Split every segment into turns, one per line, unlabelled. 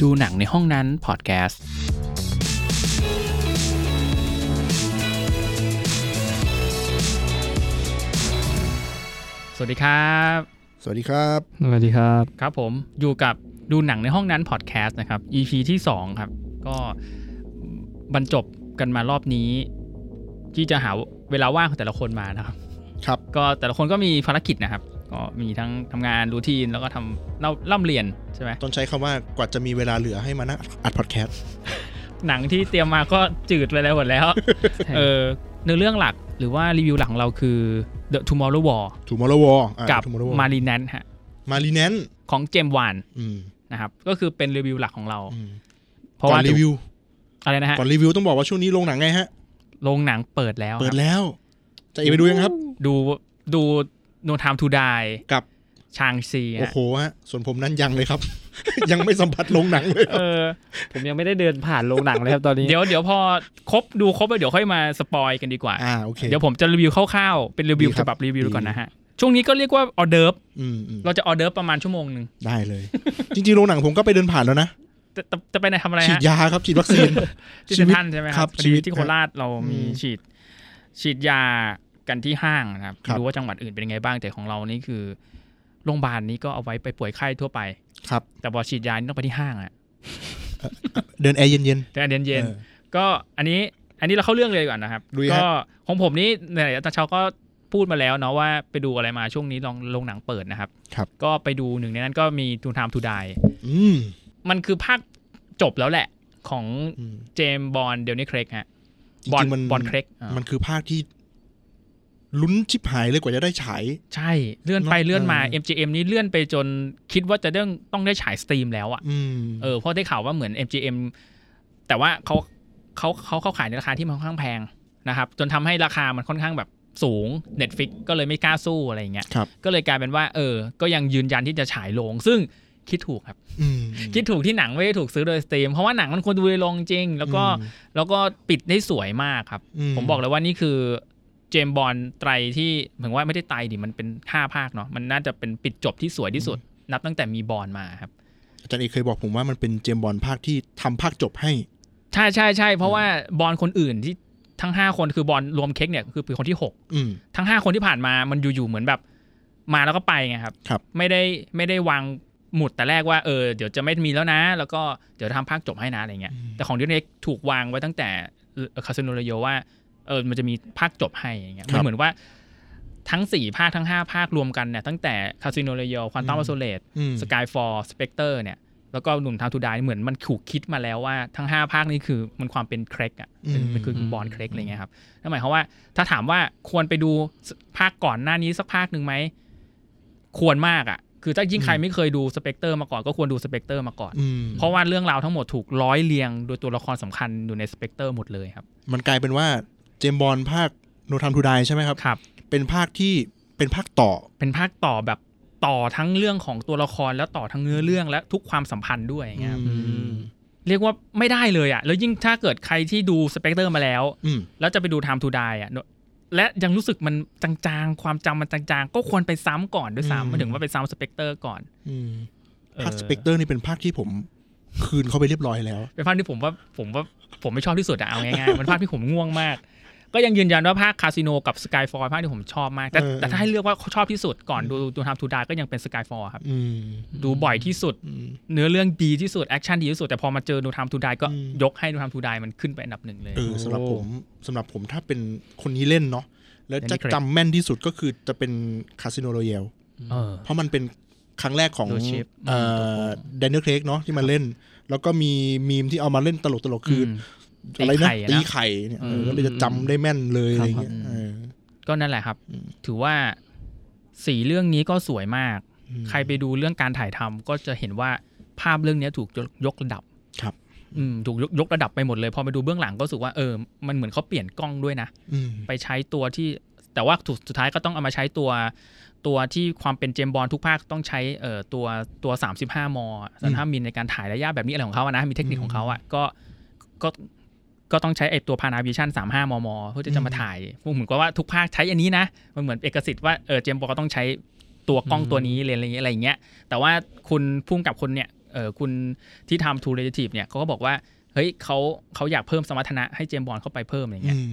ดูหนังในห้องนั้นพอดแคสต์สวัสดีครับ
สวัสดีครับ
สวัสดีครับ
ครับผมอยู่กับดูหนังในห้องนั้นพอดแคสต์นะครับ EP ที่ 2 ครับ ก็บรรจบกันมารอบนี้ ที่จะหาเวลาว่างของแต่ละคนมานะครับ
ครับ
ก็แต่ละคนก็มีภารกิจนะครับ ก็มีทั้งทำงานรูทีนแล้วก็ทำเล่าเล่ำเรียนใช่ไหม
ต้องใช้คำว่ากว่าจะมีเวลาเหลือให้มานั่งอัดพอดแคสต์
หนังที่เตรียมมาก็จืดไปแล้วหมด แล้ว
ใช่
เออเนื้อเรื่องหลักหรือว่ารีวิวหลักของเราคือ The Tomorrow War
ถูมอลวอ
กับ
ถูมอลวอ
m a r i n a n ฮะ
มารีแนน
ของเจมวาน
อืม
นะครับก็คือเป็นรีวิวหลักของเรา
อืม
เพราะ
ก่อ
ว่าน
รีวิว
อะไรนะฮะ
ก่อนรีวิวต้องบอกว่าช่วงนี้โรงหนังไงฮะ
โรงหนังเปิดแล้ว
เปิ
ค
ด
รับ
แล้ว จะเอกไปดูยังครับ
ดูดูโนทามทูได
กับ
ชางซี
โอ้โหฮะ ส่วนผมนั้นยังเลยครับ ยังไม่สัมผัสโรงหนังเลย
เออ
ผมยังไม่ได้เดินผ่านโรงหนังเลยครับตอนนี้
เดี๋ยวเดี๋ยวพอครบดูครบแล้วเดี๋ยวค่อยมาสปอยกันดีกว่า
อ่า โอเค
เดี๋ยวผมจะรีวิวคร่าวๆ เป็นรีวิว
ดีค
ฉ
รับ
บับรีวิว
ดี
ก่อนนะฮะ ช่วงนี้ก็เรียกว่าออเดิร์ฟ
อืมอืม
เราจะออเดิร์ฟประมาณชั่วโมงหนึ่ง
ได้เลย จริงๆ โรงหนังผมก็ไปเดินผ่านแล้วนะ
จะจะจะไปไหนทำอะไร
ฉีด
ฮะ
ยาครับ ฉีดวัคซี น
ที่
ชี
เซน
วิต
ทรันใช่ไหมค
ครั
รับบ พอ
ชี
ดี
วิต
ที่โคราชเรามี
อืม
ฉีด ฉีดยากันที่ห้างนะครับ
ครับ
ไม่รู้ว่าจังหวัดอื่นเป็นยังไงบ้างแต่ของเรานี่คือโรงพยาบาลนี้ก็เอาไว้ไปป่วยไข้ทั่วไป
ครับ
แต่พอฉีดยานี่ต้องไปที่ห้างอะ
เดินแอร์เย็น
แต่อันเย็น
ๆ
เย็น
ออ
ก็อันนี้อันนี้เราเข้าเรื่องเลยดีกว่อนนะครับ
ลุยฮะ
ก็ของผมนี่ไหนๆอาจารย์เชาก็พูดมาแล้วเนาะว่าไปดูอะไรมาช่วงนี้ลองลงหนังเปิดนะครับ ก็ไปดูหนึ่งในนั้นก็มี To Time to Die
อืม
มันคือภาคจบแล้วแหละของ
อืม
เจมส์บอลเดี๋ยวนี้เครกฮะ
จริ
บอล
งๆมัน
บอลเครกอ่า
มันคือภาคที่ลุ้นชิบหายเลยกว่าจะได้ฉาย
ใช่เลื่อนไป
เนอะ
เลื่อนมา
เออ
MGM นี่เลื่อนไปจนคิดว่าจะต้องต้องได้ฉายสตรีมแล้วอะ
อืม
เออเพราะได้ข่าวว่าเหมือน MGM แต่ว่าเขาเขาเขาเขาขายในราคาที่มันค่อนข้างแพงนะครับ จนทำให้ราคามันค่อนข้างแบบสูง Netflix ก็เลยไม่กล้าสู้อะไรอย่างเงี้ย
ครับ
ก็เลยกลายเป็นว่าเออ ก็ยังยืนยันที่จะฉายโรงซึ่งคิดถูกครับ
อืม
คิดถูกที่หนังไม่ได้ถูกซื้อโดยสตรีม เพราะว่าหนังมันควรดูในโรงจริง แล้วก็แล้วก็ปิดได้สวยมากครับ ผมบอกเลยว่านี่คือเจมส์บอลไตรที่ถึงว่าไม่ได้ไตรดิมันเป็น 5 ภาคเนาะมันน่าจะเป็นปิดจบที่สวยที่สุด นับตั้งแต่มีบอลมาครับ
อาจารย์เอกเคยบอกผมว่ามันเป็นเจมส์บอลภาคที่ทำภาคจบให้
ใช่ใช่ใช่เพราะว่าบอลคนอื่นที่ทั้ง 5 คนคือบอลรวมเค้กเนี่ยคือเป็นคนที่
อืม
6 ทั้ง 5 คนที่ผ่านมามันอยู่ๆเหมือนแบบมาแล้วก็ไปไงครับ
ครับ
ไม่ได้ไม่ได้วางหมุดแต่แรกว่าเออเดี๋ยวจะไม่มีแล้วนะ แล้วก็เดี๋ยวทำภาคจบให้นะอะไรเงี้ย แต่ของดิเน็กถูกวางไว้ตั้งแต่คาสโนเรโยว่าเออมันจะมีภาคจบให้อย่างเงี้ย
ค
มัน
รับ
เหมือนว่าทั้ง 4 ภาคทั้ง 5 ภาครวมกันเนี่ยตั้งแต่คาสโนเรโยควอนตัม
อื
ว
ม
อสเลต
อืม
สกายฟอร์สเปกเตอร์เนี่ย แล้วก็หนุ่มทาวทูดายเหมือนมันถูกคิดมาแล้วว่าทั้ง 5 ภาคนี้คือมันความเป็นเครกอ่ะเป็นเป็นคือ
อืม
บอลเครกอะไรเงี้ยครับนั่นหมายความว่าถ้าถามว่าควรไปดูภาคก่อนหน้านี้สักภาคหนึ่งไหมควรมากอ่ะคือถ้ายิ่งใครไม่เคยดูสเปกเตอร์มาก่อนก็ควรดูสเปกเตอร์มาก่อน
อืม
เพราะว่าเรื่องราวทั้งหมดถูกร้อยเรียงโดยตัวละครสำคัญอยู่ในสเปกเตอร์หมดเลยครับ
มันกลายเป็นว่าเจมส์บอลภาคโนทามทูไดใช่ไหมครับ
ครับ
เป็นภาคที่เป็นภาคต่อ
เป็นภาคต่อแบบต่อทั้งเรื่องของตัวละครแล้วต่อทั้งเนื้อเรื่องและทุกความสัมพันธ์ด้วยอย่างเงี้ยครับ
อืม
เรียกว่าไม่ได้เลยอ่ะ แล้วยิ่งถ้าเกิดใครที่ดูสเปกเตอร์มาแล้ว
อืม
แล้วจะไปดู Time to Die อ่ะ และยังรู้สึกมันจางๆ ความจำมันจางๆ ก็ควรไปซ้ำก่อนด้วย
อื
ซ้ำ
ม
หมายถึงว่าไปซ้ำสเปกเตอร์ก่อน
อืม
เออ
ภาคสเปกเตอร์นี่เป็นภาคที่ผมคืนเข้าไปเรียบร้อยแล้ว
เป็นภาคที่ผมว่าผมว่าผมไม่ชอบที่สุดอะเอาง่ายๆ มันภาคที่ผมง่วงมาก ก็ยังยืนยันว่าภาคคาสิโนกับสกายฟอร์ภาคที่ผมชอบมาก แต่
เออ
แต่ถ้าให้เลือกว่าชอบที่สุดก่อนดูดูทำทูดาก็ยังเป็นสกายฟอร์ครับ
อืม
ดูบ่อยที่สุด
อืม
เนื้อเรื่องดีที่สุด แอคชั่นดีที่สุด แต่พอมาเจอดูทำทูดาก็
อืม
ยกให้ดูทำทูดามันขึ้นไปอันดับหนึ่งเลย
เออสำหรับ
โอ้
ผมสำหรับผมถ้าเป็นคนนี้เล่นเนาะแล้วจะ
อันนี้ครับ
จำแม่นที่สุดก็คือจะเป็นคาสิโนโรเยล
เออ
เพราะมันเป็นครั้งแรกของ
โดยชิป
เอ่อแดนเนอร์เครกเนาะที่มาเล่น แล้วก็มีมีมที่เอามาเล่นตลกตลกๆคือออะไรนะ
ตีไข่อะนะ
ตีไข่เนี่ยเออ
อืม
ก็เลยจะจำได้แม่นเลยอะไรเงี้ย
ครับ
เออ
ก็นั่นแหละครับ
อืม
ถือว่าสีเรื่องนี้ก็สวยมาก
อืม
ใครไปดูเรื่องการถ่ายทำก็จะเห็นว่าภาพเรื่องนี้ถูกยกยกระดับ
ครับ
อืมถูกยกยกระดับไปหมดเลยพอไปดูเบื้องหลังก็รู้สึกว่าเออมันเหมือนเขาเปลี่ยนกล้องด้วยนะ
อืม
ไปใช้ตัวที่แต่ว่าถูกสุดท้ายก็ต้องเอามาใช้ตัวตัวที่ความเป็นเจมส์บอลทุกภาคต้องใช้เอ่อตัวตัว 35 มสามห้ามิลในการถ่ายระยะแบบนี้อะไรของเขาอะนะ มีเทคนิคของเขาอ่ะก็ก็ก็ต้องใช้ไอตัวพานาวิชั่น35 มม เพื่อที่จะมาถ่ายเหมือนกับว่าทุกภาคใช้อันนี้นะ มันเหมือนเอกสิทธิ์ว่าเออเจมส์บอลก็ต้องใช้ตัวกล้องตัวนี้เลนส์อะไรอย่างเงี้ยอะไรอย่างเงี้ย แต่ว่าคุณพุ่งกับคนเนี่ย เอ่อคุณที่ทำทูเร a t i v e เนี่ยเขาก็บอกว่าเฮ้ยเขาเขาอยากเพิ่มสมรรถนะให้เจมส์บอลเข้าไปเพิ่มอะไรเงี้ย
อืม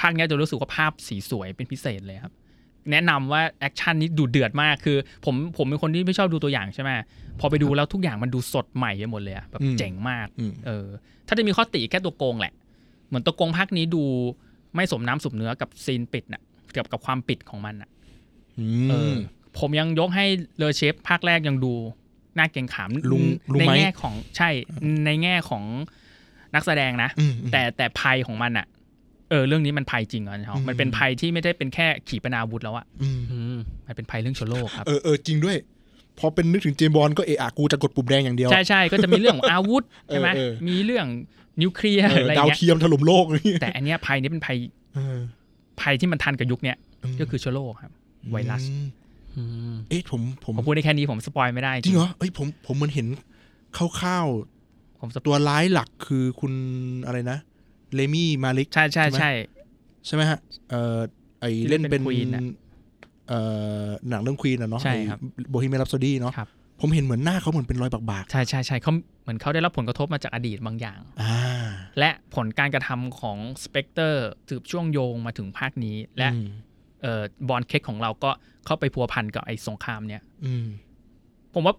ภาคเนี้ยจะรู้สึกว่าภาพสีสวยเป็นพิเศษเลยครับ แนะนำว่าแอคชั่นนี้ดูเดือดมากคือ ผมผมเป็นคนที่ไม่ชอบดูตัวอย่างใช่ไหมพอไปดูแล้วทุกอย่างมันดูสดใหม่ไปหมดเลยอะแบบ
อืม
เจ๋งมาก
อืม
เออถ้าจะมีข้อติแค่ตัวโกงแหละ เหมือนตัวโกงภาคนี้ดูไม่สมน้ำสมเนื้อกับซีนปิดน่ะเกี่ยวกับความปิดของมันน่ะ
อื
เออ
ม
ผมยังยกให้เลอเชฟภาคแรกยังดูน่าเกรงขาม
ลุงลุง
ใน
ไม้
แง่ของใช่ในแง่ของนักแสดงนะ
อืม
แต่แต่ภัยของมันอะเออเรื่องนี้มันภัยจริงอ่ะนะครับ
อืม
มันเป็นภัยที่ไม่ได้เป็นแค่ขีปนาวุธแล้วอะ
อืม
มันเป็นภัยเรื่องเชื้อโรคครับ
เออเออจริงด้วย พอเป็นนึกถึงเจมส์บอลก็เอะอะกูจะกดปุ่มแดงอย่างเดียว
ใช่ใช่ก็จะมีเรื่อง ของอาวุธใช่ไหม
เออเออ
มีเรื่องนิวเคลียร์
เออ
อะไรอ
ดา
ย่าว งเงี้ย
เทียมถล่มโลก อะไรอย่างเงี้ย
แต่อันเนี้ยภัยนี้เป็นภัย
เออ
ภัยที่มันทันกับยุคเนี้ย
ม
ก็คือเชื้อโรคครับ ไวรัส
มเอ๊ะผมผม
ผมพูดได้แค่นี้ผมสปอยไม่ได้
จริงเหรอเอ้ยผมผมมันเห็นคร่าว
ผมสปอ
ๆ
ย
ตัวร้ายหลักคือคุณอะไรนะ เลมี่มาลิก
ใช่ใช่ใช่
ใช่ไหมฮะ เอ่อไอ
ที่เล่น
เล่น
เป็
เป็น น
Queen น่ะ
เอ่อหนังเรื่องควีนอะเนาะ
ใช่ครับ
โบฮีเมียรัปโซดีเนาะ
ครับ
ผมเห็นเหมือนหน้าเขาเหมือนเป็นรอยบาก
ใช่ใช่ใช่เขาเหมือนเขาได้รับผลกระทบมาจากอดีตบางอย่าง
ๆอ่า
และผลการกระทำของสเปกเตอร์สืบช่วงโยงมาถึงภาคนี้ และ
อืม
เอ่อบอลเค้กของเราก็เข้าไปพัวพันกับไอ้สงครามเนี่ย
อืม
ผมว่า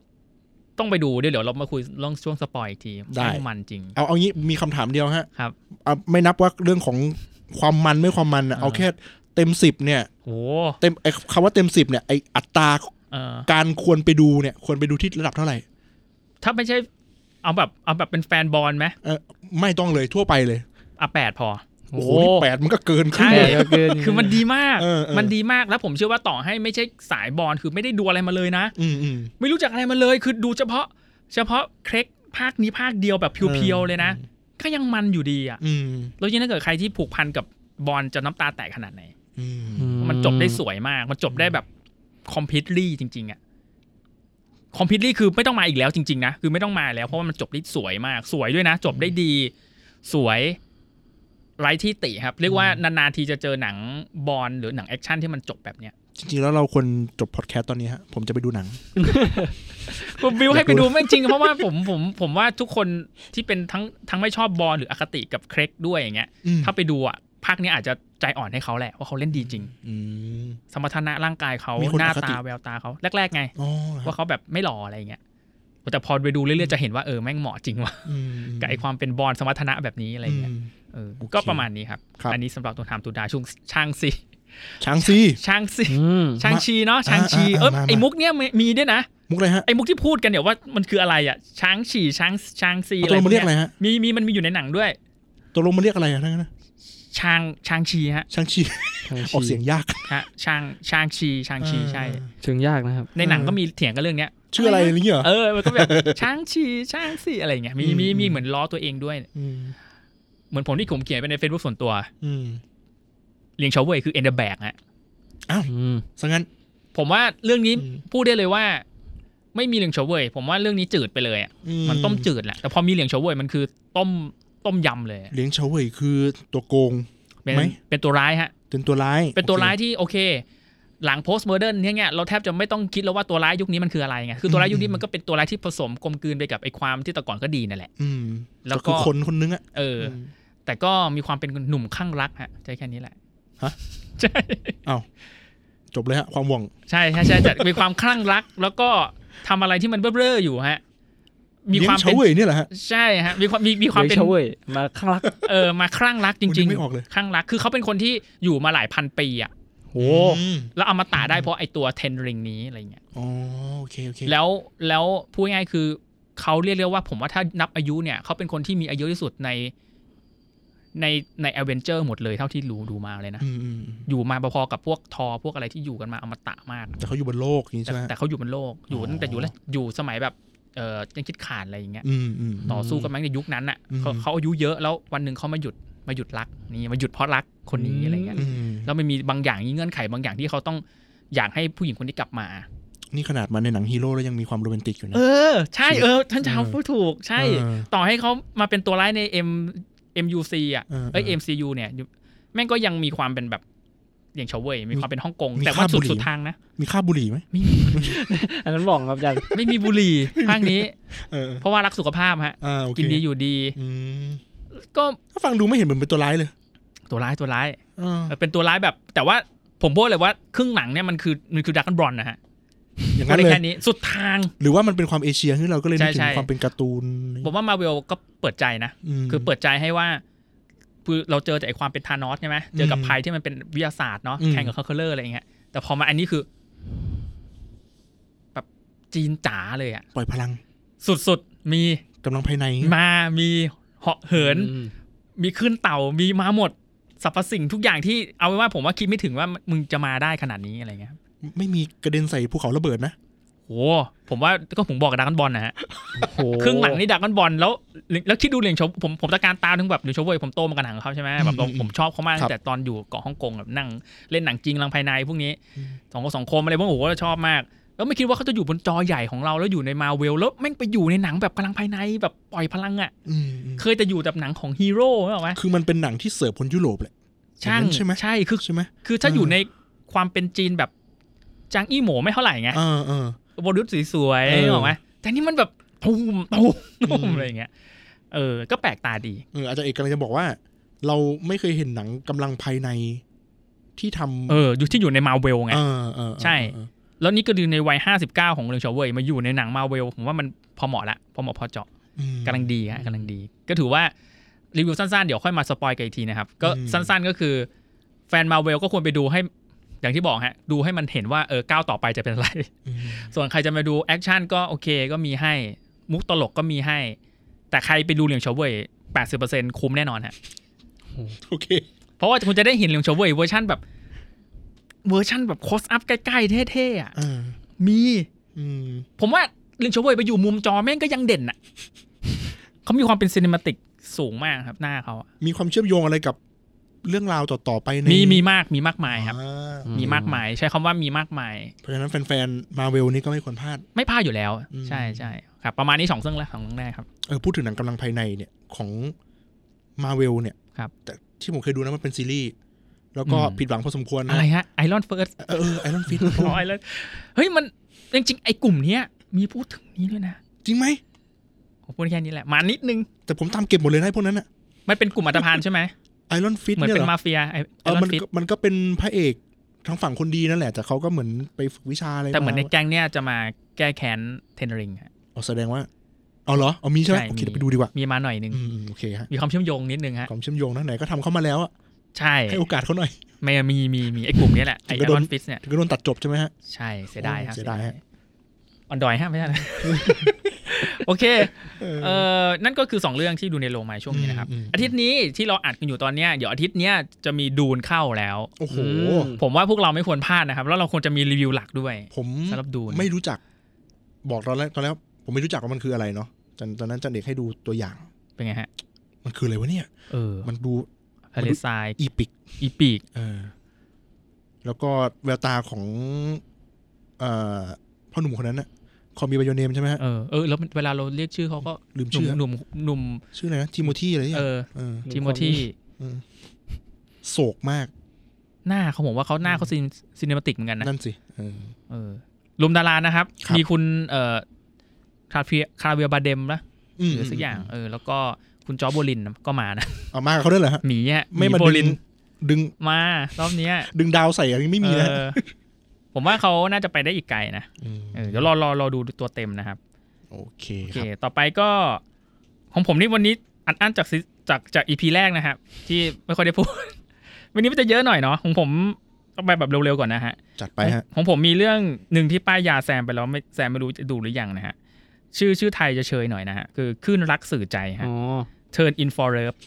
ต้องไปดูเดี๋ยวเดี๋ยวเรามาคุยเรื่องช่วงสปอยอีกที
ได้
ว่ามันจริง
เอาเอางี้มีคำถามเดียวฮะ
ครับ
เอาไม่นับว่าเรื่องของความมันไม่ความมันอะ
อ่า
เอาแค่เต็มสิบเนี่ย
โอ้
เต็มไอคำว่าเต็มสิบเนี่ยไออัตรา
เออ
การควรไปดูเนี่ยควรไปดูที่ระดับเท่าไหร่
ถ้าไม่ใช่เอาแบบเอาแบบเป็นแฟนบอลไหม
เออไม่ต้องเลยทั่วไปเลย
อ่ะแปดพอ
โอ้โหที่แปดมันก็เกินครึ่
ใช่
งเลย
เกิน
คือมันดีมาก
เออเออ
มันดีมากแล้วผมเชื่อว่าต่อให้ไม่ใช่สายบอลคือไม่ได้ดูอะไรมาเลยนะ
อืมอืม
ไม่รู้จักอะไรมาเลยคือดูเฉพาะ เฉพาะเครกภาคนี้ภาคเดียวแบบเพียว
เอ
ๆ
อ
เลยนะ ก็ยังมันอยู่ดีอ่ะ
อืม
แล้วยิ่งถ้าเกิดใครที่ผูกพันกับบอลจะน้ำตาแตกขนาดไหน
อืม
มันจบได้สวยมาก มันจบได้แบบคอมพิวลี่จริง ๆอะคอมพิวลี่คือไม่ต้องมาอีกแล้วจริง ๆ นะ คือไม่ต้องมาแล้วเพราะว่ามันจบได้สวยมาก สวยด้วยนะ จบได้ดี สวยไร้ที่ติครับ เรียกว่านานๆทีจะเจอหนังบอลหรือหนังแอคชั่นที่มันจบแบบเนี้ย
จริงๆแล้วเราควรจบพอดแคสต์ตอนนี้ฮะผมจะไปดูหนัง
ผมบิวให้ไป
อยากดู
ดูไม่จริง เพ ราะว่าผมผมผมว่าทุกคนที่เป็นทั้งทั้งไม่ชอบบอลหรืออคติกับเครกด้วยอย่างเงี้ย
อืม
ถ้าไปดูอ่ะภาคเนี้ยอาจจะใจอ่อนให้เขาแหละว่าเขาเล่นดีจริง
อืม
สมรรถนะร่างกายเขา
มีคน
หน้า
อคติ
ตาแววตาเขาแรกๆไง
อ๋อครั
ว่า
บ
เขาแบบไม่หล่ออะไรอย่างเงี้ย แต่พอไปดูเรื่อยๆจะเห็นว่าเออแม่งเหมาะจริงว่ะ
อืม
กับไอความเป็นบอลสมรรถนะแบบนี้อะไรอย่างเงี้ย
ม
เออ
โอเค
ก็ประมาณนี้ครับ
ครับ
อันนี้สำหรับตัวทำตัวดาช่วงช่างซี
ช้างซี
ช่างซี
อืม
ช่างชีเนาะช่างชีเออไอมุกเนี้ยมีมีด้วยนะ
มุกอะไรฮะ
ไอมุกที่พูดกันเนี่ยว่ามันคืออะไรอ่ะช้างฉี่ช้างช้างซี
เอา
อะ
ตก
ไร
ลง
พวก
มันเรีย
เนี้
ก
ย
อะไรฮะ
มีมีมันมีอยู่ในหนังด้วย
ตกลงมันเรียกอะไรฮะทั้งนั้นนะ
ช้างช้างชีฮะ
ช้างชีออกเสียงยาก
ฮะช้างช้างชีช้างชีใช่
เออ
ถึงยากนะครับ
ในหนัง
เออ
ก็มีเถียงกันเรื่องเนี้ย
ชื่ออะไรอะไรเงี้ยเหรอ
เออมันก็แบบ ช้างชีช้างซีอะไรอย่างเงี้ยมีมี
อืม
มีเหมือนล้อตัวเองด้วย
ม
เหมือนผมที่ผมเขียนไปใน Facebook ส่วนตัว
อืม
เลียงเฉาเว่ยคือเอนเดอร์แบกฮะ
อืม
ซะงั้น
ผมว่าเรื่องนี้
อืม
พูดได้เลยว่า ไม่มีเลียงเฉาเว่ยผมว่าเรื่องนี้จืดไปเลยอะ
อื
มันต้มจืดแหละแต่พอมีเลียงเฉาเว่ยมันคือต้มต้มยำเลยอะ
เลี้ยงเฉาเว่ยคือตัวโกง
เป็น
ไหม
เป็นตัวร้ายฮะ
เป็นตัวร้าย
เป็นตัว
โอค
ร้ายที่โอเค หลังโพสต์เมอร์เดิเนี่ยเนี่ยเราแทบจะไม่ต้องคิดแล้วว่าตัวร้ายยุคนี้มันคืออะไรไงคือตัวร้ายยุคนี้มันก็เป็นตัวร้ายที่ผสมกลมกลืนไปกับไอ้ความที่แต่ก่อนก็ดีนั่นแหละ
อืม
แล้
แล้ว ว
ก็
ก็คนคนนึงอ่ะ
เอออ แต่ก็มีความเป็นหนุ่มข้างรักฮะใจแค่นี้แหละ
ฮะ
ใช่
จบเลยฮะความหวัง
ใช่ใช่ใช่แต่มีความคลั่งรัก แล้วก็ทำอะไรที่มันเบ้อๆอยู่ฮะ มี
เลี้ย
ความ
งเฉา
เป็น
เว่ยเนี่ยแหละฮะ
ใช่ฮะมีความมีมีความเป็น
เฉยมาข้างลัก
เออมาคลั่งรักจ
คุณนึ
ริง
กไม่ออกเลย
คลั่งรักคือเขาเป็นคนที่อยู่มาหลายพันปีอ่ะ
โอ้
ม
แล้วเอามาตาได้เพราะไอตัวเทนริงนี้อะไรเงี้ย
อ๋อโอเคโอเค
แล้วแล้วพูดง่ายๆคือเขาเรียกเรียกว่าผมว่าถ้านับอายุเนี่ยเขาเป็นคนที่มีอายุที่สุดใน ในในแอเวนเจอร์หมดเลยเท่าที่รู้ดูมาเลยนะ
อืมอืมอืม
อยู่มาพอๆกับพวกทอพวกอะไรที่อยู่กันมาอมตะมาก
แต่เขาอยู่บนโลกอย่างนี้
แต่
ใช่ไหมฮะ
แต่เขาอยู่บนโลก อยู่
อ๋อ
ตั้งแต่อยู่แล้วอยู่สมัยแบบเออยังคิดขาดอะไรอย่างเงี้ย
อืมอืม
ต่อสู้กันมาตั้งแต่ยุคนั้นอ่ะ
อืม
เขาเขาอายุเยอะแล้ววันหนึ่งเขามาหยุดมาหยุดรักนี่มาหยุดเพราะรักคนนี้อะไรเงี้ย
อืม
แล้วมันมีบางอย่างมีเงื่อนไขบางอย่างที่เขาต้องอยากให้ผู้หญิงคนนี้กลับมา
นี่ขนาดมาในหนังฮีโร่แล้วยังมีความโรแมนติกอยู่นะ
เออ ใช่เออท่านชาว
เออ
พูดถูกใช่
เออ
ต่อให้เขามาเป็นตัวร้ายใน M MUC อ่ะ
เออ
เอ้ย
เออ
MCU เนี่ยแม่งก็ยังมีความเป็นแบบ อย่างเฉาเว่ยมีความเป็นฮ่องกง
มี
แต่ว่า
คาบ
สุด
บุหรี่
สุดทางนะ
มีค่าบุหรี่ไหม
อันนั้นบอกครับอาจารย์
ไม่มีบุหรี่ภาคนี้
เออ
เพราะว่ารักสุขภาพฮะ
อ่าโอเค
กินดีอยู่ดี
อืม
ก็
ถ้าฟังดูไม่เห็นเหมือนเป็นตัวร้ายเลย
ตัวร้ายตัวร้าย
อ่า
เออเป็นตัวร้ายแบบ แต่ว่าผมพูดเลยว่าครึ่งหลังเนี่ยมันคือมันคือดักกันบอลนะฮะ
อย่าง
ก็
นั้น
ได้
เลย
แค่นี้สุดทาง
หรือว่ามันเป็นความเอเชียที่เราก็เลยนึกถึ
ใช่
ง
ใช่
ความเป็นการ์ตูน
ผมว่ามาเวลก็เปิดใจนะ
ม
คือเปิดใจให้ว่าคือเราเจอแต่ไอความเป็นธานอสใช่ไหมเจอกับ
อืม
ภัยที่มันเป็นวิทยาศาสตร์เนาะ
อืม
แข่งกับคาเคเลอร์อะไรอย่างเงี้ยแต่พอมาอันนี้คือ แบบจีนจ๋าเลยอะ
ปล่อยพลัง
สุดๆ มี
กำลังภายใน
มามีเหาะเหิน มีขึ้นเต่ามีมาหมดสรรพสิ่งทุกอย่างที่เอาไว้ว่าผมว่าคิดไม่ถึงว่ามึงจะมาได้ขนาดนี้อะไรเงี้ย
ไม่มีกระเด็นใส่ภูเขาระเบิดนะ
โหผมว่าก็ผมบอกกับดักกันบอลนะฮะ
โอ้โ
ครึ่งหลังนี่ดักกันบอลแล้ว แล้วคิดดูเหลียงโชวผมผมตะการตามถึงแบบเหลียงโชวเวยผมโตมากันหนังเขาใช่ไหมแบบเรา
อืมอืม
ผมชอบเขามาก
ค
ตั้
รับ
งแต่ตอนอยู่เกาะฮ่องกงแบบนั่งเล่นหนังจริงรังภายในพวกนี้
อืม
สองคนสองคมอะไรพวกโอ้โหเราชอบมาก แล้วไม่คิดว่าเขาจะอยู่บนจอใหญ่ของเราแล้วอยู่ในมาเวลแล้วแม่งไปอยู่ในหนังแบบกำลังภายในแบบปล่อยพลังอ่ะ
อืมอืม
เคยแต่อยู่แบบหนังของฮีโร่ใช่ไหม
คือมันเป็นหนังที่เสิร์ฟคนยุโรปแหละอย่
ช่าง
นั้นใช่ไหม
ใช่คือ
ใช่ไหม
คือถ้า
เออ
อ
อ
ยู่ในความเป็นจีนแบบจางอี้หมูไม่เท่าไหร่ไง
เออเออ
บริวสสวย
เออ
ๆบอกไหมแต่นี่มันแบบตูมตูมตู
อื
ม
ม
อะไรอย่างเงี้ยเออ ก็แปลกตาดี
เอออาจารย์เอกกำลังจะบอกว่า เราไม่เคยเห็นหนังกำลังภายในที่ทำ
เออ อยู่ที่อยู่ในมาเวลไง
เออเออ
ใช่
เออ
แล้วนี่ก็ดูในวัย 59 ของเรืองชอเว่ยมาอยู่ในหนังมาเวลผมว่ามันพอเหมาะละพอเหมาะพอเจาะ
อืม
กำลังดีฮะกำลังดี ก็ถือว่า รีวิวสั้นๆ เดี๋ยวค่อยมาสปอยกันอีกทีนะครับ ก็
อืม
สั้นๆก็คือ แฟนมาเวลก็ควรไปดูให้อย่างที่บอกฮะดูให้มันเห็นว่าเออก้าวต่อไปจะเป็นอะไร
อืม
ส่วนใครจะมาดูแอคชั่นก็โอเคก็มีให้ มุกตลกก็มีให้ แต่ใครไปดูเหลียงเฉาเว่ย80%คุ้มแน่นอนฮะ
โอเค
เพราะว่าคุณจะได้เห็นเหลียงเฉาเว่ยเวอร์ชั่นแบบ เวอร์ชั่นแบบโคสอัพใกล้ๆเท่ๆอ่ะ
เออ
มี
อืม
ผมว่าเหลียงเฉาเว่ยไปอยู่มุมจอแม่งก็ยังเด่นอ่ะ เขามีความเป็นซีนิมาติกสูงมากครับหน้าเขาอะ
มีความเชื่อมโยงอะไรกับเรื่องราวต่อๆไปใน
มีมีมากมีมากมายครับ
อ่า
มีมากมาย ใช้คำว่ามีมากมาย
เพราะฉะนั้นแฟนๆมาเวลนี่ก็ไม่ควรพลาด
ไม่พลาดอยู่แล้ว
อืม
ใช่ใช่ครับ ประมาณนี้สองเรื่องแรกสองเรื่องแรกครับ
เออพูดถึงหนังกำลังภายในเนี่ยของมาเวลเนี่ย
ครับ
แต่ที่ผมเคยดูนะมันเป็นซีรีส์แล้วก็ผิดหวังพอสมควร
อะ
นะ
ไรฮะไอรอนเฟิร์ส
เออไอรอนฟิต
ร้อยแล้วเฮ้ยมันจริงๆไอ้กลุ่มเนี้ย มีพูดถึงนี้ด้วยนะ
จริงไหม
ผมพูดแค่นี้แหละ มานิดนึง
แต่ผมตามเก็บหมดเลยนะไอ้พวกนั้นอะ
มันเป็นกลุ่มอัตภานใช่ไหม
ไอรอนฟิต
เหมือน
เนี่ย
เป็
เหร
น
อ
มาเฟียไอ
เออ
รอ
มัน น
ฟิต
ก็มันก็เป็นพระเอกทางฝั่งคนดีนั่นแหละ แต่เขาก็เหมือนไปฝึกวิชาอะไร
แต่เหมือนใน
มา
แก๊งเนี้ยจะมาแก้แค้นเทนริงฮะ
อ๋อแสดงว่าเอาเหรอเอามีใช่ไหม
ใช่
โอเค
มี
เดี๋ยวไปดูดีกว่า
มีมาหน่อยนึง
อืมโอเคฮะ
มีความเชื่อมโยงนิดนึงฮะ
ความเชื่อมโยงนะไหนก็ทำเข้ามาแล้วอะ
ใช่
ให้โอกาสเขาหน่อย
ไม่มีมีมีไอ้กลุ่มเนี้ยแหละไอ
ถึงก็โด
ร
น
อนฟิตเนี่ย
ถึงก็โดนตัดจบใช่ไหมฮะ
ใช่เสียดายครับ
เสียดายฮะ
ออนดอยฮะไม่ใช่ นะโอเค
เออ
เออนั่นก็คือ 2 เรื่องที่ดูในโรงไม้ช่วงนี้นะครับ
อืมอืม
อาทิตย์นี้ที่เราอัดกันอยู่ตอนเนี้ยเดี๋ยวอาทิตย์เนี้ยจะมีดูนเข้าแล้ว
โอ้โห
อืม
ผมว่าพวกเราไม่ควรพลาดนะครับ แล้วเราควรจะมีรีวิวหลักด้วย
ผม
สำหรับดูน
ไม่รู้จัก บอกตอนแรกตอนแรกผมไม่รู้จักว่ามันคืออะไรเนาะตอนตอนนั้นจันเด็กให้ดูตัวอย่าง
เป็นไงฮะ
มันคืออะไรวะเนี่ย
เออ
มันดู
ทะเลทราย
อีปิก
อีปีก
เออ แล้วก็แววตาของ เอ่อพ่อหนุ่มคนนั้นนะคอมีไบโอเนมใช่ไหมฮะ
เออเออแล้วเวลาเราเรียกชื่อเขาก็
ลืม
หนุ่
ชื่
ม
อ
หนุ่มหนุ่ม
ชื่ออะไรนะทิโมธีอะไรอย่าง
เออ
เออ
ทิโมธี
เออโศกมาก
หน้าเขาผมว่าเขาหน้าเขาซีนซีเนมาติกเหมือนกันนะ
นั่นสิเออ
เออรวมดารานะครับ
ครับ
มีคุณเอ่อคาเฟียคาเวียบาเดมนะ
อื
ห
ม
รือสักอย่างเออแล้วก็คุณจอร์จโบลินก็มานะ
เอามากับเขาได้วยเหรอฮะ
หมีอ่ะ
ไม่
ห
มา
โบ
ดึ
ลิ
ง
น
ดึง
มารอบเนี้ย
ดึงดาวใส่อะไรไม่มีนะ
เออผมว่าเขาน่าจะไปได้อีกไกลนะ
ม
เออเดี๋ยวรอรอรอดูตัวเต็มนะครับ
โอเค
โอ
ค
เค
รับ
ต่อไปก็ของผมนี่วันนี้อัดอั้นจากซีจากจากอีพีแรกนะครับ ที่ไม่ค่อยได้พูด วันนี้มันจะเยอะหน่อยเนาะของผมต้องไปแบบเร็วๆก่อนนะฮะ
จัดไปฮะ
ของผมมีเรื่องหนึ่งที่ป้ายยาแซมไปแล้วไม่แซมไม่รู้จะดูหรือยังนะฮะ ชื่อชื่อไทยจะเชยหน่อยนะฮะ คือคลื่นรักสื่อใจฮะ
อ๋อ
Turn in for Love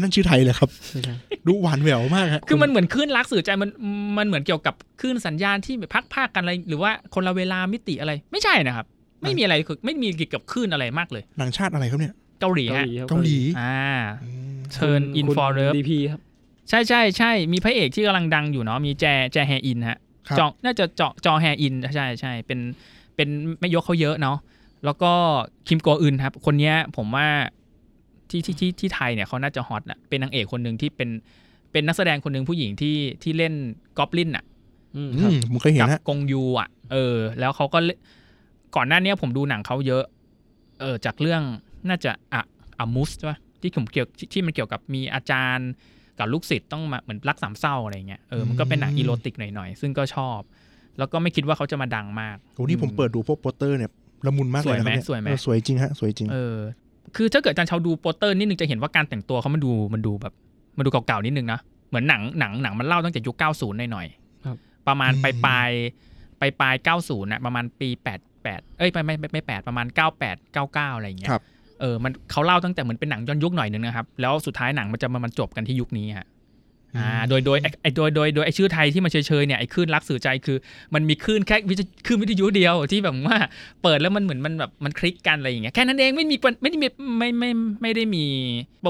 นั่นชื่อไทยเลยครับ ดูหวานแหววมากฮะ
คือมันเหมือนคลื่นรักสื่อใจมันมันเหมือนเกี่ยวกับคลื่นสัญญาณที่แบบพักภาคกันอะไร หรือว่าคนละเวลามิติอะไร ไม่ใช่นะครับ ไม่มีอะไรคือไม่มีเกี่ยวกับคลื่นอะไรมากเลย
หนังชาติอะไรครับเนี่ย
เกาหลีฮะ
เกาหลี
อ่า
อืม
Turn in for Love
ดีพีครับ
ใช่ใช่ใช่มีพระเอกที่กำลังดังอยู่เนาะมีแจแจแฮอินฮะ
ครับ
จองน่าจะจอจอแฮอินใช่ใช่เป็นเป็นไม่ยกเขาเยอะเนาะแล้วก็คิมโกอึนครับ คนเนี้ยผมว่าที่ที่ที่ที่ไทยเนี่ยเขาน่าจะฮอตนะเป็นนางเอกคนหนึ่งที่เป็น เป็นนักแสดงคนหนึ่งผู้หญิงที่ที่เล่นกอบลินอ่ะ
อืม
อื
ครับ
มผมเคยเห็น
กับ
ฮะ
กงยูอ่ะ เออ แล้วเขาก็เล่นก่อนหน้าเนี้ยผมดูหนังเขาเยอะ เออ จากเรื่องน่าจะอะอะมุสใช่ปะที่ผมเกี่ยวที่ที่มันเกี่ยวกับมีอาจารย์กับลูกศิษย์ต้องมาเหมือนรักสามเศร้าอะไรเงี้ย เออ มันก็เป็นหนัง
อืม
อีโรติกหน่อยๆ ซึ่งก็ชอบ แล้วก็ไม่คิดว่าเขาจะมาดังมาก
โอ้นี่ผมเปิดดูพวกโปสเตอร์เนี่ยละมุนมากเลยนะครับเนี่ย
สวยไหมสวยไหม
เออสวยจริงฮะสวยจริง
เออ คือถ้าเกิดอาจารย์เชาดูโปสเตอร์นิดนึงจะเห็นว่าการแต่งตัวเขามันดูมันดูแบบ มันดูเก่าๆนิดนึงนะ เหมือนหนังหนังหนังมันเล่าตั้งแต่ยุค 90 หน่อยๆ
ครับ
ประมาณ
อืม
ปลายปลายปลายปลาย90นะประมาณปี 88 เอ้ยไม่ไม่ไม่ไม่แปดประมาณ 98 99 อะไรอย่างเงี้ย
ครับ
เออมันเขาเล่าตั้งแต่เหมือนเป็นหนังย้อนยุคหน่อยนึงนะครับ แล้วสุดท้ายหนังมันจะมามันจบกันที่ยุคนี้ฮะอ่า
อืม
โดยโดยไอ้ไอ้โดยโดยโดยไอ้ชื่อไทยที่มันเฉยๆเนี่ยไอ้คลื่นรักสื่อใจคือมันมีคลื่นแค่วิทยุคลื่นวิทยุเดียวที่แบบว่า เปิดแล้วมันเหมือนมันแบบมันคลิกกันอะไรอย่างเงี้ยแค่นั้นเองไม่มีปัญไม่ได้มีไม่ไม่ไม่ได้มี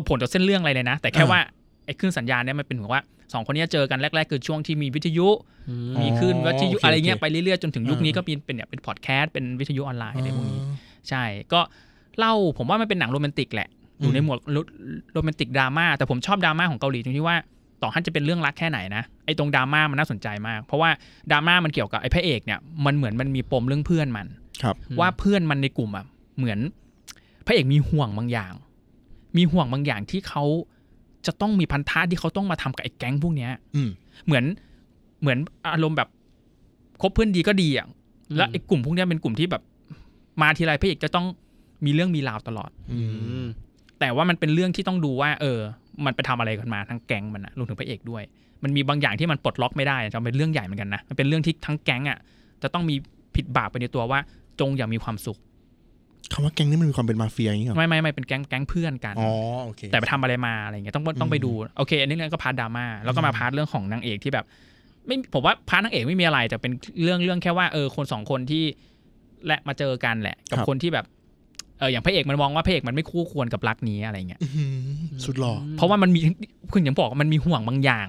ผลต่อเส้นเรื่องอะไรเลยนะ แต่แค่
อ่า
ว่าไอ้คลื่นสัญญาณเนี่ยมันเป็นเหมือนว่าสองคนเนี้ยเจอกันแรก ๆ คือช่วงที่มีวิทยุ
อืม
อ๋อ
มีคลื่นวิทยุ
โอเค
อะไรเงี้ย
โอเค
ไปเรื่อยๆจนถึงยุคนี้
อ่า
ก็มีเป็นเนี่ยเป็นพอดแคสต์เป็นวิทยุออนไลน์อะไรพวกนี้ ใช่ ก็เล่าผมว่ามันเป็นหนังโรแมนติกแหละ อยู่ในหมวดโรโรแมนติกดราม่าแต่ผมชอบดราม่าของเกาหลีตรงที่ว่าต่อให้จะเป็นเรื่องรักแค่ไหนนะไอ้ตรงดราม่ามันน่าสนใจมาก เพราะว่าดราม่ามันเกี่ยวกับไอ้พระเอกเนี่ยมันเหมือนมันมีปมเรื่องเพื่อนมัน
ครับ
อืม
ว่าเพื่อนมันในกลุ่มอ่ะเหมือนพระเอกมีห่วงบางอย่าง มีห่วงบางอย่างที่เขาจะต้องมีพันธะที่เขาต้องมาทำกับไอ้แก๊งพวกเนี้ย
อืม
เหมือนเหมือนอารมณ์แบบคบเพื่อนดีก็ดีอ่ะแล้ว
อืม
ไอ้กลุ่มพวกเนี้ยเป็นกลุ่มที่แบบ มาทีไรพระเอกจะต้องมีเรื่องมีราวตลอด
อื
อื
ม
ม
แต่ว่ามันเป็นเรื่องที่ต้องดูว่า เออ มันไปทำอะไรกันมาทั้งแก๊งมันนะรวมถึงพระเอกด้วย มันมีบางอย่างที่มันปลดล็อกไม่ได้จะเป็นเรื่องใหญ่เหมือนกันนะมันเป็นเรื่องที่ทั้งแก๊งอ่ะจะต้องมีผิดบาปไปในตัวว่า จงอย่ามีความสุข
คำว่าแก๊งนี่มันมีความเป็นมาเฟียอย่างนี้เหรอ
ไม่ไม่ไม่เป็นแก๊งแก๊งเพื่อนกัน
อ๋อโอเค
แต่ไปทำอะไรมาอะไรเงี้ยต้องต้องไปดูโอเค อันนี้เรื่องก็พาร์ทดราม่าแล้วก็มาพาร์ทเรื่องของนางเอกที่แบบ ไม่ผมว่าพาร์ทนางเอกไม่มีอะไรแต่เป็นเรื่องเรื่องแค่ว่าเออคนสองคนที่และมาเจอกันแหละ กับ
ครับ
คนที่แบบเอออย่างพระเอกมันมองว่าพระเอกมันไม่คู่ควรกับรักนี้อะไรเงี้ย
อื้อหือสุดหล่อ
เพราะว่ามันมีคุณอย่างบอกว่ามันมีห่วงบางอย่าง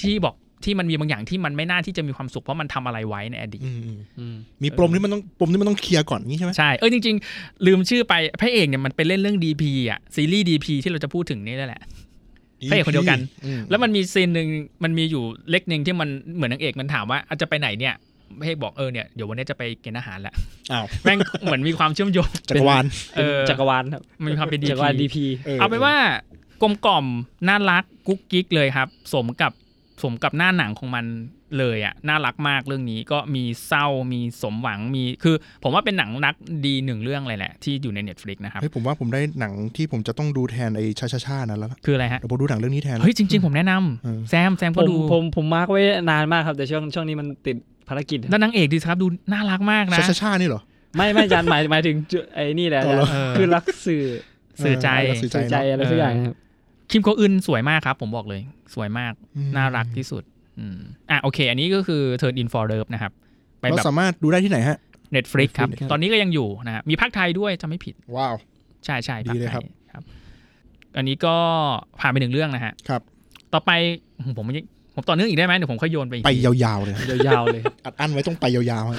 ที่บอกที่มันมีบางอย่างที่มันไม่น่าที่จะมีความสุขเพราะมันทำอะไรไว้ในอดีต
อืมอืม
อืม
มีปมที่มันต้องปมที่มันต้องเคลียร์ก่อนนี้ใช่ไหม
ใช่ เออจริง ๆ ลืมชื่อไปพระเอกเนี่ยมันไปเล่นเรื่องดีพีอ่ะซีรีส์ดีพีที่เราจะพูดถึงนี่แหละ พระเอกคนเดียวกัน
อืม
แล้วมันมีซีนหนึ่งมันมีอยู่เล็กหนึ่งที่มันเหมือนนางเอกมันถามว่าอาจจะไปไหนเนี่ยพระเอกบอกเออเนี่ยเดี๋ยววันนี้ จะไปกินอาหารแหละ
อ้าว
แม่ง เหมือนมีความเชื่อมโยง
จักรวาล
เออ
จักรวาลครับ
มันมีความเป็นดี
จักรวาลดีพี
เอาเป็นว่ากลมกล่อมน่ารักกุ๊กกิ๊กเลยครับ สมกับสมกับหน้าหนังของมันเลยอ่ะน่ารักมากเรื่องนี้ก็มีเศร้ามีสมหวังมีคือ ผมว่าเป็นหนังรักดีหนึ่งเรื่องเลยแหละที่อยู่ใน Netflix นะครับ
เฮ้ยผมว่าผมได้หนังที่ผมจะต้องดูแทนไอ้ชาชาชานั้นแล้วล่ะ
คืออะไรฮะ
เดี๋ยวผมดูหนังเรื่องนี้แทน
เฮ้ยจริง ๆ ผมแนะนำ
เออ
แซมแซม
ผ
ก็
ม
ดู
ผมผมมาร์กไว้นานมากครับแต่ช่วงช่วงนี้มันติดภารกิจ
แล้วนางเอกดีครับดูน่ารักมากนะ
ชาชาชานี่เหรอ
ไม่ไม่อาจารย์หมายหมายถึงจุไอ้นี่แหละอาจารย์
เออ
คือรักสื่อ
สื่อใจ
เออสื่
สื่อใจอะไรสักอย่างครับ
คิมโกอึนสวยมากครับ ผมบอกเลย สวยมาก
อืม
น่ารักที่สุด อืมอ่ะโอเค อันนี้ก็คือ Turn in for Love นะครับ ไป
เรา
แบบ
สามารถดูได้ที่ไหนฮะ
Netflix ครับ
Netflix ครับ
ตอนนี้ก็ยังอยู่นะฮะมีภาคไทยด้วยจะไม่ผิด
ว้าว
ใช่ใช่
ดี
ภาค
เลย
ไท
ครับ
ยครับ อันนี้ก็ผ่านไปหนึ่งเรื่องนะฮะ
ครับ
ต่อไปผมผมยังผมต่อเนื่องอีกได้ไหมเดี๋ยวผมค่อยโยนไปอีก
ไป
ที
ยาวๆเลย
ยาวๆเลย
อัดอั้นไว้ต้องไปยาวๆฮะ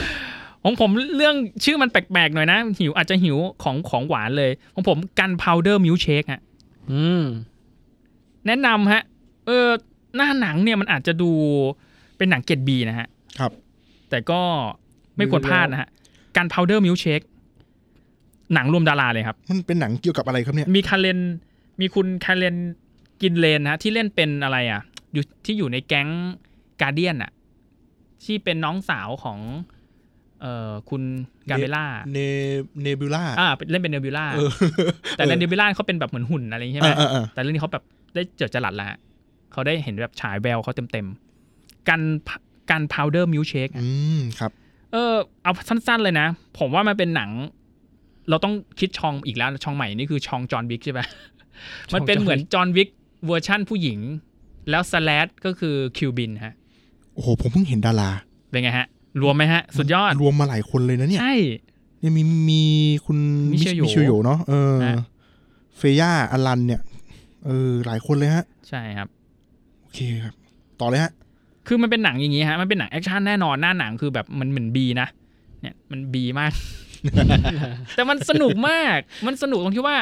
ของผมเรื่องชื่อมันแปลกๆหน่อยนะ หิวอาจจะหิวของของหวานเลยของผมกัน powder milk shake ฮะ
อืม
แนะนำฮะ เออ หน้าหนังเนี่ยมันอาจจะดูเป็นหนังเกรดบีนะฮะ
ครับ
แต่ก็ไม่ควรพลาดนะฮะ การ powder milk shake หนังรวมดาราเลยครับ
มันเป็นหนังเกี่ยวกับอะไรครับเนี่ย
มีคาเรนมีคุณคาเรนกินเลนนะฮะ ที่เล่นเป็นอะไรอ่ะ อยู่ที่อยู่ในแก๊งกาเดียนอ่ะ ที่เป็นน้องสาวของ เอ่อคุณกาเบล่า
เนเนบิวล่า
อ่าเป็นเล่นเป็นเนบิล่า
เออ
แต่ในเนบิล่าเขาเป็นแบบเหมือนหุ่นอะไรอย่างงี้ใช่ไหม
เออเออเออ
แต่เรื่องนี้เขาแบบได้เจิดจรัสแล้วฮะเขาได้เห็นแบบฉายแววเขาเต็มๆ กันพะกัน powder milk shake อะ
อืมครับ
เออ เอาสั้นๆเลยนะ ผมว่ามันเป็นหนัง เราต้องคิดชองอีกแล้วชองใหม่นี่คือชองจอห์นวิกใช่ ไหม
ชอง
มันเป็นเหมือนจอห์นวิกเวอร์ชั่นผู้หญิง แล้วสแลดก็คือคิวบินฮะ
โอ้โห ผมเพิ่งเห็นดารา
เป็นไงฮะ รวมไหมฮะ สุดยอด
รวมมาหลายคนเลยนะเนี่ย
ใช่
เนี่ยมีมีคุณ
มิเชลโย
มิเชลโยเนาะเออ
ฮะ
เฟย่าอลันเนี่ย เออ หลายคนเลยฮะ
ใช่ครับ
โอเคครับ ต่อเลยฮะ
คือมันเป็นหนังอย่างนี้ฮะ มันเป็นหนังแอคชั่นแน่นอนหน้าหนังคือแบบมันเหมือนบีนะ เนี่ยมันบีมาก แต่มันสนุกมาก มันสนุกตรงที่ว่า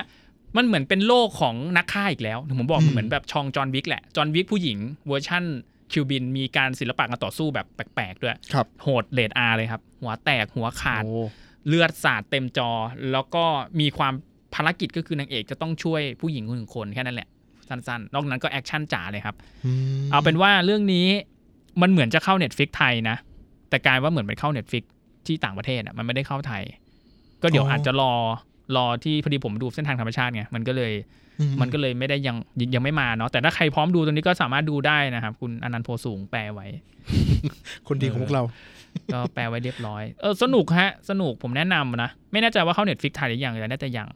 มันเหมือนเป็นโลกของนักฆ่าอีกแล้ว ผมบอก
อืม
เหมือนแบบชองจอห์นวิกแหละ จอห์นวิกผู้หญิงเวอร์ชั่นคิวบินมีการศิลปะการต่อสู้แบบแปลกๆด้วย
ครับ
โหดเลดอาเลยครับ หัวแตกหัวขาด
โอ้
เลือดสาดเต็มจอ แล้วก็มีความภารกิจก็คือนางเอกจะต้องช่วยผู้หญิงคนหนึ่งคนแค่นั้นแหละ สั้นๆ นอกนั้นก็แอคชั่นจ๋าเลยครับ
ม
เอาเป็นว่าเรื่องนี้มันเหมือนจะเข้า Netflix ไทยนะ แต่กลายว่าเหมือนเป็นเข้า Netflix ที่ต่างประเทศอ่ะมันไม่ได้เข้าไทย ก็เดี๋ยวอาจจะรอรอที่พอดีผมดูเส้นทางธรรมชาติไงมันก็เลย
อื
มันก็เลยไม่ได้ยังยังไม่มาเนาะแต่ถ้าใครพร้อมดูตรงนี้ก็สามารถดูได้นะครับ คุณอนันต์โพสูงแปลไว้
คนดีของพวกเรา
ก็แปลไว้เรียบร้อยเออสนุกฮะ สนุกผมแนะนำนะ ไม่แน่ใจว่าเข้า Netflix ไทยหรือยังแต่น่าจะยัง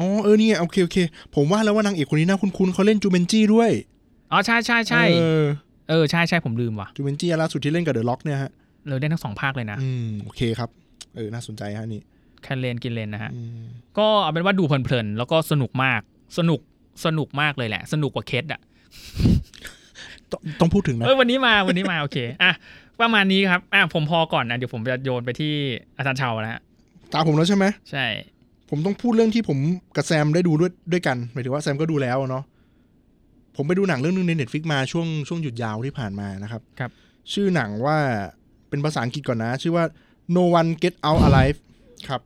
อ๋อเออนี่ไงโอเคโอเค ผมว่าแล้วว่านางเอกคนนี้น่าคุ้นๆเขาเล่นจูเบนจี้ด้วย
อ๋อใช่ใช่ใช่
เออ
เออใช่ใช่ผมลืมว่ะ
จูเบนจี้อันล่าสุดที่เล่นกับเดอะล็อกเนี่ยฮะ
เราได้ทั้งสองภาคเลยนะ
อืมโอเคครับ เออน่าสนใจฮะนี่
แคนเลนกินเลนนะฮะ
อืม
ก็เอาเป็นว่าดูเพลินๆ แล้วก็สนุกมาก สนุก สนุกมากเลยแหละ สนุกกว่าเคสอ่ะ
ต้องต้องพูดถึงนะ
เอ้ยวันนี้มา วันนี้มา โอเค อ่ะ ประมาณนี้ครับ อ่ะ ผมพอก่อนนะ เดี๋ยวผมจะโยนไปที่อาจารย์เชานะฮะ
ตามผมแล้วใช่ไหม
ใช่
ผมต้องพูดเรื่องที่ผมกับแซมได้ดูด้วยด้วยกันหมายถึงว่าแซมก็ดูแล้วเนาะผมไปดูหนังเรื่องนึงในเน็ตฟิกมาช่วงช่วงหยุดยาวที่ผ่านมานะครับ
ครับ
ชื่อหนังว่าเป็นภาษาอังกฤษก่อนนะ ชื่อว่า no one get out alive ครับ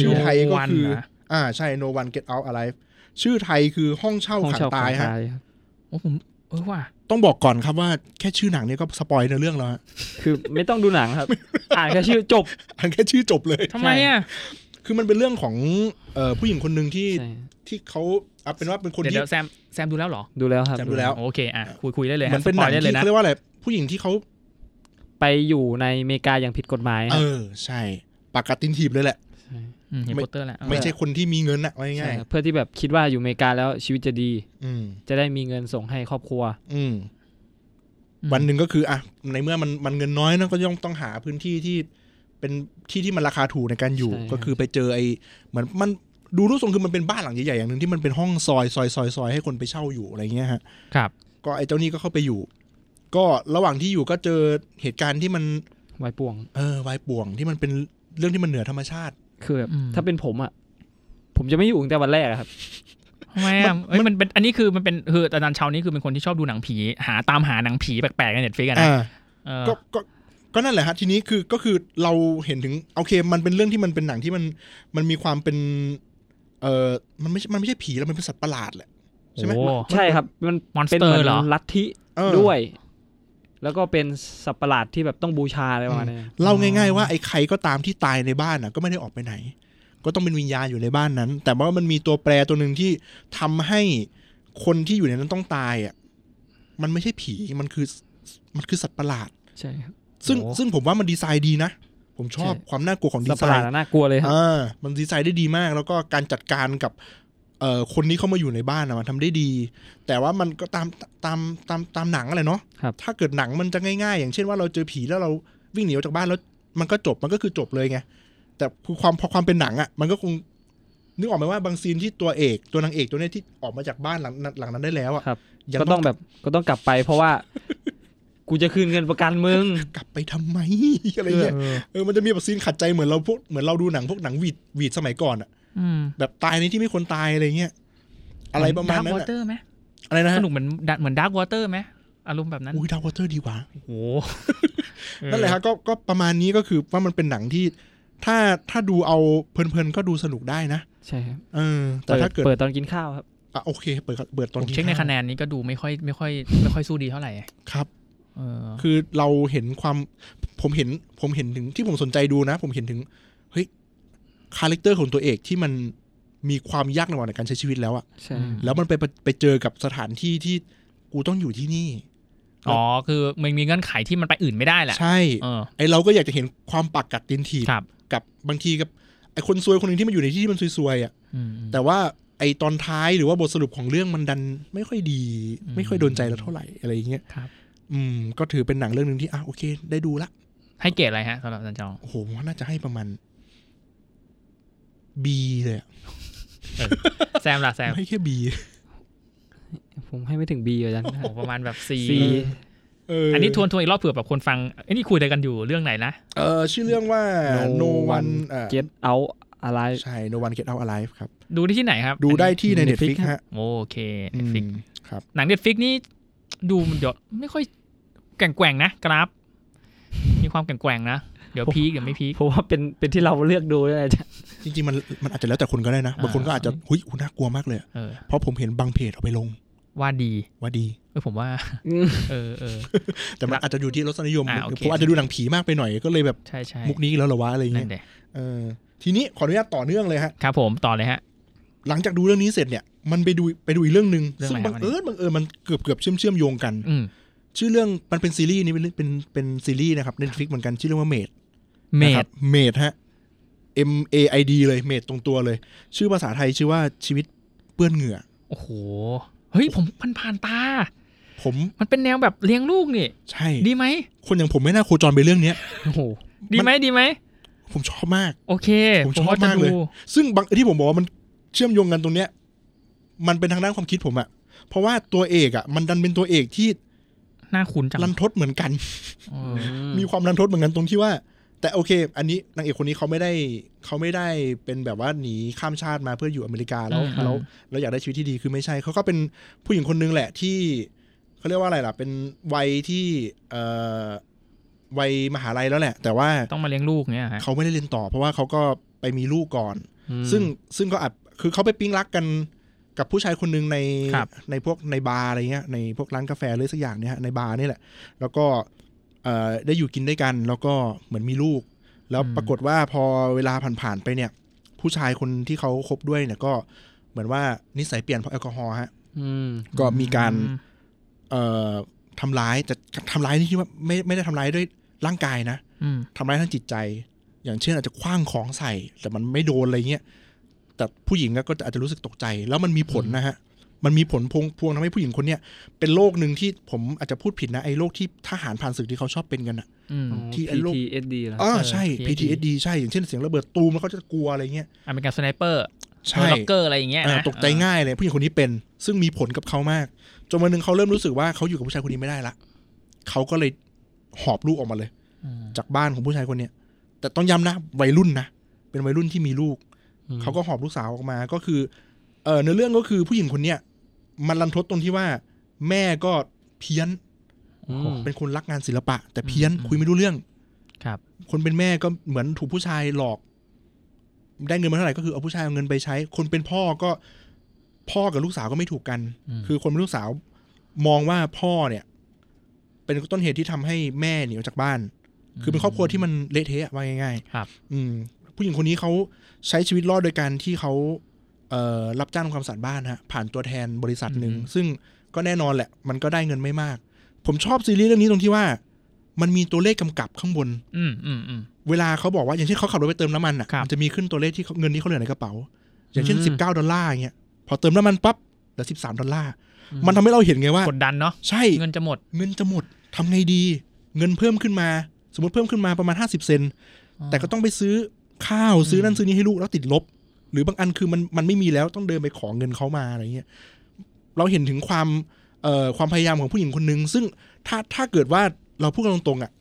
ชื่อไทยก็คือ
โยวันนะ
อ่าใช่ no one get out alive ชื่อไทยคือห้องเช่า
ห้อง
ขัง
เช่า
ตาย
ขั
ฮะ
งตายครับ
โอ้ผม เออว่ะ
ต้องบอกก่อนครับว่าแค่ชื่อหนังเนี่ยก็สปอยในอเรื่องแล้วฮะ
คือไม่ต้องดูหนังครับ อ่านแค่ชื่อจบ
อันแค่ชื่อจบเลย
ทำไมอ่ะ
คือมันเป็นเรื่องของเอ่อผู้หญิงคนหนึ่งที่
ใช่
ที่เขาเอาเป็นว่าเป็นคน
เดี๋ยว
ที่
เดี๋ยวแซม แซมดูแล้วเหรอ
ดูแล้วครับ
จำดูแล้ว
โอเค อ่ะ คุยคุยได้เลย
เห
ฮะ
มือนเป็นหนัง
สปอยได้เลย
ที่
นะ
เขาเรียกว่าอะไรผู้หญิงที่เขา
ไปอยู่ในอเมริกาอย่างผิดกฎหมายค
เอ
รับ
อ ใช่ ปากกัดตินถีบเลยแหละ
ใช่
อืมเฮลิคอปเตอร์แหละ
ไม่ใช่คนที่มีเงินอะว่า
ใช่
ง่าย
ครับเพื่อที่แบบคิดว่าอยู่อเมริกาแล้วชีวิตจะดี
ๆอืม
จะได้มีเงินส่งให้ครอบครัว
อืม
อืม
วันหนึ่งก็คืออ่ะในเมื่อมันมันเงินน้อยนะก็ย่อมต้องหาพื้นที่ที่ เป็นที่ที่มันราคาถูกในการอยู่
ใช่ครับ
ก็คือไปเจอไอ้เหมือนมันดูรูปทรงคือมันเป็นบ้านหลังใหญ่ๆอย่างหนึ่งที่มันเป็นห้องซอยซอยซอยซอยให้คนไปเช่าอยู่อะไรเงี้ยฮะ
ครับ
ก็ไอ้เจ้านี่ก็เข้าไปอยู่ ก็ระหว่างที่อยู่ก็เจอเหตุการณ์ที่มัน
ไว้ป่วง
เออวายป่วงที่มันเป็นเรื่องที่มันเหนือธรรมชาติ
คือแบบ
อืม
ถ้าเป็นผมอ่ะ ผมจะไม่อยู่ตั้งแต่วันแรกอะครับ
ทำไมอ่ะ
มัน
เอ้ยมันเป็น อันนี้คือมันเป็น คืออาจารย์เชานี่คือเป็นคนที่ชอบดูหนังผี หาตามหาหนังผีแปลกๆในเน็ตฟลิกนะ
อ่า
เออ
ก็ก็ก็นั่นแหละฮะทีนี้คือก็คือเราเห็นถึงโอเคมันเป็นเรื่องที่มันเป็นหนังที่มันมันมีความเป็น เออมันไม่ใช่มันไม่ใช่ผีแล้วมันเป็นสัตว์ประหลาดแหละ ใช่ไหม
โอ้
ใช่ครับ มัน
Monster
เป็นเหมือน
เหรอ
ลัทธิ
เออ
ด้วย แล้วก็เป็นสัตว์ประหลาดที่แบบต้องบูชาอะไรประมาณนี้
เล่าง่าย ๆ ว่าไอ้ใครก็ตามที่ตายในบ้านน่ะก็ไม่ได้ออกไปไหน ก็ต้องเป็นวิญญาณอยู่ในบ้านนั้น แต่ว่ามันมีตัวแปรตัวหนึ่งที่ทำให้คนที่อยู่ในนั้นต้องตายอ่ะมันไม่ใช่ผีมันคือมันคือสัตว์ประหลาด
ใช่ครับ
ซึ่ง
โอ้
ซึ่งผมว่ามันดีไซน์ดีนะ ผมชอบความน่ากลัวของดี
สัตว์
ไซ
ประหลาด
น์
น่ากลัวเลยครับ
อ่ามันดีไซน์ได้ดีมาก แล้วก็การจัดการกับเอ่อคนที่เข้ามาอยู่ในบ้านนะมันทำได้ดี แต่ว่ามันก็ตามตามตามตามหนังอะไรเนาะ
ครับ
ถ้าเกิดหนังมันจะง่ายๆ อย่างเช่นว่าเราเจอผีแล้วเราวิ่งหนีออกจากบ้านแล้วมันก็จบมันก็คือจบเลยไงแต่คือความพอความเป็นหนังอะ่ะ มันก็คงนึกออกไหมว่าบางซีนที่ตัวเอกตัวนางเอกตัวเนี้ยที่ออกมาจากบ้านหลังหลังนั้นได้แล้วอะ
ครับ
ยั
ก็ต้องแบบก็ต้องกลับไปเพราะว่า กูจะคืนเงินประกันมึง
กลับไปทำไม อะไรเงี้ย
เออ
เออมันจะมีแบบซีนขัดใจเหมือนเราพวกเหมือนเราดูหนังพวกหนังหวีดหวีดสมัยก่อนอะ
อืม
แบบตายในที่ไม่ควรตายอะไรเงี้ยอะไรประมาณนั้
ดา
น
ร์ควอ
อะ
เตอร์ไหม
อะไรนะ
ส
ฮะ
นุกเหมือน Dark- เหมือนดาร์ควอเตอร์ไหมอารมณ์แบบนั้น
อุ้ยดาววอเตอร์ดีกว่า
โอ้โห
นั่นแหละครับก็ก็ประมาณนี้ก็คือว่ามันเป็นหนังที่ ถ้าถ้าดูเอาเพลินๆก็ดูสนุกได้นะ
ใช่ครับ
เออ แต่ถ้าเกิด
เปิดตอนกินข้าวครับ
อ่ะโอเคเปิดครับเปิดต
ผ
อน
มเช็คในคะแนนนี้ก็ดูไม่ค่อยไม่ค่อยไม่ค่อยสู้ดีเท่าไหร่
ครับ
เออ
คือเราเห็นความผมเห็นผมเห็นถึงที่ผมสนใจดูนะ ผมเห็นถึงเฮ้ยคาแรคเตอร์ของตัวเอกที่มันมีความยากลำบากในการใช้ชีวิตแล้วอะ
ใช่
แล้วมันไปไปไปเจอกับสถานที่ที่กูต้องอยู่ที่นี่
อ๋อคือมันมีเงื่อนไขที่มันไปอื่นไม่ได้แหละ
ใช่
เออ
ไอเราก็อยากจะเห็นความปากกัดตีนถีบ
ครับ
กับบางทีกับไอคนซวยคนหนึ่งที่มันอยู่ในที่ที่มันซวยๆอ่ะ
อืมอืม
แต่ว่าไอตอนท้ายหรือว่าบทสรุปของเรื่องมันดันไม่ค่อยดี
อืม
ไม่ค่อยโดนใจเราเท่าไหร่อะไรอย่างเงี้ย
ครับ
อืม ก็ถือเป็นหนังเรื่องหนึ่งที่อ่ะโอเค ได้ดูละ
ให้เกรดอะไรฮะสำหรับอาจารย์จอง
โอ้โหผมว่าน่าจะให้ประมาณ B เลยอะ
แซมล่ะแซ ม
ให้แค่ B
ผมให้ไม่ถึงบีอา จารย์
โอ้โหประมาณแบบซี
C
เออ
อั
อั
นนี้ทวนทวนอีกรอบเผื่อแบบคนฟังไอ้ยนี่คุยอะไรกันอยู่เรื่องไหนนะ
เออชื่อเรื่องว่า No
No One
One อ่ะ
get out อะไร
ใช่ No One Get Out Alive ครับ
ดูได้ที่ไหนครับ
ดูได้ที่ใน
Netflix
Netflix ฮะ
โอเคเน็ตฟิก
อืมครับ
หนังเน็ตฟิกนี่ดูมันเดี๋ยวไม่ค่อยแกว่งๆนะกราฟ มีความแกว่งๆนะ เดี๋ยวพีคเดี๋ยวไม่พีค
เพราะว่าเป็นเป็นที่เราเลือกดูด้วยนะจ๊ะ
จริงๆมันมันอาจจะแล้วแต่คนก็ได้นะ บางคนก็อาจจะ
อ่า
หุยอุ๊ยน่ากลัวมากเลยอะ
เออ
เพราะผมเห็นบางเพจเอาไปลง
ว่าดี
ว่าดี
เออผมว่า เออเออ
แต่มันอาจจะอยู่ที่รสนิยม
อ่าโอเค
ผมอาจจะดูหนังผีมากไปหน่อยก็เลยแบบ
ใช่ใช่
มุกนี้อีกแล้วเหรอวะอะไรอย่าง
นั่น
เงี้ย
เดะ
เออทีนี้ขออนุญาตต่อเนื่องเลยฮะ
ครับผมต่อเลยฮะ
หลังจากดูเรื่องนี้เสร็จเนี่ยมันไปดูไปดูอีกเรื่องหนึ่ง
เรื่อง
ซึ่ง
อะไร
บัง
ครับ
เอิญบังเอิญมันเกือบเกือบเชื่อมเชื่อมโยงกัน
อืม
ชื่อเรื่องมันเป็นซีรีส์นี้เป็นเรื่องเป็นเป็นซีรีส์นะครับเน็ตฟลิกเหมือนกันชื่อเรื่องว่าเมด
เม
นะครั
ด
บเมดฮะ M A I D เลยเมดตรงตัวเลย ชื่อภาษาไทยชื่อว่าชีวิตเปื้อนเหงื่อ
โอ้โหเฮ้ยผมมันผ่านตา
ผม
มันเป็นแนวแบบเลี้ยงลูกนี่
ใช่
ดีไหม
คนอย่างผมไม่น่าโคจรไปเรื่องเนี้ย
โอ้โหดีไหมดีไหม
ผมชอบมาก
โอเค
ผมชอบ
ว่จะ
มากเลย
ดู
ซึ่งบางที่ผมบอกว่ามันเชื่อมโยงกันตรงเนี้ย มันเป็นทางด้านความคิดผมอะเพราะว่าตัวเอกอะมันดันเป็นตัวเอกที่
น่าคุ้นจัง
รันทดเหมือนกัน
เออ
มีความรันทดเหมือนกันตรงที่ว่า แต่โอเค อันนี้นางเอกคนนี้เขาไม่ได้เขาไม่ได้เป็นแบบว่าหนีข้ามชาติมาเพื่ออยู่อเมริกาแล้ว
อืม
แล้วแล้วอยากได้ชีวิตที่ดีคือไม่ใช่เขาก็เป็นผู้หญิงคนนึงแหละที่เขาเรียกว่าอะไรล่ะ เป็นวัยที่เอ่อวัยมหาลัยแล้วแหละ แต่ว่า
ต้องมาเลี้ยงลูกเนี่ยฮะ
เขาไม่ได้เรียนต่อ เพราะว่าเขาก็ไปมีลูกก่อน ซึ่งซึ่งก็อาจคือเขาไปปิ๊งรักกันกับผู้ชายคนหนึ่งในในพวกในบาร์อะไรเงี้ยในพวกร้านกาแฟหรือสักอย่างเนี่ยฮะในบาร์นี่แหละ แล้วก็เอ่อได้อยู่กินด้วยกัน แล้วก็เหมือนมีลูก แล้วปรากฏว่าพอเวลาผ่านๆไปเนี่ย ผู้ชายคนที่เขาคบด้วยเนี่ยก็เหมือนว่านิสัยเปลี่ยนเพราะแอลกอฮอล์ฮะ
อืม
ก็มีการ
อืม
เอ่อทำร้ายแต่ทำร้ายนี่ที่ว่าไม่ไม่ได้ทำร้ายด้วยร่างกายนะ
อืม
ทำร้ายทางจิตใจ อย่างเช่นอาจจะคว้างของใส่ แต่มันไม่โดนอะไรเงี้ย แต่ผู้หญิงก็อาจจะรู้สึกตกใจ แล้วมันมีผลนะฮะ มันมีผลพวงพวงทำให้ผู้หญิงคนเนี้ยเป็นโรคหนึ่งที่ผมอาจจะพูดผิดนะไอ้โรคที่ทหารผ่านศึกที่เขาชอบเป็นกันอะ
อืม
ที่
ที่
ไอ้
ไอ้
โร
ลู
ค
ก PTSD เหรอ
อ่า
เออ
ใช่
PTSD
PTSD ใช่อย่างเช่นเสียงระเบิดตูมแล้วเขาจะกลัวอะไรเงี้ย
อเมริกันสไนเปอร์
ใช่
ล็อกเกอร์อะไรอย่างเงี้ย
อ่า
นะ
ตกใจง่ายเลยผู้หญิงคนนี้เป็น ซึ่งมีผลกับเขามากจนวันหนึ่งเขาเริ่มรู้สึกว่าเขาอยู่กับผู้ชายคนนี้ไม่ได้ละเขาก็เลยหอบลูกออกมาเลย
อืม
จากบ้านของผู้ชายคนเนี้ยแต่ต้องย้ำนะวัยรุ่นนะเป็นวัยรุ่นที่มีลูก เขาก็หอบลูกสาวออกมาก็คือเออในอเรื่องก็คือผู้หญิงคนเนี้ยมันรันทดตรงที่ว่า แม่ก็เพี้ยน
อืม
เป็นคนรักงานศิลปะ แต่เพี้ยนคุยไม่รู้เรื่อง
ครับ
คนเป็นแม่ก็เหมือนถูกผู้ชายหลอก ได้เงินมาเท่าไหร่ก็คือเอาผู้ชายเอาเงินไปใช้ คนเป็นพ่อก็พ่อกับลูกสาวก็ไม่ถูกกัน
อืม
คือคนเป็นลูกสาวมองว่าพ่อเนี่ย เป็นต้นเหตุที่ทำให้แม่หนีออกจากบ้าน คือเป็นครอบครัวที่มันเละเทะว่าง่ายๆ
ครับ
อืม ผู้หญิงคนนี้เขาใช้ชีวิตรอดโดยการที่เขาเอ่อรับจ้างทำความสะอาดบ้านฮะผ่านตัวแทนบริษัทหนึ่ง
อืม
ซึ่งก็แน่นอนแหละ มันก็ได้เงินไม่มาก ผมชอบซีรีส์เรื่องนี้ตรงที่ว่า มันมีตัวเลขกำกับข้างบน
อืมอืมอืม
เวลาเขาบอกว่าอย่างเช่นเขาขับรถไปเติมน้ำมันอ่ะ
ครับ
มันจะมีขึ้นตัวเลขที่เขาเงินที่เขาเหลือในกระเป๋า อย่างเช่น
อืม
สิบเก้าดอลลาร์อย่างเงี้ยพอเติมน้ำมันปั๊บเหลือสิบสามดอลลาร์มันทำให้เราเห็นไงว่า
กดดันเนาะ
ใช่
เงินจะหมด
เงินจะหมดทำไงดี เงินเพิ่มขึ้นมา สมมติเพิ่มขึ้นมาประมาณ 50 เซน
อ๋อ
แต่ก็ต้องไปซื้อข้าวซื้อนั่
อื
น
ม
ซื้อนี่ให้ลูกแล้วติดลบ หรือบางอันคือมันมันไม่มีแล้วต้องเดินไปขอเงินเขามาอะไรเงี้ยเราเห็นถึงความเอ่อความพยายามของผู้หญิงคนนึง ซึ่งถ้าถ้าเกิดว่าเราพูดกันตรงๆอะ่ะ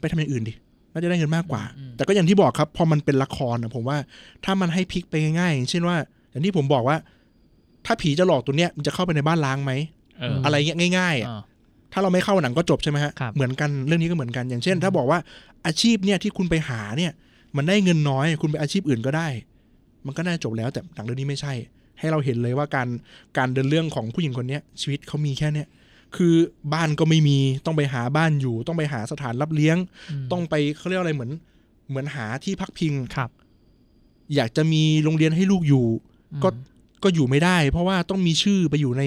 ไปทำอย่างอื่นดิน่าจะได้เงินมากกว่า แต่ก็อย่างที่บอกครับ พอมันเป็นละครนะผมว่า ถ้ามันให้พลิกไปง่ายๆอย่างเช่นว่า อย่างที่ผมบอกว่า ถ้าผีจะหลอกตัวเนี้ยมันจะเข้าไปในบ้านล้างไหม
เออ
อะไรเงี้ยง่ายๆอะ
อ่า
ถ้าเราไม่เข้าหนังก็จบใช่ไหมฮะ
ครับ
เหมือนกันเรื่องนี้ก็เหมือนกัน อย่างเช่น ถ้าบอกว่าอาชีพเนี่ยที่คุณไปหาเนี่ย มันได้เงินน้อย คุณไปอาชีพอื่นก็ได้ มันก็น่าจบแล้วแต่หนังเรื่องนี้ไม่ใช่ ให้เราเห็นเลยว่าการการเดินเรื่องของผู้หญิงคนเนี้ยชีวิตเขามีแค่เนี้ยคือบ้านก็ไม่มีต้องไปหาบ้านอยู่ ต้องไปหาสถานรับเลี้ยง ต้องไปเขาเรียกอะไรเหมือนเหมือนหาที่พักพิง
ครับ
อยากจะมีโรงเรียนให้ลูกอยู่ ก็ ก็อยู่ไม่ได้ เพราะว่าต้องมีชื่อไปอยู่ใน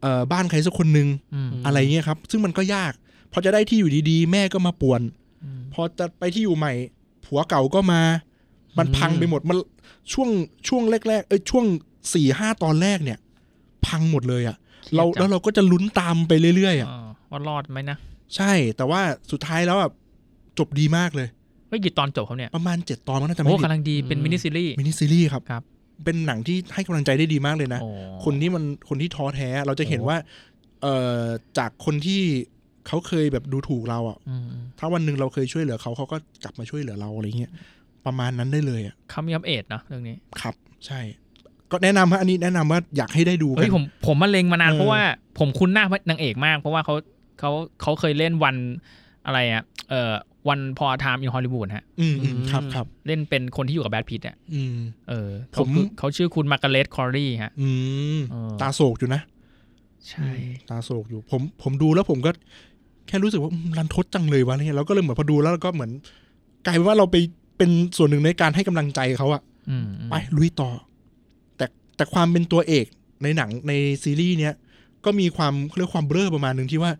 เอ่อบ้านใครสักคนหนึ่ง
อืม
อะไรเงี้ยครับ ซึ่งมันก็ยาก พอจะได้ที่อยู่ดีๆ แม่ก็มาป่วน
อืม
พอจะไปที่อยู่ใหม่ ผัวเก่าก็มา มันพังไปหมด มันช่วงช่วงแรกๆ เอ้ยช่วงสี่ห้าตอนแรกเนี่ย พังหมดเลยอะ่ะ เรา
เครียดจัง
แล้วเราก็จะลุ้นตามไปเรื่อยๆอะ่ะ
อ่าว่ารอดไหมนะ
ใช่ แต่ว่าสุดท้ายแล้วอ่ะจบดีมากเลย
เฮ้ยกี่ตอนจบเขาเนี่ย
ประมาณเจ็ดตอนมันน่าจะไม่
โอ้
ผิด
กำลังดีเป็นมินิซีรีส์
มินิซีรีส์ครับ
ครับ
เป็นหนังที่ให้กำลังใจได้ดีมากเลยนะ
โอ้
คนที่มันคนที่ท้อแท้เราจะเห็น
โอ้
ว่า เอ่อจากคนที่เขาเคยแบบดูถูกเราอ่ะ
อืมอืม
ถ้าวันหนึ่งเราเคยช่วยเหลือเขาเขาก็กลับมาช่วยเหลือเราอะไรเงี้ย ประมาณนั้นได้เลยอ่ะ
คำมีคำเอ็ดเนาะเรื่องนี้
ครับ ใช่ ก็แนะนำฮะอันนี้แนะนำว่าอยากให้ได้ดูกั
เฮ้ย
น
ผมผมมาเลงมานาน
เออ
เพราะว่าผมคุ้นหน้านางเอกมาก เพราะว่าเขาเขาเขาเคยเล่นวันอะไรอะเอ่อวันพอไทม์อินฮอลลีวูดฮะ
อืมอืมครับครับ
เล่นเป็นคนที่อยู่กับแบทพิตอ่ะ
อืม
เออเขา
ผม
คือเขาชื่อคุณมาร์กาเร็ตคอรีฮะ
อืม
เออ
ตาโศกอยู่นะ
ใช่
ตาโศกอยู่ ผมผมดูแล้วผมก็แค่รู้สึกว่าอืมรันทดจังเลยวะอะไรเงี้ยแล้วก็เลยเหมือนพอดูแล้วเราก็เหมือนกลายเป็นว่าเราไปเป็นส่วนหนึ่งในการให้กำลังใจเขาอะ
อืมอืม
ไปลุยต่อ แต่แต่ความเป็นตัวเอกในหนังในซีรีส์เนี้ยก็มีความเขาเรียกความเบ้อประมาณหนึ่งที่ว่า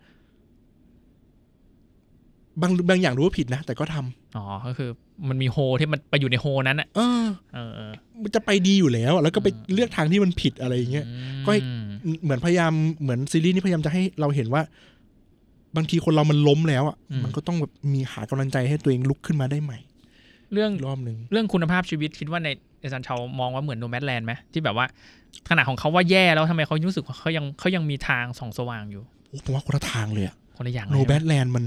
บางบางอย่างรู้ว่าผิดนะ แต่ก็ทำ
อ๋อก็คือมันมีโฮที่มันไปอยู่ในโฮนั้นอ่ะ
เออ
เออเออ
มันจะไปดีอยู่แล้วอะแล้วก็ไป
อืม
เลือกทางที่มันผิดอะไรอย่างเงี้ย ก็ให้
อืม
เหมือนพยายามเหมือนซีรีส์นี่พยายามจะให้เราเห็นว่า บางทีคนเรามันล้มแล้วอ่ะมันก็ต้องแบบมีหากำลังใจให้ตัวเองลุกขึ้นมาได้ใหม่
เรื่อง
อีกรอบหนึ่ง
เรื่องคุณภาพชีวิตคิดว่าในในซันเชามองว่าเหมือนโนแมดแลนด์ไหมที่แบบว่าขนาดของเขาว่าแย่แล้วทำไมเขารู้สึกว่าเขายังเขายังมีทางส่องสว่างอยู่
โอ้ผมว่าคนละทางเลยอะ
คนละอย่างเลย
โนแบทแลนด์มัน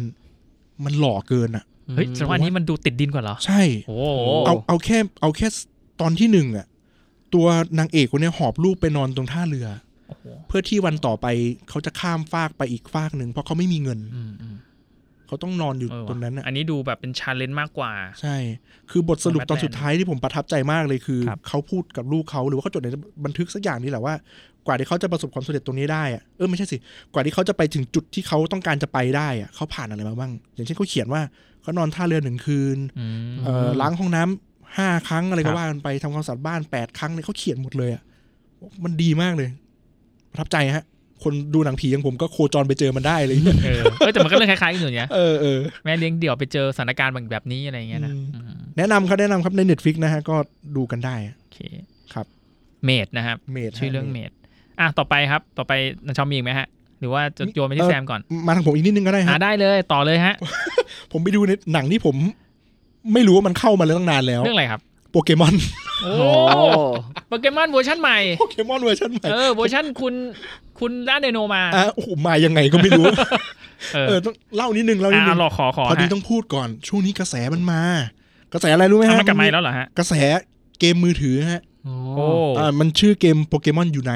มันหล่อเกินอ่ะ
เฮ้ยแสดงว่าอันนี้มันดูติดดินกว่าเหรอ
ใช่
โอ้โห
เอาเอาแค่ เอาแค่ตอนที่หนึ่งอ่ะ ตัวนางเอกคนเนี้ยหอบลูกไปนอนตรงท่าเรือ
โอ้โห
เพื่อที่วันต่อไปเขาจะข้ามฟากไปอีกฟากหนึ่งเพราะเขาไม่มีเงิน
อืมอืม
เขาต้องนอนอยู่
เออว่ะ
ตรงนั้นอ่ะ
อันนี้ดูแบบเป็นชาเลนจ์มากกว่า
ใช่ คือบทสรุป
ของ
ตอน
Batman
สุดท้ายที่ผมประทับใจมากเลยคือ
ครับ
เขาพูดกับลูกเขาหรือว่าเขาจดในบันทึกสักอย่างนี่แหละว่า กว่าที่เขาจะประสบความสำเร็จตรงนี้ได้อะเออไม่ใช่สิ กว่าที่เขาจะไปถึงจุดที่เขาต้องการจะไปได้อะเขาผ่านอะไรมาบ้าง อย่างเช่นเขาเขียนว่าเขานอนท่าเรือหนึ่งคืน
อืม
เอ่อล้างห้องน้ำห้าครั้งอะไร
ครั
ก็
บ
ว่ากันไปทำความสะอาดบ้านแปดครั้งเลยเขาเขียนหมดเลยอะมันดีมากเลยประทับใจฮะ คนดูหนังผีอย่างผมก็โคจรไปเจอมันได้เลย
เออเออแต่มันก็เรื่องคล้ายๆกัน อยู่เนี่ย
เออเออ
แม่เลี้ยงเดี่ยวไปเจอสถานการณ์แบบแบบนี้อะไรอย่างเงี้ยนะ
อืม
อืม
แนะนำครับแนะนำครับใน Netflix นะฮะก็ดูกันได้อะ
โอเค
ครับ
เมดนะครับ
เมดฮะ
ชื่อเรื่องเมดอ่ะต่อไปครับ ต่อไปนันเชามีอีกไหมฮะ หรือว่าจะโยนไปที่
เอ่อ
แซมก่อน
มาทางผมอีกนิดนึงก็ได้
อ่ะ
ฮะ
ได้เลยต่อเลยฮะ
ผมไปดูในหนังที่ผม ไม่รู้ว่ามันเข้ามาแล้วตั้งนานแล้ว
เรื่องอะไรครับ
โปเกมอน
โอ้
โอ้
โปเกมอนเวอร์ชันใหม่
โปเกมอนเวอร์ชันใหม่
เออเวอร์ชันคุณคุณด้านไดโนมา
อ่ะโอ้โหมายังไงก็ไม่รู้
เออ
เออต้องเล่านิดนึงเล่านิดนึ
อ่าง รอขอขอ
พอดี
ฮะ
ต้องพูดก่อน ช่วงนี้กระแสมันมา กระแสอะไรรู้ไหม
อ่ะ
ฮะ
มันกลับมาอีกแล้วเหรอฮะ
กระแสเกมมือถือฮะ
โอ้
โอ้
อ่ามันชื่อเกมโปเกมอนยูไน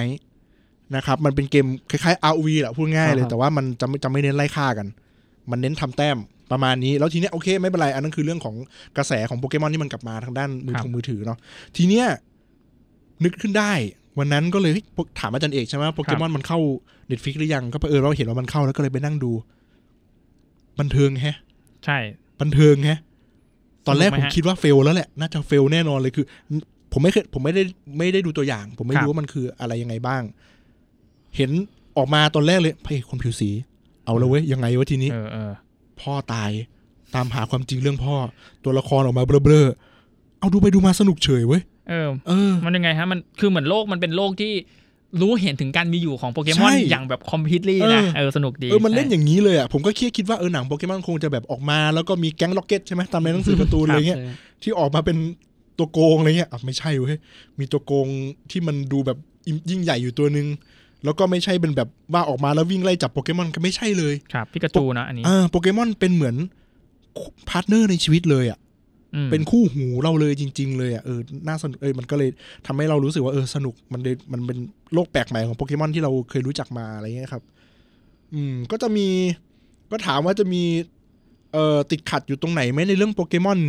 นะครับ มันเป็นเกมคล้ายๆ ROV แหละพูดง่ายเลย
ครับ
แต่ว่ามันจะไม่จะไม่เน้นไล่ฆ่ากัน มันเน้นทำแต้มประมาณนี้ แล้วทีเนี้ยโอเคไม่เป็นไรอันนั้นคือเรื่องของกระแสของโปเกมอนที่มันกลับมาทางด้านมือ
ครับ
ถือมือถือเนาะทีเนี้ยนึกขึ้นได้ วันนั้นก็เลยเฮ้ยถามอาจารย์เอกใช่ไหมโปเกมอนมันเข้าเน็ตฟิกหรือยังก็เผอิญเราเห็นว่ามันเข้าแล้วก็เลยไปนั่งดู บันเทิงแฮะ
ใช่
บันเทิงแฮะ ตอนแรก
สนุกไหม
ผม
ฮะ
คิดว่าเฟลแล้วแหละ น่าจะเฟลแน่นอนเลยคือ ผมไม่เคยผมไม่ได้ไม่ได้ดูตัวอย่าง ผมไม่
ครับ
รู้ว่ามันคืออะไรยังไงบ้าง เห็นออกมาตอนแรกเลยพระเอกคนผิวสี เอาแล้วเว้ยยังไงวะทีนี้
เออเออ
พ่อตายตามหาความจริงเรื่องพ่อ ตัวละครออกมาเบลอๆเอาดูไปดูมาสนุกเฉยเว้ย
เออ
เออ
มันยังไงฮะ มันคือเหมือนโลกมันเป็นโลกที่รู้เห็นถึงการมีอยู่ของโปเกมอน
ใช่
อย่างแบบคอมพิวต์ลี่
เออ
นะ เออ สนุกดี
เออมันเล่นอย่างนี้เลยอ่ะผมก็เครียดคิดว่าเออหนังโปเกมอนคงจะแบบออกมา แล้วก็มีแก๊งล็อกเก็ตใช่ไหมตามในหนังสือการ์ตูนอะไรเงี้ย ที่ออกมาเป็นตัวโกงอะไรเงี้ยอ่ะไม่ใช่เว้ย มีตัวโกงที่มันดูแบบยิ่งใหญ่อยู่ตัวหนึ่งแล้วก็ไม่ใช่เป็นแบบว่าออกมาแล้ววิ่งไล่จับโปเกมอนก็ไม่ใช่เลย
ครับพิกาจูนะอันนี้
อ่าโปเกมอนเป็นเหมือนพาร์ทเนอร์ในชีวิตเลยอ่ะ
อืม
เป็นคู่หูเราเลยจริง ๆ เลยอ่ะ เออ น่าสนุก เออมันก็เลยทำให้เรารู้สึกว่าเออสนุก มันเลยมันเป็นโลกแปลกใหม่ของโปเกมอนที่เราเคยรู้จักมาอะไรเงี้ยครับ อืม ก็จะมี ก็ถามว่าจะมี เอ่อ ติดขัดอยู่ตรงไหนไหมในเรื่องโปเกมอน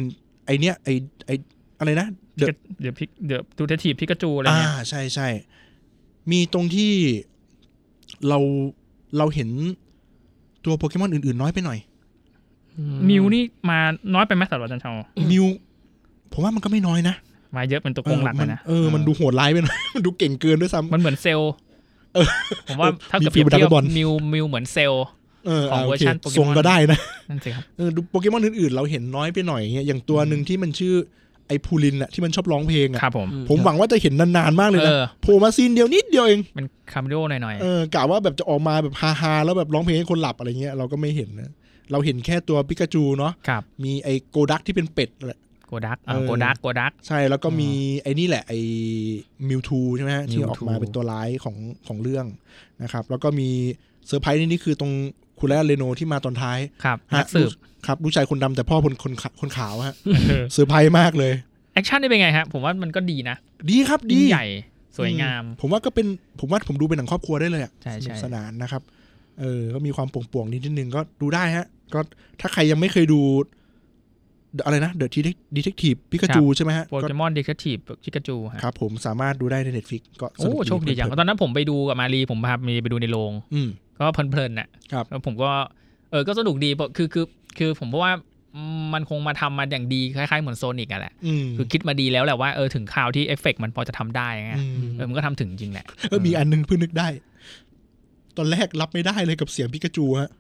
ไอเนี้ย ไอ ไอ อะไรนะ
พิกาเดี๋ยวพิกเดี๋ยวดูเททีพิกาจูอะไร
อ่า
เงี้ย
ใช่ใช่ มีตรงที่เราเราเห็นตัวโปเกมอนอื่น ๆ น้อยไปหน่อย
มิวนี่มาน้อยไปไหมสำหรับจันเชา
มิว ผมว่ามันก็ไม่น้อยนะ
มาเยอะเป็นตัวโกงหลัก
เอ
เล
อมั
ยนะ
เออมันดูโหดร้ายไปหน่อย มันดูเก่งเกินด้วยซ้ำ
มันเหมือนเซลล์ผมว่าถ้าเกิดเป
มี
รียบ
feel
เทียบ
Dragon Ball
มิวมิวเหมือนเซลล์
เออ
ของ
อ่า
เว
โอ
อร์
เค
ชันโปเกมอน
ทรงก็ได้นะ
นั่นสิครับ
เออดูโปเกมอนอื่น ๆ เราเห็นน้อยไปหน่อยเงี้ยอย่างตัวหนึ่งที่มันชื่อไอพูลินอะที่มันชอบร้องเพลงอะ
ครับผม
ผมหวังว่าจะเห็นนานๆมากเลย
เอ
นะ
อ
โผล่มาซีนเดียวนิดเดียวเอง
เป็นคาเมโดหน่อย
เออกะว่าแบบจะออกมาแบบฮาๆแล้วแบบร้องเพลงให้คนหลับอะไรเงี้ยเราก็ไม่เห็นนะเราเห็นแค่ตัวปิกาจูเนาะ
ๆครับ
มีไอ้โกดักที่เป็นเป็ดแหละ
โกดัก
เออ
โกดักโกดัก
ใช่แล้วก็มีไอ้นี่แหละไอ้มิวทูใช่ไหมฮะที่ออกมา
Mewtwo
เป็นตัวร้ายของของเรื่องนะครับ แล้วก็มีเซอร์ไพรส์ในนี้คือตรง คุณแลเรโนที่มาตอนท้าย
ครับนักสืบ
ฮะลูกครับลูกชายคนดำแต่พ่อคนคนขาคนขาวฮะ เซอร์ไพรส์มากเลย
แอคชั่นนี่เป็นไงฮะผมว่ามันก็ดีนะ
ดีครับดี
ยิ่งใหญ่สวยงาม
อืผมว่าก็เป็นผมว่าผมดูเป็นหนังครอบครัวได้เลยอะ
ใช่
ส
ใช่
นุกสนานนะครับ เออ ก็มีความป่วงๆนิดนิดนึงก็ดูได้ฮะ ก็ถ้าใครยังไม่เคยดู อะไรนะเดอะดีเทคทีฟพิกาจูใช่ไหมฮะ
โปเกมอนเดคทีฟชิกาจูฮะ
ครับ ผมสามารถดูได้ในเน็ตฟิกก็ส
โอ้
นุก
โชคดีจังตอนนั้นผมไปดูกับมารีผมพามารีไปดูในโรง
อืม
ก็เพลินๆน่ะ
ครับ
แล้วผมก็เออก็สนุกดีเพราะคือคือคือผมเพราะว่ามันคงมาทำมาอย่างดีคล้ายๆเหมือนโซนิกอ่ะแหละ
อืม
คือคิดมาดีแล้วแหละว่าเออถึงคราวที่เอฟเฟกต์มันพอจะทำได้ไง
อืม
เออมันก็ทำถึงจริงแหละ
เออมีอันนึงเพิ่งนึกได้ ตอนแรกรับไม่ได้เลยกับเสียงพิกาจูฮะ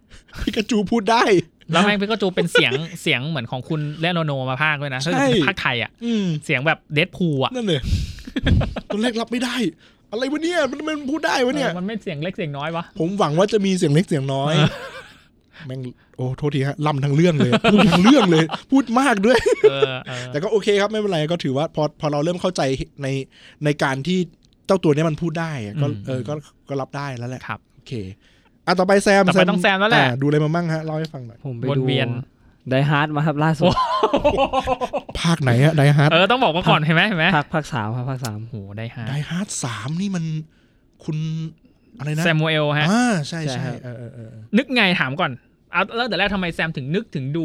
พิกาจูพูดได้
แล้วแม่งพี่ก็จูเป็นเสียง เสียงเหมือนของคุณเลโนโนมาภาคด้วยนะ
ใช่
ถ้าเกิดเป็นภาคไทยอ่ะ
อืม
เสียงแบบเดดพูอ่ะ
นั่นเลย ตอนแรกรับไม่ได้ อะไรวะเนี่ยมันมันพูดได้วะเนี่ย
เออมันไม่เสียงเล็กเสียงน้อ ยวะ
ผมหวังว่าจะมีเสียงเล็กเสียงน้อย แม่งโอ้โทษทีฮะลำทั้งเรื่องเลยพูดทั้งเรื่องเลย พูดมากด้วย
เออเออ
แต่ก็โอเคครับไม่เป็นไรก็ถือว่าพอพอเราเริ่มเข้าใจในในการที่เจ้าตัวเนี้ยมันพูดได้อะก็เออก็ก็รับได้แล้วแหละ
ครับ
โอเคอ่ะต่อไปแซม
ต่อไปต้องแซมแล้วแหละ
อ่ดูอะไรมามั่งฮะเล่าให้ฟังหน่อย
ผมไป
วน
ดู
เวียน
ไดฮาร์ดมาครับล่าสุด
ภาคไหน อะไดฮาร์ด
เออต้องบอกมาก่อนเห็นไหมเห็นไหม
ภาคภาคสามครับภาคสาม
โอ้โหได้ฮะ
ไดฮาร์ดสามนี่มันคุณอะไรนะ
แซมมูเอลฮะ
อ่าใช่ใช่เออเออเออ
นึกไงถามก่อนเอาแล้วแต่แรกทำไมแซมถึงนึกถึงดู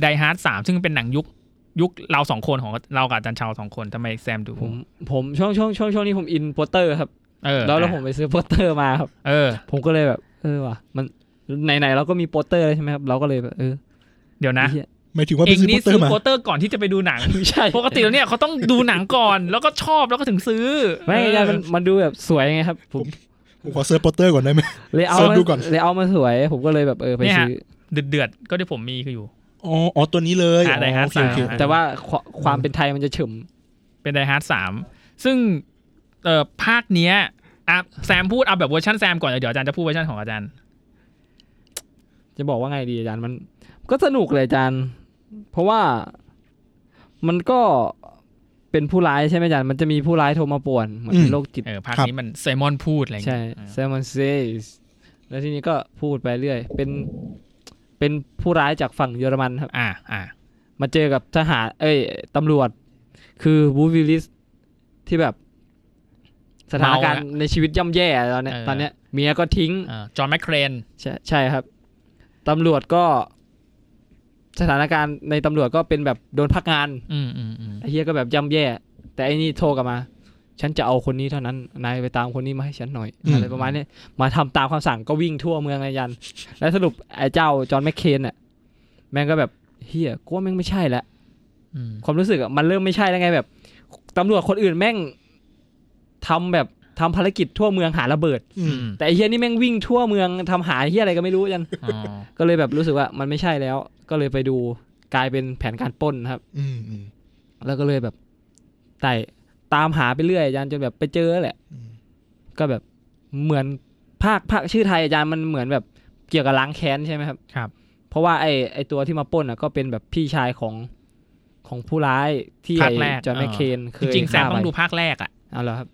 ไดฮาร์ดสามซึ่งเป็นหนังยุคยุคเราสองคนของเรากับอาจารย์ชาวสองคนทำไมแซมดู
ผมผมช่วงช่วงช่วงช่วงนี้ผมอินโปสเตอร์ครับ
เออ
แล้วแล้วผมไปซื้อโปสเตอร์มาครับ
เออ
ผมก็เลยแบบ เออว่ะมันไหนๆเราก็มีโปสเตอร์แล้วใช่ไหมครับ เราก็เลยแบบเออ
เดี๋ยวนะ
ไอ้เหี้ย
หมายถึงว่า
เอง
ไปซื้อ
นี่
โปสเตอ
ซื้อ
ร์มา
โปสเตอร์ก่อนที่จะไปดู หนัง
ไม่ใช่
ปกติแล้วเนี่ยเขาต้องดูหนังก่อนแล้วก็ชอบแล้วก็ถึงซื้อ
ไม่
เอ
ใช่
อ
มันมันดูแบบสวยไงครับ ผม
ผมขอเซิร์ชโปสเตอร์ก่อนได้ไหม
เลยเอา
เสิร์ชดูก่อน
เลยเอามาสวย ผมก็เลยแบบเออไปซื้อ
เดือดเดือดๆก็ที่ผมมีคืออยู่
อ๋ออ๋อตัวนี้เลย
อ่ะ Die Hard
โอเคโอเค
สม
แต่ว่าควความเป็นไทยมันจะเฉม
เป็นไดฮาร์ดสามซึ่งเอ่อภาคเนี้ยอ่ะแซมพูดเอาแบบเวอร์ชันแซมก่อนเดี๋ยวอาจารย์จะพูดเวอร์ชันของอาจารย์
จะบอกว่าไงดีอาจารย์มัน ก็สนุกเลยอาจารย์ เพราะว่ามันก็เป็นผู้ร้ายใช่ไหมอาจารย์มันจะมีผู้ร้ายโทรมาป่วนเหมือนเป็นโรคจิต
เออภาคนี้มันไซมอนพูดอะไรอย่าง
ใช่
เงี้ย
แซมมอนเซสแล้วทีนี้ก็พูดไปเรื่อย เป็น เป็นผู้ร้ายจากฝั่งเยอรมันครับ
อ่าอ่า
มาเจอกับทหาร เอ้ยตำรวจ คือบูวิลิสที่แบบ สถานการณ์ในชีวิตย่ำแย่ตอนเนี้ยตอนเนี้ยเมียก็ทิ้ง
เออจอห์นแมคเครน
ใช่ใช่ครับ ตำรวจก็สถานการณ์ในตำรวจก็เป็นแบบโดนพักงาน
อืมอืมอืม
ไอ้เฮียก็แบบย่ำแย่ แต่ไอ้นี่โทรกลับมา ฉันจะเอาคนนี้เท่านั้น นายไปตามคนนี้มาให้ฉันหน่อยอะไรประมาณเนี้ยมาทำตามคำสั่งก็วิ่งทั่วเมืองเลยยัน แล้วสรุปไอ้เจ้าจอห์นแมคเคนน่ะแม่งก็แบบเฮียกูว่าแม่งไม่ใช่ละ
อืม
ความรู้สึกอะมันเริ่มไม่ใช่แล้วไงแบบตำรวจคนอื่นแม่งทำแบบทำภารกิจทั่วเมืองหาระเบิด
อื
อื
ม
ม
แต่ไอ้เฮียนี่แม่งวิ่งทั่วเมืองทำหาไอ้เฮียอะไรก็ไม่รู้ยัน
อ๋อ
ก็เลยแบบรู้สึกว่ามันไม่ใช่แล้ว ก็เลยไปดูกลายเป็นแผนการปล้นครับ
อืมอืม
แล้วก็เลยแบบไต่ตามหาไปเรื่อยอาจารย์จนแบบไปเจอแหละ
อืม
ก็แบบเหมือนภาคภาคชื่อไทยอาจารย์มันเหมือนแบบเกี่ยวกับล้างแค้นใช่ไหมครับ
ครับ
เพราะว่าไอไอตัวที่มาปล้นอ่ะก็เป็นแบบพี่ชายของของผู้ร้ายที่
ภาค
ไอ้
แรก
จอห์น
เออ
แมคเคนเค
จ
ย
ริงๆแซม
ฆ่า
ต้อง
ไป
ดูภาคแรกอ่ะ
เอาเหรอครับ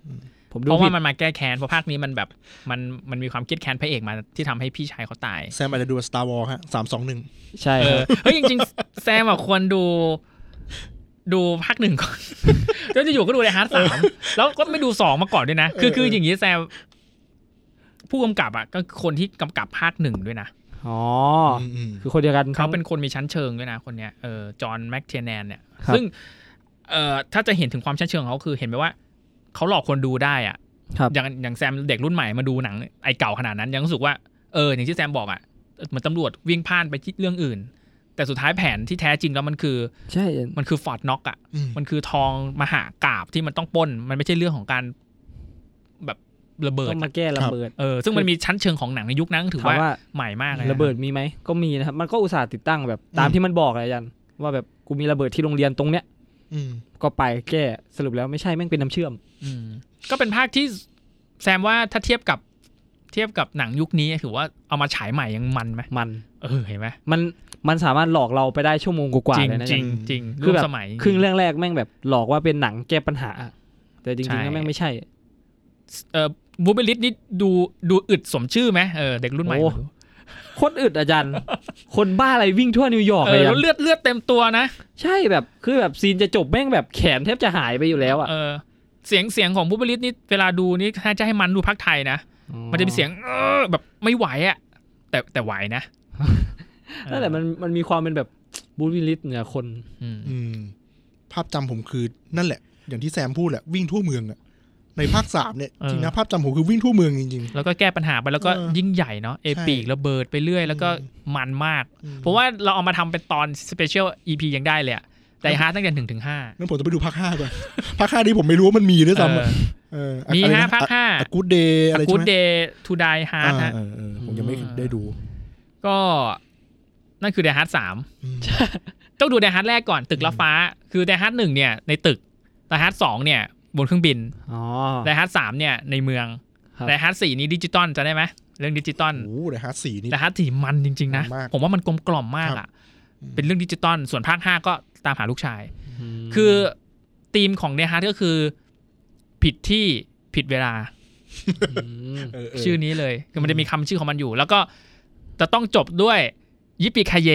ผมดู
เพราะ
ผิ
ว่า
ด
มันมาแก้แค้นเพราะภาคนี้มันแบบมันมันมีความเครียดแค้นพระเอกมาที่ทำให้พี่ชายเขาตาย
แซมอาจจะดู Star Wars ฮะสามสองหนึ่ง
ใช่
เอ
ค
อ
รับ
เฮ้ยจริงๆ แซมอ่ะควรดู ดูภาคหนึ่งก่อน แล้วจะอยู่ก็ดูเลยฮาร์ดสามแล้วก็ไม่ดูสองมาก่อนด้วยนะ คือคืออย่างนี้แซม ผู้กำกับอ่ะก็คือคนที่กำกับภาคหนึ่งด้วยนะ
อ๋อ
มอืม
คือคนเดียวกัน
เขาเป็นคนมีชั้นเชิงด้วยนะคนเนี้ยเออจอห์นแมคเทนแนนเนี่ย
ครับ
ซึ่งเอ่อถ้าจะเห็นถึงความชั้นเชิงของเขาคือเห็นไหมว่าเขาหลอกคนดูได้อ่ะ
ครับ
อย่างอย่างแซมเด็กรุ่นใหม่มาดูหนังไอเก่าขนาดนั้นยังรู้สึกว่าเอออย่างที่แซมบอกอ่ะเหมือนตำรวจวิ่งผ่านไปคิดเรื่องอื่น แต่สุดท้ายแผนที่แท้จริงแล้วมันคือ
ใช่
มันคือฟอร์ดน็อกอ่ะ
อืม
มันคือทองมหากาบที่มันต้องปล้น มันไม่ใช่เรื่องของการแบบระเบิด
ต้องมาแก้ระเบิด
เออซึ่งมันมีชั้นเชิงของหนังในยุคนั้นถือ
ถาม
ว่า
ว่า
ใหม่มากเลยน
ระเบิดมีไหมก็มีนะครับ มันก็อุตส่าห์ติดตั้งแบบตามที่มันบอกเลยอาจารย์ว่าแบบกูมีระเบิดที่โรงเรียนตรงเนี้ย
อืม
ก็ไปแก้สรุปแล้วไม่ใช่แม่งเป็นน้ำเชื่อม
อืมก็เป็นภาคที่แซมว่าถ้าเทียบกับเทียบกับหนังยุคนี้ถือว่าเอามาฉายใหม่ยังมันไหม
มัน
เออเห็นไหม
มันมันสามารถหลอกเราไปได้ชั่วโมงกว่า
จริง
ๆเลยนะอา
จ
จา
ริ
รง ย์
จริง
คื
ร่ว
อ
ม
แบบ
สมัย
ครึ่งเรื่องแรกแม่งแบบหลอกว่าเป็นหนังแก้ปัญหา แต่จริงๆ
ใช่
แล้วแม่งไม่ใช่
เอ่อบูเบลิสนี่ดูดูอึดสมชื่อไหมเออเด็กรุ่นใหม่
โอ้
มาดู
โคตรอึดอา จารย์ คนบ้าอะไรวิ่งทั่วนิวยอร์ก
เอ
เลย
อ
อาจา
แล้
ร
ว
ย์
เลือดเลือดเต็มตัวนะ
ใช่แบบคือแบบซีนจะจบแม่งแบบแขนแทบจะหายไปอยู่แล้วอ่ะ
เออ เสียงเสียงของผู้บริสนี่เวลาดูนี่ถ้าจะให้มันดูพักไทยนะ มันจะมีเสียงเออแบบไม่ไหวอะแต่แต่ไหวนะ
นั่นแหละมันมันมีความเป็นแบบบูลวิลลิสเหนือคน
อืม
อืม ภาพจำผมคือนั่นแหละ อย่างที่แซมพูดแหละวิ่งทั่วเมืองอะในภาคสามเนี่ยจริงนะภาพจำผมคือวิ่งทั่วเมืองจริง
แล้วก็แก้ปัญหาไปแล้วก็
เออ
ยิ่งใหญ่เนาะเอปีกระเบิดไปเรื่อยแล้วก็
อื
มันมาก
ๆอืม
เพราะว่าเราเอามาทำเป็นตอนสเปเชียลอีพียังได้เลยอะแต่ฮาร์ดตั้งแต่หนึ่งถึงห้า
งั้นผมจะไปดูภาคห้าก่อน ภาคห้านี่ผมไม่รู้ว่ามันมีด้วยซ้ำอะเออ
มี
อไร
ฮะ
น
ภาคห้า
อะกูดเดย์อะไร
กูด
ใช่ไหม
เดย์ทูไดฮาร์ด
อ่า
ฮะ
เออเออผมยังไม่ได้ดู
ก็นั่นคือเดฮาร์ดสาม
อืม
ต้องดูเดฮาร์ดแรกก่อนตึกละฟ้า คือเดฮาร์ดหนึ่งเนี่ยในตึกเดฮาร์ดสองเนี่ยบนเครื่องบิน
อ๋อ
เดฮาร์ดสามเนี่ยในเมือง
ครับ
เดฮาร์ดสี่นี่ดิจิตอลจะได้ไหมเรื่องดิจิตอล
โอ้โหแต่ฮาร์ดสี่นี่
แต่ฮาร์ดถีมันจริง ๆ นะ
มันมาก
ผมว่ามันกลมกล่อมมากอ่ะ
อืม
เป็นเรื่องดิจิตอลส่วนภาคห้าก็ตามหาลูกชาย คือธีมของเนฮาร์ดก็คือ ผิดที่ผิดเวลา
ม
เเ
ชื่อนี้เลย คือมันจะมีคำชื่อของมันอยู่ แล้วก็จะต้องจบด้วยยิปปี้คาเย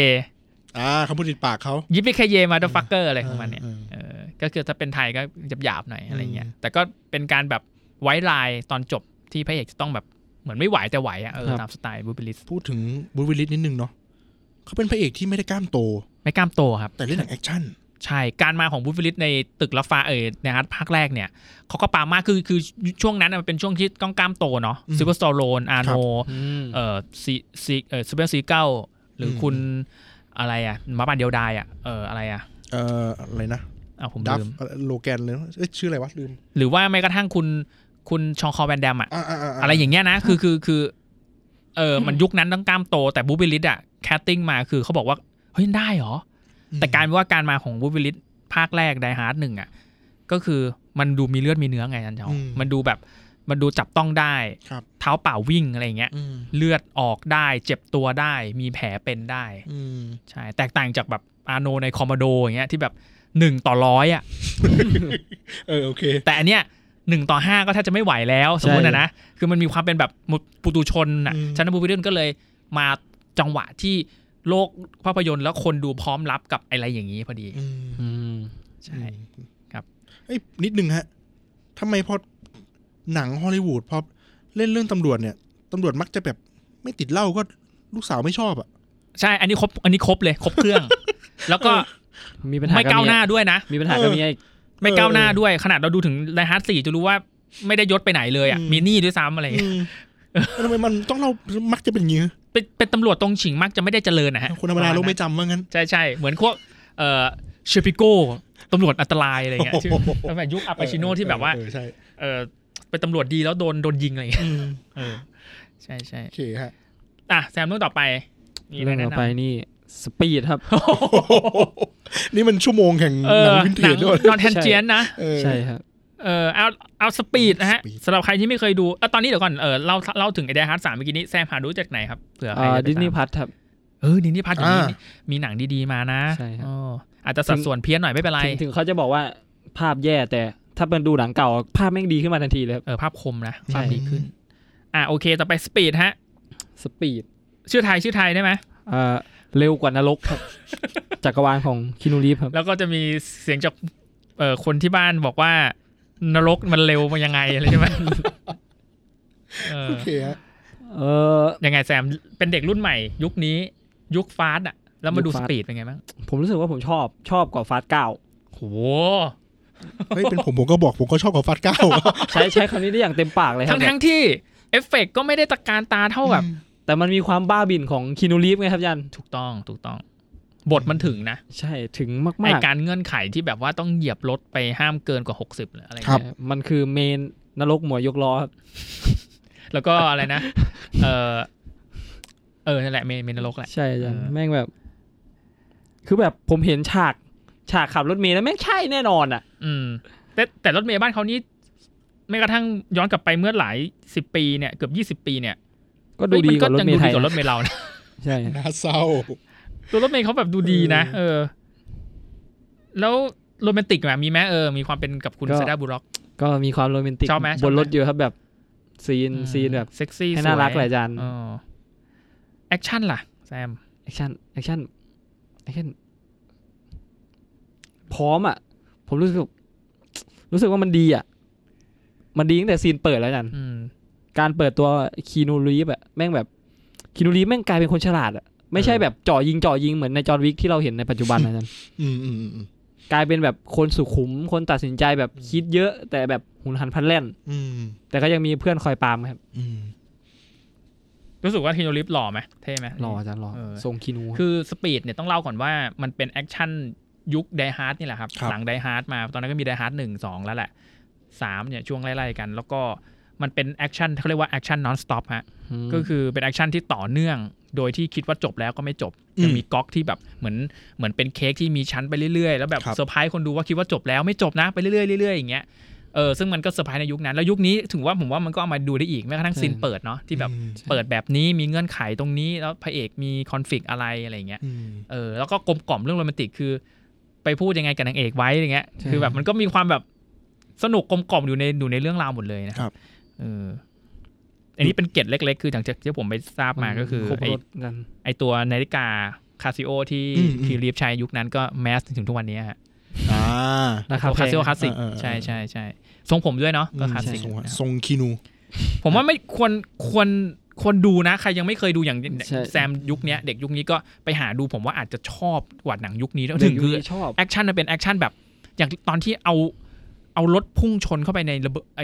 อ่าคำพูดติดปากเขา
ยิปปี้คาเยมาดฟักเกอร์อะไรของมันเนี่ย
อืม
เออก็คือถ้าเป็นไทยก็หยาบๆหน่อยอะไรเงี้ย
อืม
แต่ก็เป็นการแบบไว้ลายตอนจบที่พระเอกจะต้องแบบเหมือนไม่ไหวแต่ไหวอ่ะเออตามสไตล์บูบิลิส
พูดถึงบูวิลลิสนิดนึงเนาะเขาเป็นพระเอกที่ไม่ได้กล้ามโต
ไม่กล้ามโตครับ
แต่เล่นหนังแอคชั่น
ใช่ การมาของบูฟิลิสในตึกละฟ้าเอ่ยนะฮะภาคแรกเนี่ยเขาก็ปามากคือคือช่วงนั้นนะมันเป็นช่วงที่ก้องกล้ามโตเนาะ
อืม
ซิลเวอร์สโตโลนอาโน
อืม
เอ่อซีซีเอ่อซูเปอร์ซีเก้าหรืออ
ม
คุณอะไรอ่ะมาบานเดียวดายอ่ะเอออะไรอ่ะ
เอ่ออะไรนะ
อ้าวผม
ดัฟ
ลืม
โลแกนเลยเอ้ยชื่ออะไรวะลืม
หรือว่าแม้กระทั่งคุณคุณชองคอแวนแดมอ่ะ
อ่าาา
อะไรอย่างเงี้ยนะ คือคือคือเออมันยุคนั้นต้องกล้ามโตแต่บูฟิลิสอ่ะแคสติ้งมาคือเขาบอกว่า เฮ้ยได้เหรอ
อืม
แต่กลารว่าการมาของบูวิลิสภาคแรกไดฮาร์ดหนึ่งอ่ะก็คือมันดูมีเลือดมีเนื้อไงอาจันเจ้า
อืม
มันดูแบบมันดูจับต้องได้
ครับ
เท้าเปล่าวิ่งอะไรอย่างเงี้ย
อืม
เลือดออกได้ เจ็บตัวได้ มีแผลเป็นได้
อืม
ใช่ แตกต่างจากแบบอาโนในคอมโมโดอย่างเงี้ยที่แบบหนึ่งต่อร้อยอ่ะ
เออโอเค
แต่อันเนี้ยหนึ่งต่อห้าก็แทบจะไม่ไหวแล้ว สมมตินะนะ คือมันมีความเป็นแบบปุตุชนน่ะ
อืม
ชันบูบิเดนก็เลยมาจังหวะที่โลกภาพยนตร์แล้วคนดูพร้อมรับกับอะไรอย่างนี้พอดี
อืม
อืม
ใช่ ครับ
เอ้ยนิดนึงฮะทำไมพอหนังฮอลลีวูดพอเล่นเรื่องตำรวจเนี่ยตำรวจมักจะแบบไม่ติดเหล้าก็ลูกสาวไม่ชอบอ่ะ
ใช่ อันนี้ครบ อันนี้ครบเลย ครบเครื่อง แล้วก็
มีปัญหา
ไม่
บ
ก้าวหน้า
เย
ด้วยนะ
มีปัญหากับเมียอีก
ไม่
เออ
ก้าวหน้าด้วย ขนาดเราดูถึงไดฮาร์ดสี่จะรู้ว่าไม่ได้ยศไปไหนเลยอ่ะ
อืม
มีหนี้ด้วยซ้ำอะไร
อื
เงี้ย
มทำไมมันต้องเรามักจะเป็นอย่างงี้ฮะ
เป็นเป็นตำรวจตรงฉิงมักจะไม่ได้เจริญนะฮะ
คนธรรมดาโลกไม่จำว่างั้น
ใช่ใช่เหมือนพวกเอ่อเชปิโก้ตำรวจอันตรายอะไรเงี้ย
โอ้โห
ที่ตั้งแต่ยุคอาปาชิโนที่แบบว่า
เออเออใช่
เออเป็นตำรวจดีแล้วโดนโดนยิงอะไรเงี้ย
อืม
เออใช่ใช่
โอเคฮะ
อ่ะแซมเรื่องต่อไปมีะไ
เรื่องต่อ
แนะนำ
ไปนี่สปีดครับ
นี่มันชั่วโมงแข่ง
เออ
หนังวินเท
หนั
จ
ง
ด้วย
นอนแทนเจียนนะ
เออ
ใช่ครับ
เออเอาเอาสปีดนะฮะ
Speed
สำหรับใครที่ไม่เคยดูเออตอนนี้เดี๋ยวก่อนเออเล่าเล่าถึงไอเดียฮาร์ดสามเมื่อกี้นี้แซมหาดูจากไหนครับเผื่อใครจะไป
ดิสนี
ตาม
ย์พัทครับ
เออดิสนีย์พัทอย่างนี้
อ่า
นี่มีหนังดีๆมานะ
ใช่ครับ
อ๋ออาจจะสัดส่วนเพี้ยนหน่อยไม่เป็นไร
ถึงถึงเขาจะบอกว่าภาพแย่แต่ถ้าเป็นดูหนังเก่า ภาพแม่งดีขึ้นมาทันทีเลยครับ
เออภาพคมนะ
ใช่
ภาพดีขึ้น อ่ะโอเค ต่อไปสปีดฮะ
สปีด
ชื่อไทยชื่อไทยได้ไหม
เอ่อเร็วกว่านรก ครับ จักรวาลของคินูรีฟครับ
แล้วก็จะมีเสียงจากเออคนที่บ้านบอกว่านรกมันเร็วมันยังไงอะไรใช่ไหม เออ
โอเคฮะ
เออ
ยังไงแซมเป็นเด็กรุ่นใหม่ ยุคนี้ยุคฟาสต์อ่ะแล้วมาดู
ยุค
ส
Fast
ปีดเป็นไงบ้าง
ผมรู้สึกว่าผมชอบชอบกว่าฟาสเก้า
โห
เฮ้ยเป็นผมผมก็บอกผมก็ชอบกับฟัดเก้า
ใช้ใช้คำนี้ได้อย่างเต็มปากเลยครั
ทั้งทั้งที่เอฟเฟกต์ก็ไม่ได้ตะการต าเท่ากับ
แต่มันมีความบ้าบินของคินูรีฟไงครับยัน
ถูกต้องถูกต้อง บทมันถึงนะ
ใช่ถึงมากๆ
ไอการเงื่อนไขที่แบบว่าต้องเหยียบรถไปห้ามเกินกว่า 60หรืออะไร
ครั
เงี้ย
บ
มันคือเมนนรกหมวยยกล้อครับ
แล้วก็อะไรนะ เออเออนั่นแหละเมนเมนรกแหละ
ใช่อาจารย์
เออ
แม่งแบบ คือแบบผมเห็นฉากฉากขับรถเมล์แล้วแม่งใช่แน่นอนอ่ะ
อืม แต่แต่รถเมย์บ้านเขานี่แม้กระทั่งย้อนกลับไปเมื่อหลายสิบปีเนี่ยเกือบยี่สิบปีเนี่ย
ก็ดู
เฮ้ย
ดี
มั
กว่า
ก็
รถ
ยัง
เม
ดู
ล์ไท
ดี
ย
กว่ารถเมย์เรานะ
ใช่
น่าเศร้า
ตัวรถเมย์เขาแบบดูดีนะเออ แล้วโรแมนติกอะมีไหมเออมีความเป็นกับคุณ
ก็
ซาดาบุร็อก
ก็มีความโรแมนติก
ชอบไหมชอบไหม
บนรถอยู่ครับแบบซีนซีนแบบ
เซ็กซี่
ให้น่ารัก
สว
หลายอาจารย์
อ๋อ แอคชั่นล่ะแซม
แอคชั่นแอคชั่นแอคชั่นพร้อมอ่ะ ผมรู้สึก รู้สึกว่ามันดีอ่ะ มันดีตั้งแต่ซีนเปิดแล้วกัน
อืม
การเปิดตัวคีนูรีฟอะแม่งแบบคีนูรีฟแม่งกลายเป็นคนฉลาดอะไม่ใช่
เออ
แบบจ่อยิงจ่อยิงเหมือนในจอห์นวิกที่เราเห็นในปัจจุบันนะ จัน
อืมอืมอืมอืม
กลายเป็นแบบคนสุขุม คนตัดสินใจแบบคิดเยอะ แต่แบบหุนหันพลันแล่น
อืม
แต่ก็ยังมีเพื่อนคอยปรามครับ
อืม
รู้สึกว่าทีโนลิฟหล่อไหมเท่ไหม
รออาจันรอ
เออ
ทรงคีนู
คือสปีดเนี่ยต้องเล่าก่อนว่ามันเป็นแอคชั่นยุคไดฮาร์ดนี่แหละครับ หลังไดฮาร์ดมาตอนนั้นก็มีไดฮาร์ดหนึ่งสองแล้วแหละสามเนี่ยช่วงไล่ๆกัน แล้วก็มันเป็นแอคชั่นเขาเรียกว่าแอคชั่นนอนสต็อปฮะ
ม
ก็คือเป็นแอคชั่นที่ต่อเนื่อง โดยที่คิดว่าจบแล้วก็ไม่จบจะมีก๊อกที่แบบเหมือนเหมือนเป็นเค้กที่มีชั้นไปเรื่อยๆ แล้วแบบเซอร์ไพรส์คนดูว่าคิดว่าจบแล้วไม่จบนะไปเรื่อยๆเรื่อยๆอย่างเงี้ยเออซึ่งมันก็เซอร์ไพรส์ในยุคนั้น แล้วยุคนี้ถึงว่าผมว่ามันก็เอามาดูได้อีกแม้กระทั่งซีนเปิดเนาะที่แบบ
อืม
เปิดแบบนี้มีเงื่อนไขตรงนี้แล้วพระเอกมีคอนฟ lict อะไรอะไรอย่างเงี้ย
อืม
เออแล้วก็กลมกล่อมเรื่องโรแมนติกคือ ไปพูดยังไงกับนางเอกไว้อย่างเงี้ยคือแบบมันก็มีความแบบสนุกกลมกล่อมอยู่ในอยู่ในเรื่องราวหมดเลยนะค
ครั
รับบ เอออันนี้เป็นเกร็ดเล็ก ๆ คือทางจากที่ผมไปทราบมาก็คือ
ครบ
ไอ
รถกัน
ไอตัวนาฬิกาคาซิโอที่
อืมอืม
คีรีฟใช้ยุคนั้นก็แมสถึงทุกวันนี้ฮะ
อ่า
ราคาแพ
คาง ซิโอคลาสสิก
เออเออเออ
ใช่ใช่ใช่ทรงผมด้วยเนาะก็คลาสสิก
ทรง
นะครับ
ทรงคินู
ผมว่าไม่ควรควรควรดูนะ ใครยังไม่เคยดูอย่างแซมยุคเนี้ยเด็กยุคนี้ก็ไปหาดูผมว่าอาจจะชอบกว่าหนังยุคนี้แล้ว
ถึ
ถึ
ง
ง
คื
คือ อ
ชอบ
แอคชั่นมันเป็นแอคชั่นแบบอย่างตอนที่เอาเอารถพุ่งชนเข้าไปในระเบิดไอ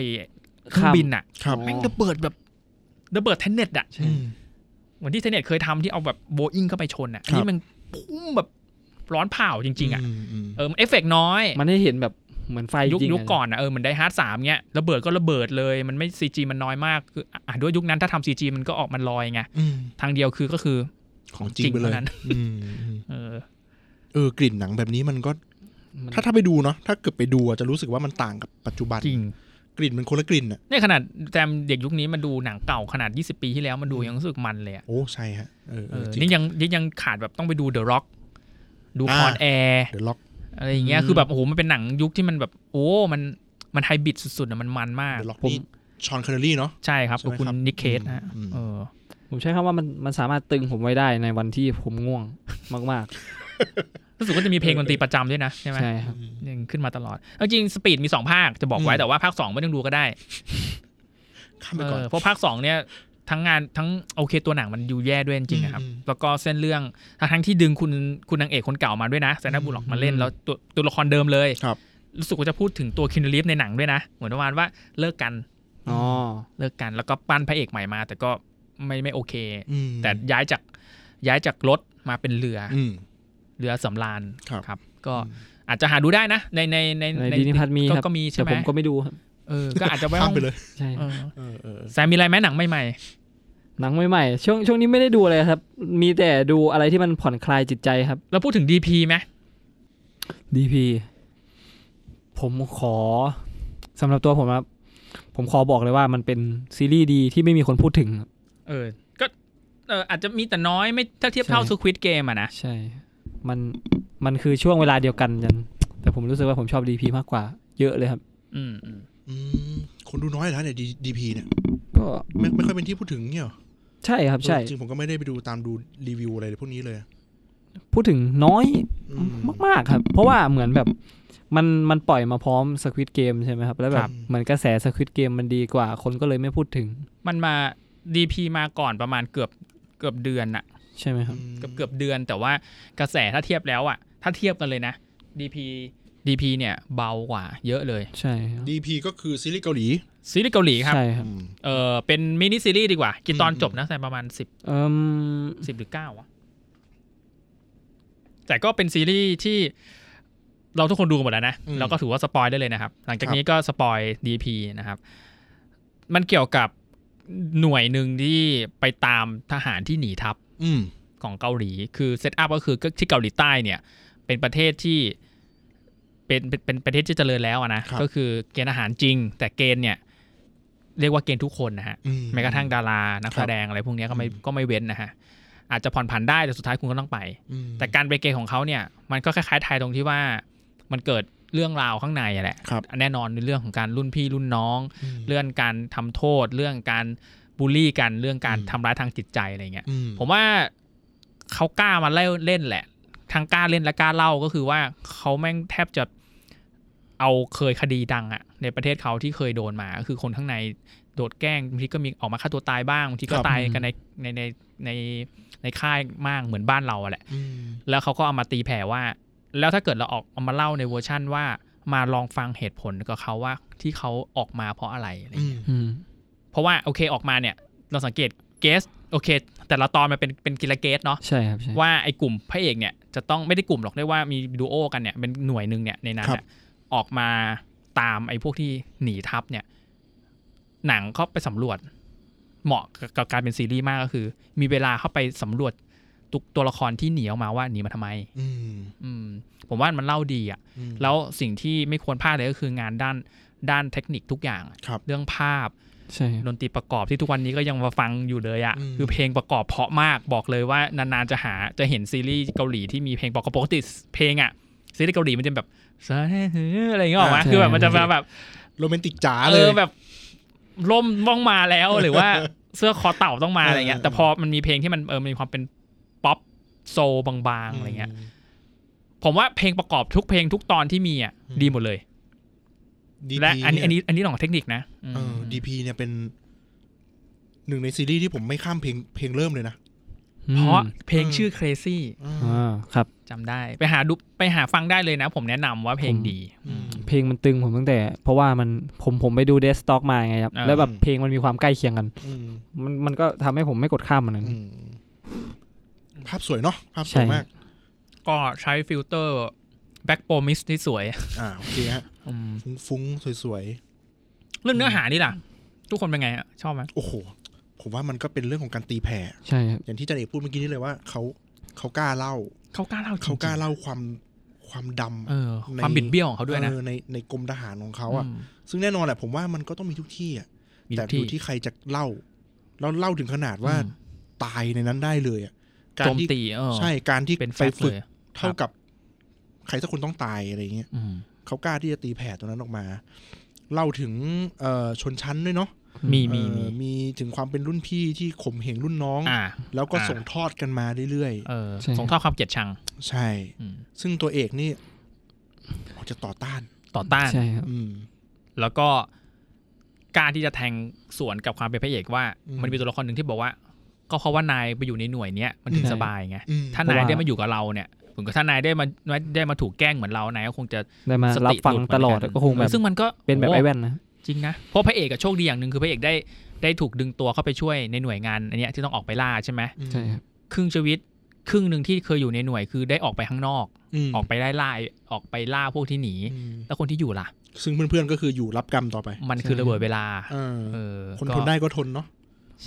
เครื่องบินอะ
ครับ
แม่งระเบิดแบบระเบิดเทนเน็ตอะ
ใช่
อืม
เหมือนที่เทนเน็ตเคยทำที่เอาแบบโบอิงเข้าไปชนอะอัน
ครั
นี้
บ
มันพุ่งแบบร้อนเผาจริง ๆอะ
มม
เออมันเอฟเฟกต์น้อย
มันได้เห็นแบบเหมือนไฟ
ยุค
จริงๆ
ยุคก่อนอะเออเหมือนได้ฮาร์ดสามเนี้ยระเบิดก็ระเบิดเลยมันไม่ซีจีมันน้อยมากคืออ่ะด้วยยุคนั้นถ้าทำซีจีมันก็ออกมันลอยไง
อืม
ทางเดียวคือก็คือ
ของจริงไปเล
จริ
ย
งเท่านั้น
อืมอืม
เออ
เออกลิ่นหนังแบบนี้มันก็
มัน
ถ้าถ้าไปดูเนาะถ้าเกิดไปดูอะจะรู้สึกว่ามันต่างกับปัจจุบัน
จริง
กลิ่นมันคนละกลิ่นอ่ะ
เนี่ยขนาดแจมเด็กยุคนี้มาดูหนังเก่าขนาด 20 ปีที่แล้วมาดูยังรู้สึกมันเลยอะ
โอ้ใช่ฮะเออเอ
เอ
อ
อ
จริง
นี่ยังนี่ยังขาดแบบต้องไปดูเดอะร็อกดูค
อ่า
อนแอร์
เดี๋ยวล็อก
อะไรอย่างเงี้ยคือแบบโอ้โหมันเป็นหนังยุคที่มันแบบ โอ้มันมันไฮบริดสุดๆนะมันมันมาก
เดี๋ยวล็อก
ผม
นี่ชอนคอนเนอรี่เนาะ
ใช่ครับ
ใช่
กับ
ไหม
คุณ
ครับ
นิกเคสนะฮะ
อืม
เออ
ผมใช้คำว่ามันมันสามารถตึงผมไว้ได้ในวันที่ผมง่วงมาก
รู้สึกว่าจะมีเพลงดนตรีประจำด้วยนะใช่ไหม
ๆใช่ครับ
ยังขึ้นมาตลอดเอาจริงสปีดมีสองภาคจะบอกไว้
อืม
แต่ว่าภาคสองไม่ต้องดูก็ได้
ข้ามไป
เอ
ก่อน
อเพราะภาคสองเนี่ยทั้งงานทั้งโอเคตัวหนังมันอยู่แย่ด้วยจริงๆอะครับ
อืมอืม
แล้วก็เส้นเรื่องทั้งทั้งที่ดึงคุณคุณนางเอกคนเก่ามาด้วยนะแซนด์บูล็อกมาเล่นแล้วตัวตัวละครเดิมเลย
ครับ
รู้สึกว่าจะพูดถึงตัวคินลีฟในหนังด้วยนะเหมือนประมาณว่าเลิกกัน
อ๋อ
เลิกกันแล้วก็ปั้นพระเอกใหม่มา แต่ก็ไม่ไม่โอเค
อืม
แต่ย้ายจากย้ายจากรถมาเป็นเรือ
อืม
เรือสำราญ
ครับ
ก็อาจจะหาดูได้นะ ในในใน
ในดีนิพัฒน์มีครับ
ก็ก็มีใช่
แต่
ไหม
ผมก็ไม่ดูครับ
เออก็อาจจะไม่
ข้า
ต้
ม
อง
ไปเลย
ใช่
เออ
เออเออเออ
แซมมีอะไรไหมหนังใหม่
หนังใหม่ๆช่วงช่วงนี้ไม่ได้ดูอะไรครับ มีแต่ดูอะไรที่มันผ่อนคลายจิตใจครับ
ๆแล้วพูดถึงดีพีไหม
DP ผมขอสำหรับตัวผมครับ ผมขอบอกเลยว่ามันเป็นซีรีส์ดีที่ไม่มีคนพูดถึงครับ
เออก็เอออาจจะมีแต่น้อยไม่ถ้าเทียบเท่าสควิตเกมอะนะ
ใช่ มันมันคือช่วงเวลาเดียวกันกันแต่ผมรู้สึกว่าผมชอบ DP มากกว่า เยอะเลยครับ
อืมอืม
อืมคนดูน้อยแล้วเนี่ยดีพีเนี่ย
ก็
ไม่ไม่ค่อยเป็นที่พูดถึงเนี่ยหรอ
ใช่ครับใช่
เออจริงผมก็ไม่ได้ไปดูตามดูรีวิวอะไรพวกนี้เลย
พูดถึงน้อย
อืม
มากๆครับ เพราะว่าเหมือนแบบมันมันปล่อยมาพร้อมสควิตเกมใช่ไหมครับ แล้วแบ
ครับ บ
เหมือนกระแสสควิตเกมมันดีกว่า คนก็เลยไม่พูดถึง
มันมาดีพีมาก่อนประมาณเกือบเกือบเดือนอะ
ใช่ไหมครับ
เกือบเกือบเดือนแต่ว่ากระแสถ้าเทียบแล้วอ่ะ ถ้าเทียบกันเลยนะ DP DP เนี่ยเบากว่าเยอะเลย
ใช่ครับ
ดีพีก็คือซีรีส์เกาหลี
ซีรีส์เกาหลีครับ
ใช่ครับ
อืม
เออเป็นมินิซีรีส์ดีกว่า กี่ตอน
อืม
จบนะแต่ประมาณ 10
เอืม
10 หรือ9อะแต่ก็เป็นซีรีส์ที่เราทุกคนดูกันหมดแล้วนะ
อืม
เราก็ถือว่าสปอยได้เลยนะครับ หลังจากนี้ก็สปอย DP นะครับ มันเกี่ยวกับหน่วยหนึ่งที่ไปตามทหารที่หนีทัพ
อืม
ของเกาหลีคือเซตอัพก็คือที่เกาหลีใต้เนี่ย เป็นประเทศที่เป็นเป็นเป็นประเทศที่เจริญแล้วอะนะครับ ก็คือเกณฑ์อาหารจริง แต่เกณฑ์เนี่ยเรียกว่าเกณฑ์ทุกคนนะฮะ
อื
แม้กระทั่งดารานัก
ครั
แส
บ
ดงอะไรพวกเนี้ยก็ไม่
อืม
ก็ไม่เว้นนะฮะอาจจะผ่อนผันได้แต่สุดท้ายคุณก็ต้องไป
อืม
แต่การไปเกณฑ์ของเขาเนี่ยมันก็คล้ายๆไทยตรงที่ว่ามันเกิดเรื่องราวข้างในอะแหละ
ครับ
แน่นอนในเรื่องของการรุ่นพี่รุ่นน้อง
อืม
เรื่องการทำโทษเรื่องการ บูลลี่กันเรื่องการ
อืม
ทำร้ายทางจิตใจอะไรเงี้ย
อืม
ผมว่าเขากล้ามาเล่นเล่นแหละ ทั้งกล้าเล่นและกล้าเล่าก็คือว่าเขาแม่งแทบจะเอาเคยคดีดังอะในประเทศเขาที่เคยโดนมาก็คือคนข้างในโดดแกล้งบางทีก็มีออกมาฆ่าตัวตายบ้างบางทีก็ตายกันในในในในในค่ายมากเหมือนบ้านเราอะแหละ
อืม
แล้วเขาก็เอามาตีแผ่ว่า แล้วถ้าเกิดเราออกเอามาเล่าในเวอร์ชั่นว่ามาลองฟังเหตุผลกับเขาว่าที่เขาออกมาเพราะอะไรอะไรอย่างเงี้ย
อืม
อืม
เพราะว่าโอเคออกมาเนี่ย เราสังเกตเกสโอเค แต่ละตอนมันเป็นเป็นกิลาเกสเนาะ
ใช่ครับใช่
ว่าไอ้กลุ่มพระเอกเนี่ยจะต้องไม่ได้กลุ่มหรอกได้ว่ามีดูโอกันเนี่ยเป็นหน่วยหนึ่งเนี่ยในนั้น
ครับ
อะออกมาตามไอ้พวกที่หนีทับเนี่ย หนังเขาไปสำรวจ เหมาะกับกับการเป็นซีรีส์มากก็คือ มีเวลาเข้าไปสำรวจตุกตัวละครที่หนีออกมาว่าหนีมาทำไม
อืม
อืม ผมว่ามันเล่าดีอะ
อืม
แล้วสิ่งที่ไม่ควรพลาดเลยก็คืองานด้านด้านเทคนิคทุกอย่าง
ครับ
เรื่องภาพ
ใช่ครับ
ดนตรีประกอบที่ทุกวันนี้ก็ยังมาฟังอยู่เลยอะ่ะ
อืม
คือเพลงประกอบเพราะมากบอกเลยว่านานๆจะหาจะเห็นซีรีส์เกาหลีที่มีเพลงประกอบปกติเพลงอะ่ะซีรีส์เกาหลีมันจะแบบอะไรอย่างเงี้ยออกมาคือแบบมันจะมาแบบ
โรแมนติกจ๋า
เอ
เลย
อแบบร่มต้องมาแล้ว หรือว่า เสื้อคอเต่าต้องมาอะไรเงี้ย
เออ
แต่พอมันมีเพลงที่มันเออมีความเป็นป๊อปโซลบางๆอะไรเงี้ย
ม
ผมว่าเพลงประกอบทุกเพลงทุกตอนที่มีอ่ะ
อืม
ดีหมดเลย
DP
และอันนี้
เย
อันนี้อันนี้หนของเทคนิคนะม
เออดีพีเนี่ยเป็นหนึ่งในซีรีส์ที่ผมไม่ข้ามเพลงเพลงเริ่มเลยนะ
เพราะ
อืม
เพลงชื่อ crazy
อ่าครับ
จำได้ ไปหาดูไปหาฟังได้เลยนะ ผมแนะนำว่าเพลงดี
อืม
เพลงมันตึงผมตั้งแต่ เพราะว่ามันผมผมไปดูเดสต็อกมาไงครับ
อ่า
แล้วแบบ
อืม
เพลงมันมีความใกล้เคียงกัน
อืม
มันมันก็ทำให้ผมไม่กดข้ามมันเลย
อืมภาพสวยเนาะภาพสวยมาก
ก็ใช้ฟิลเตอร์แบ็กโปรมิสที่สวย
อ่าโอเคฮะ
อืม
ฟุ้งๆสวย
เรื่องเนื้อหานี่ล่ะ ทุกคนเป็นไงอะชอบไหม
ๆ โอ้โห ผมว่ามันก็เป็นเรื่องของการตีแผ่
ใช่ครับ
อย่างที่จันเอกพูดเมื่อกี้นี้เลยว่าเขาเขากล้าเล่า
เขากล้าเล่าจริงๆ
เขากล้าเล่าความความดำ
เออ ความบิดเบี้ยวของเขาด้วยนะ
เออในในกรมทหารของเขา
ม
อ่ะ ซึ่งแน่นอนแหละผมว่ามันก็ต้องมีทุกที่อ่ะ
มี
แต่
ทุก
อยู่ที่ใครจะเล่า แล้วเล่าถึงขนาดว่า
อืม
ตายในนั้นได้เลยอ่ะ กา
โจ
ร
ม
ที่
ตีเออ
ใช่การที่
เป็นแฟ
ไป
กต์
ฝึ
เล
ก
ย
เท่ากับ ใครสักคนต้องตายอะไรอย่างเงี้ย
อืม
เขากล้าที่จะตีแผ่ตัวนั้นออกมา เล่าถึงเอ่อชนชั้นด้วยเนาะ
มีมี
เอ่
มี
อมีถึงความเป็นรุ่นพี่ที่ข่มเหงรุ่นน้อง
อ่า
แล้วก็
อ่า
ส่งทอดกันมาเรื่อย
เออ
ใช่
สงเท่าความเกลียดชัง
ๆ ใช่
อืม
ซึ่งตัวเอกนี่ออกจะต่อต้าน
ต่อต้าน
ใช่ครับ
อืม
แล้วก็กล้าที่จะแทงสวนกับความเป็นพระเอกว่า
อืม
มันมีตัวละครหนึ่งที่บอกว่า ก็เพราะว่านายไปอยู่ในหน่วยเนี้ยมันถึง
ใช่
สบายไง
อืม
ถ้า
เพราะ
นาย
ว่า
ได้มาอยู่กับเราเนี่ยผมก็ถ้านายได้มาได้มาถูกแกล้งเหมือนเรานายก็คงจะ
ได้มา
ส
รับ
ติ
ฟัง
หเหมืนน
ตลอดก็คงแบบ
ซึ่งมันก็
เป็นแบบ
โ
ไอ้แว่นนะ
จริงนะเพราะพระเอกอะโชคดีอย่างหนึ่งคือพระเอกได้ได้ถูกดึงตัวเข้าไปช่วยในหน่วยงานอันเนี้ยที่ต้องออกไปล่าใช่ไหม
อืม
ใช่ครับ
ครึ่งชีวิตครึ่งหนึ่งที่เคยอยู่ในหน่วยคือได้ออกไปข้างนอก
ม
ออกไปไล่ล่าออกไปล่าพวกที่หนี
อืม
แล้วคนที่อยู่ล่ะ
ซึ่งเพื่อนๆก็คืออยู่รับกรรมต่อไป
มันคือ
ใช่
ระเบิดเวลา
เออ
เออ
คน
ก็
ทนได้ก็ทนเนาะ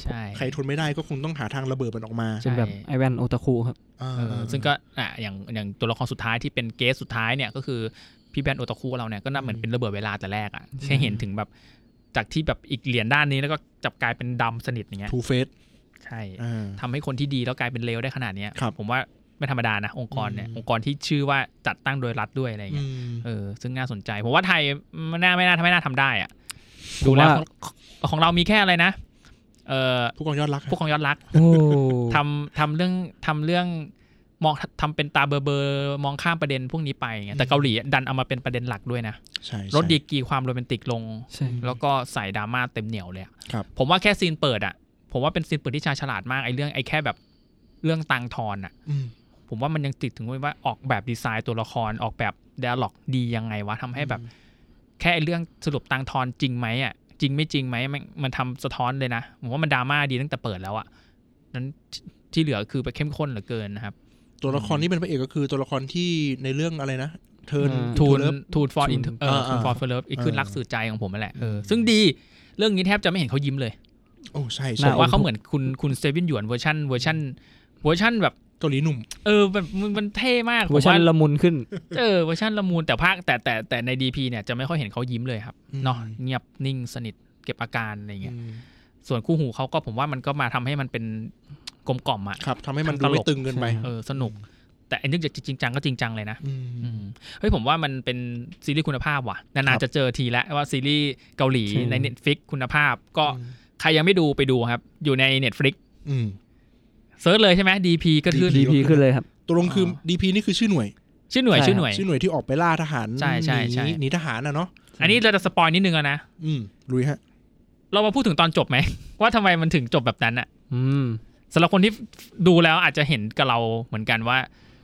ใช่
ใครทนไม่ได้ก็คงต้องหาทางระเบิดมันออกมา
ใช่
เป็นแบบไอ้แว่นโอตาคุครับ
อ่า
เออซึ่งก็อ่ะอย่างอย่างตัวละครสุดท้ายที่เป็นเกสสุดท้ายเนี่ยก็คือพี่แบนโอตาคุเราเนี่ยก็น่าเหมือนเป็นระเบิดเวลาแต่แรกอะ่ะแค่เห็นถึงแบบจากที่แบบอีกเหรียญด้านนี้แล้วก็จับกลายเป็นดำสนิทอย่างเงี้ย
ทูเฟส
ใช่
อ่า
ทำให้คนที่ดีแล้วกลายเป็นเลวได้ขนาดเนี้ย
ครับ
ผมว่าไม่ธรรมดานะ องค์กรเนี่ย
อืม
องค์กรที่ชื่อว่าจัดตั้งโดยรัฐด้วยอะไร
อื
เงี้ย
ม
เออซึ่งน่าสนใจผมว่าไทยไม่น่าไม่น่าไม่น่าทำได้อะ่ะ
ผมว่า
ดูแล้วของของเรามีแค่อะไรนะเออ
ผู้กองยอดรัก
พวกของยอดรัก
โอ้
ทำทำเรื่องทำเรื่องมองทำเป็นตาเบอร์เบอร์มองข้ามประเด็นพวกนี้ไปไงแต่เกาหลีอะดันเอามาเป็นประเด็นหลักด้วยนะ
ใช่ใช่
ลดดีกรีความโรแมนติกลง
ใช่
แล้วก็ใส่ดราม่าเต็มเหนียวเลยอะ
ครับ
ผมว่าแค่ซีนเปิดอ่ะ ผมว่าเป็นซีนเปิดที่ชาญฉลาดมากไอ้เรื่องไอ้แค่แบบเรื่องตังทอนอ่ะ
อืม
ผมว่ามันยังติดถึงว่าออกแบบดีไซน์ตัวละครออกแบบเดลล็อกดียังไงวะทำให้แบบ แค่ไอ้เรื่องสรุปตังทอนจริงไหมอ่ะจริงไม่จริงไหมมันมันทำสะท้อนเลยนะ ผมว่ามันดราม่าดีตั้งแต่เปิดแล้วอ่ะนั้นที่ที่เหลือคือไปเข้มข้นเหลือเกินนะครับ
ตัวละครที่เป็นพระเอกก็คือตัวละครที่ในเรื่องอะไรนะ เทิร์น
อ่า
ทูนทูนฟอร์
Tune
อินเออทูน
อ่า
ฟอร์เฟลอีกขึ้น
เออ
รักสื่อใจของผมนั่นแหละเออ
อืม
ซึ่งดีเรื่องนี้แทบจะไม่เห็นเขายิ้มเลย
โอ้ใช่
ห
ใช่
น้า
ว่าเขาเหมือนคุณคุณเซเว่นหยวนเวอร์ชันเวอร์ชันเวอร์ชันแบบ
เกาหลีหนุ่ม
เออแบบมันมันเท่มากผ
เวอ
ม
ร์ชัน
ว่า
ละมุนขึ้น
เออเวอร์ชันละมูลแต่ภาคแต่แต่แต่ในดีพีเนี่ยจะไม่ค่อยเห็นเขายิ้มเลยครับ
อืม
เนาะเงียบนิ่งสนิทเก็บอาการอะไรอย่างเงี้ย
อืม
ส่วนคู่หูเขาก็ผมว่ามันก็มาทำให้มันเป็นกลมกล่อมอ่ะ
ครับทำให้มัน
ทั้
ดู
งตลก
ไม่ตึงเกินไป
เออสนุก แต่ไอันนึกจะจริงจังก็จริงจังเลยนะ
อืม
อืมเฮ้ยผมว่ามันเป็นซีรีส์คุณภาพว่ะ
ครั
นา
บ
นๆจะเจอทีแล้วว่าซีรีส์เกาหลี
ใช่
ใน Netflix คุณภาพก็ ใครยังไม่ดูไปดูครับ อยู่ใน Netflix
อืม
เซิร์ชเลยใช่ไหม DP ก็ขึ้น
DP
ดีพีขึ้นเลยครับ
ตกลงคืออ
อ
DP นี่คือชื่อหน่วย
ชื่อหน่วย
ใช่
ชื่อหน่วย
ชื่อหน่วยที่ออกไปล่าทหาร
ใช่ใช่ใช่
หนีหนีทหารนะเนาะ
อันนี้เราจะสปอยนิดนึงแล้วนะ
อืมลุยฮะ
เรามาพูดถึงตอนจบไหม ว่าทำไมมันถึงจบแบบนั้นอะ
อืม
สำหรับคนที่ดูแล้วอาจจะเห็นกับเราเหมือนกันว่า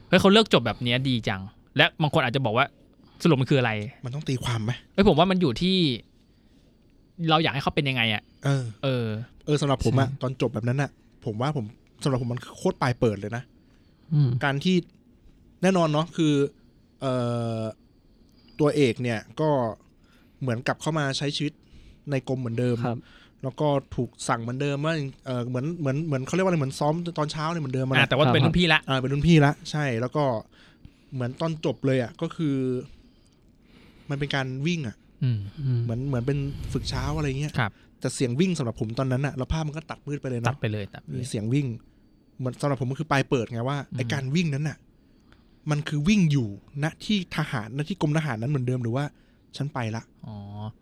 เฮ้ยเขาเลือกจบแบบเนี้ยดีจัง และบางคนอาจจะบอกว่าสรุปมันคืออะไร
มันต้องตีความไหม
เฮ้ยผมว่ามันอยู่ที่ เราอยากให้เขาเป็นยังไงอะ
เออ
เออ
เออสำหรับผมอะ
ใช่
ตอนจบแบบนั้นอะผมว่าผมสำหรับผมมันโคตรปลายเปิดเลยนะ
อืม
การที่แน่นอนเนาะคือเอ่อตัวเอกเนี่ยก็เหมือนกลับเข้ามาใช้ชีวิตในกรมเหมือนเดิม
ครับ
แล้วก็ถูกสั่งเหมือนเดิมว่าเออเหมือนเหมือนเหมือนเขาเรียกว่าอะไรเหมือนซ้อมตอนเช้าเนี่ยเหมือนเดิมอะ
อ่ะ
นะ
แต่ว่าเป็นรุ่นพี่ละ
อ่าเป็นรุ่นพี่ละใช่แล้วก็เหมือนตอนจบเลยอะก็คือ มันเป็นการวิ่งอะ
อืม
อืม
เหมือนเหมือนเป็นฝึกเช้าอะไรเงี้ย
ครับ
แต่เสียงวิ่งสำหรับผมตอนนั้นอะแล้วภาพมันก็ตัดมืดไปเลย
ตัด
เนาะ
ไปเลยตัดไปเล
มี
ย
เสียงวิ่ง เหมือนสำหรับผมมันคือปลายเปิดไงว่าไอ
อืม
การวิ่งนั้นน่ะ มันคือวิ่งอยู่ณที่ทหารณที่กรมทหารนั้นเหมือนเดิมหรือว่าฉันไปละ
อ๋อ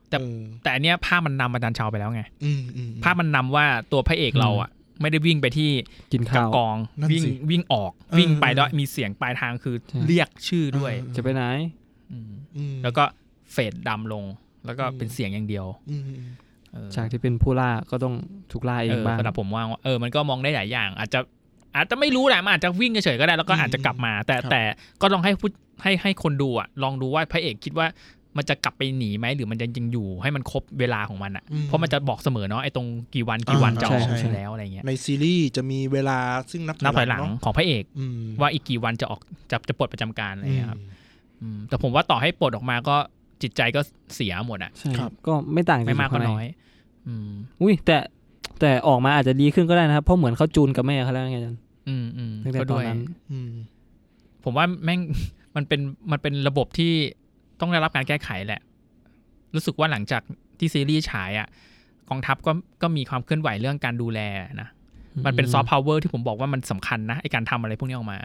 แต่
เออ
แต่อันเนี้ยภาพมันนำอาจารย์ชาวไปแล้วไง
อืมอืมอืม
ภาพมันนำว่าตัวพระเอกเราอ่ะ ไม่ได้วิ่งไปที่
กิน
กระ
ข้าว
กอง
นั่นสิ
วิ่งวิ่งออก
เออ
วิ่งไป
เออ
แล้วมีเสียงปลายทางคือ
ใช่
เรียกชื่อด้วย
เออ
จะไปไหน
ม
อืม
แล้วก็เฟดดำลง แล้วก็
อืม
เป็นเสียงอย่างเดียว
อืมอืม
เออ
จากที่เป็นผู้ล่าก็ต้องถูกล่าเอ
เอง อ
บ้าง
สำหรับผมว่าเออมันก็มองได้หลายอย่าง อาจจะอาจจะไม่รู้แหละมันอาจจะวิ่งเฉยๆก็ได้แล้วก็อาจจะกลับมา แต่แต่ก็ลองให้ผู้ให้ให้คนดูอ่ะลองดูว่าพระเอกคิดว่ามันจะกลับไปหนีไหมหรือมันจะยังอยู่ให้มันครบเวลาของมันอ่ะ
อื
เพราะมันจะบอกเสมอเนาะไอ้ตรงกี่วันกี่วัน
อ่า
จะออก
ใช่ใช่
แล้วอะไรเงี้ย
ในซีรีส์จะมีเวลาซึ่งนับ
นับถอยหลัง
เนาะ
ของพระเอก
อืม
ว่าอีกกี่วันจะออกจะจะปลดประจำการอะไรเงี้ยครับ
อืม
อืมแต่ผมว่าต่อให้ปลดออกมาก็จิตใจก็เสียหมดอ่ะ
ใช่
ครับ
ก็ไม่ต่าง
ไม่มาก
จ
ก็
ใ
น้อย อืม
อุ้ยแต่แต่ออกมาอาจจะดีขึ้นก็ได้นะครับ เพราะเหมือนเขาจูนกับแม่เขาแล้วไงอาจารย์
อืมอืม
ตั้งแต่
ก็
ตอ
ด้
น
วย
นั้น
อืม
ผมว่าแม่ง มันเป็นมันเป็นระบบที่ต้องได้รับการแก้ไขแหละ รู้สึกว่าหลังจากที่ซีรีส์ฉายอ่ะกองทัพก็ก็มีความเคลื่อนไหวเรื่องการดูแลนะมันเป็นซอฟต์พาวเวอร์ที่ผมบอกว่ามันสำคัญนะไอการทำอะไรพวกนี้ออกมา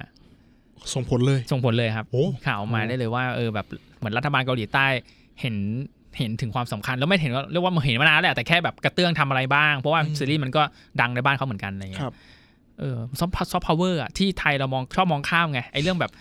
ส่งผลเลย
ส่งผลเลยครับ
โอ้
ข่าวออกมา
โอ้
ได้เลยว่าเออแบบเหมือนรัฐบาลเกาหลีใต้เห็นเห็นถึงความสำคัญแล้วไม่เห็นว่าเรียกว่าเห็นมานานแหละแต่แค่แบบกระเตื้องทำอะไรบ้าง เพราะว่าซีรีส์มันก็ดังในบ้านเขาเหมือนกันอะไร
ค
เงี้
รับ
ยเออซอฟต์ซอฟต์พาวเวอร์อ่ะที่ไทยเรามองชอบมองข้ามไงไอ้เรื่องแบบ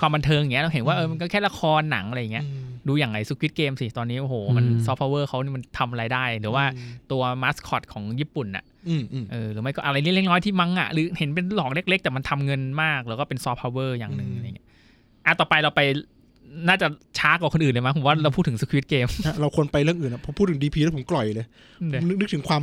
ความบันเทิงอย่างเงี้ยเราเห็นว่าเออ
อืม
มันก็แค่ละครหนังอะไรเงี้ย
อืม
ดูอย่างไอ้สควิตเกมสิตอนนี้โอ้โหมัน
อืม
ซอฟต์พาวเวอร์เขานี่มันทำอะไรได้ หรือว่าตัวมาสคอตของญี่ปุ่นอ่ะ
อืมอืม
เออหรือไม่ก็อะไรเล็กๆน้อยๆที่มังอ่ะหรือเห็นเป็นหลอกเล็ก ๆ แต่มันทำเงินมากแล้วก็เป็นซอฟต์พาวเวอร์อย่างหนึ่ง
อืม
อะไรเงี้ยอ่ะต่อไปเราไปน่าจะช้ากว่าคนอื่นเลยมั้งผมว่าเราพูดถึงสควิตเกม
นะเราควรไปเรื่องอื่นอะพอพูดถึงดีพีแล้วผมกล่อยเลยผมนึกนึกถึงความ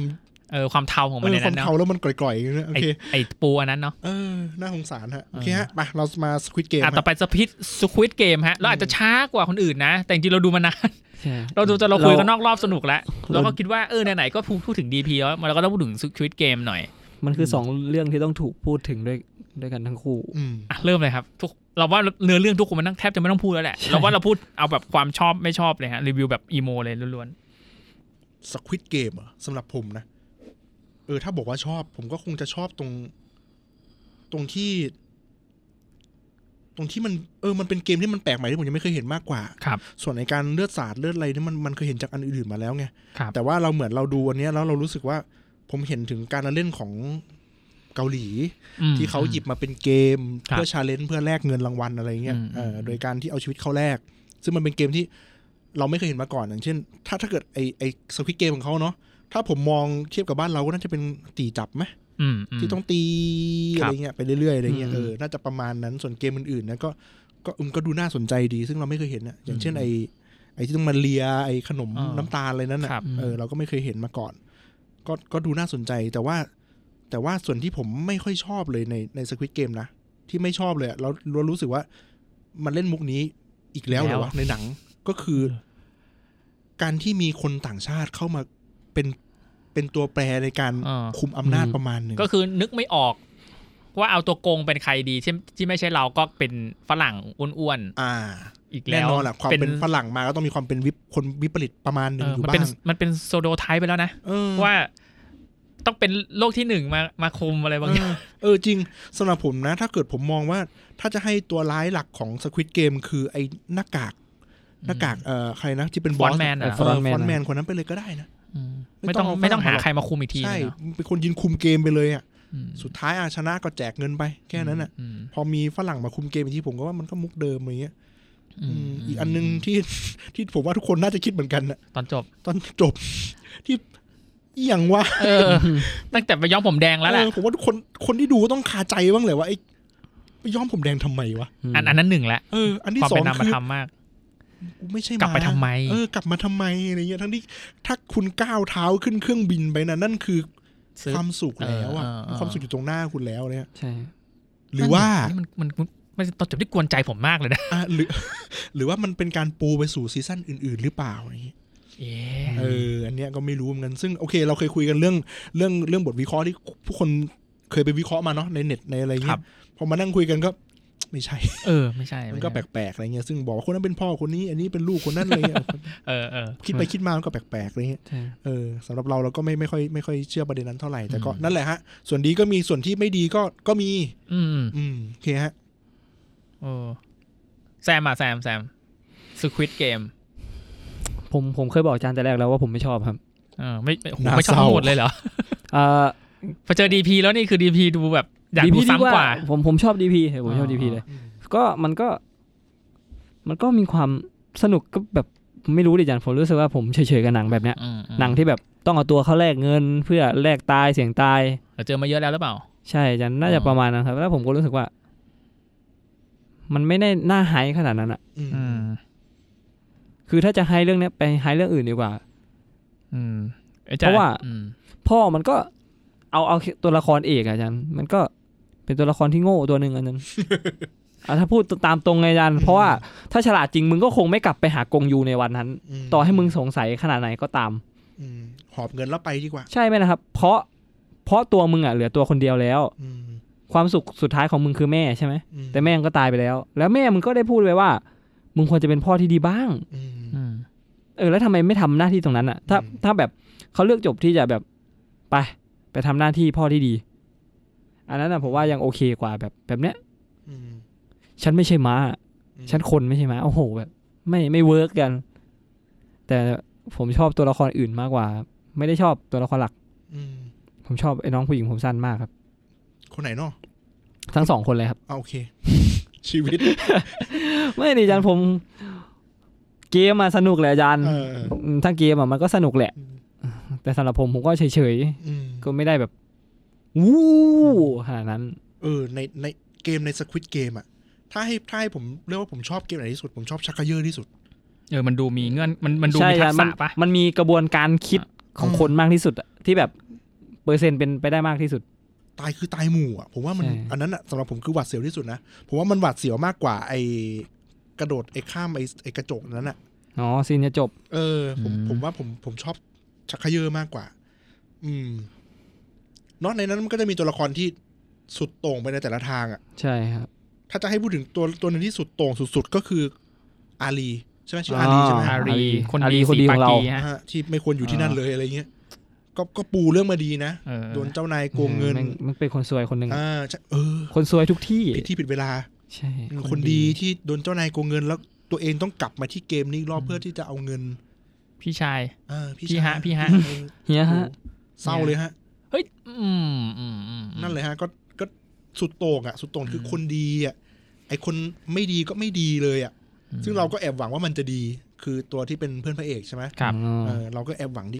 เออความเทาของ
เอ
มันใน
อค
นั้น
วาม
เนาะ
เทาแล้วมันกร่อยๆอย่างเงี้ยโอ
ไอ
เค
ไอปูอันนั้นเนาะ
เออ น่าสงสารฮะ โอเค
เออ
ฮะมาเรามาสควิตเกม
อ่ะต่อไปสพิตสควิตเกมฮะเราอาจจะช้ากว่าคนอื่นนะ แต่จริงๆเราดูมานาน
ใช่
เราดูจนเราคุยกันน
เรา
อกรอบสนุกแล้วเราก็คิดว่าเออไหนๆก็พูดพูดถึงดีพีแล้วเราก็ต้องพูดถึงสควิตเกมหน่อย
มันคือสองเรื่องที่ต้องถูกพูดถึงด้วยด้วยกันทั้งคู่
อืม
อ่ะเริ่มเลยครับทุกเราว่าเนื้อเรื่องทุกคนมันนั่งแทบจะไม่ต้องพูดแล้วแหละเราว่าเราพูดเอาแบบความชอบไม่ชอบเลยฮะรีวิวแบบอีโมเลยล้วน
สควิตเกมเหรอสำหรับผมนะ เออ ถ้าบอกว่าชอบ ผมก็คงจะชอบตรง ตรงที่ ตรงที่มัน เออ มันเป็นเกมที่มันแปลกใหม่ที่ผมยังไม่เคยเห็นมากกว่า
ๆครับ
ส่วนในการเลือดสาดเลือดอะไรเนี่ยมันมันเคยเห็นจากอันอื่นๆมาแล้วไง
ครับ
แต่ว่าเราเหมือนเราดูวันเนี้ยแล้วเรารู้สึกว่า ผมเห็นถึงการละเล่นของเกาหลี
อืม
ที่เขาหยิบมาเป็นเกม
ครับ
เพื่อชาเลนจ์เพื่อแลกเงินรางวัลอะไรเงี้ย
อืม
เอ่ออ
ม
โดยการที่เอาชีวิตเข้าแลกซึ่งมันเป็นเกมที่เราไม่เคยเห็นมาก่อนอย่างเช่น ถ้าถ้าเกิดไอไอสควิตเกมของเขาเนาะถ้าผมมองเทียบกับบ้านเราก็น่าจะเป็นตีจับไหม
อืมม
ที่ต้องตี
ค
อะ
รับ
ไรเงี้ยไปเรื่อยๆอะไรเงี้ย
อืม
เออน่าจะประมาณนั้นส่วนเกมอื่นๆนะก็ก็อืมก็ดูน่าสนใจดี ซึ่งเราไม่เคยเห็นอะอย่างเช่นไอไอที่ต้องมาเลียไอขนม
อ่า
น้ำตาลอะไรนั่นอะ
ครับ
เออเราก็ไม่เคยเห็นมาก่อน ก็ก็ดูน่าสนใจแต่ว่า แต่ว่าส่วนที่ผมไม่ค่อยชอบเลยในในสควิตเกมนะ ที่ไม่ชอบเลยอะเราเรารู้สึกว่า มันเล่นมุกนี้อีกแล้วเหร
แล้
อ
ว
วะในหนังก็คือ การที่มีคนต่างชาติเข้ามาเป็นเป็นตัวแปรในการ
เออ
คุมอำนาจ
อืม
ประมาณหนึ่ง
ก็คือนึกไม่ออกว่าเอาตัวโกงเป็นใครดีที่ที่ไม่ใช่เราก็เป็นฝรั่งอ้วน
อ่า
ๆอีกแล้
แน่
วน
อนแหละความเป็นฝรั่งมาก็ต้องมีความเป็นวิปคนวิปริตประมาณหนึ่
เอง อ
อยู่
มัน
บ้า
เป็น
ง
มันเป็นโซโดไทป์ไปแล้วนะ
เออ
ว่าต้องเป็นโลกที่หนึ่งมามาคุมอะไรบางอย่าง
เออจริงสำหรับผมนะ ถ้าเกิดผมมองว่าถ้าจะให้ตัวร้ายหลักของสควิตเกมคือไอ้หน้ากาก หน้ากากเอ่อใครนะ ที่เป็นบอส
Frontman อะ
ฟอน
Frontman
แมน
อะ
คนนั้นไปเลยก็ได้นะ
อืม
ไม่
ไม่
ต้
ต้
อ
องง
เอา
ไม่ต้อง
ฝรั่
หาง
มาหรอก
ใครมาคุมอีกที
ใช่
เลยเนอะ
เป็นคนยืนคุมเกมไปเลยอ่ะ
อืม
สุดท้ายอาชนะก็แจกเงินไปแค่นั้นอ่ะ
อืม
พอมีฝรั่งมาคุมเกมอีกทีผมก็ว่ามันก็มุกเดิมอะไรเงี้ย
อืม
อืมอีกอันนึงที่ ที่ผมว่าทุกคนน่าจะคิดเหมือนกันนะ
ตอนจบ
ตอนจบ ที่อหย่างว่า
เออ ตั้งแต่ไปย้อมผมแดงแล้วแหละ
ผมว่าทุกคนคนที่ดูต้องคาใจบ้างแหละว่าไอ้ไปย้อมผมแดงทำไมวะ
อันอันนั้นหนึ่งละ
เอออันที่
ความ
สอ
เป็
ง
นนาม
คือ
ธรรมมาก
กูไม่ใช่
กลับไป
ม้า
ทำไม
เออกลับมาทำไมอะไรเงี้ยทั้งที่ถ้าคุณก้าวเท้าขึ้นเครื่องบินไปนะนั่นคือ
ซื้อ
ความสุขแล้วอ่ะ
เออเออเออ
ความสุขอยู่ตรงหน้าคุณแล้วเนี่ย
ใช่
หรือว่า
นี่มันมันมันมันตอนจบที่กวนใจผมมากเลยนะ
อ่ะหรือ หรือว่ามันเป็นการปูไปสู่ซีซั่นอื่น ๆ หรือเปล่าอะไรเงี้ย
เย้
เออ อันเนี้ยก็ไม่รู้เหมือนกันซึ่งโอเค เราเคยคุยกันเรื่องเรื่องเรื่องบทวิเคราะห์ที่ผู้คนเคยไปวิเคราะห์มาเนาะในเน็ตในอะไร
ครั
เงี้
บ
ยพอมานั่งคุยกันก็ ไม่ใช่
เออ ไม่ใช่
มัน
ไใช่
ก็แปลกๆอะไรเงี้ยซึ่งบอกว่าคนนั้นเป็นพ่อคนนี้ อันนี้เป็นลูกคนนั้นอะไรเงี้ย
เออเออ
คิดไปคิดมามันก็แปลกๆอะไรเงี้ย
ใช่
เออสำหรับเราเราก็ไม่ไม่ค่อยไม่ค่อยเชื่อประเด็นนั้นเท่าไหร่แต่ก็นั่นแหละฮะ ส่วนดีก็มีส่วนที่ไม่ดีก็ก็มี
อืม
อืมโอเคฮะ
โอ้แซมอ่ะแซมแซมสควิตเกม
ผมผมเคยบอกอาจารย์แต่แรกแล้วว่าผมไม่ชอบครับ
เออไม่ไม่โอ้โห
น่า
ไม่ชอบ
เศร้า
ทั้งหมดเลยเหรอ
เอ่อ
พอเจอดีพีแล้วนี่คือดีพีดูแบบ อยากดู
DP
ซ้ำกว่า
ผมผมชอบดีพีผมชอบ
อ๋อ
ดีพีเลย ก็มันก็ มันก็มีความสนุกก็แบบไม่รู้ดิอาจารย์ผมรู้สึกว่าผมเฉยๆกับหนังแบบเนี้ย
อืมอืม
หนังที่แบบต้องเอาตัวเข้าแลกเงิน เพื่อแลกตายเสี่ยงตาย
เราเจอมาเยอะแล้วหรือเปล่า
ใช่อาจารย์น่าจะ
อ๋อ
ประมาณนั้นครับแล้วผมก็รู้สึกว่า มันไม่ได้น่าไฮขนาดนั้นอะ
อืม
อืม
คือถ้าจะไฮเรื่องเนี้ยไปไฮเรื่องอื่นดีกว่า
อืม
เพราะว่า
อืม
พ่อมันก็เอาเอาตัวละครเอกอะอาจารย์ มันก็เป็นตัวละครที่โง่ตัวหนึ่งอั นนั้น อ่ะถ้าพูดตามตรงไงอาจารย์เพราะว่าถ้าฉลาดจริงมึงก็คงไม่กลับไปหากงยูในวันนั้น ต่อให้มึงสงสัยขนาดไหนก็ตาม
อืมหอบเงินแล้วไปดีกว่า
ใช่ไหมนะครับ เพราะเพราะตัวมึงอะเหลือตัวคนเดียวแล้ว
อืม
ความสุขสุดท้ายของมึงคือแม่ใช่ไหม
อื
แต่แม่มึงก็ตายไปแล้ว แล้วแม่มึงก็ได้พูดไว้ว่า มึงควรจะเป็นพ่อที่ดีบ้าง
อืม
อืม
เออแล้วทำไมไม่ทำหน้าที่ตรงนั้นอ่ะ ถ้า
อืม
ถ้าแบบเขาเลือกจบที่จะแบบไป ไปทำหน้าที่พ่อที่ดี อันนั้นนะผมว่ายังโอเคกว่าแบบแบบเนี้ย
อืม
ฉันไม่ใช่ม้า
อืม
ฉันคนไม่ใช่ม้าโอ้โหแบบ ไม่ไม่เวิร์กกัน แต่ผมชอบตัวละครอื่นมากกว่า ไม่ได้ชอบตัวละครหลัก
อืม
ผมชอบไอ้น้องผู้หญิงผมสั้นมากครับ
คนไหนเนาะ
ทั้งสองคนเลยครับ
อ่ะโอ เค ชีวิต
ไม่ดิอาจารย์ผม เกมมาสนุกแหละอาจารย์
เออ
อืมทั้งเกมอะมันก็สนุกแหละ แต่สำหรับผมผมก็เฉยๆ
อืม
ก็ไม่ได้แบบวู้ขนาดนั้น
เออ ในในเกมในสควิตเกมอะถ้าให้ถ้าให้ผมเรียกว่าผมชอบเกมไหนที่สุด ผมชอบชักกะเยอร์ที่สุด
เออ มันดูมีเงื่อน มัน มันดู
ใช่
มีทัก
มั
ษะ
น
ปะ
มันมีกระบวนการคิดของ
อืม
คนมากที่สุดอะที่แบบเปอร์เซ็นต์เป็นไปได้มากที่สุด
ตายคือตายหมู่อ่ะผมว่ามัน
ใช่
อันนั้นอ่ะสำหรับผมคือหวัดเสียวที่สุดนะ ผมว่ามันหวัดเสียวมากกว่าไอ้กระโดดไอ้ข้ามไอ้ไอ้กระจกนั้นอ่ะ
อ๋อซีนจะจบ
เออผม
อืม
ผมว่าผมผมชอบชักเขยอมากกว่า อืมเนอกในนั้นมันก็จะมีตัวละครที่สุดโต่งไปในแต่ละทางอ่ะ
ใช่ครับ
ถ้าจะให้พูดถึงตัวตัวหนึ่งที่สุดโต่งสุดๆก็คืออาลีใช่ไหมชื่ออาลีใช่ไหม
อ่
อา
ฮะ
รีคน
อารี
ดี
คนดี
สี
ข
ปา
องเรา
กีฮะ
ฮะที่ไม่ควรอยู่ที่นั่นเลยอะไรเงี้ยก็ก็ปูเรื่องมาดีนะ
เออ
โดนเจ้านายโกงเงิน
แม่มันเป็นคนสวยคนหนึ่ง
อ่าใช่เออ
คนสวยทุกที่
ผิดที่ผิดเวลา
ใช่
คนดีที่โดนเจ้านายโกงเงินแล้วตัวเองต้องกลับมาที่เกมนี้อีกรอบเพื่อที่จะเอาเงิน
พี่ชาย
อ่า
พี่ฮะ
ชาย
พี่ฮะ
เออ
เฮียฮะ
เศร้าเลยฮะ
เฮ้ย อืมอืมอืม
นั่นเลยฮะ ก็ก็สุดโต่งอ่ะ สุดโต่งคือคนดีอ่ะไอคนไม่ดีก็ไม่ดีเลยอ่ะ
อืม
ซึ่งเราก็แอบหวังว่ามันจะดี คือตัวที่เป็นเพื่อนพระเอกใช่ไหม
ครับ
เออเราก็แอบหวังดิ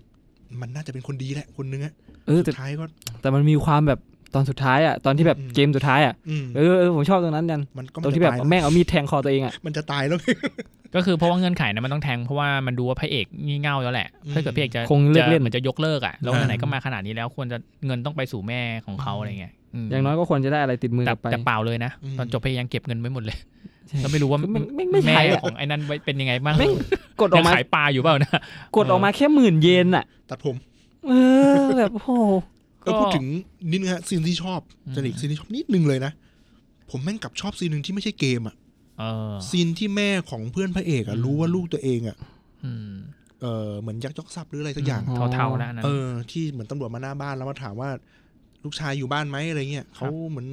มันน่าจะเป็นคนดีแหละคนนึงอ่ะ
เออ
สุ
แต่
ดท้ายก็
แต่มันมีความแบบตอนสุดท้ายอ่ะตอนที่แบบ
อืม
เกมสุดท้ายอ่ะ
อืม
เออเออผมชอบตรงนั้นยัน
มันก็
ตร
มั
ง
น
ที่
จะ
แบบ
ตาย
แม่งเอามีดแทงคอตัวเองอ่ะ
มันจะตายแล้ว
ก็คือเพราะว่าเงื่อนไขนะมันต้องแทง เพราะว่ามันดูว่าพระเอกงี่เง่าแล้วแหละ
อืม
ถ้าเกิดพระเอกจะ
คงเลิกเล่น
จะมันจะยกเลิกอ่ะ แล้ว
อ่า
ไหนๆก็มาขนาดนี้แล้วควรจะเงินต้องไปสู่แม่ของเขาอะไรเงี้ยม
อย่างน้อยก็ควรจะได้อะไรติดมือก
แต่
ลับไป
แต่เปล่าเลยนะ
อืม
ตอนจบพยายามเก็บเงินไว้หมดเลย
ใช่
แล้วไม่รู้ว่า
คือมันไม่งไม่
แม่
ใช่อ่ะ
ของไอ้นั่นไว้เป็นยังไงบ้าง
แม่งกดออ
ยั
ก
ง
มา
ขายปลาอยู่เปล่านะ
กดออกมาแค่หมื่นเยนอ่ะ
ตัดผม
เออแบบโอ้โห
เออพูดถึงนิดนึงฮะซีนที่ชอบ
อืม
จะหลีกซีนที่ชอบนิดนึงเลยนะผมแม่งกลับชอบซีนหนึ่งที่ไม่ใช่เกมอ่ะ
เออ
ซีนที่แม่ของเพื่อนพระเอกอะ
อืม
รู้ว่าลูกตัวเองอะ
อืม
เออเหมือนยักยอกทรัพย์หรืออะไรสักอย่าง
อ๋อ
เทาๆนะอันนั้น
เออ ที่เหมือนตำรวจมาหน้าบ้านแล้วมาถามว่า ลูกชายอยู่บ้านไหมอะไรเงี้ยเขาเหมือน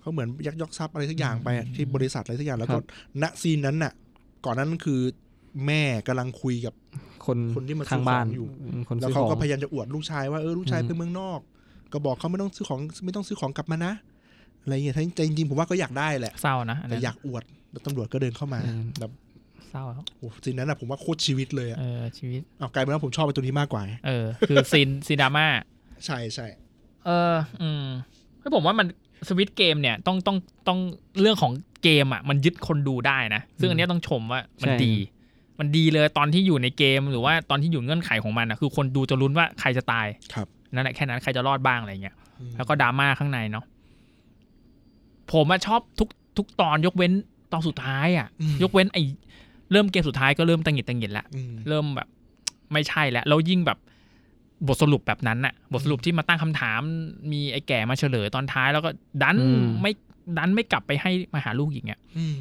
เขาเหมือนยักยอกทรัพย์อะไรสักอย่างไปอะ
อืม
ที่บริษัทอะไรสักอย่างแล้วก็ณซีนนั้นน่ะ ก่อนนั้นคือ แม่กำลังคุยกับ
คน
คนที่มาซื้อ
ข้างบ้าน
ของอยู่
มคน
แล้
ซื้
ว
อ
เขา
ของ
ก็พยายามจะอวดลูกชายว่าเออลูกชาย
อืม
ไปเมืองนอก ก็บอกเขาไม่ต้องซื้อของไม่ต้องซื้อของกลับมานะอะไรอย่างเงี้ยทั้งใจจริงๆผมว่าก็อยากได้แหละ
เศร้านะอัน
แต่
นั้น
อยากอวดแล้วตำรวจก็เดินเข้ามา
อืม
แบบ
เศร้าแล้ว
โอ้ซีนนั้นอะผมว่าโคตรชีวิตเลยอะ
เออชีวิต
เอากลายเป็นว่าผมชอบไอ้ตัวนี้มากกว่า
เออ คือซีน ซีนดราม่า
ใช่ใช่
เออ อืมคือผมว่ามันสวิตเกมเนี่ยต้องต้องต้องเรื่องของเกมอ่ะมันยึดคนดูได้นะ ซึ่งอันเนี้ยต้องชมว่ามัน
ใช่
ดี มันดีเลยตอนที่อยู่ในเกมหรือว่าตอนที่อยู่เงื่อนไขของมันอ่ะคือคนดูจะลุ้นว่าใครจะตาย
ครับ
นั่นแหละแค่นั้นใครจะรอดบ้างอะไรเงี้ย
อืม
แล้วก็ดราม่าข้างในเนาะผมอะชอบทุกทุกตอนยกเว้นตอนสุดท้ายอ่ะ
อืม
ยกเว้นไอ้เริ่มเกมสุดท้ายก็เริ่มตังหงิดตังหงิดละ
อืม
เริ่มแบบ ไม่ใช่แล้วแล้วยิ่งแบบบทสรุปแบบนั้นน่ะ บทสรุปที่มาตั้งคำถาม มีไอ้แก่มาเฉลยตอนท้าย แล้วก็ดัน
อืม
ไม่ดันไม่กลับไปให้มาหาลูกอีกเนี่ย
อืม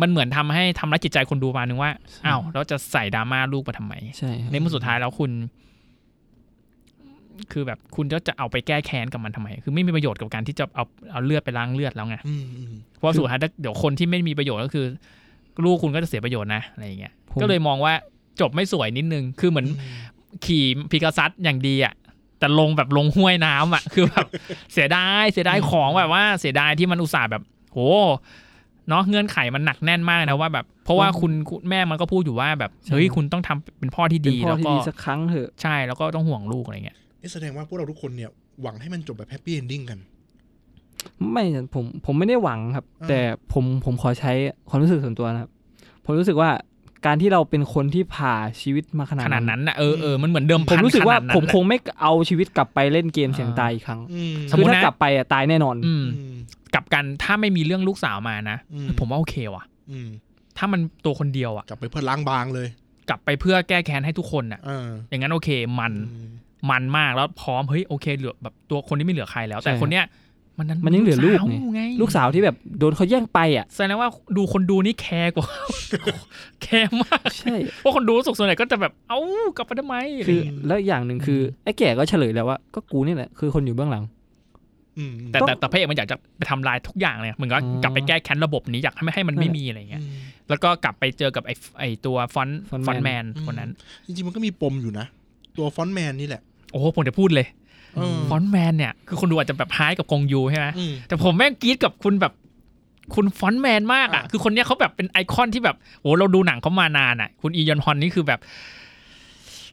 มันเหมือนทำให้ทำร้ายจิตใจคนดูมานึงว่าอ้าวแล้วจะใส่ดราม่าลูกมาทำไม
ใช่ครับ
ในเมื่อสุดท้ายแล้วคุณ คือแบบคุณก็จะเอาไปแก้แค้นกับมันทำไม คือไม่มีประโยชน์กับการที่จะเอาเอาเลือดไปล้างเลือดแล้วไง
อืมอืม
เพราะสุดท้ายถ้าเดี๋ยวคนที่ไม่มีประโยชน์ก็คือ ลูกคุณก็จะเสียประโยชน์นะอะไรอย่างเงี้ย
ผม
ก็เลยมองว่าจบไม่สวยนิดนึง คือเหมือนขี่พิกาซัสอย่างดีอ่ะ แต่ลงแบบลงห้วยน้ำอ่ะ คือแบบ เสียดายเสียดายของแบบว่าเสียดายที่มันอุตส่าห์แบบ โห เนาะเงื่อนไขมันหนักแน่นมากนะว่าแบบ เพราะว่าคุณคุณแม่มันก็พูดอยู่ว่าแบบ
ใช่
เฮ้ยคุณต้องทำเป็นพ่อที่
เป็น
ดี
พ่อ
แล้ว
ที่
ก็
ดีสักครั้งเถอะ
ใช่แล้วก็ต้องห่วงลูกอะไรเงี้ย
นี่แสดงว่าพวกเราทุกคนเนี่ยหวังให้มันจบแบบแฮปปี้เอนดิ้งกัน
ไม่ผมผมไม่ได้หวังครับ
อ่า
แต่ผมผมขอใช้ความรู้สึกส่วนตัวนะครับ ผมรู้สึกว่าการที่เราเป็นคนที่ผ่าชีวิตมาขนาด
ขนาด
นั้น
นั้นน่ะเออเออมันเหมือนเดิม
ผ
พั
ม
น
รู้สึกว่า
ขนดนั้น
ผม
น่ะ
คงไม่เอาชีวิตกลับไปเล่นเกมเสียง
อ่า
ตายอีกครั้ง
อืม
สม
คื
มุ
อ
ตินะ
ถ้ากลับไปอะตายแน่นอน
อืม
อืม
กลับกันถ้าไม่มีเรื่องลูกสาวมานะ
อืม
ผมว่าโอเคว่ะ
อืม
ถ้ามันตัวคนเดียวอ่ะ
กลับไปเพื่อล้างบางเลย
กลับไปเพื่อแก้แค้นให้ทุกคนน่ะ
อ่า
อย่างนั้นโอเคมัน
อืม
มันมากแล้วพร้อมเฮ้ยโอเคเหลือแบบตัวคนที่ไม่เหลือใครแล้ว แต่
ใช่
คนเนี้ยมันนั้น
มันยังเหลือลูก
สาว
ไง
ไง
ลูกสาวที่แบบโดนเขาแย่งไปอ่ะ
แสดงว่าดูคนดูนี่แคร์กว่า แคร์มาก
ใช่
เพราะคนดูรู้สุกส่วนใหญ่ก็จะแบบเอ้ากลับไปทำไมะไร
คือ
เงี้ย
แล้วอย่างหนึ่งคือ
อืม
ไอ้แก่ก็เฉลยแล้วว่าก็กูนี่แหละคือคนอยู่เบื้องหลัง
อืม
แต่แต่แต่พระเอกมันอยากจะไปทำลายทุกอย่างเลยเหมือนก็
อ๋อก
ลับไปแก้แค้นระบบนี้อยากให้ไม่ให้มัน
นั่นแหละ
ไม่มีอะไรเงี้ย
อืม
แล้วก็กลับไปเจอกับไอ้ไอ้ตัวฟอนต์ฟอนต์แมนคนนั้น
จริงๆมันก็มีปมอยู่นะ ตัวฟอนต์แมนนี่แหละ
โอ้โหผมจะพูดเลย
เออ
ฟอนต์แมนเนี่ย คือคนดูอาจจะแบบฮายกับกงยูใช่ไหม
อืม
แต่ผมแม่งกรี๊ดกับคุณแบบ คุณฟอนต์แมนมากอ่ะ
อ่ะ
คือคนเนี้ยเขาแบบเป็นไอคอนที่แบบโอ้เราดูหนังเขามานานอ่ะ คุณอียอนฮอนนี่คือแบบ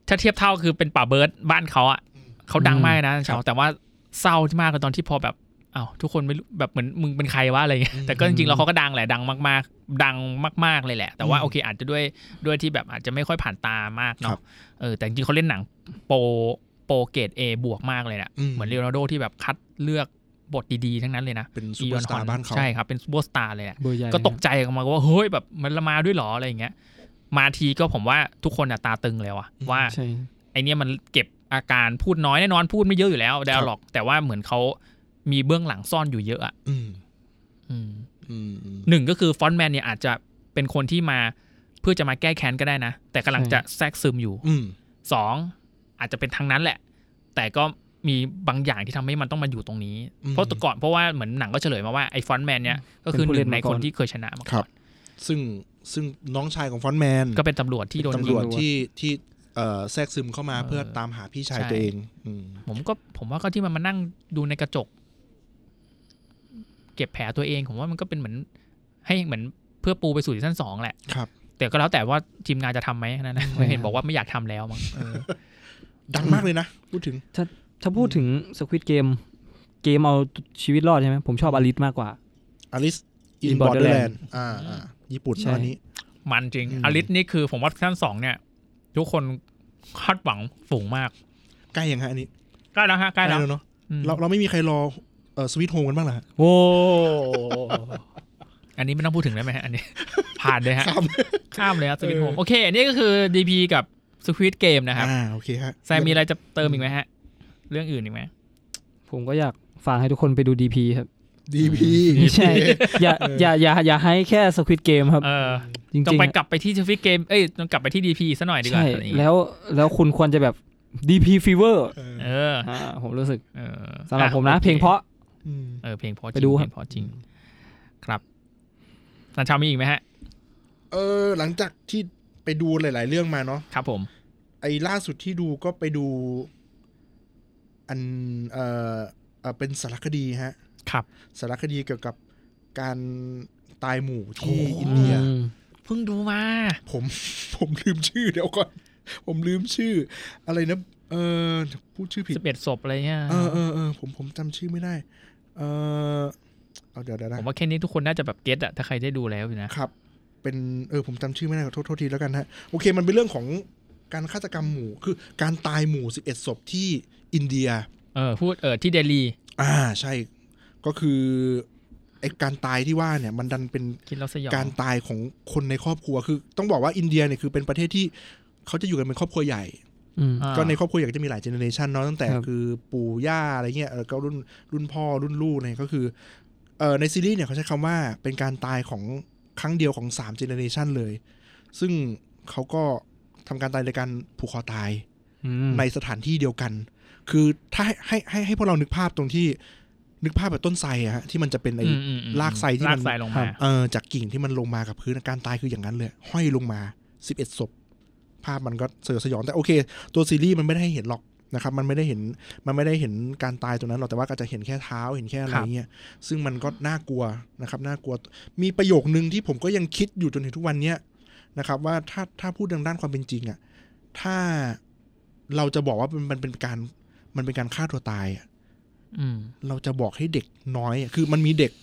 ถ้าเทียบเท่าคือเป็นป่าเบิร์ดบ้านเขาอ่ะเขาดังมากนะชาวแต่ว่าเศร้ามากเลยตอนที่พอแบบอ้าวทุกคนไม่รู้แบบเหมือนมึงเป็นใครวะอะไรเงี้ยแต่ก็จริงๆแล้วเขาก็ดังแหละดังมาก ๆ ดังมาก ๆเลยแหละ แต่ว่าโอเค อาจจะด้วยด้วยที่แบบอาจจะไม่ค่อยผ่านตามาก
ครั
เนาะ
บ
เออแต่จริงๆเขาเล่นหนังโปรโปรเกรดเอบวกมากเลยนะ
อืม
เหมือนเลโอนาร์โดที่แบบคัดเลือกบทดีๆทั้งนั้นเลยนะ
เป็นซูเปอร์สตาร์บ้านเขา
ใช่ครับเป็นซูเปอร์สตาร์เลยอะ
เบอร์ใหญ่
ก็ตกใจกันมาว่าเฮ้ยแบบมันละมาด้วยเหรออะไรอย่างเงี้ย มาทีก็ผมว่าทุกคนอะตาตึงแล้วอะว่า
ใช่
ไอเนี้ยมันเก็บอาการพูดน้อยแน่นอนพูดไม่เยอะอยู่แล้วดลหรอก แต่ว่าเหมือนเขามีเบื้องหลังซ่อนอยู่เยอะอะ
อืม
อืม
อืมอืม
หนึ่งก็คือฟอนต์แมนเนี่ยอาจจะเป็นคนที่มาเพื่อจะมาแก้แค้นก็ได้นะ แต่กำลังจะแทรกซึมอยู่
อืม
สองอาจจะเป็นทางนั้นแหละ แต่ก็มีบางอย่างที่ทำให้มันต้องมาอยู่ตรงนี้ เพราะแต่ก่อนเพราะว่าเหมือนหนังก็เฉลยมาว่าไอ้ฟอนต์แมนเนี่ยก็คือหนึ่งในคนที่เคยชนะมาก่อน
ครับ ซึ่งซึ่งน้องชายของฟอนต์แมน
ก็เป็นตำรวจที่โดน
ตำร
ยิง
วจที่ที่เอ่อแทรกซึมเข้ามาเพื่อตามหาพี่ชาย
ใช่
ตัวเองอืม
ผมก็ผมว่าก็ที่มันมานั่งดูในกระจก เก็บแผลตัวเอง ผมว่ามันก็เป็นเหมือน ให้เหมือนเพื่อปูไปสู่ซีซั่นสองแหละ
ครับ
แต่ก็แล้วแต่ว่าทีมงานจะทำไหมนั่น นะไม่เห็นบอกว่าไม่อยากทำแล้วมั้งเออ
ดังมากเลยนะ พูดถึง
ถ้าพูดถึงสควิตเกมเกมเอาชีวิตรอดใช่ไหมผมชอบอลิสมากกว่า
อลิสอิน
In
บอร์เดอร์แลน
Borderland
ด์อ่าอ่าญี่ปุ่น
ใช่
ตอนนี้
มันจริง
อืม
อลิสนี่คือผมว่าซีซั่นสองเนี่ย ทุกคนคาดหวังสูงมาก
ใกล้ยังฮะอันนี้
ใกล้แล้วฮะใกล้แล้ว
เนาะ
อืม
เราเราไม่มีใครรอเอ่อสวิตโฮมกันบ้างเหรอฮะ
โอ้
อันนี้ไม่ต้องพูดถึงได้ไหมฮะอันนี้ ผ่านเลยฮะ
ครับ
ข้ามเลยฮะสวิตโฮมโอเค อันนี้ก็คือดีพีกับสควิตเกมนะครับ
อ่าโอเคฮะ
แซมมีอะไรจะเติมอีกไหมฮะ เรื่องอื่นอีกไหม
ผมก็อยากฝากให้ทุกคนไปดูดีพีครับ
ดี พี
ไม่ใช่ อย่าอย่าอย่าอย่าให้แค่สควิตเกมครับ
เออ
จริง
ต้อง
ๆ
ไป
อะ
กลับไปที่ทวิตเกม เอ้ยต้องกลับไปที่ดีพีซะหน่อยดีกว่า
ใช่
อะไรอย่างเงี้ย
แล้วแล้วคุณควรจะแบบดีพีฟีเวอร์
เออ
ผมรู้สึก
เออ
สำหรับ
อ่
ผมนะ
โอค
เพลงเพราะ
เออเพลงเพราะจริง
ไปดู
เพ
ค
ล
รับ
งเพราะจริงสันชาวมีอีกไหมฮะ
เออหลังจากที่ ไปดูหลาย ๆ เรื่องมาเนาะ
ครับผม
ไอ้ล่าสุดที่ดูก็ไปดู อันเอ่อเอ่อเป็นสารคดีฮะ
ครับ
สารคดีเกี่ยวกับการตายหมู่ที่
โอ้โห
อินเดีย
อืม
เพิ่งดูมา
ผม ผมลืมชื่อเดี๋ยวก่อน ผมลืมชื่อ อะไรนะ เออพูดชื่อผิด
11ศพอะไรเงี้ย
เออเออเออผมผมจำชื่อไม่ได้ เออเอาเดี๋ยวเดี๋ยวนะ
ผมว่าแค่นี้ทุกคนน่าจะแบบเก็ตอะถ้าใครได้ดูแล้วอยู่นะ
ครับ เป็นเออผมจำชื่อไม่ได้ขอโทษโทษทีแล้วกันฮะโอเค มันเป็นเรื่องของการฆาตกรรมหมู่คือการตายหมู่ 11ศพที่อินเดีย
เออพูดเออที่เดลี
อ่าใช่ก็คือไอการตายที่ว่าเนี่ย มันดันเป็น
คิดแล้วสยอง
การตายของคนในครอบครัวคือ ต้องบอกว่าอินเดียเนี่ยคือเป็นประเทศที่เขาจะอยู่กันเป็นครอบครัวใหญ่
อืม
อ่า
ก็ในครอบครัวใหญ่ก็จะมีหลายเจเนอเรชันเนาะตั้งแต่
ครับ
คือปู่ย่าอะไรเงี้ยแล้วก็รุ่นรุ่นพ่อรุ่นลูกเนี่ยก็คือเออในซีรีส์เนี่ยเขาใช้คำว่าเป็นการตายของครั้งเดียวของ3ามเจเนอเรชันเลย ซึ่งเขาก็ทำการตายโดยการผูกคอตาย
อืม
ในสถานที่เดียวกัน คือถ้าให้ให้ให้ให้พวกเรานึกภาพตรงที่นึกภาพแบบต้นไทรอะฮะที่มันจะเป็นไอ้
อืมอืมอืม
ลากไส้ที่มัน
ลากไส้ลงมา
เออจากกิ่งที่มันลงมากับพื้นอาการตายคืออย่างนั้นเลย ห้อยลงมา 11ศพภาพมันก็สยดสยองแต่โอเค ตัวซีรีส์มันไม่ได้ให้เห็นหรอกนะครับ มันไม่ได้เห็นมันไม่ได้เห็นการตายตรงนั้นหรอกแต่ว่าก็จะเห็นแค่เท้าเห็นแค่อะ
ค
ไร
รับ
เงี้ยซึ่งมันก็น่ากลัวนะครับน่ากลัว มีประโยคนึงที่ผมก็ยังคิดอยู่จนถึงทุกวันเนี้ยนะครับ ว่าถ้าถ้าพูดดังด้านความเป็นจริงอะถ้าเราจะบอกว่ามันมันเป็นการมันเป็นการฆ่าตัวตายอะ
อืม
เราจะบอกให้เด็กน้อยอะคือมันมีเด็ก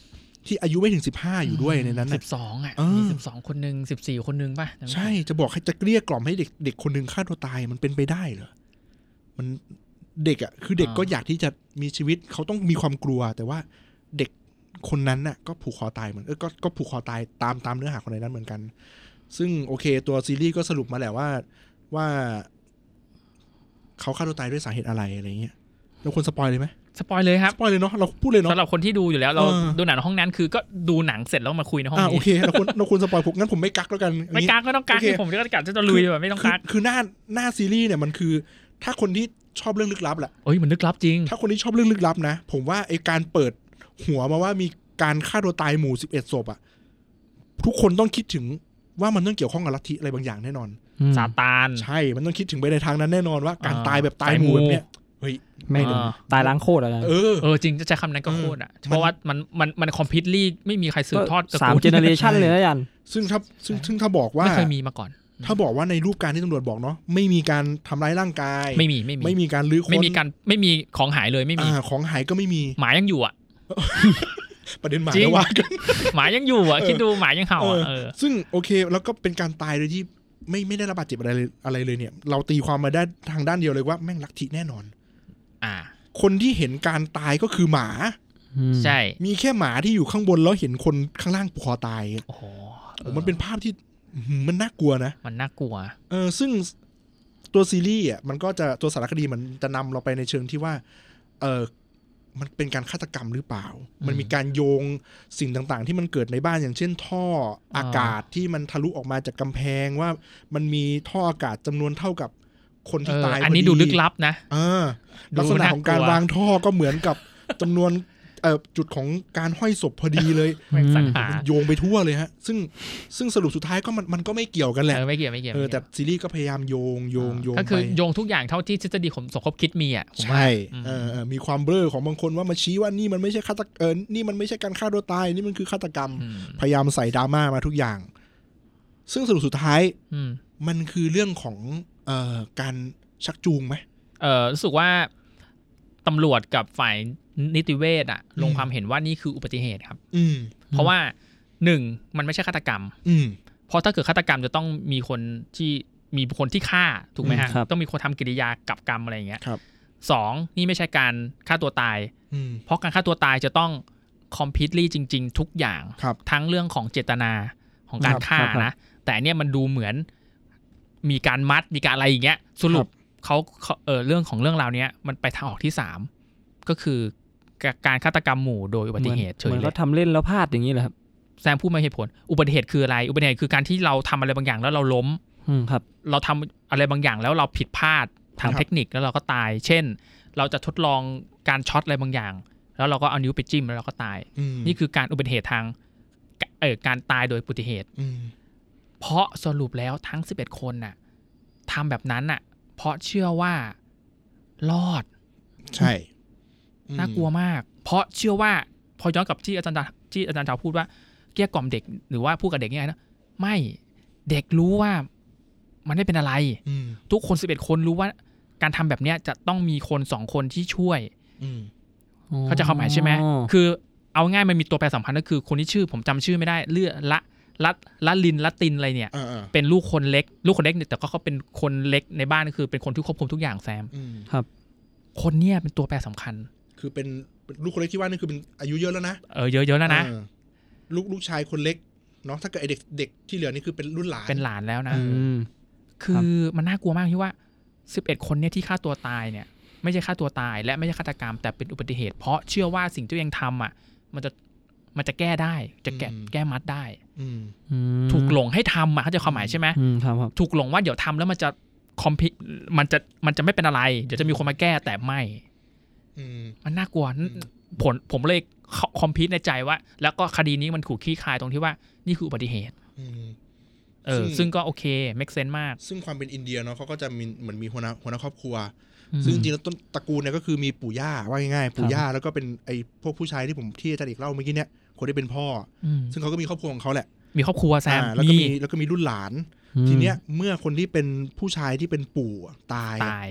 ที่อายุไม่ถึงสิบห้าอยู่ด้วยในนั้น
สิ
น่ะ
บสองอ่ะ
เออ
มีสิบสองคนหนึ่งสิบสี่คนหนึ่งป่ะ
ใช่จะบอกให้จะเกลี้ยกล่อมให้เด็กเด็กคนหนึ่งฆ่าตัวตายมันเป็นไปได้เหรอมันเด็กอะ่ะ คือเด็กก็อยากที่จะมีชีวิตเขาต้องมีความกลัว แต่ว่าเด็กคนนั้นน่ะก็ผูกคอตายเหมือนเออก็ก็ผูกคอตายตามตามเนื้อหาของในนั้นเหมือนกัน ซึ่งโอเค ตัวซีรีส์ก็สรุปมาแหละว่าว่าเขาฆ่าตัวตายด้วยสาเหตุอะไรอะไรเงี้ยเราควรสปอยเลยไหม
สปอยเลยครับ
สปอยเลยเนาะเราพูดเลยเนาะ
สำหรับคนที่ดูอยู่แล้วเรา
เออ
ดูหนังห้องนั้นคือก็ดูหนังเสร็จแล้วมาคุยในห้อง
อ่าโอ
นี้
เคเราควรเราควรสปอยผมงั้นผมไม่กักแล้วกันอย่าง
ไม่
งี้
กักก็ต้องกัก
โอเค
ที่ผมจะกักจะลุยแบบไม่ต้อง
คือ
กัก
คือหน้าหน้าซีรีส์เนี่ยมันคือ ถ้าคนที่ชอบเรื่องลึกลับแหละ
เอ้ยมันลึกลับจริง
ถ้าคนที่ชอบเรื่องลึกลับนะ ผมว่าไอการเปิดหัวมาว่ามีการฆ่าตัวตายหมู่ 11ศพอะทุกคนต้องคิดถึงว่ามันต้องเกี่ยวข้องกับลัทธิอะไรบางอย่างแน่นอน
อืม
ซาตาน
ใช่ มันต้องคิดถึงไปในทางนั้นแน่นอนว่า การ
อ่า
ตายแบบตายหมู่
ตายหมู่
แบบเนี้ย
ไม่
อ่า
ตายล้างโคตรอะไร
เออ
เออจริงจะใช้คำนั้นก็
เออ
โคตรอ่ะ
มัน
เพราะว่ามันมันมันคอมพิวต์ลี่ไม่มีใครสืบทอดตระ
สาม
กูล
เจเนอเรชันเลยนะยัน
ซึ่งถ้าซึ่งซึ่งถ้าบอกว่า
ไม่เคยมีมาก่อน
ถ้าบอกว่าในรูปการที่ตำรวจบอกเนาะไม่มีการทำร้ายร่างกาย
ไม่มีไม่มี
ไม่มีการลื้อค้น
ไม่มีการไม่มีของหายเลยไม่มี
อ่าของหายก็ไม่มี
หมายังอยู่อ่ะ
ประเด็นหมาย
จริง
ว่ากัน
หมายังอยู่อ่ะ
เออ
คิดดูหมายังเห่าอ่ะ
เอ
เอ
อ
อ
ซึ่งโอเคแล้วก็เป็นการตายโดยที่ไม่ไม่ได้รับบาดเจ็บอะไรเลยอะไรเลยเนี่ย เราตีความมาได้ทางด้านเดียวเลยว่าแม่งลักทิแน่นอน
อ่า
คนที่เห็นการตายก็คือหมา
ใช่
มีแค่หมาที่อยู่ข้างบนแล้วเห็นคนข้างล่างผูกคอตาย
โอ้โห
โอ้มันเป็นภาพที่อื้อหือมันน่ากลัวนะ
มันน่ากลัว
เออซึ่งตัวซีรีส์อ่ะมันก็จะตัวสารคดีมันจะนำเราไปในเชิงที่ว่า เออมันเป็นการฆาตกรรมหรือเปล่า มันมีการโยงสิ่งต่างๆ ที่มันเกิดในบ้านอย่างเช่น ท่ออากาศที่มันทะลุออกมาจากกำแพงว่ามันมีท่ออากาศจำนวนเท่ากับคน
เอ
ที่
อ
ตาย
อันนี้ดูลึกลับนะ
เออ
ดู
ลักษณะ
น่ากลัว
ของการวางท่อก็เหมือนกับจำนวนเอ่อจุดของการห้อยศพพอดีเลย
แม่งสัญหา
มันโยงไปทั่วเลยฮะ ซึ่งซึ่งสรุปสุดท้ายก็มันมันก็ไม่เกี่ยวกันแหละ
เออไม่เกี่ยวไม่เกี่ยว
เออ
ไม่
แต่
เกี่ยว
ซีรีส์ก็พยายามโยงโยงโยง
ก็คือ
ไป
โยงทุกอย่างเท่าที่ทฤษฎีของสมคบคิดมีอ่ะผมว่า
ใช่
อืม
เออเออมีความเบลอของบางคนว่ามาชี้ว่านี่มันไม่ใช่ฆาตกเออนี่มันไม่ใช่การฆ่าตัวตาย นี่มันคือฆาตกรรม
อืม
พยายามใส่ดราม่ามาทุกอย่าง ซึ่งสรุปสุดท้าย
อืม
มันคือเรื่องของเอ่อการชักจูงไหม
เออรู้สึกว่าตำรวจกับฝ่ายนิติเวชอะ
อืม
ลงความเห็นว่านี่คืออุบัติเหตุครับ
อืม
เพราะว่าหนึ่งมันไม่ใช่ฆาตกรรม
อืม
เพราะถ้าเกิดฆาตกรรมจะต้องมีคนที่มีคนที่ฆ่าถูกไหม
อื
ฮะ
มครับ
ต้องมีคนทำกิริยากับกรรมอะไรอย่างเงี้ย
ครับ
สองนี่ไม่ใช่การฆ่าตัวตาย
อืม
เพราะการฆ่าตัวตายจะต้องคอมพิวต์ลี่จริง ๆ ทุกอย่าง
ครับ
ทั้งเรื่องของเจตนาของการ
ครับ
ฆ่า
ครับ
นะ แต่อันเนี่ยมันดูเหมือนมีการมัดมีการอะไรอย่างเงี้ย สรุปเขาเขาเออเรื่องของเรื่องราวเนี้ยมันไปทางออกที่สามก็คือการฆาตกรรมหมู่โดยอุบัติเหตุเฉ
หมื
ย
อน
เล
เขา
ย
ทำเล่นแล้วพลาดอย่างนี้แหละครับ
แซมพูดไม่เหตุผล อุบัติเหตุคืออะไร อุบัติเหตุคือการที่เราทำอะไรบางอย่างแล้วเราล้ม
อืมครับ
เราทำอะไรบางอย่างแล้วเราผิดพลาดทาง
ครับ
เทคนิคแล้วเราก็ตาย เช่น เราจะทดลองการช็อตอะไรบางอย่าง แล้วเราก็เอานิ้วไปจิ้มแล้วเราก็ตาย
อืม
นี่คือการอุบัติเหตุทางเอ่อการตายโดยอุบัติเหตุ
อืม
พ เพราะสรุปแล้วทั้ง 11 คนน่ะทำแบบนั้นน่ะ เพราะเชื่อว่ารอด
ใช่
น่ากลัวมาก เพราะเชื่อว่า พอย้อนกลับที่อาจารย์ดาที่อาจารย์ชาวพูดว่าเกลี้ยกล่อมเด็กหรือว่าพูดกับเด็กยังไงนะไม่เด็กรู้ว่ามันไม่เป็นอะไร
อืม
ทุกคนสิบเอ็ดคนรู้ว่า การทำแบบเนี้ยจะต้องมีคนสองคนที่ช่วย
อืม
เขาใจะความหมายใช่ไหมคือเอาง่ายมันมีตัวแปรสำคัญก็คือคนที่ชื่อผมจำชื่อไม่ได้เลือละละละลินละตินอะไรเนี่ย
อ่า
เป็นลูกคนเล็ก ลูกคนเล็กเนี่ยแต่ก็เขาเป็นคนเล็กในบ้านก็คือเป็นคนที่ควบคุมทุกอย่างแซม
ๆอืม
คนเนี่ยเป็นตัวแปรสำคัญ
คือเป็นลูกคนเล็กที่ว่านี่คือเป็นอายุเยอะแล้วนะ
เออเยอะๆแล้วนะ
เออลูกลูกชายคนเล็กเนาะถ้าเกิดไอ้เด็กเด็กที่เหลือนี่คือเป็นรุ่นหลาน
เป็นหลานแล้วนะ
ม
คือมันน่ากลัวมากที่ว่า 11 คนเนี่ยที่ฆ่าตัวตายเนี่ย ไม่ใช่ฆ่าตัวตาย และไม่ใช่ฆาตกรรมแต่เป็นอุบัติเหตุ เพราะเชื่อว่าสิ่งที่ตัวเองทำอ่ะ มันจะมันจะแก้ได้ จะแก้แก้มัดได้
อืม
อืม
ถูกหลงให้ทำอ่ะเขาใจะความหมายใช่ไหม
อืมครับครับ
ถูกหลงว่าเดี๋ยวทำแล้วมันจะคอมพิมันจะมันจะไม่เป็นอะไร เดี๋ยวจะมีคนมาแก้แต่ไม่
อืม
มันน่ากลัว
อืม
ผลผมเลยคอมพิวในใจว่า แล้วก็คดีนี้มันถูกขี้คายตรงที่ว่านี่คืออุบัติเหตุ
อืม
เออ
ซึ่ง
ซึ่งก็โอเค m ม k เซนมาก
ซึ่งความเป็นอินเดียเนาะเขาก็จะมีเหมือนมีหัวหน้าหัวหน้าครอบครัว
อืม
ซึ่งจริงๆแล้วต้นตระกูลเนี่ยก็คือมีปู่ย่าว่าง่ายๆปู่ย่าแล้วก็เป็นไอ้พวกผู้ชายที่ผมที่อาจารย์เอกเล่าเมื่อกี้เนี่ยคนที่เป็นพ่อ
อืม
ซึ่งเขาก็มีครอบครัวของเขาแหละ
มีครอบครัวแซม
อ่าแล้วก็มีแล้วก็มีรุ่นหลาน ทีเนี้ยเมื่อคนที่เป็นผู้ชายที่เป็นปู่อะตายอะ
ตาย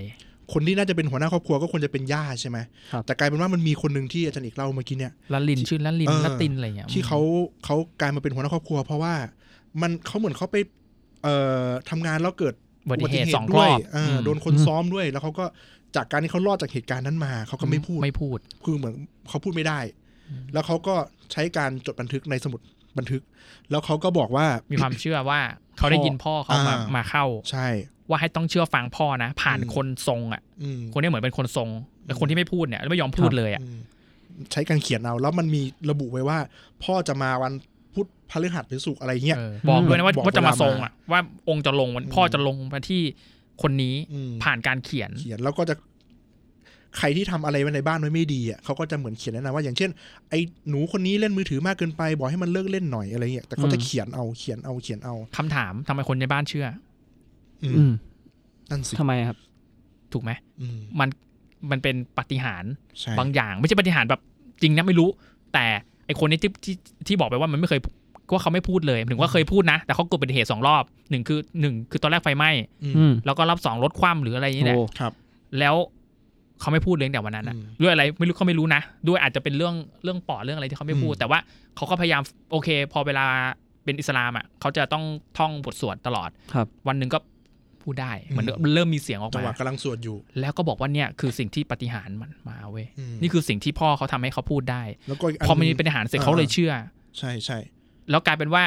คนที่น่าจะเป็นหัวหน้าครอบครัวก็ควรจะเป็นย่าใช่ไหม
ครับ
แต่กลายเป็นว่ามันมีคนหนึ่งที่อาจารย์เอกเล่าเมื่อกี้เนี่ย
ละลินชื่อละลิน
เออ
ละตินอะไรอย่างเงี้ย
ที่เขาเขากลายมาเป็นหัวหน้าครอบครัว เพราะว่ามันเขาเหมือนเขาไปเอ่อทำงานแล้วเกิด
อุบัติเหตุสองร
ด้วย
อบ
เอออ
ม
โดนคนซ้อมด้วย แล้วเขาก็จากการที่เขารอดจากเหตุการณ์นั้นมาเขาก็ไม่พูด
ไม่พูด
คือเหมือนเขาพูดไม่ได้
อืม
แล้วเขาก็ใช้การจดบันทึกในสมุดบันทึก แล้วเขาก็บอกว่า
มีความเชื่อว่าเขาได้ยินพ่อเขามา
อ่าม
มาเข้า
ใช่
ว่าให้ต้องเชื่อฟังพ่อนะ ผ่าน
อืม
คนทรงอ่ะ
อืม
คนเนี้เหมือนเป็นคนทรงแต่คนที่ไม่พูดเนี่ยแล้วไม่ยอมพูดเลยอ่ะ
อืมใช้การเขียนเอา แล้วมันมีระบุไว้ว่า พ่อจะมาวันพุธพฤหัสหรือศุกร์อะไรเงี้ย
เออบอกด้วยนะว่า
บอก
ว่าจะมา
เวลา
ทรงอ่ะว่าองค์จะลงวัน
อืม
พ่อจะลงมาที่คนนี้
ม
ผ่านการเขียน
เขียนแล้วก็จะใครที่ทำอะไรไว้ในบ้านไว้ไม่ดีอ่ะเขาก็จะเหมือนเขียนแนะนำว่าอย่างเช่น ไอ้หนูคนนี้เล่นมือถือมากเกินไป บอกให้มันเลิกเล่นหน่อยอะไรเงี้ยแต่เขาจะ
อืม
เขียนเอาเขียนเอาเขียนเอา
คำถามทำไมคนในบ้านเชื่อ
อืม
อืม
นั่นสิ
ทำไมครับ
ถูกไหม
อืม
มันมันเป็นปาฏิหารย์
ใช่
บางอย่าง ไม่ใช่ปาฏิหารย์แบบจริงนะไม่รู้ แต่ไอคนนี้ที่ที่ที่บอกไปว่ามันไม่เคยว่าเขาไม่พูดเลยถึงว่าเคยพูดนะ แต่เขาเกิดเป็นเหตุสองรอบหนึ่งคือหนึ่งคือตอนแรกไฟไหม้
อืม
อืม
แล้วก็รอบสองรถคว่ำหรืออะไรอย่างนี้แหละ
โอ้
ครับ
แล้วเขาไม่พูดเลยตั้งแต่วันนั้นนะ
อืม
ด้วยอะไรไม่รู้เขาไม่รู้นะ ด้วยอาจจะเป็นเรื่องเรื่องปอดเรื่องอะไรที่เขาไม่พูด แต่ว่าเขาก็พยายามโอเค พอเวลาเป็นอิสลามอ่ะเขาจะต้องท่องบทสวดตลอด
ครับ
วันหนึ่งก็พูดได้เหมือนเริ่มมีเสียงออก
จัง
มา
หวะกำลังสวดอยู่
แล้วก็บอกว่าเนี่ยคือสิ่งที่ปาฏิหารย์มันมาเว้ย
อืม
นี่คือสิ่งที่พ่อเขาทำให้เขาพูดได้
แล้วก็กน
พอมัน
ห
มี
ง
ปาฏิหารย์เสร็จ
อ่า
เขาเลยเชื่อ
ใช่ใช่
แล้วกลายเป็นว่า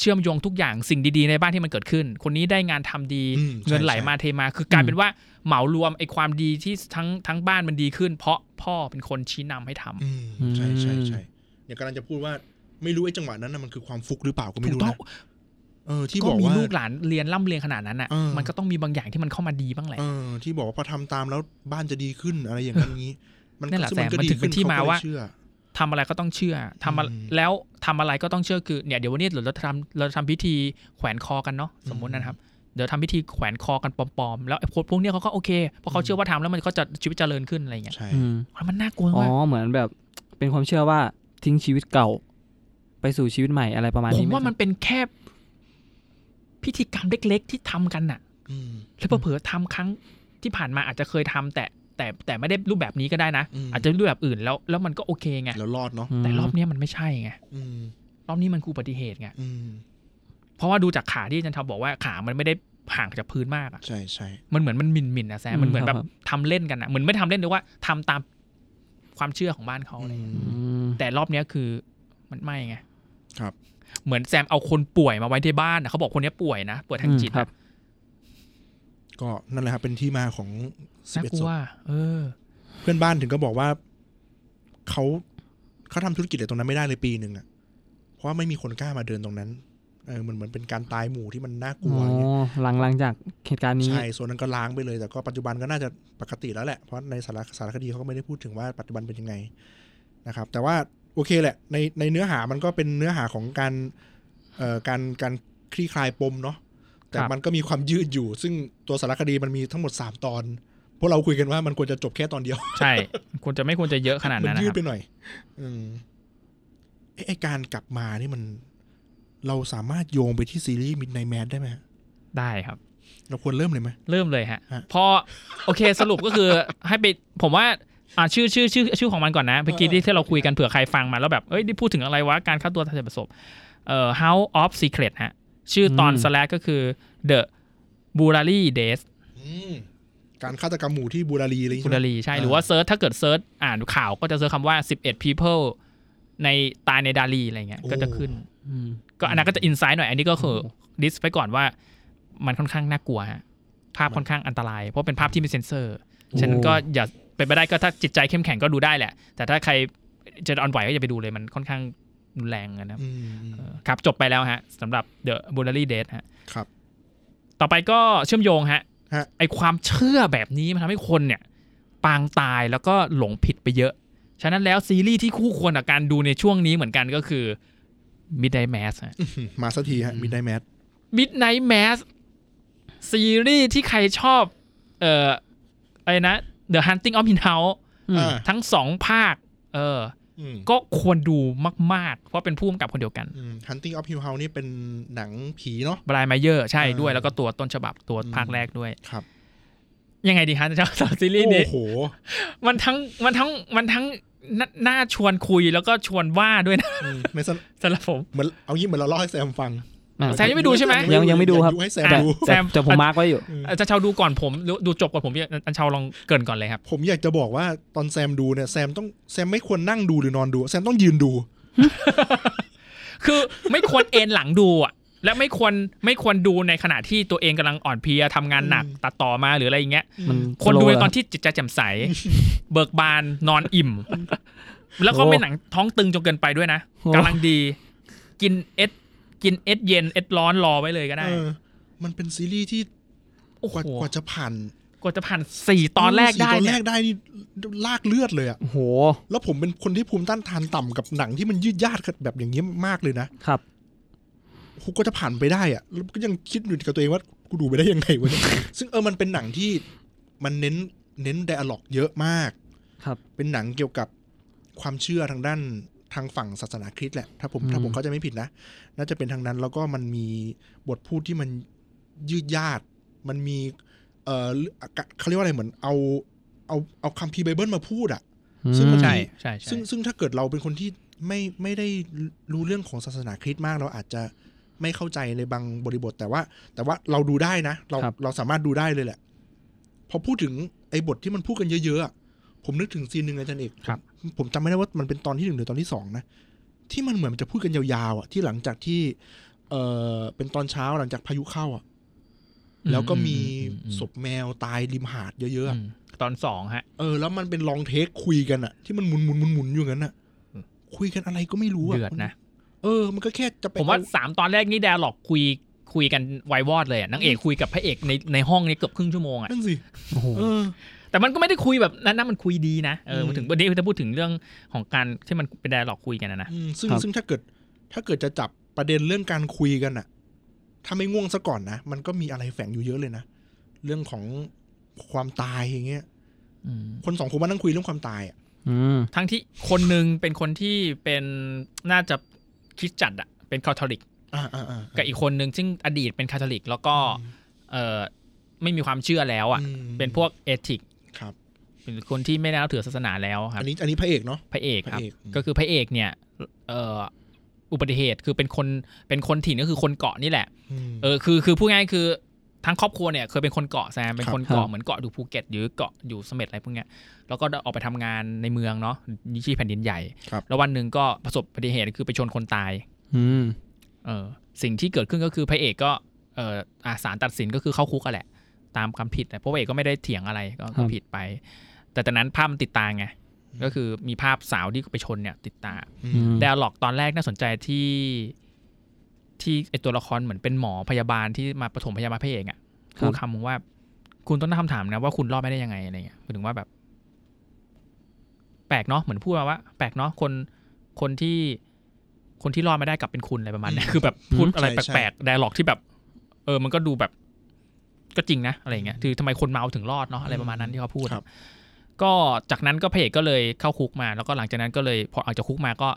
เชื่อมโยงทุกอย่างสิ่งดีๆในบ้านที่มันเกิดขึ้น คนนี้ได้งานทำดี
อืม
เงิน
ใช่
ไหลมาเทมา คือกลายเป็นว่าเหมารวมไอ้ความดีที่ทั้งทั้งบ้านมันดีขึ้น เพราะพ่อเป็นคนชี้นำให้ทำ
อืมใช่ใช่ใช่เนี่ยกำลังจะพูดว่าไม่รู้ไอ้จังหวะนั้นนะมันคือความฟุกหรือเปล่าก็ไม่
ถูก
รู้
ต้อ
นะ
ง
เออที่
ก็
บอก
มี
ว่า
ลูกหลานเรียนร่ำเรียนขนาดนั้นอ่ะ
เออ
มันก็ต้องมีบางอย่างที่มันเข้ามาดีบ้างแหละ
เออที่บอกว่าพอทำตามแล้วบ้านจะดีขึ้นอะไรอย่างนั้นอย่างนี้ มัน
นั่นแหละ
ซึ่
แซมมันถึงเป็นที่มาว่า
เขก็เลยเชื่อ
ทำอะไรก็ต้องเชื่อทำอะไร
อืม
แล้วทำอะไรก็ต้องเชื่อคือเนี่ยเดี๋ยววันนี้เราจะทำเราจะทำพิธีแขวนคอกันเนาะสมมตินะครับ เดี๋ยวทำพิธีแขวนคอกันปลอมๆ แล้วไอ้พวกเนี้ยเขาก็โอเคเพราะเขา
อืม
เชื่อว่าทำแล้วมันก็จะชีวิตเจริญขึ้นอะไรอย่างเงี้ย
ใช่
อืม
มันน่ากลัว
อ๋อ
มาก
เหมือนแบบเป็นความเชื่อว่าทิ้งชีวิตเก่า ไปสู่ชีวิตใหม่อะไรประมาณ
ผ
นี้
ม
ไห
ว่ามันเป็นแค่พิธีกรรมเล็ก ๆ ที่ทำกันน่ะ
อืม
แล้วเผลอๆทำครั้งที่ผ่านมาอาจจะเคยทำแต่แต่แต่ไม่ได้รูปแบบนี้ก็ได้นะ
อืม
อาจจะรูปแบบอื่นแล้วแล้วมันก็โอเคไง
แล้วรอดเนาะ
ม
แต่รอบเนี้ยมันไม่ใช่ไง
อืม
รอบนี้มันคืออุบัติเหตุไง
อืม
เพราะว่าดูจากขาที่อาจารย์ทอบอกว่าขามันไม่ได้ห่างจากพื้นมากอะ
ใช่ใช่
มันเหมือนมันหมินมินๆนะแซมมันเหมือนแบบทำเล่นกันอะเหมือนไม่ทำเล่นเลยว่าทำตามความเชื่อของบ้านเขา
อื
อะไรอย่างเงี้ย
อื
ม
ม
แต่รอบเนี้ยคือมันไม่ไง
ครับ
เหมือนแซมเอาคนป่วยมาไว้ที่บ้านอะเขาบอกคนเนี้ยป่วยนะป่วยทางจิต
อืมครับ
อะ
ก็นั่นแหละครับเป็นที่มาของสิบ
น่า
เอ็ด
กลั
ศพ
วเออ
เพื่อนบ้านถึงก็บอกว่าเขาเขาทำธุรกิจอะไรตรงนั้นไม่ได้เลยปีหนึ่งอ่ะ เพราะว่าไม่มีคนกล้ามาเดินตรงนั้นเออเหมือนเหมือนเป็นการตายหมู่ที่มันน่ากลั
อ๋
วอย่างเงี้ย
อหลังหลังจากเหตุการณ์นี้
ใช่ส่วนนั้นก็ล้างไปเลยแต่ก็ปัจจุบันก็น่าจะปกติแล้วแหละเพราะในสารสารคดีเขาก็ไม่ได้พูดถึงว่าปัจจุบันเป็นยังไงนะครับ แต่ว่าโอเคแหละ ในในเนื้อหามันก็เป็นเนื้อหาของการเอ่อการการ คลี่คลายปมเนาะแต่
ครับ
มันก็มีความยืดอยู่ ซึ่งตัวสารคดีมันมีทั้งหมด 3 ตอน พวกเราคุยกันว่ามันควรจะจบแค่ตอนเดียว
ใช่ควรจะไม่ควรจะเยอะขนาด
มั
นั้นนะ
ยื
ค
ด
รับ
ไปหน่อย อืมเอ๊ะไอการกลับมานี่มัน เราสามารถโยงไปที่ซีรีส์มิดไนแมนได้ไหมฮะ
ได้ครับ
เราควรเริ่มเลยไหม
เริ่มเลยฮะ
ฮะ
พอโอเคสรุปก็คือ ให้ไปผมว่าอ่าชื่อชื่อชื่อชื่อของมันก่อนนะเมื่อกี้
เออ
ที่ที่เราคุยกันเผื่อใครฟังมาแล้วแบบเอ้ยนี่พูดถึงอะไรวะ การฆ่าตัวตายประสบเอ่อ House of Secret ฮะ ชื่อตอน
อืม
สแลกก็คือ The b u r a l i Days
อืมการฆาตกรรมหมู่ที่บูรารีอะไรอย่าง
b u r
เงี้
a
ย
l i ใช่
เออ
หรือว่าเซิร์ชถ้าเกิดเซิร์ชอ่านข่าวก็จะเซิร์ชคำว่า 11 people ในตายในดาลีอะไรเงี้ยก็จะขึ้น
อืม
ก็อันนั้นก็จะอินไซด์หน่อย อันนี้ก็คือ
โอ้โห
ดิสไปก่อนว่ามันค่อนข้างน่ากลัวฮะภาพค่อนข้างอันตราย เพราะเป็นภาพที่มีเซ็นเซอร์ฉะนั้นก็อย่าเป็นไปได้ก็ถ้าจิตใจเข้มแข็งก็ดูได้แหละ แต่ถ้าใครจะอ่อนไหวก็อย่าไปดูเลยมันค่อนข้างรุนแรงนะครับ
อืมอืม
เออครับจบไปแล้วฮะสำหรับ The b u l l a r y d a t ฮะ
ครับ
ต่อไปก็เชื่อมโยงฮะ
ฮะ
ไอความเชื่อแบบนี้มันทำให้คนเนี่ยปางตายแล้วก็หลงผิดไปเยอะ ฉะนั้นแล้วซีรีส์ที่คู่ควรกับการดูในช่วงนี้เหมือนกันก็คือ Midnight Mass ฮะ
อืมมาสักทีฮะมิดไนแมน
Midnight Mass ซีรีส์ที่ใครชอบ เอ่ออะไรนะ The Hunting of Hill House
อืม
อ่า
ทั้งสองภาค เออ
อืม
ก็ควรดูมาก ๆ เพราะเป็นผู้กำกับคนเดียวกัน
อืม Hunting of Hill House นี่เป็นหนังผีเนาะ
บรายมาเยอร์ใช่
อ่า
ด้วย แล้วก็ตัวต้นฉบับตัว
อืม
ภาคแรกด้วย
ครับ
ยังไงดีคะเจ้าสาวซีรีส์นี้
โอ้โห
มันทั้งมันทั้งมันทั้งน่าน่าชวนคุยแล้วก็ชวนว่าด้วยนะ
อืมไม่สน
สำหรับผม
เหมือนเอางี้เหมือนเราเล่าให้แซมฟัง
แซมยังไม่ดูใช่ไหม
ยังยังไม่ดูครับ
อยากให้แซม
อ่ะ
ดู
แซ
แต่
ม
แต่ผมมาร์กไว้อยู่
อาจารย์เชาวดูก่อนผมหรือดูจบก่อนผมพี่อาจารย์เชาวลองเกรินก่อนเลยครับ
ผมอยากจะบอกว่าตอนแซมดูเนี่ยแซมต้องแซมไม่ควรนั่งดูหรือนอนดู แซมต้องยืนดู
คือไม่ควรเอนหลังดูอ่ะและไม่ควรไม่ควรดูในขณะที่ตัวเองกำลังอ่อนเพลียทำงานหนัก
อืม
ตัดต่อมาหรืออะไรอย่างเงี้ย
มัน
คนดู
โล
ใน
แล้ว
ตอนที่จิตใจแจ่มใส เบิกบานนอน อิ่ม แล้วก็ไม่หนังท้องตึงจนเกินไปด้วยนะกำลังดี กินเอสกินเอสเย็นเอสร้อนรอไว้เลยก็ได้
เออมันเป็นซีรีส์ที่
โอ้โห
กว่ากว่าจะผ่าน
กว่าจะผ่านสี่ตอนแรกได้
สี่ตอนแร
เนี่ย
กได้นี่ลากเลือดเลยอะ
โอ้โห
แล้วผมเป็นคนที่ภูมิต้านทานต่ำกับหนังที่มันยืดยาดแบบอย่างนี้ยมากเลยนะครับ กูก็จะผ่านไปได้อะแล้วก็ยังคิดอยู่กับตัวเองว่ากูดูไปได้ยังไงวะเนี่ย ซึ่งเออมันเป็นหนังที่มันเน้นเน้นไดอะล็อกเยอะมาก
ครับ
เป็นหนังเกี่ยวกับความเชื่อทางด้านทางฝั่งศาสนาคริสต์แหละ ถ้าผม
อืม
ถ้าผมเข้าใจไม่ผิดนะ น่าจะเป็นทางนั้นแล้วก็มันมีบทพูดที่มันยืดยาด มันมีเออเขาเรียกว่าอะไรเหมือนเอาเอาเอาคัมภีร์ไบเบิลมาพูดอะ ซึ่งมัน
ใช่ใช่ใช่
ซึ่งซึ่งถ้าเกิดเราเป็นคนที่ไม่ไม่ได้รู้เรื่องของศาสนาคริสต์มาก เราอาจจะไม่เข้าใจในบางบริบทแต่ว่า แต่ว่าเราดูได้นะ เรา
ครับ
เราสามารถดูได้เลยแหละ พอพูดถึงไอ้บทที่มันพูดกันเยอะๆอะผมนึกถึงซีนหนึ่งอาจารย์เอกผมผมจำไม่ได้ว่ามันเป็นตอนที่หนึ่งหรือตอนที่สองนะ ที่มันเหมือนจะพูดกันยาวๆอ่ะที่หลังจากที่ เออเป็นตอนเช้าหลังจากพายุเข้าอ่ะ แล้วก็มี
อือือืม
ศพแมวตายริมหาดเยอะๆอะ
อืมตอนสองฮะ
เออแล้วมันเป็นลองเทคคุยกันอะที่มันหมุนหมุนหมุนหมุนอยู่งั้นอะ
อืม
คุยกันอะไรก็ไม่รู้อะ
เดือดนะ
เออ มันก็แค่จะไป
ผมว่า
เอ
สามตอนแรกนี่แดร์ล็อกคุยคุยกันไววอดเลยอะนางเอกคุยกับพระเอกในในห้องนี้เกือบครึ่งชั่วโมง
า
อะ
นั่นสิ
โอ้โห
เออ
แต่มันก็ไม่ได้คุยแบบนั้นนะมันคุยดีนะเออ
อืม
มันถึงประเด็นจะพูดถึงเรื่องของการที่มันเป็นแดร์ล็อกคุยกันนะนะ
อืมซึ่ง
ครับ
ซึ่งถ้าเกิด ถ้าเกิดจะจับประเด็นเรื่องการคุยกันอะถ้าไม่ง่วงซะก่อนนะมันก็มีอะไรแฝงอยู่เยอะเลยนะเรื่องของความตายอย่างเงี้ย
อืม
คนสองคนมานั่งคุยเรื่องความตายอะ
อืม
ทั้งที่คนหนึ่งเป็นคนที่เป็นน่าจะคริดจัดอะเป็นคาทอลิก
อ่าอ่าอ่า
กับอีกคนหนึ่งซึ่งอดีตเป็นคาทอลิก แล้วก็เออไม่มีความเชื่อแล้วอะ
อืม
เป็นพวกเอทิก
ครับ
เป็นคนที่ไม่ได้นับถือศาสนาแล้วครับ
อันนี้อันนี้พระเอกเนาะ
พระเอกครับ
พระเอกอืม
ก็คือพระเอกเนี่ยเอ่ออุบัติเหตุคือเป็นคนเป็นคนถิ่นก็คือคนเกาะนี่แหละ
ม
เออคือคือพูดง่ายๆคือทั้งครอบครัวเนี่ยเคยเป็นคนเกาะแซมเป็น
ครับ
คน
ครั
เกาะ
บ
เหมือนเกาะอยู่ภูเก็ตหรือเกาะอยู่เสม็ดอะไรพวกเนี้ยแล้วก็ออกไปทำงานในเมืองเนาะที่แผ่นดินใหญ่ แล้ววันหนึ่งก็ประสบอุบัติเหตุคือไปชนคนตาย
อืม
เออสิ่งที่เกิดขึ้นก็คือพระเอกก็เอออาสารตัดสินก็คือเข้าคุกกันแหละ ตามความผิดแต่พระเอกก็ไม่ได้เถียงอะไรก็
ครับ
ผิดไป แต่จากนั้นภาพมันติดตาไงก็คือมีภาพสาวที่ไปชนเนี่ยติดตา
อื
อื
ม
ม
ดร์ล็อกตอนแรกน่าสนใจที่ที่ไอตัวละครเหมือนเป็นหมอพยาบาลที่มาปฐมพยาบาลพระเอกอะ่ะ
ครับ
พูดคำว่า คุณต้องตั้งคำถามนะว่าคุณรอดไม่ได้ยังไงอะไรเงี้ยหมายถึงว่าแบบ แปลกเนาะเหมือนพูดมาว่า แปลกเนาะคนคนที่ คนที่รอดไม่ได้กลับเป็นคุณอะไรประมาณเนี้ยคือแบบพูด
อืม
อะไร
ใช่
แปลกๆไดร์ล็อกที่แบบ เออ มันก็ดูแบบก็จริงนะอะไรอย่างเงี้ยคือทำไมคนเมาถึงรอดเนาะอะไรประมาณนั้นที่เขาพูด
ครับ
ก็จากนั้นก็พระเอกก็เลยเข้าคุกมา แล้วก็หลังจากนั้นก็เลยพอออกจากคุกมาก็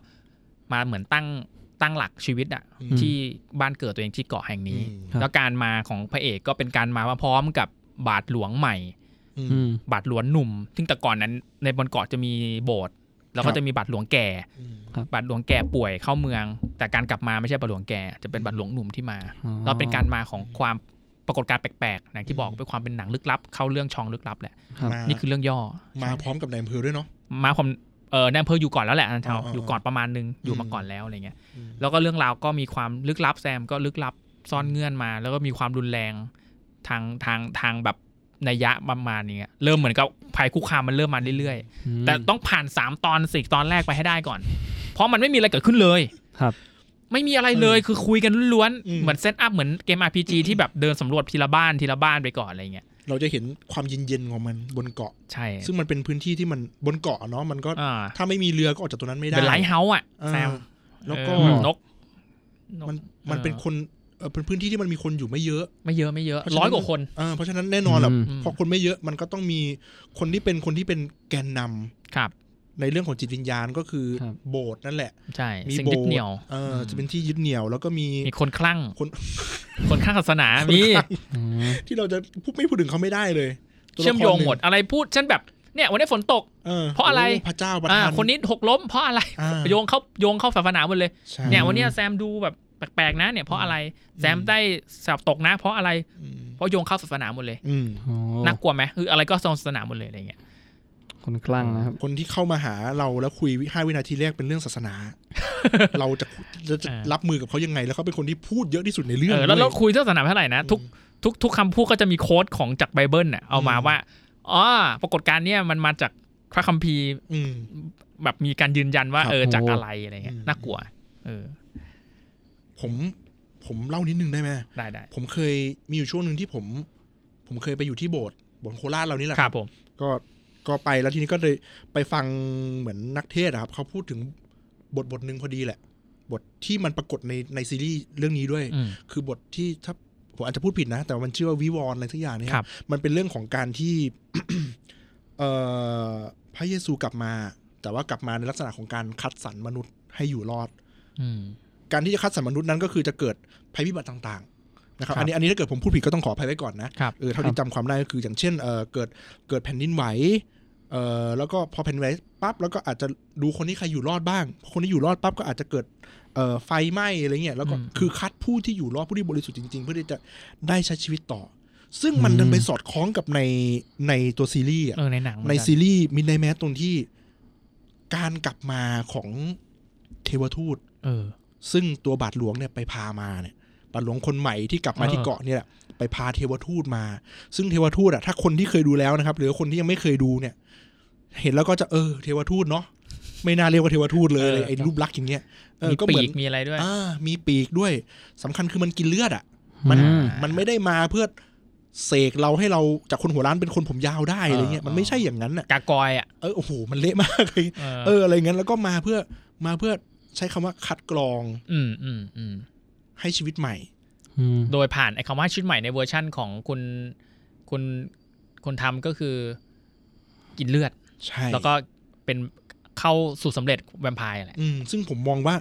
มาเหมือนตั้งตั้งหลักชีวิตอะ
อืม
ที่บ้านเกิดตัวเองที่เกาะแห่งนี้
ครับ
แล้วการมาของพระเอกก็เป็นการมาพร้อมกับบาทหลวงใหม่
อืม
อืม
บาทหลวงหนุ่ม ซึ่งแต่ก่อนนั้นในบนเกาะจะมีโบสถ์แล้ว
ค
ก็
รับ
จะมีบาทหลวงแก่
อืม
ครับ
บาทหลวงแก่ป่วยเข้าเมือง แต่การกลับมาไม่ใช่บาทหลวงแก่จะเป็นบาทหลวงหนุ่มที่มาแล้วเป็นการมาของความปรากฏการณ์แปลกๆอย่างที่บอกเป็นความเป็นหนังลึกลับ เข้าเรื่องช่องลึกลับแหละ
ครับ
มา
นี่คือเรื่องย่อ
มาพร้อมกับนายอำเภอด้วยเนาะ
มาความเออในอำเภออยู่ก่อนแล้วแหละอันเทา
อ๋ออ๋ออ๋อ
อ
อยู่
ก่อนประมาณนึงอยู่มาก่อนแล้วอะไรเงี้ย
อืม
แล้วก็เรื่องราวก็มีความลึกลับแซมก็ลึกลับซ่อนเงื่อนมา แล้วก็มีความรุนแรงทางทางทางแบบนัยยะประมาณนี้ยเริ่มเหมือนกับภัยคุกคามมันเริ่มมาเรื่อยๆ แต่ต้องผ่านสามตอนสี่ตอนแรกไปให้ได้ก่อน เพราะมันไม่มีอะไรเกิดขึ้นเลย
ครับ
ไม่มีอะไรเลยคือคุยกันล้วน
อื
ๆ
ม
เหมือนเซตอัพเหมือนเกม RPG ที่แบบเดินสำรวจทีละบ้านทีละบ้านไปก่อนอะไรเงี้ย
เราจะเห็นความเย็นๆของมันบนเกาะ
ใช่
ซึ่งมันเป็นพื้นที่ที่มันบนเกาะเนาะมันก็
อ่า
ถ้าไม่มีเรือก็ออกจากตรงนั้นไม่ได้
เป็นไลท์เฮาส์อ่ะ
เออ
แซม
แล้วก็
เออนก
มันมันเป็นคนเอ่อเป็นพื้นที่ที่มันมีคนอยู่ไม่เยอะ
ไม่เยอะไม่เยอะร้อยกว่าคน
เออเพราะฉะนั้นแน่นอนแหละ
อืม
พอคนไม่เยอะมันก็ต้องมีคนที่เป็นคนที่เป็นแกนนำ
ครับ
ในเรื่องของจิตวิญญาณก็คือ
ครับ
โบสถ์นั่นแหละ
ใช่
มี
สิ่ง
โบ
ยึ
ส
ด
ถ์
เหนี่ยว
เออ
อืม
จะเป็นที่ยึดเหนี่ยวแล้วก็มี
มีคนคลั่ง
คน
คนคลั่งศาสนามี
อืม
ที่เราจะพูดไม่พูดถึงเขาไม่ได้เลยตัวละคร
เชื่อมโยงหมด อะไรพูดเช่นแบบเนี่ยวันนี้ฝนตก
เออ
เพราะอะไร
โพระเจ้าประ
อ่า
ทาน
คนนี้หกล้มเพราะอะไร
อ่า
โยงเข้าโยงเข้าศาสนาหมดเลย
ใช่
เนี่ยวันเนี้ยแซมดูแบบแปลกๆนะเนี่ยเพราะอะไรแซมได้สอบตกนะ เพราะอะไร
อืม
เพราะโยงเข้าศาสนาหมดเลย
อืม
อ๋อ
น่ากลัวไหมคืออะไรก็ศาสนาหมดเลยอะไรเงี้ย
คนคลั่งนะครับ
คนที่เข้ามาหาเราแล้วคุยห้าวินาทีแรกเป็นเรื่องศาส นา เราจะจะจะรับมือกับเขายังไง แล้วเขาเป็นคนที่พูดเยอะที่สุดในเรื่อง
เออแล้ว
ด้
เรา
ย
คุยเรื่องศาสนาเท่าไหร่นะทุก ทุกทุกคำพูดก็จะมีโค้ดของจากไบเบิลน่ะเอามา
อืม
ว่าอ๋อปรากฏการณ์เนี่ยมันมาจากพระคัมภีร์
อืม
แบบมีการยืนยันว่า
ครับ
เออจากอะไรอะไรเงี้ย
อืม
น่ากลัว เออ
ผมผมเล่านิดนึงได้ไหม
ได้ได้
ผมเคยมีอยู่ช่วงหนึ่งที่ผม ผมเคยไปอยู่ที่โบสถ์โบสถ์โคราชเรานี่แหละ
ครับผม
ก็ก็ไปแล้วทีนี้ก็เลยไปฟังเหมือนนักเทศน์อะครับ เขาพูดถึงบทบทหนึ่งพอดีแหละ บทที่มันปรากฏในในซีรีส์เรื่องนี้ด้วย
อืม
คือบทที่ถ้าผมอาจจะพูดผิดนะ แต่มันชื่อว่าวิวรณ์อะไรสักอย่างเนี่ย
ครับ
มันเป็นเรื่องของการที่ เออพระเยซูกลับมา แต่ว่ากลับมาในลักษณะของการคัดสรรมนุษย์ให้อยู่รอด
อืม
การที่จะคัดสรรมนุษย์นั้นก็คือจะเกิดภัยพิบัติต่างๆนะครับ
ครับ
อันนี้อันนี้ถ้าเกิดผมพูดผิดก็ต้องขออภัยไว้ก่อนนะครับ เออเท่าที่จำความได้ก็คืออย่างเช่นเออเกิดเกิดแผ่นดินไหวเออแล้วก็พอแผ่นดินไหวปั๊บแล้วก็อาจจะดูคนที่ใครอยู่รอดบ้างพอคนที่อยู่รอดปั๊บก็อาจจะเกิดเอ่อไฟไหม้อะไรเงี้ยแล้วก็คือคัดผู้ที่อยู่รอดผู้ที่บริสุทธิ์จริงๆ เพื่อที่จะได้ใช้ชีวิตต่อ ซึ่งมัน
อืม
ดันไปสอดคล้องกับในในตัวซีรีส์อะ
เออในหนังเหมือ
ใน
กั
ซีรีส์มินไนแมสตรงที่การกลับมาของเทวทูต
เออ
ซึ่งตัวบาทหลวงเนี่ยไปพามาเนี่ยบาทหลวงคนใหม่ที่กลับมา
เออ
ที่เกาะเนี่ยแหละไปพาเทวทูตมา ซึ่งเทวทูตอะถ้าคนที่เคยดูแล้วนะครับ หรือคนที่ยังไม่เคยดูเนี่ย เห็นแล้วก็จะเออ เทวทูตเนาะไม่น่าเรียกว่าเทวทูตเลยไอ้รูปลักษณ์อย่างเงี้ยเออ
มี
ก็
ปี
เหมือ
ก
น
มีอะไรด้วย
อ่ามีปีกด้วยสำคัญคือมันกินเลือดอะ
มัน
อืม
มันไม่ได้มาเพื่อเสกเราให้เราจากคนหัวร้านเป็นคนผมยาวได้อะไรเงี้ย
เออ
มันไม่ใช่อย่างนั้นอะ
กากอยอ่ะ
เออโอ้โหมันเละมากเลย
เออ
เอออะไรเงี้ยแล้วก็มาเพื่อมาเพื่อใช้คำว่าคัดกรอง
อืมอืมอืม
ให้ชีวิตใหม่
อืม
โดยผ่านไอ้คำว่าชุดใหม่ในเวอร์ชั่นของคุณคุณคนทำก็คือ กินเลือด
ใช่
แล้วก็เป็นเข้าสู่สำเร็จแวมไพร์แหละ
อืมซึ่งผมมองว่า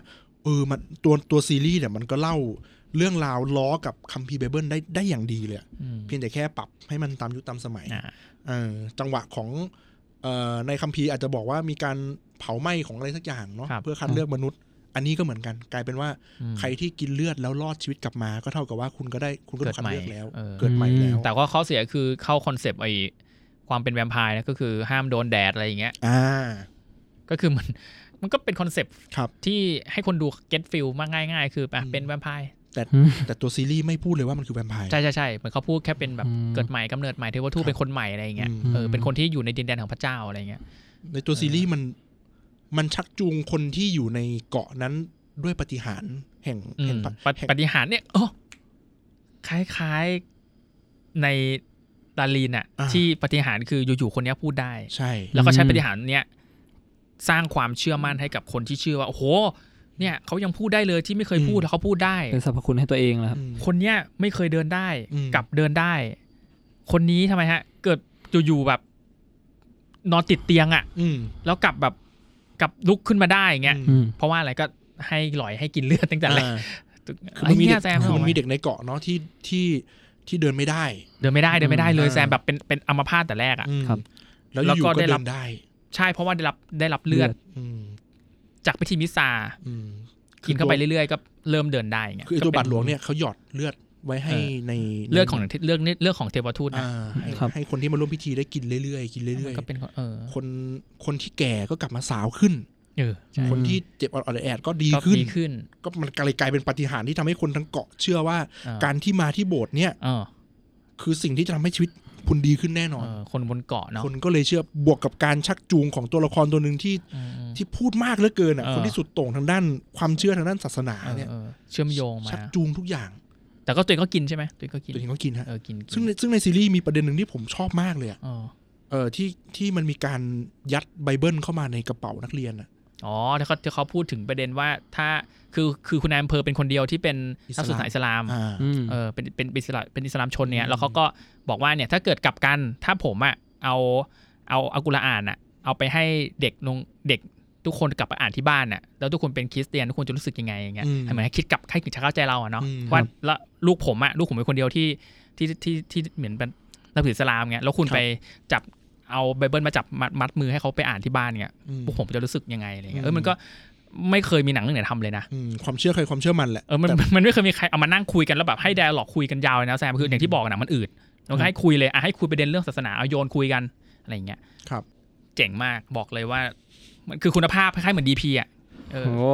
เออมันตัวตัวซีรีส์เนี่ยมันก็เล่าเรื่องราวล้อกับคัมภีร์ไบเบิลได้ได้อย่างดีเลยอะ
อืม
เพียงแต่แค่ปรับให้มันตามยุคตามสมัย
อ่า
เออจังหวะของเอ่อในคัมภีร์อาจจะบอกว่ามีการเผาไหม้ของอะไรสักอย่างเนาะ
ครับ
เพื่อคัดเลือกมนุษย์ อันนี้ก็เหมือนกัน กลายเป็นว่า
อืม
ใครที่กินเลือดแล้วรอดชีวิตกลับมา ก็เท่ากับว่าคุณก็ได้คุณก็ถูกคัดเลือกแล้ว
เออ
เกิดใหม่แล้ว
แต่ก็ข้อเสียคือเข้าคอนเซปต์ไอ้ความเป็นแวมไพร์นะก็คือห้ามโดนแดดอะไรอย่างเงี้ย
อ่า
ก็คือมัน มันก็เป็นคอนเซปต์
ครับ
ที่ให้คนดูเก็ตฟิลมากง่ายๆ คืออ่ะ
อืม
เป็นแวมไพร์
แต่ตัวซีรีส์ไม่พูดเลยว่ามันคือแวมไพร์
ใช่ใช่ใช่เหมือนเขาพูดแค่เป็นแบบ
อืม
เกิดใหม่กำเนิดใหม่เทวทูต
ครับ
เป็นคนใหม่อะไรอย่างเงี้ย
อืม
เออเป็นคนที่อยู่ในดินแดนของพระเจ้าอะไรอย่างเงี้ย
ในตัว
เออ
ซีรีส์มันมันชักจูงคนที่อยู่ในเกาะนั้นด้วยปฏิหารย์แห่ง
อืม
แห่งพระ
ปฏิ
แห่ง
ปฏิหารย์เนี่ยโอ้คล้ายๆในดารีนอะ
า
ที่ปฏิหารย์คืออยู่ๆคนเนี้ยพูดได้
ใช่
แล้วก็ใช้
อืม
ปฏิหารย์เนี้ยสร้างความเชื่อมั่นให้กับคนที่เชื่อว่าโอ้โห เนี่ยเขายังพูดได้เลยที่ไม่เคยพูด
อืม
แล้วเขาพูดได้
เป็นสรรพคุณให้ตัวเองเหรอครับ
คนเนี้ยไม่เคยเดินได้
อืม
กลับเดินได้ คนนี้ทำไมฮะ เกิดอยู่ๆแบบ นอนติดเตียงอะ่ะ
อืม
แล้วกลับแบบกลับลุกขึ้นมาได้อย่างเงี้ย
อืม
อืม
เพราะว่าอะไรก็ให้หลอยให้กินเลือดตั้งแต่แรก
อ่าคือ
ไอ้
มันมี
เนี่ย
เด็ก
แซม
คือมันมี
เ
เด็กในเกาะเนาะที่ที่ที่เดินไม่ได้
ดินไม่ได้เดินไม่ได้เลย
อ่า
แซมแบบเป็นเป็นอัมพาตแต่แรกอ่ะ
อืม
ครับ
แล้ว
แล้ว
อยู่
ก็
ๆก็
ได้รั
เดิ
บ
นได้
ใช่เพราะว่าได้รับได้รับเลือด
อืม
จากพิธีมิสซา
อืม
กินเข้าไปเรื่อยๆก็เริ่มเดินได้ย่างเงี้ย
คือไอ้ตัว
ก็
บา
เป็
ด
น
หลวงเนี่ยเขาหยอดเลือดไว้ให้
เออ
ใน
เลือดของเลือดเลือดของเทวทูตนะ
อ่าให้
ครับ
ให้คนที่มาร่วมพิธีได้กินเรื่อยๆกินเรื่อย
ก็เป็นคนเออ
ๆคนคนที่แก่ก็กลับมาสาวขึ้น
เออใช่
คนที่เจ็บอ่อนๆแอดๆก็ดี
ก็
ขึ้น
ดีขึ้น
ก็มันกลายกลายเป็นปาฏิหารย์ที่ทำให้คนทั้งเกาะเชื่อว่า
เออ
การที่มาที่โบสถ์เนี่ย
เออ
คือสิ่งที่จะทำให้ชีวิตคุณดีขึ้นแน่นอน
เออคนบนเกาะเนาะ
คนก็เลยเชื่อบวกกับการชักจูงของตัวละครตัวหนึ่งที่
อืมอืม
ที่พูดมากเหลือเกินอ่ะ
เออ
คนที่สุดโต่งทางด้านความเชื่อทางด้านศาสนา
เออ
เนี่ย
เออเชื่อมโยงมา
ชักจูงทุกอย่าง
แต่ก็ตัวเองก็กินใช่ไหมตัวเองก็กิน
ตัวเองก็กินฮะ
เออกินกิน
ซึ่งในซึ่งในซีรีส์มีประเด็นหนึ่งที่ผมชอบมากเลยอะ
เออ
เออที่ที่มันมีการยัดไบเบิลเข้ามาในกระเป๋านักเรียนอ่ะ
อ๋อที่เขาที่เขาพูดถึงประเด็นว่าถ้าคือคือคุณนายอำเภอเป็นคนเดียวที่เป็น
อิส
นัศึก
ลาก ม
ษาอิสลาม
อ่า
อืม
เออเป็นเป็นเป็นอิสลามเป็นอิสลามชนเนี่
อื
ย
ม
แล้วเขาก็บอกว่าเนี่ยถ้าเกิดกลับกันถ้าผมอ่ะเอาเอาเอากุรอานอ่ะเอาไปให้เด็กลงเด็กทุกคนกลับไปอ่านที่บ้านน่ะแล้วทุกคนเป็นคริสเตียนทุกคนจะรู้สึกยังไงอย่างเงี้ย
อืม
เหมือนให้คิดกลับให้คิดเข้าใจเราอะเนาะ
อืม
ว่า
ครับ
แล้วลูกผมอะลูกผมเป็นคนเดียวที่ที่ที่ที่ที่เหมือนเป็นนับถืออิสลามเงี้ยแล้วคุณ
ครับ
ไปจับเอาไบเบิลมาจับมัดมัดมือให้เขาไปอ่านที่บ้านเงี้ย
อืม
พวกผมจะรู้สึกยังไงอะไรเงี้ย
อืม
เออมันก็ไม่เคยมีหนังเรื่องไหนทำเลยนะ
อืมความเชื่อใครความเชื่อมันแหละ
เออมัน
แต่
มันไม่เคยมีใครเอามานั่งคุยกันแล้วแบบให้ไดอะล็อกคุยกันยาวเลยนะแซมคืออย่างที่บอกอะนะมันอืดเราก็ให้คุยเลยอ่ะให้คุยประเด็นเรื่องศาสนาเอาโยนคุยกันอะไรอย่างเงี้ย
ครับ
เจ๋งมากบอกเลยว่า มันคือคุณภาพคล้ายๆเหมือนดีพีอะเออ
โอ้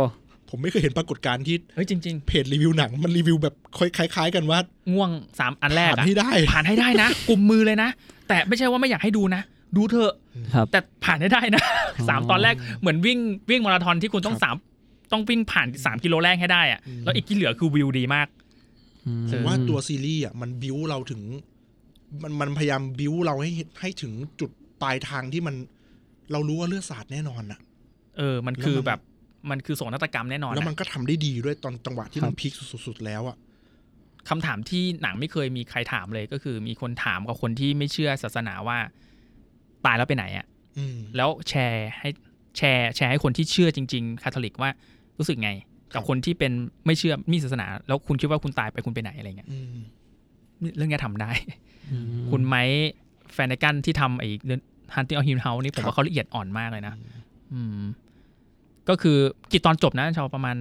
ผมไม่เคยเห็นปรากฏการณ์ที่
เฮ้ยจริง
เพจรีวิวหนัง มันรีวิวแบบคล้ายๆ กันว่า
ๆ ง่วงสามอันแรก
ผ่าน
อะ
ให้ได้
ผ่านให้ได้นะกลุ่มมือเลยนะ แต่ไม่ใช่ว่าไม่อยากให้ดูนะ ดูเถอะ
ครับ
แต่ผ่านให้ได้นะ สามตอนแรกเหมือนวิ่งวิ่งมาราธอนที่คุณต้อง
ครับ
สามต้องวิ่งผ่านสามกิโลแรกให้ได้อะ
อืม
แล้วอีกที่เหลือคือวิวดีมาก
อืม
ผมว่าตัวซีรีส์อ่ะมันบิวเราถึง มันมันพยายามบิวเราให้ให้ถึงจุดปลายทางที่มัน เรารู้ว่าเลือดสาดแน่นอนอ่ะ
เออ มันคือ
แล้วมัน
แบบมันคือโศกนาฏกรรมแน่นอน
แล้ว
นะ
มันก็ทำได้ดีด้วยตอนจังหวะที่มัน
ครับ
พีคสุดๆแล้วอ่ะ
คำถามที่หนังไม่เคยมีใครถามเลยก็คือ มีคนถามกับคนที่ไม่เชื่อศาสนาว่าตายแล้วไปไหนอะ
อืม
แล้วแชร์ให้แชร์แชร์ให้คนที่เชื่อจริงๆคาทอลิกว่ารู้สึกไง
ครั
กับบ คนที่เป็นไม่เชื่อมีศาสนา แล้วคุณคิดว่าคุณตายไปคุณไปไหนอะไรเงี้ย
อืม
เรื่องเนี้ยทำได้
อืม
คุณไม้แฟนกันที่ทำไอ้ฮันติ n อ h ฮิมเฮานี่ผมว่าเขาละเอียดอ่อนมากเลยนะ อืม ก็คือกี่ตอนจบนะชาวประมาณ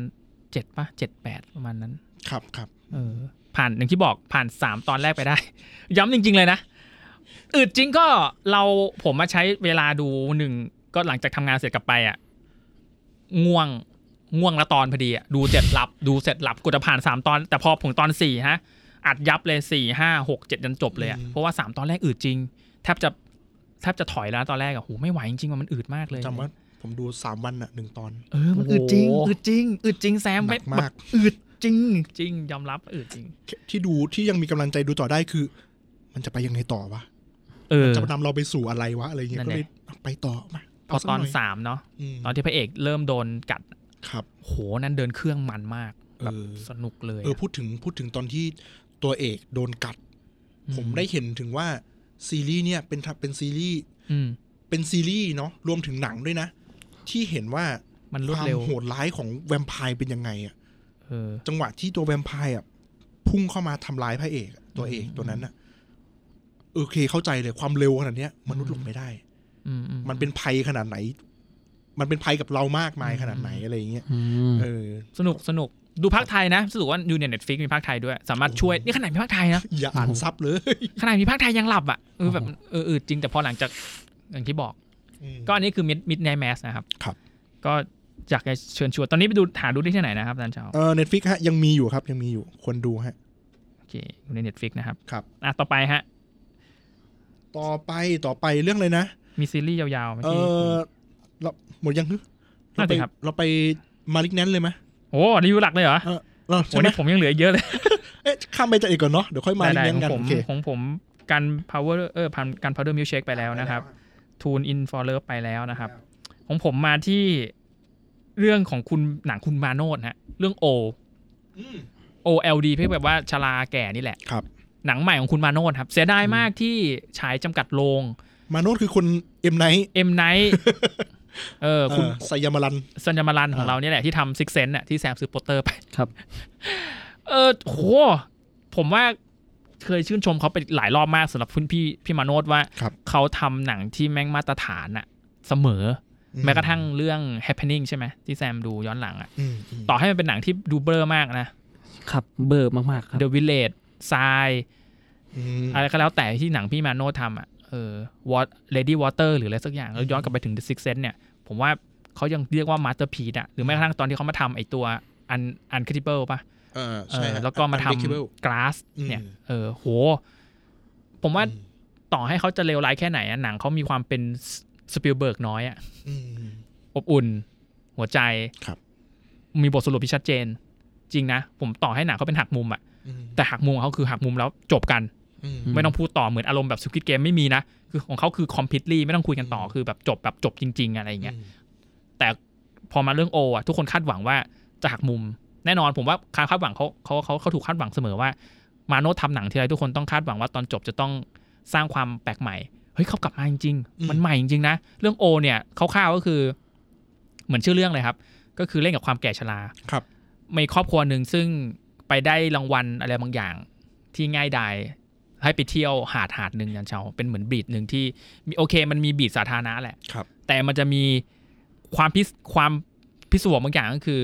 เจ็ดปะเจ็ดแปดประมาณนั้น
ครับครับ
เออ ผ่านอย่างที่บอกผ่านสามตอนแรกไปได้ ย้ำจริง ๆ เลยนะอืดจริงก็เราผมมาใช้เวลาดูหนึ่งก็หลังจากทำงานเสร็จกลับไปอ่ะ ง่วงง่วงละตอนพอดีอ่ะดูเสร็จหลับ ดูเสร็จหลับกดจะผ่านสามตอน แต่พอถึงตอนสี่ฮะ อัดยับเลยสี่ห้าหกเจ็ดยันจบเลยอ่ะเพราะว่าสามตอนแรกอืดจริง แทบจะแทบจะถอยแล้วตอนแรกอ่ะโหไม่ไหวจริงๆว่ามันอืดมากเลย
จำว่าผมดูสามวันอ่ะหนึ่งตอน
เออ มันอืดจริง
โอ้โห
อืดจริง อืดจริงแซม
หนั
ไม่
ก
แบ
มาก
บอืดจริง จริง ยอมรับอืดจริง
ที่ดูที่ยังมีกำลังใจดูต่อได้คือ มันจะไปยังไงต่อวะ
เออ
จะนำเราไปสู่อะไรวะ อะไรเงี้
นั่
ย
นแห
ก็
ละ
เลยเอาไปต่อมา
พอ
เาสัก
ตอน
หย
สามเนาะ
ม
ตอนที่พระเอกเริ่มโดนกัด
ครับ
โห นั่นเดินเครื่องมันมาก
เอ
แบบ
อ
สนุกเลย
เออพูดถึงพูดถึงตอนที่ตัวเอกโดนกัด
อื
ผมได้เห็นถึงว่าซีรีส์เนี่ยเป็นทำเป็นซีรีส์
อืม
เป็นซีรีส์เนาะรวมถึงหนังด้วยนะ ที่เห็นว่า
มันรว
ค
ด
วาม
เร็ว
โหดร้ายของแวมไพร์เป็นยังไงอะ
เออ
จังหวะที่ตัวแวมไพร์อะพุ่งเข้ามาทำร้ายพระเอกอะตัวเอก
อืม
ตัวนั้นอะโอเคเข้าใจเลยความเร็วขนาดเนี้ยมนุษย์หลบไม่ได้
อืมอื
มันเป็นภัยขนาดไหน มันเป็นภัยกับเรามากมายขนาดไหนอะไรอย่างเงี้ย
อืม
เออ
สนุกสนุก ดูภาคไทยนะรู้สึกว่าดูเนี่ยเน็ตฟิกมีภาคไทยด้วย สามารถช่วย นี่ขนาดมีภาคไทย นะ
อย่าอ่านซับเลย
ขนาดมีภาคไทยยังหลับอ่ะ เออแบบเอออืดจริง แต่พอหลังจากอย่างที่บอก ก็อันนี้คือ Mid Midnight Mass นะครับ
ครับ
ก็อยากจะเชิญชวนตอนนี้ไปดูหาดูได้ที่ไหนนะครับอาจารย์เช้า
เออเน็ตฟิกฮะ ยังมีอยู่ครับ ยังมีอยู่ควรดูฮะ
โอเคอยู่ใน Netflix นะครับ
ครับ
อ่ะต่อไปฮะ
ต่อไปต่อไปเรื่องอะไรนะ
มีซีรีส์ยาวๆไหม
เอ
ที่
อเราหมดยังฮึ
น่า
เรา
จะ
ไป
ครับ
เราไปมาลิกแนนเลยไหม
โอ้รีวิวหลักเลยเหรอ
เออเรา
โอ้
ใช่ไหม
นี่ผมยังเหลือเยอะเลย
เอ๊ะข้ามไปจากอีกก่อนเนาะเดี๋ยวค่อยมาลิก
ได้
แน
ๆข
น
องผม
กันโอเค
ของผมการ power เออผ่านการ powder milk shake ไปแล้วนะครับ tune in for love ไปแล้วนะครับ ของผมมาที่ เรื่องของคุณหนังคุณมาโนดฮะเรื่องโอ
อืม
OLD เพื่อแบบว่าชราแก่นี่แหละ
ครับ
หนังใหม่ของคุณมาโนดครับ เสียดายมากที่ฉายจำกัดโรง
มาโนดคือคนเอ็มไนท์
M Night เออคุณ
สยามรัน
สัญญามารันของ
อ่า
เราเนี่ยแหละที่ทำซิกเซนน่ะที่แซมซื้อโปสเตอร์ไป
ครับ
เออโห ผมว่าเคยชื่นชมเขาไปหลายรอบมากสำหรับคุณพี่พี่มาโนดว่า
ครับ
เขาทำหนังที่แม่งมาตรฐานอะเสมออแม้กระทั่งเรื่อง happening ใช่ไหมที่แซมดูย้อนหลังอะ
อืมอืม
ต่อให้มันเป็นหนังที่ดูเบลอมากนะ
ครับเบอร์มากๆครับ
The Village ทราย
อืม
อะไรก็แล้วแต่ที่หนังพี่มาโนดทำอะเออ What Lady Water หรืออะไรสักอย่างแล้วย้อนกลับไปถึง The Sixth Sense เนี่ย ผมว่าเขายังเรียกว่า masterpiece อะหรือแม้กระทั่งตอนที่เขามาทำไอตัวอันอันคริติเบิลป่ะ
เออ
เอ
ใช่
อ
ฮะ
แล้วก็มาท
Unbreakable
ำ glass เนี่ย
อืม
เออ โห ผมว่า
อืม
ต่อให้เขาจะเลวร้ายแค่ไหนอะหนังเขามีความเป็นสปิลเบิร์กน้อยอะ
อืม
อบอุ่น หัวใจ
ครับ
มีบทสรุปที่ชัดเจน จริงนะ ผมต่อให้หนังเขาเป็นหักมุมอะ
อืม
แต่หักมุมของเขาคือหักมุมแล้วจบกัน
อืม
ไม่ต้องพูดต่อเหมือนอารมณ์แบบสกิทเกมไม่มีนะ คือของเขาคือ completely ไม่ต้องคุยกันต่อ
อืม
คือแบบจบแบบจบจริง ๆ อะไรอย่างเงี้ย แต่พอมาเรื่องโออ่ะทุกคนคาดหวังว่าจะหักมุม แน่นอนผมว่าการคาดหวังเขาเขาเขาเขาถูกคาดหวังเสมอว่า มาโนททำหนังทีไรทุกคนต้องคาดหวังว่าตอนจบจะต้องสร้างความแปลกใหม่เฮ้ยเขากลับมาจริง
อืม
ๆ มันใหม่จริงๆนะ เรื่องโอเนี่ยคร่าวๆก็คือ เหมือนชื่อเรื่องเลยครับ ก็คือเล่นกับความแก่ชรา
ครับ
มีครอบครัวหนึ่งซึ่งไปได้รางวัลอะไรบางอย่าง ที่ง่ายดายให้ไปเที่ยวหาดหาดหนึ่งยันเช้าเป็นเหมือนบีดหนึ่งที่มีโอเค มันมีบีดสาธารณะแหละ
ครับ
แต่มันจะมีความพิสความพิศวงบางอย่างก็คือ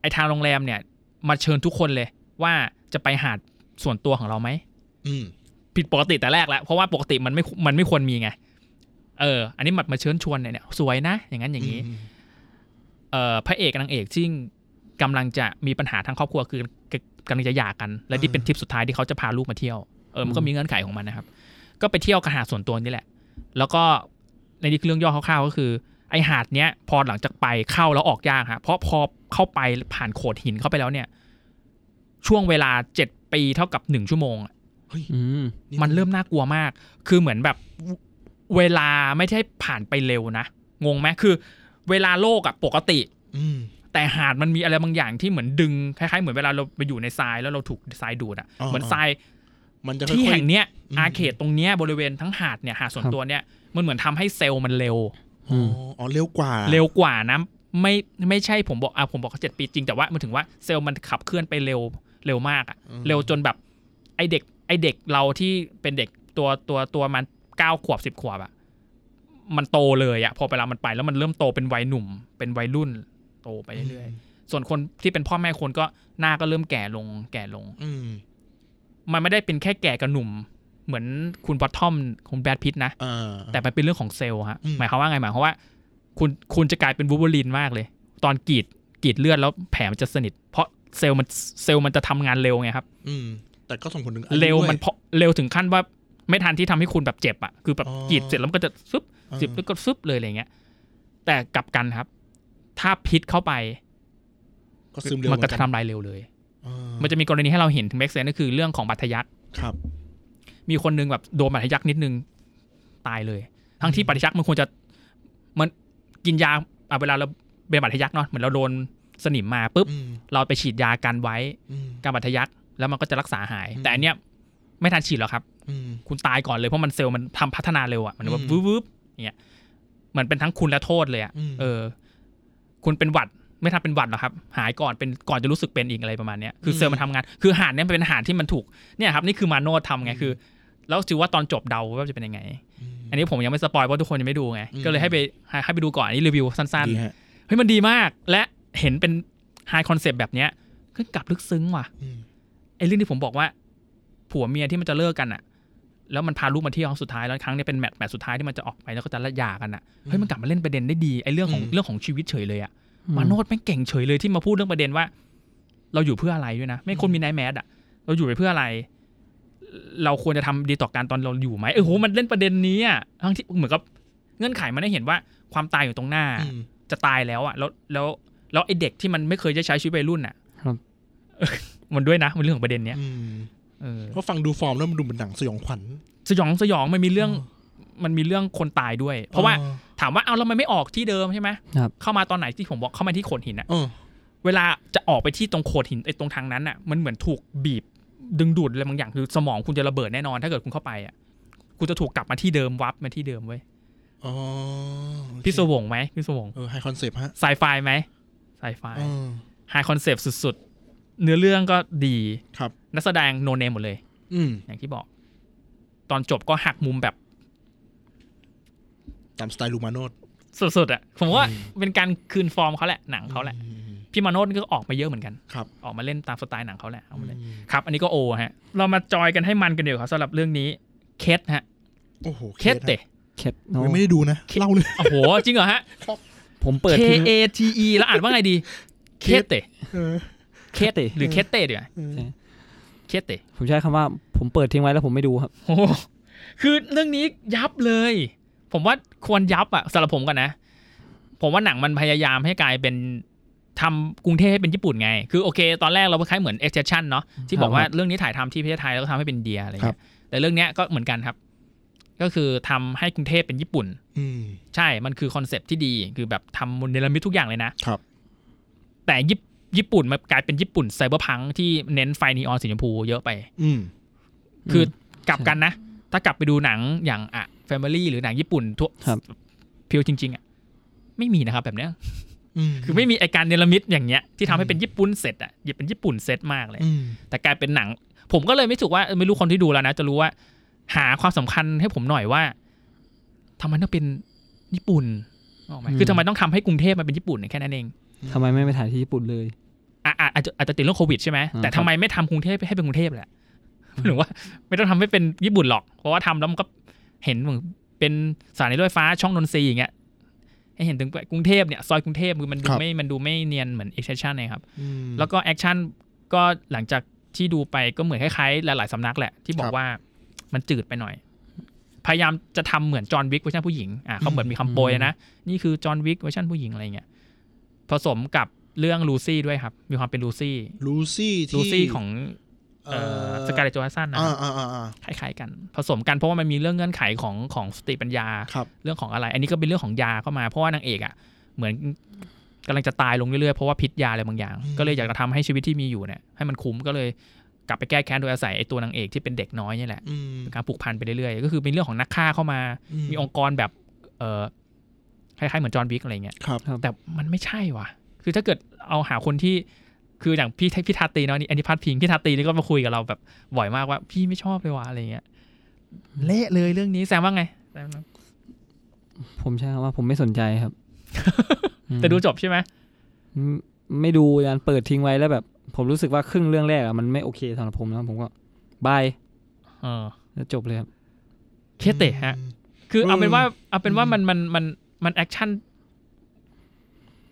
ไอทางโรงแรมเนี่ย มาเชิญทุกคนเลย ว่าจะไปหาดส่วนตัวของเราไหม
อืม
ผิดปกติแต่แรกแล้ว เพราะว่าปกติมันไม่มันไม่ควรมีไง เออ อันนี้มันมาเชิญชวนเนี่ยเนี่ยสวยนะ อย่างนั้นอย่างนี้ เอ่อพระเอกกับนางเอกซึ่งกำลังจะมีปัญหาทางครอบครัวคือกำลังจะหย่ากัน และที่เป็นทริปสุดท้ายที่เขาจะพาลูกมาเที่ยวเออมันก็มีเงื่อนไขของมันนะครับ ก็ไปเที่ยวกระหาดส่วนตัวนี่แหละ แล้วก็ในนี้คือเรื่องย่อคร่าวๆก็คือ ไอหาดเนี้ยพอหลังจากไปเข้าแล้วออกยากฮะเพราะพอเข้าไปผ่านโขดหินเข้าไปแล้วเนี่ย ช่วงเวลาเจ็ดปีเท่ากับหนึ่งชั่วโมงอะ
อืม
มันเริ่มน่ากลัวมาก คือเหมือนแบบเวเวลาไม่ใช่ผ่านไปเร็วนะ งงไหมคือ เวลาโลกอะปกติ
อืม
แต่หาดมันมีอะไรบางอย่างที่เหมือนดึง คล้ายๆ เหมือนเวลาเราไปอยู่ในทรายแล้วเราถูกทรายดูดอะ
อ๋อ
เหมือนทราย
มันจะค่อยๆ
ที่แห่งเนี้ย
อืม
อาเขตตรงเนี้ยบริเวณทั้งหาดเนี่ยหาดส่วน
ครับ
ตัวเนี่ย มันเหมือนทำให้เซลล์มันเร็ว
อ๋ออ๋อเร็วกว่า
เร็วกว่านะไม่ไม่ใช่ผมบอกอ่ะผมบอกเจ็ดปีจริงแต่ว่ามันถึงว่าเซลล์มันขับเคลื่อนไปเร็วเร็วมากอะเร็วจนแบบไอเด็กไอเด็กเราที่เป็นเด็กตัวตัวตัวมันเก้าขวบสิบขวบอะมันโตเลยอะพอเวลามันไปแล้วมันเริ่มโตเป็นวัยหนุ่ม เป็นวัยรุ่นโตไปเรื่อยๆส่วนคนที่เป็นพ่อแม่คนก็หน้าก็เริ่มแก่ลงแก่ลง
อืม
มันไม่ได้เป็นแค่แก่กับหนุ่ม เหมือนคุณบอททอมคุณแบดพิตนะ
อ่า
แต่มันเป็นเรื่องของเซลล์ฮะ
อืม
หมายความว่าไง หมายความว่า คุณคุณจะกลายเป็นบูบูลินมากเลย ตอนกรีดกรีดเลือดแล้วแผลมันจะสนิท เพราะเซลล์มันเซลล์มันจะทำงานเร็วไงครับ
อืม แต่ก็ส่งผลถึงอายุ
เร็ว
ด้ย
มันเพราะเร็วถึงขั้นว่าไม่ทันที่ทำให้คุณแบบเจ็บอ่ะ คือแบบ
อ๋อ
กรีดเสร็จแล้วมันก็จะซึบ
อ่า
สิบแล้วก็ซึบเลยอะไรเงี้ย แต่กลับกันครับ ถ้าพิษเข้าไป
ก็ซึมเร็ว
มันก็
เหอ
จะทำลายเร็วเลย
อ่า
มันจะมีกรณีให้เราเห็นถึงแม็กเซนก็คือเรื่องของบาดทะยัก
ครับ
มีคนหนึงแบบโดนบาดทะยักนิดนึงตายเลย ทั้งที่บาดทะยักมันควรจะมันกินยาอ่ะเวลาเราเป็นบาดทะยักเนาะเหมือนเราโดนสนิมมาปุ๊บ
อืม
เราไปฉีดยากันไว้
อืม
การบาดทะยักแล้วมันก็จะรักษาหาย
อืม
แต่อันเนี้ยไม่ทันฉีดหรอกครับ
อืม
คุณตายก่อนเลยเพราะมันเซลล์มันทำพัฒนาเร็วอะ่ะมันแบบ
อืม
วืบวืบอย่างเงี้ยเหมือนเป็นทั้งคุณและโทษเลยอะ่ะ
อืม
เออ คุณเป็นหวัดไม่ทันเป็นหวัดหรอกครับ หายก่อนเป็นก่อนจะรู้สึกเป็นอีกอะไรประมาณเนี้ยคือเซลล์มันทำงาน คือหานเนี่ยมันเป็นหานที่มันถูกเนี่ยครับนี่คือมาโนดทำไงคือ แล้วถือว่าตอนจบเดาว่าจะเป็นยังไง
ม
อันนี้ผมยังไม่สปอยเพราะทุกคนยังไม่ดูไง
อืม
ก็เลยให้ไปให้ให้ไปดูก่อนอันนี้รีวิวสั้น
ดีฮะ
ๆเฮ้ยมันดีมาก และเห็นเป็นไฮคอนเซปต์แบบเนี้ยก็กลับลึกซึ้งว่ะ
อืม
ไอ้เรื่องที่ผมบอกว่า ผัวเมียที่มันจะเลิกกันอะแล้วมันพาลูกมาเที่ยวครั้งสุดท้ายแล้วครั้งเนี้ยเป็นแมตช์แมตช์สุดท้ายที่มันจะออกไปแล้วก็จะละหย่ากันอะเฮ้ยมันกลับมาเล่นประเด็นได้ดีไอ้เรื่องของเรื่องของชีวิตเฉยเลยอะมาโนดแม่งเก่งเฉยเลยที่มาพูดเรื่องประเด็นว่า เราอยู่เพื่ออะไรด้วยนะ ไม่คนมีนายแมสอะเราอยู่ไปเพื่ออะไร เราควรจะทำดีต่อการตอนเราอยู่ไหมเออโหมันเล่นประเด็นนี้อะทั้งที่เหมือนกับเงื่อนไขมันได้เห็นว่าความตายอยู่ตรงหน้า
อืม
จะตายแล้วอ่ะแล้วแล้วแล้วไอเด็กที่มันไม่เคยได้ใช้ชีวิตวัยรุ่นอ่ะ
ครับ
เออมันด้วยนะมันเรื่องของประเด็นเนี้ย
อืม
เออ
เพราะฟังดูฟอร์มแล้วมันดูเหมือนหนังสยองขวัญ
สยองสยองมันมีเรื่องมันมีเรื่องคนตายด้วย เพราะว่าท ามว่าเอาแล้วมันไม่ออกที่เดิมใช่ไหม
ครับ
เข้ามาตอนไหนที่ผมบอกเข้ามาที่โขดหินอะ
เออ
เวลาจะออกไปที่ตรงโขดหินไอ้ตรงทางนั้นอะมันเหมือนถูกบีบดึงดูดอะไรบางอย่างคือสมองคุณจะระเบิดแน่นอนถ้าเกิดคุณเข้าไปอะคุณจะถูกกลับมาที่เดิมวับมาที่เดิมเว้ย
อ๋อ
พี่สวงไหมพี่สวง
เออไฮคอนเซปต์ฮะ
ไซไฟไหมไซไฟ
เออ
ไฮคอนเซปต์สุดๆ เนื้อเรื่องก็ดี
ครับ
นักแสดงโนเนมหมดเลย
อืม
อย่างที่บอก ตอนจบก็หักมุมแบบ
ตามสไตล์ลูมาโนด
สุดๆอะผมว่าเป็นการคืนฟอร์มเขาแหละ หนังเขาแหละ
อืม
พี่มาโนดก็ออกมาเยอะเหมือนกัน
ครับ
ออกมาเล่นตามสไตล์หนังเขาแหละเอามาเลย
อืม
ครับ อันนี้ก็โอฮะ เรามาจอยกันให้มันกันเดี๋ยวาครับสำหรับเรื่องนี้เคสฮะ
โอ้โห
เคสเตะ
เข็ดเนอะ
ยังไม่ได้ดูนะ เล่าเลย
โอ้โห จริงเหรอฮะ
ผมเปิด
K
ทิ้ง
A T E แล้วอ่านว่าไงดีเคสเตะ
เออ
เคสหรือเคสเตะเดี๋ยวา
เออ
เคสเตะ
ผมใช้คำว่าผมเปิดทิ้งไว้แล้วผมไม่ดูครับ
โอ้โหคือเรื่องนี้ยับเลย ผมว่าควรยับอะสำหรับผมกันนะ ผมว่าหนังมันพยายามให้กลายเป็นทำกรุงเทพให้เป็นญี่ปุ่นไง คือโอเค ตอนแรกเราคล้ายๆเหมือน exception เนาะที่บอกว่า
ครับ
เรื่องนี้ถ่ายทำที่ประเทศไทยแล้วก็ทำให้เป็นอินเดียอะไร
ครั
เงี้ย
บ
แต่เรื่องเนี้ยก็เหมือนกันครับ ก็คือทำให้กรุงเทพเป็นญี่ปุ่น
อืม
ใช่ มันคือคอนเซปต์ที่ดี คือแบบทำเนรมิตทุกอย่างเลยนะครับ แต่ญี่ปุ่นญี่ปุ่นมันกลายเป็นญี่ปุ่นไซเบอร์พังที่เน้นไฟนีออนสีชมพูเยอะไป
อืม
คือกลับกันนะ ถ้ากลับไปดูหนังอย่างอ่ะ Family หรือหนังญี่ปุ่นทั่ว
ครับ
เพียวจริง ๆอ่ะไม่มีนะครับแบบเนี้ย
อืม
คือไม่มีไอการเนรมิตอย่างเงี้ยที่ทำให้เป็นญี่ปุ่นเสร็จอ่ะอย่าเป็นญี่ปุ่นเสร็จมากเลย
อืม
แต่กลายเป็นหนัง ผมก็เลยไม่ถูกว่าเออไม่รู้คนที่ดูแล้วนะ จะรู้ว่า หาความสำคัญให้ผมหน่อยว่าทำไมต้องเป็นญี่ปุ่นนึกออกไหม
อืม
คือทำไมต้องทำให้กรุงเทพมันเป็นญี่ปุ่นเนี่ยแค่นั้นเอง
ทำไมไม่ไปถ่ายที่ญี่ปุ่นเลย
อ่ะอ่ะอาจจะอาจจะติดเรื่องโควิดใช่ไหม
อ่า
แต่
ครั
ทำ
บ
ไมไม่ทำกรุงเทพให้เป็นกรุงเทพแหละหรือว่า ไม่ต้องทำให้เป็นญี่ปุ่นหรอก เพราะว่าทำแล้วมันก็เห็นเหมือนเป็นสถายรถไฟฟ้าช่องนนทรีย์อย่างเงี้ยให้เห็นถึงกรุงเทพเนี่ยซอยกรุงเทพคือมันดู
ครับ
ไม่มันดูไม่เนียนเหมือนแอคชั่นเลยครับ
อืม
แล้วก็แอคชั่นก็หลังจากที่ดูไปก็เหมือนคล้ายๆ หลายๆสำนักแหละ ที่บอ
ครั
ก
บ
ว่ามันจืดไปหน่อย พยายามจะทำเหมือนจอห์นวิกเวอร์ชันผู้หญิงอ่ะเขาเหมือนมีคำโปรยนะ นี่คือจอห์นวิกเวอร์ชันผู้หญิงอะไรเงี้ยผสมกับเรื่องลูซี่ด้วยครับ มีความเป็นลูซี่
ูซี่ที่
ลูซี่ของเอ่อสกาเลตโจฮัสสันนะค
อ่า
รับ
อ่าอ่าอ่า
คล้ายๆกัน ผสมกันเพราะว่ามันมีเรื่องเงื่อนไขของของสติปัญญา
ครับ
เรื่องของอะไร อันนี้ก็เป็นเรื่องของยาเข้ามาเพราะว่านางเอกอ่ะเหมือนกำลังจะตายลงเรื่อยๆเพราะว่าพิษยาอะไรบางอย่าง
อืม
ก็เลยอยากจะทำให้ชีวิตที่มีอยู่เนี่ยให้มันคุ้มก็เลยกลับไปแก้แค้นโดยอาศัยไอ้ตัวนางเอกที่เป็นเด็กน้อยนี่แหละ
อืม
เป็นการผูกพันไปเรื่อยๆก็คือเป็นเรื่องของนักฆ่าเข้ามา
อืม
มีองค์กรแบบเออคล้ายๆเหมือนจอห์นวิกอะไรเงี้ย
ครับ
แต่มันไม่ใช่ว่ะ คือถ้าเกิดเอาหาคนที่คืออย่างพี่พี่ทาตรีเนาะนี่อันนี้พัดพิงพี่ทาตรีนี่ก็มาคุยกับเราแบบบ่อยมากว่าพี่ไม่ชอบเลยว่ะอะไรเงี้ยเละเลยเรื่องนี้แซมว่าไงแซมว่า
ผมใช้คำว่าผมไม่สนใจครับ
แต่ดูจบใช่ไหม
อืมไม่ดูยันเปิดทิ้งไว้แล้วแบบ ผมรู้สึกว่าครึ่งเรื่องแรกอะมันไม่โอเคสำหรับผมนะผมก็บาย
เออ
แล้วจบเลยครับ
เคเตะฮะ คือ
เออ
เอาเป็นว่าเอาเป็นว่ามันมันมันมันแอคชั่น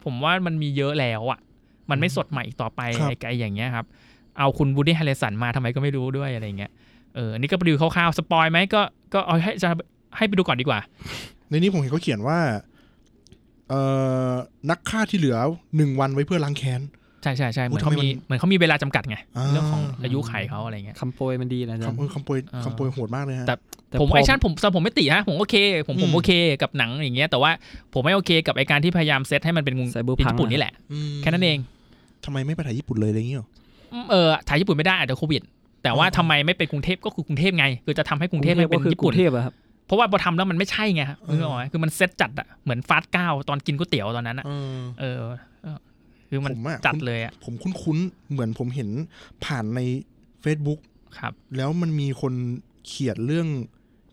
ผมว่ามันมีเยอะแล้วอะมันไม่สดใหม่อีกต่อไป
ครับ
ไอ้ไกอย่างเงี้ยครับ เอาคุณบูดี้ไฮเลสันมาทำไมก็ไม่รู้ด้วยอะไรเงี้ย เอออันนี่ก็ไปดูคร่าวๆ สปอยไหมก็ก็เอาให้จะให้ไปดูก่อนดีกว่า
ในนี้ผมเห็นเขาเขียนว่า เอ่อ นักฆ่าที่เหลือหนึ่งวันไว้เพื่อล้างแค้น
ใช่ใช่ใช่เหมือน
โอ้ทำ
เขา
ไม
มี
มัน
เหมือนเขามีเวลาจำกัดไง
อ่า
เรื่องของอายุไขเขาอะไรเงี้ย
คำโปรยมันดีนะอาจ๊ะ
คำเออคำโปรย
เออ
คำโปรยโหดมากเลยฮะ
แต่
ผม
พ
ไอชั่นผมสำหรับผมไม่ติฮะผมโอเค ผมผม
อืม
โอเคกับหนังอย่างเงี้ยแต่ว่าผมไม่โอเคกับไอการที่พยายามเซตให้มันเป็นงู
ไซเบอร์
เป็น
พัง
ญี่ปุ่นนี่แหละ
อืม
แค่นั้นเอง
ทำไมไม่ไปถ่ายญี่ปุ่นเลยอะไรอย่างเงี้ยหรอ
อืมเออถ่ายญี่ปุ่นไม่ได้อาจจะโควิด แต่ว่า
อ๋อ
ทำไมไม่เป็นกรุงเทพก็คือกรุงเทพไง คือจะทำให้ก
กรุ
รุ
ง
ง
เท
เท
พ
พไม่
ก็
เป็น
คือ
ญี่
กรุ
ปุ่น
งเทพอะครับ
เพราะว่าพอทำแล้วมันไม่ใช่ไงครับ
เออ
นึกออกไหมคือมันเซ็ตจัดอะเหมือนฟาสต์เก้าตอนกินก๋วยเตี๋ยวตอนนั้นอะ
เออ
เออเออ คือมัน
ผมอะ
จัดเลยอะ
ผมคุ้นๆ เหมือนผมเห็นผ่านใน Facebook
ครับ
แล้วมันมีคนเขียนเรื่อง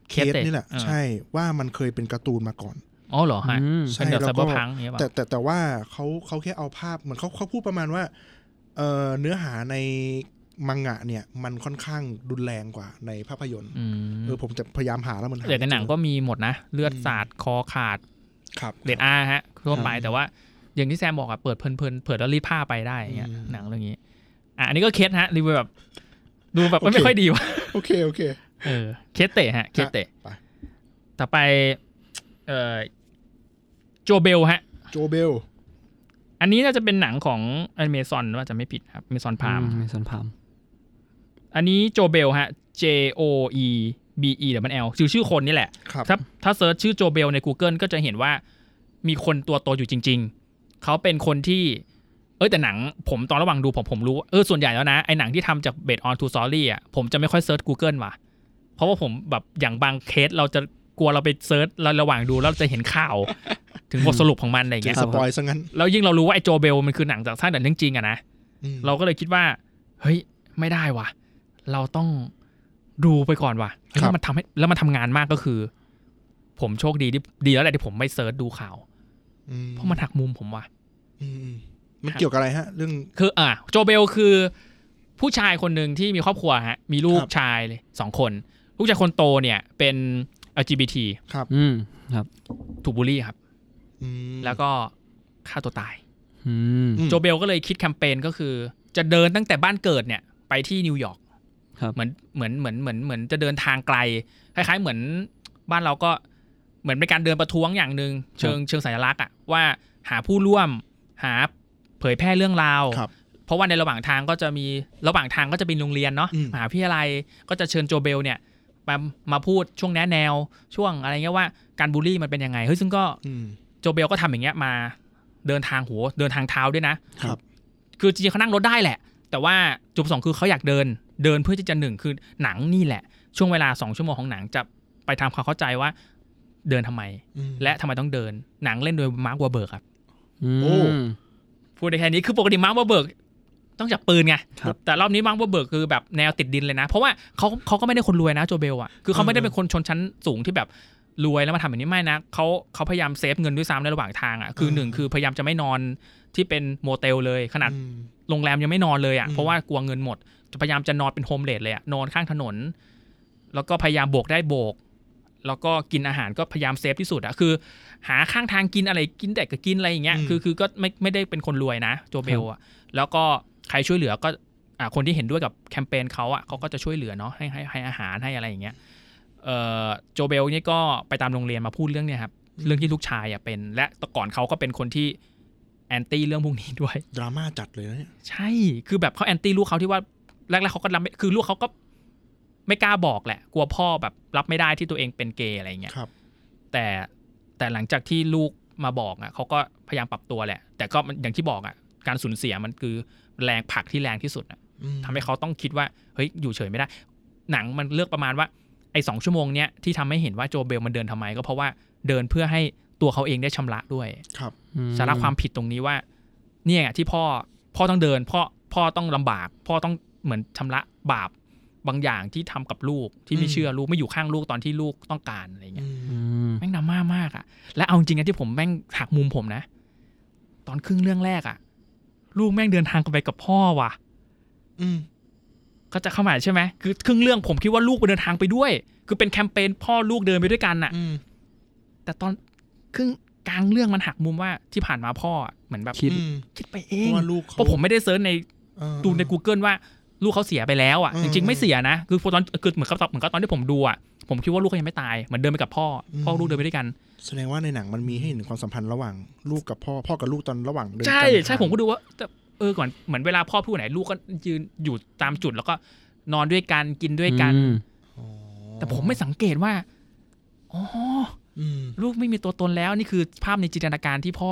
เคส
Case
นี่แหละ
เออ
ใช่ ว่ามันเคยเป็นการ์ตูนมาก่อน
อ๋อเหรอฮะ
อืม
ใช่
เป็นเดอะ
แล้
ไซ
วก็
เบอร์พังอย่างเงี้ย
แต่
ป่ะ
แต่แต่ว่าเขาเขาแค่เอาภาพเหมือนเขาเขาพูดประมาณว่าเอ่อเนื้อหาในมังงะเนี่ย มันค่อนข้างรุนแรงกว่าในภาพยนตร์
อืม
เออผมจะพยายามหาแล้วมันหา
แต่ในหนังก็
ไม่เจอ
มีหมดนะ เลือด
อืม
สาดคอขาด
ครับ
เดดอาฮะทั่วไป
ครับ
แต่ว่า อย่างที่แซมบอกอะเปิดเพลินเพลินๆเปิดแล้วรีดผ้าไปได้อย่างเงี้ย
อืม
หนังเรื่องนี้อ่ะอันนี้ก็เคสฮะรีวิวแบบ ดูแบบมันไม่
โอเค
ค่อยดีวะ
โอเคโอเค
เออเคสเตะฮะเคสเตะ
ไป
ต่อไปเอ่อโจเบลฮะ
โจเบล
อันนี้น่าจะเป็นหนังของอเมซอนว่าจะไม่ผิดครับอเมซอนพาม
อืมีสวนพาม
อันนี้โจเบลฮะ J O E B B E หรือมัน L ชื่อชื่อคนนี่แหละ
ครับ
ถ้าถ้าเซิร์ชชื่อโจเบลใน Google ก็จะเห็นว่ามีคนตัวโตอยู่จริง ๆ เขาเป็นคนที่ เอ้ยแต่หนังผมตอนระหว่างดูผมผมรู้ว่าเออส่วนใหญ่แล้วนะ ไอหนังที่ทำจากเบสออนทูซอรี่อ่ะผมจะไม่ค่อยเซิร์ช Google ว่ะ เพราะว่าผมแบบอย่างบางเคสเราจะกลัวเราไปเซิร์ชเราระหว่างดูแล้วเราจะเห็นข่าว ถึงบทสรุปของมันอะไรอย่าง
จะ
เงี้ย
สปอยซะงั้น
แล้วยิ่งเรารู้ว่าไอโจเบลมันคือหนังจากสร้างจากเรื่องจริงอะนะ
อืม
เราก็เลยคิดว่า เฮ้ย ไม่ได้ว่ะ เราต้องดูไปก่อนว่ะเฮ้ยแล้วมันทำให้แล้วมันทำงานมากก็คือ ผมโชคดีที่ดีแล้วแหละที่ผมไม่เซิร์ชดูข่าว
อืม
เพราะมันหักมุมผมว่ะ
อืมอืมมันเกี่ยวกับอะไรฮะ เรื่อง
คืออ่ะโจเบลคือ ผู้ชายคนหนึ่งที่มีครอบครัวฮะ มีลูก
ครับ
ชายเลยสองคน ลูกชายคนโตเนี่ยเป็น LGBT
อืมครับ
ถูกบูลลี่ครับ
อืม
แล้วก็ฆ่าตัวตาย
อืม
อืม
โจเบลก็เลยคิดแคมเปญก็คือ จะเดินตั้งแต่บ้านเกิดเนี่ย ไปที่นิวยอร์ก
ครับ
เหมือนเหมือนเหมือนเหมือนเหมือนจะเดินทางไกล คล้าย ๆ เหมือนบ้านเราก็เหมือนเป็นการเดินประท้วงอย่างหนึ่งเชิงเชิงสัญลักษณ์อะว่าหาผู้ร่วมหาเผยแพร่เรื่องราว
ครับ
เพราะว่าในระหว่างทางก็จะมีระหว่างทางก็จะเป็นโรงเรียนเนาะ
อืม
มหาวิทยาลัยก็จะเชิญโจเบลเนี่ยมามาพูดช่วงแนะแนวช่วงอะไรเงี้ยว่าการบูลลี่มันเป็นยังไงเฮ้ยซึ่งก็
อืม
โจเบลก็ทำอย่างเงี้ยมาเดินทางโหัวเดินทางเท้าด้วยนะครับ คือจริงๆเขานั่งรถได้แหละ แต่ว่าจุดประสงค์คือเขาอยากเดินเดินเพื่อที่จะหนึ่งคือหนังนี่แหละ ช่วงเวลาสองชั่วโมงของหนังจะไปทำความเข้าใจว่าเดินทำไม
อืม
และทำไมต้องเดิน หนังเล่นโดยมาร์ควาเบิร์กครับ
โอ้
พูดได้แค่นี้คือปกติมาร์ควาเบิร์กต้องจับปืนไง
ครับ
แต่รอบนี้มาร์ควาเบิร์กคือแบบแนวติดดินเลยนะ เพราะว่าเขาเขาก็ไม่ได้คนรวยนะโจเบลอ่ะคือเขาไม่ได้เป็นคนชนชั้นสูงที่แบบรวยแล้วมาทำแบบนี้ไม่นะเขาเขาพยายามเซฟเงินด้วยซ้ำในระหว่างทางอ่ะคือหนึ่งคือพยายามจะไม่นอนที่เป็นโมเตลเลยขนาด
อืม
โรงแรมยังไม่นอนเลยอะ่ะ
อืม
เพราะว่ากลัวเงินหมด จะพยายามจะนอนเป็นโฮมเลดเลยอะ่ะนอนข้างถนน แล้วก็พยายามโบกได้โบก แล้วก็กินอาหารก็พยายามเซฟที่สุดอะ่ะคือ หาข้างทางกินอะไรกินแต่ก็กินอะไรอย่างเงี้ย
อืม
คือคือก็ไม่ไม่ได้เป็นคนรวยนะโจเบลอะ่ะแล้วก็ใครช่วยเหลือก็อ่ะคนที่เห็นด้วยกับแคมเปญเขาอะ่ะเขาก็จะช่วยเหลือเนาะให้ให้ให้อาหารให้อะไรอย่างเงี้ยเอ่อโจเบลนี่ก็ไปตามโรงเรียนมาพูดเรื่องเนี่ยครับเรื่องที่ลูกชายอ่ะเป็น และแต่ก่อนเขาก็เป็นคนที่แอนตี้เรื่องพวกนี้ด้วย
ดราม่าจัดเลยนะเนี่ย
ใช่ คือแบบเขาแอนตี้ลูกเขาที่ว่าแรกๆเขาก็รับไม่คือลูกเขาก็ไม่กล้าบอกแหละ กลัวพ่อแบบรับไม่ได้ที่ตัวเองเป็นเกย์อะไรอย่างเงี้ย
ครับ
แต่แต่หลังจากที่ลูกมาบอกอ่ะเขาก็พยายามปรับตัวแหละ แต่ก็มันอย่างที่บอกอ่ะ การสูญเสียมันคือแรงผลักที่แรงที่สุดอะ
อืม
ทำให้เขาต้องคิดว่าเฮ้ยอยู่เฉยไม่ได้ หนังมันเลือกประมาณว่าไอ้สองชั่วโมงเนี้ยที่ทำให้เห็นว่าโจเบลมันเดินทำไม ก็เพราะว่าเดินเพื่อให้ตัวเขาเองได้ชำระด้วย สาระความผิดตรงนี้ว่า เนี่ยที่พ่อพ่อต้องเดินพ่อพ่อต้องลำบาก พ่อต้องเหมือนชำระบาปบางอย่างที่ทำกับลูกที่ไม่เชื่อลูกไม่อยู่ข้างลูกตอนที่ลูกต้องการอะไรเงี้ย
อื
อื
ม
ม
แม่งดราม่ามากอะและเอาจริงนะที่ผมแม่งหักมุมผมนะ ตอนครึ่งเรื่องแรกอะลูกแม่งเดินทางกันไปกับพ่อว่ะ
อืม
ก็จะเข้ามาใช่ไหมคือครึ่งเรื่องผมคิดว่าลูกไปเดินทางไปด้วย คือเป็นแคมเปญพ่อลูกเดินไปด้วยกันน่ะ
อืม
แต่ตอนครึ่งกลางเรื่องมันหักมุมว่าที่ผ่านมาพ่ออะเหมือนแบบ
คิด
อืม
คิดไปเอ
เพ
ง
ราะว่าลูก
เพราะผมไม่ได้เซิร์ชใน
เออ
ดูใน Google ว่าลูกเขาเสียไปแล้วอ่ะ
อืม
จริงๆไม่เสียนะ คือตอนคือเหมือนกับตอนเหมือนกับตอนที่ผมดูอ่ะผมคิดว่าลูกเขายังไม่ตายเหมือนเดินไปกับพ่ออ
ม
พ่อลูกเดินไปด้วยกัน
แสดงว่าในหนังมันมีให้เห็นความสัมพันธ์ระหว่างลูกกับพ่อ พ่อกับลูกตอนระหว่างเดิน
ใช่
กลาง
ใช่ผมก็ดูว่าแต่เออก่อนเหมือนเวลาพ่อพูดไหนลูกก็ยืนอยู่ตามจุดแล้วก็นอนด้วยกันกินด้วยกัน
อืม
อ๋อ
แต่ผมไม่สังเกตว่าอ๋อ
อืม
ลูกไม่มีตัวตนแล้วนี่คือภาพในจินตนาการที่พ่อ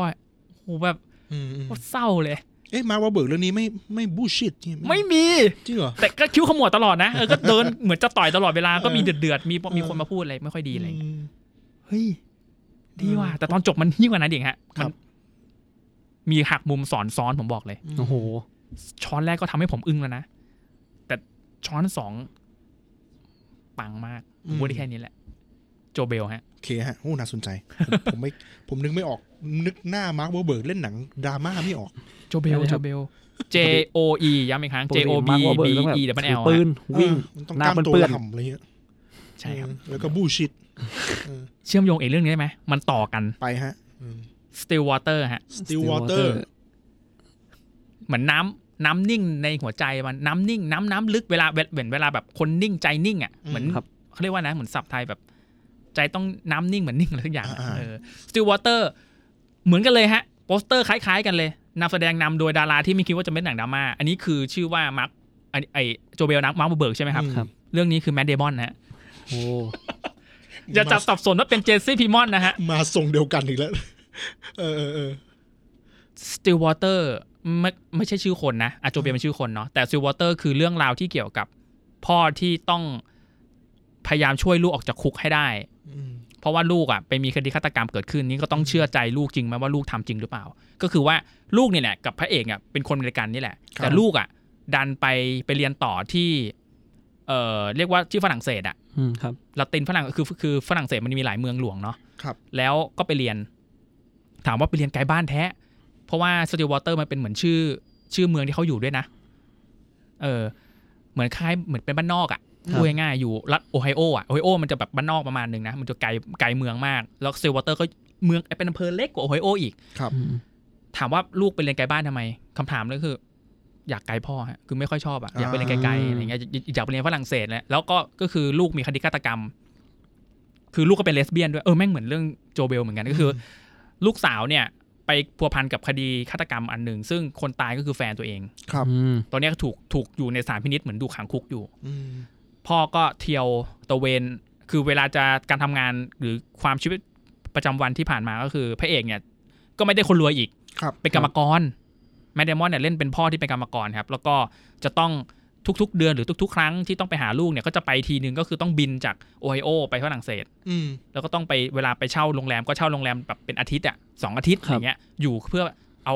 โหแบบ
อืมอืม
โคตรเศร้าเลย
เอ๊ะมาว่าเบิกเรื่องนี้ไม่ไม่บูชิด
ไม่มี
จริงเหรอ
แต่ก็คิ้วขมวดตลอดนะเออก็เดิน เหมือนจะต่อยตลอดเวลาก็มีเดือดๆมี
เออ
มีคนมาพูดอะไรไม่ค่อยดีอะไรอย่างเงี้ย
อืม
เฮ้ยดีว่ะ
เออ
แต่ตอนจบมันยิ่งกว่านั้นอีกฮะ
ครั
มั
บ
นมีหักมุมสอนซ้อนผมบอกเลย
ม
โอ้โห
ช้อนแรกก็ทำให้ผมอึ้งแล้วนะ แต่ช้อนสองปังมากผมพูดได้แค่นี้แหละ โจเบลฮะ
โอเคฮะโอ้น่าสนใจ ผมผมไม่ ผมนึกไม่ออกนึกหน้ามาร์คเบิร์กเล่นหนังดราม่าไม่ออก
โจเบล
อะไรค
โจ
รับ
เบล J O E ย้ำอีกครั้ง
ปก
J
ติ
O B
มาร์คว่าเบิ
B
ร์กต้องแบบ
E ดับเบิล
ถื
เอ
อ
ล
ปืนวิ่ง
เออมันต้องก
หน้า
ล้าม
เปื้อน
ตัว
เปื้อน
ทำอะไรเงี้ย
ใช่ครับ
เออแล้วก็บูชิด
เชื่อมโยงเอกเรื่องนี้ได้ไหม มันต่อกัน
ไปฮะ
still water ฮะ
สติลวอเตอร์
เหมือนน้ำน้ำนิ่งในหัวใจมันน้ำนิ่ง น้ำน้ำลึกเวลาเวเหมือนเวลาแบบคนนิ่งใจนิ่งอ่ะ
อืม
เหมือน
ครับ
เขาเรียกว่านะเหมือนสับไทยแบบ ใจต้องน้ำนิ่งเหมือนนิ่งอะไรทุกอย่างอะ
อ่าๆ
เออ still water เหมือนกันเลยฮะโปสเตอร์คล้ายๆกันเลยนำแสดงนำโดยดาราที่ไม่คิดว่าจะเป็นหนังดราม่าอันนี้คือชื่อว่ามาร์คอันนี้ไอโจเบลนักมาร์คเบิร์กใช่ไหมครับ
ครับ
เรื่องนี้คือแมดเดมอนฮะ
โอ้
อย่าจับสับสนว่าเป็นเจสซี่พีมอนนะฮะ
มาส่งเดียวกันอีกแล้ว เออเออเออ
Stillwater ไม่ไม่ใช่ชื่อคนนะอาจโจเบียเป็นชื่อคนเนาะแต่ Stillwater คือเรื่องราวที่เกี่ยวกับพ่อที่ต้องพยายามช่วยลูกออกจากคุกให้ได้
อืม
เพราะว่าลูกอ่ะไปมีคดีฆาตกรรมเกิดขึ้นนี่ก็ต้องเชื่อใจลูกจริงไหมว่าลูกทำจริงหรือเปล่า ก็คือว่าลูกเนี่ยแหละกับพระเอกอ่ะเป็นคนบริการนี่แหละ
ครับ
แต่ลูกอ่ะ ดันไปไปเรียนต่อที่เอ่อเรียกว่าที่ฝรั่งเศสอ่ะ
อืมครับ
ละตินฝรั่งคือคือฝรั่งเศสมันมีหลายเมืองหลวงเนาะ
ครับ
แล้วก็ไปเรียน ถามว่าไปเรียนไกลบ้านแท้ เพราะว่าสตีวอเตอร์มันเป็นเหมือนชื่อชื่อเมืองที่เขาอยู่ด้วยนะ เออ เหมือนคล้ายเหมือนเป็นบ้านนอกอะ
ครับ
พูดง่ายๆอยู่รัฐโอไฮโออะโอไฮโอมันจะแบบบ้านนอกประมาณหนึงนะ มันจะไกลไกลเมืองมาก แล้วสตีวอเตอร์ก็เมืองเป็นอำเภอเล็กกว่าโอไฮโออีก
อืม
ถามว่าลูกไปเรียนไกลบ้านทำไมคำถามเลยคือ อยากไกลพ่อฮะคือไม่ค่อยชอบอะอยากไปเรียนไกลๆอะไรเงี้ยอยอยากไปเรียนฝรั่งเศสแหละแล้วก็ก็คือลูกมีคดีฆาตกรรม คือลูกก็เป็นเลสเบี้ยนด้วยเออแม่งเหมือนเรื่องโจเบลเหมือนกันก็คืออลูกสาวเนี่ย ไปพัวพันกับคดีฆาตกรรมอันหนึ่งซึ่งคนตายก็คือแฟนตัวเอง
ครับ
อืม
ตอนเนี้ยถูกถูกอยู่ในสถารพินิษเหมือนดูกขังคุกอยู่
อืม
พ่อก็เที่ยวตะเวน คือเวลาจะการทำงานหรือความชีวิตประจำวันที่ผ่านมาก็คือพระเอกเนี่ย ก็ไม่ได้คนรวยอีก
ครับ
เป็นกรรมกรแมดเดมอนเนี่ยเล่นเป็นพ่อที่เป็นกรรมกรครับ แล้วก็จะต้องทุกๆ เดือนหรือทุก ๆ ครั้งที่ต้องไปหาลูกเนี่ยก็จะไปทีนึงก็คือต้องบินจากโอไฮโอไปฝรั่งเศส
อืม
แล้วก็ต้องไปเวลาไปเช่าโรงแรมก็เช่าโรงแรมแบบเป็นอาทิตย์อ่ะสองอาทิตย์อย่างเงี้ยอยู่เพื่อเอา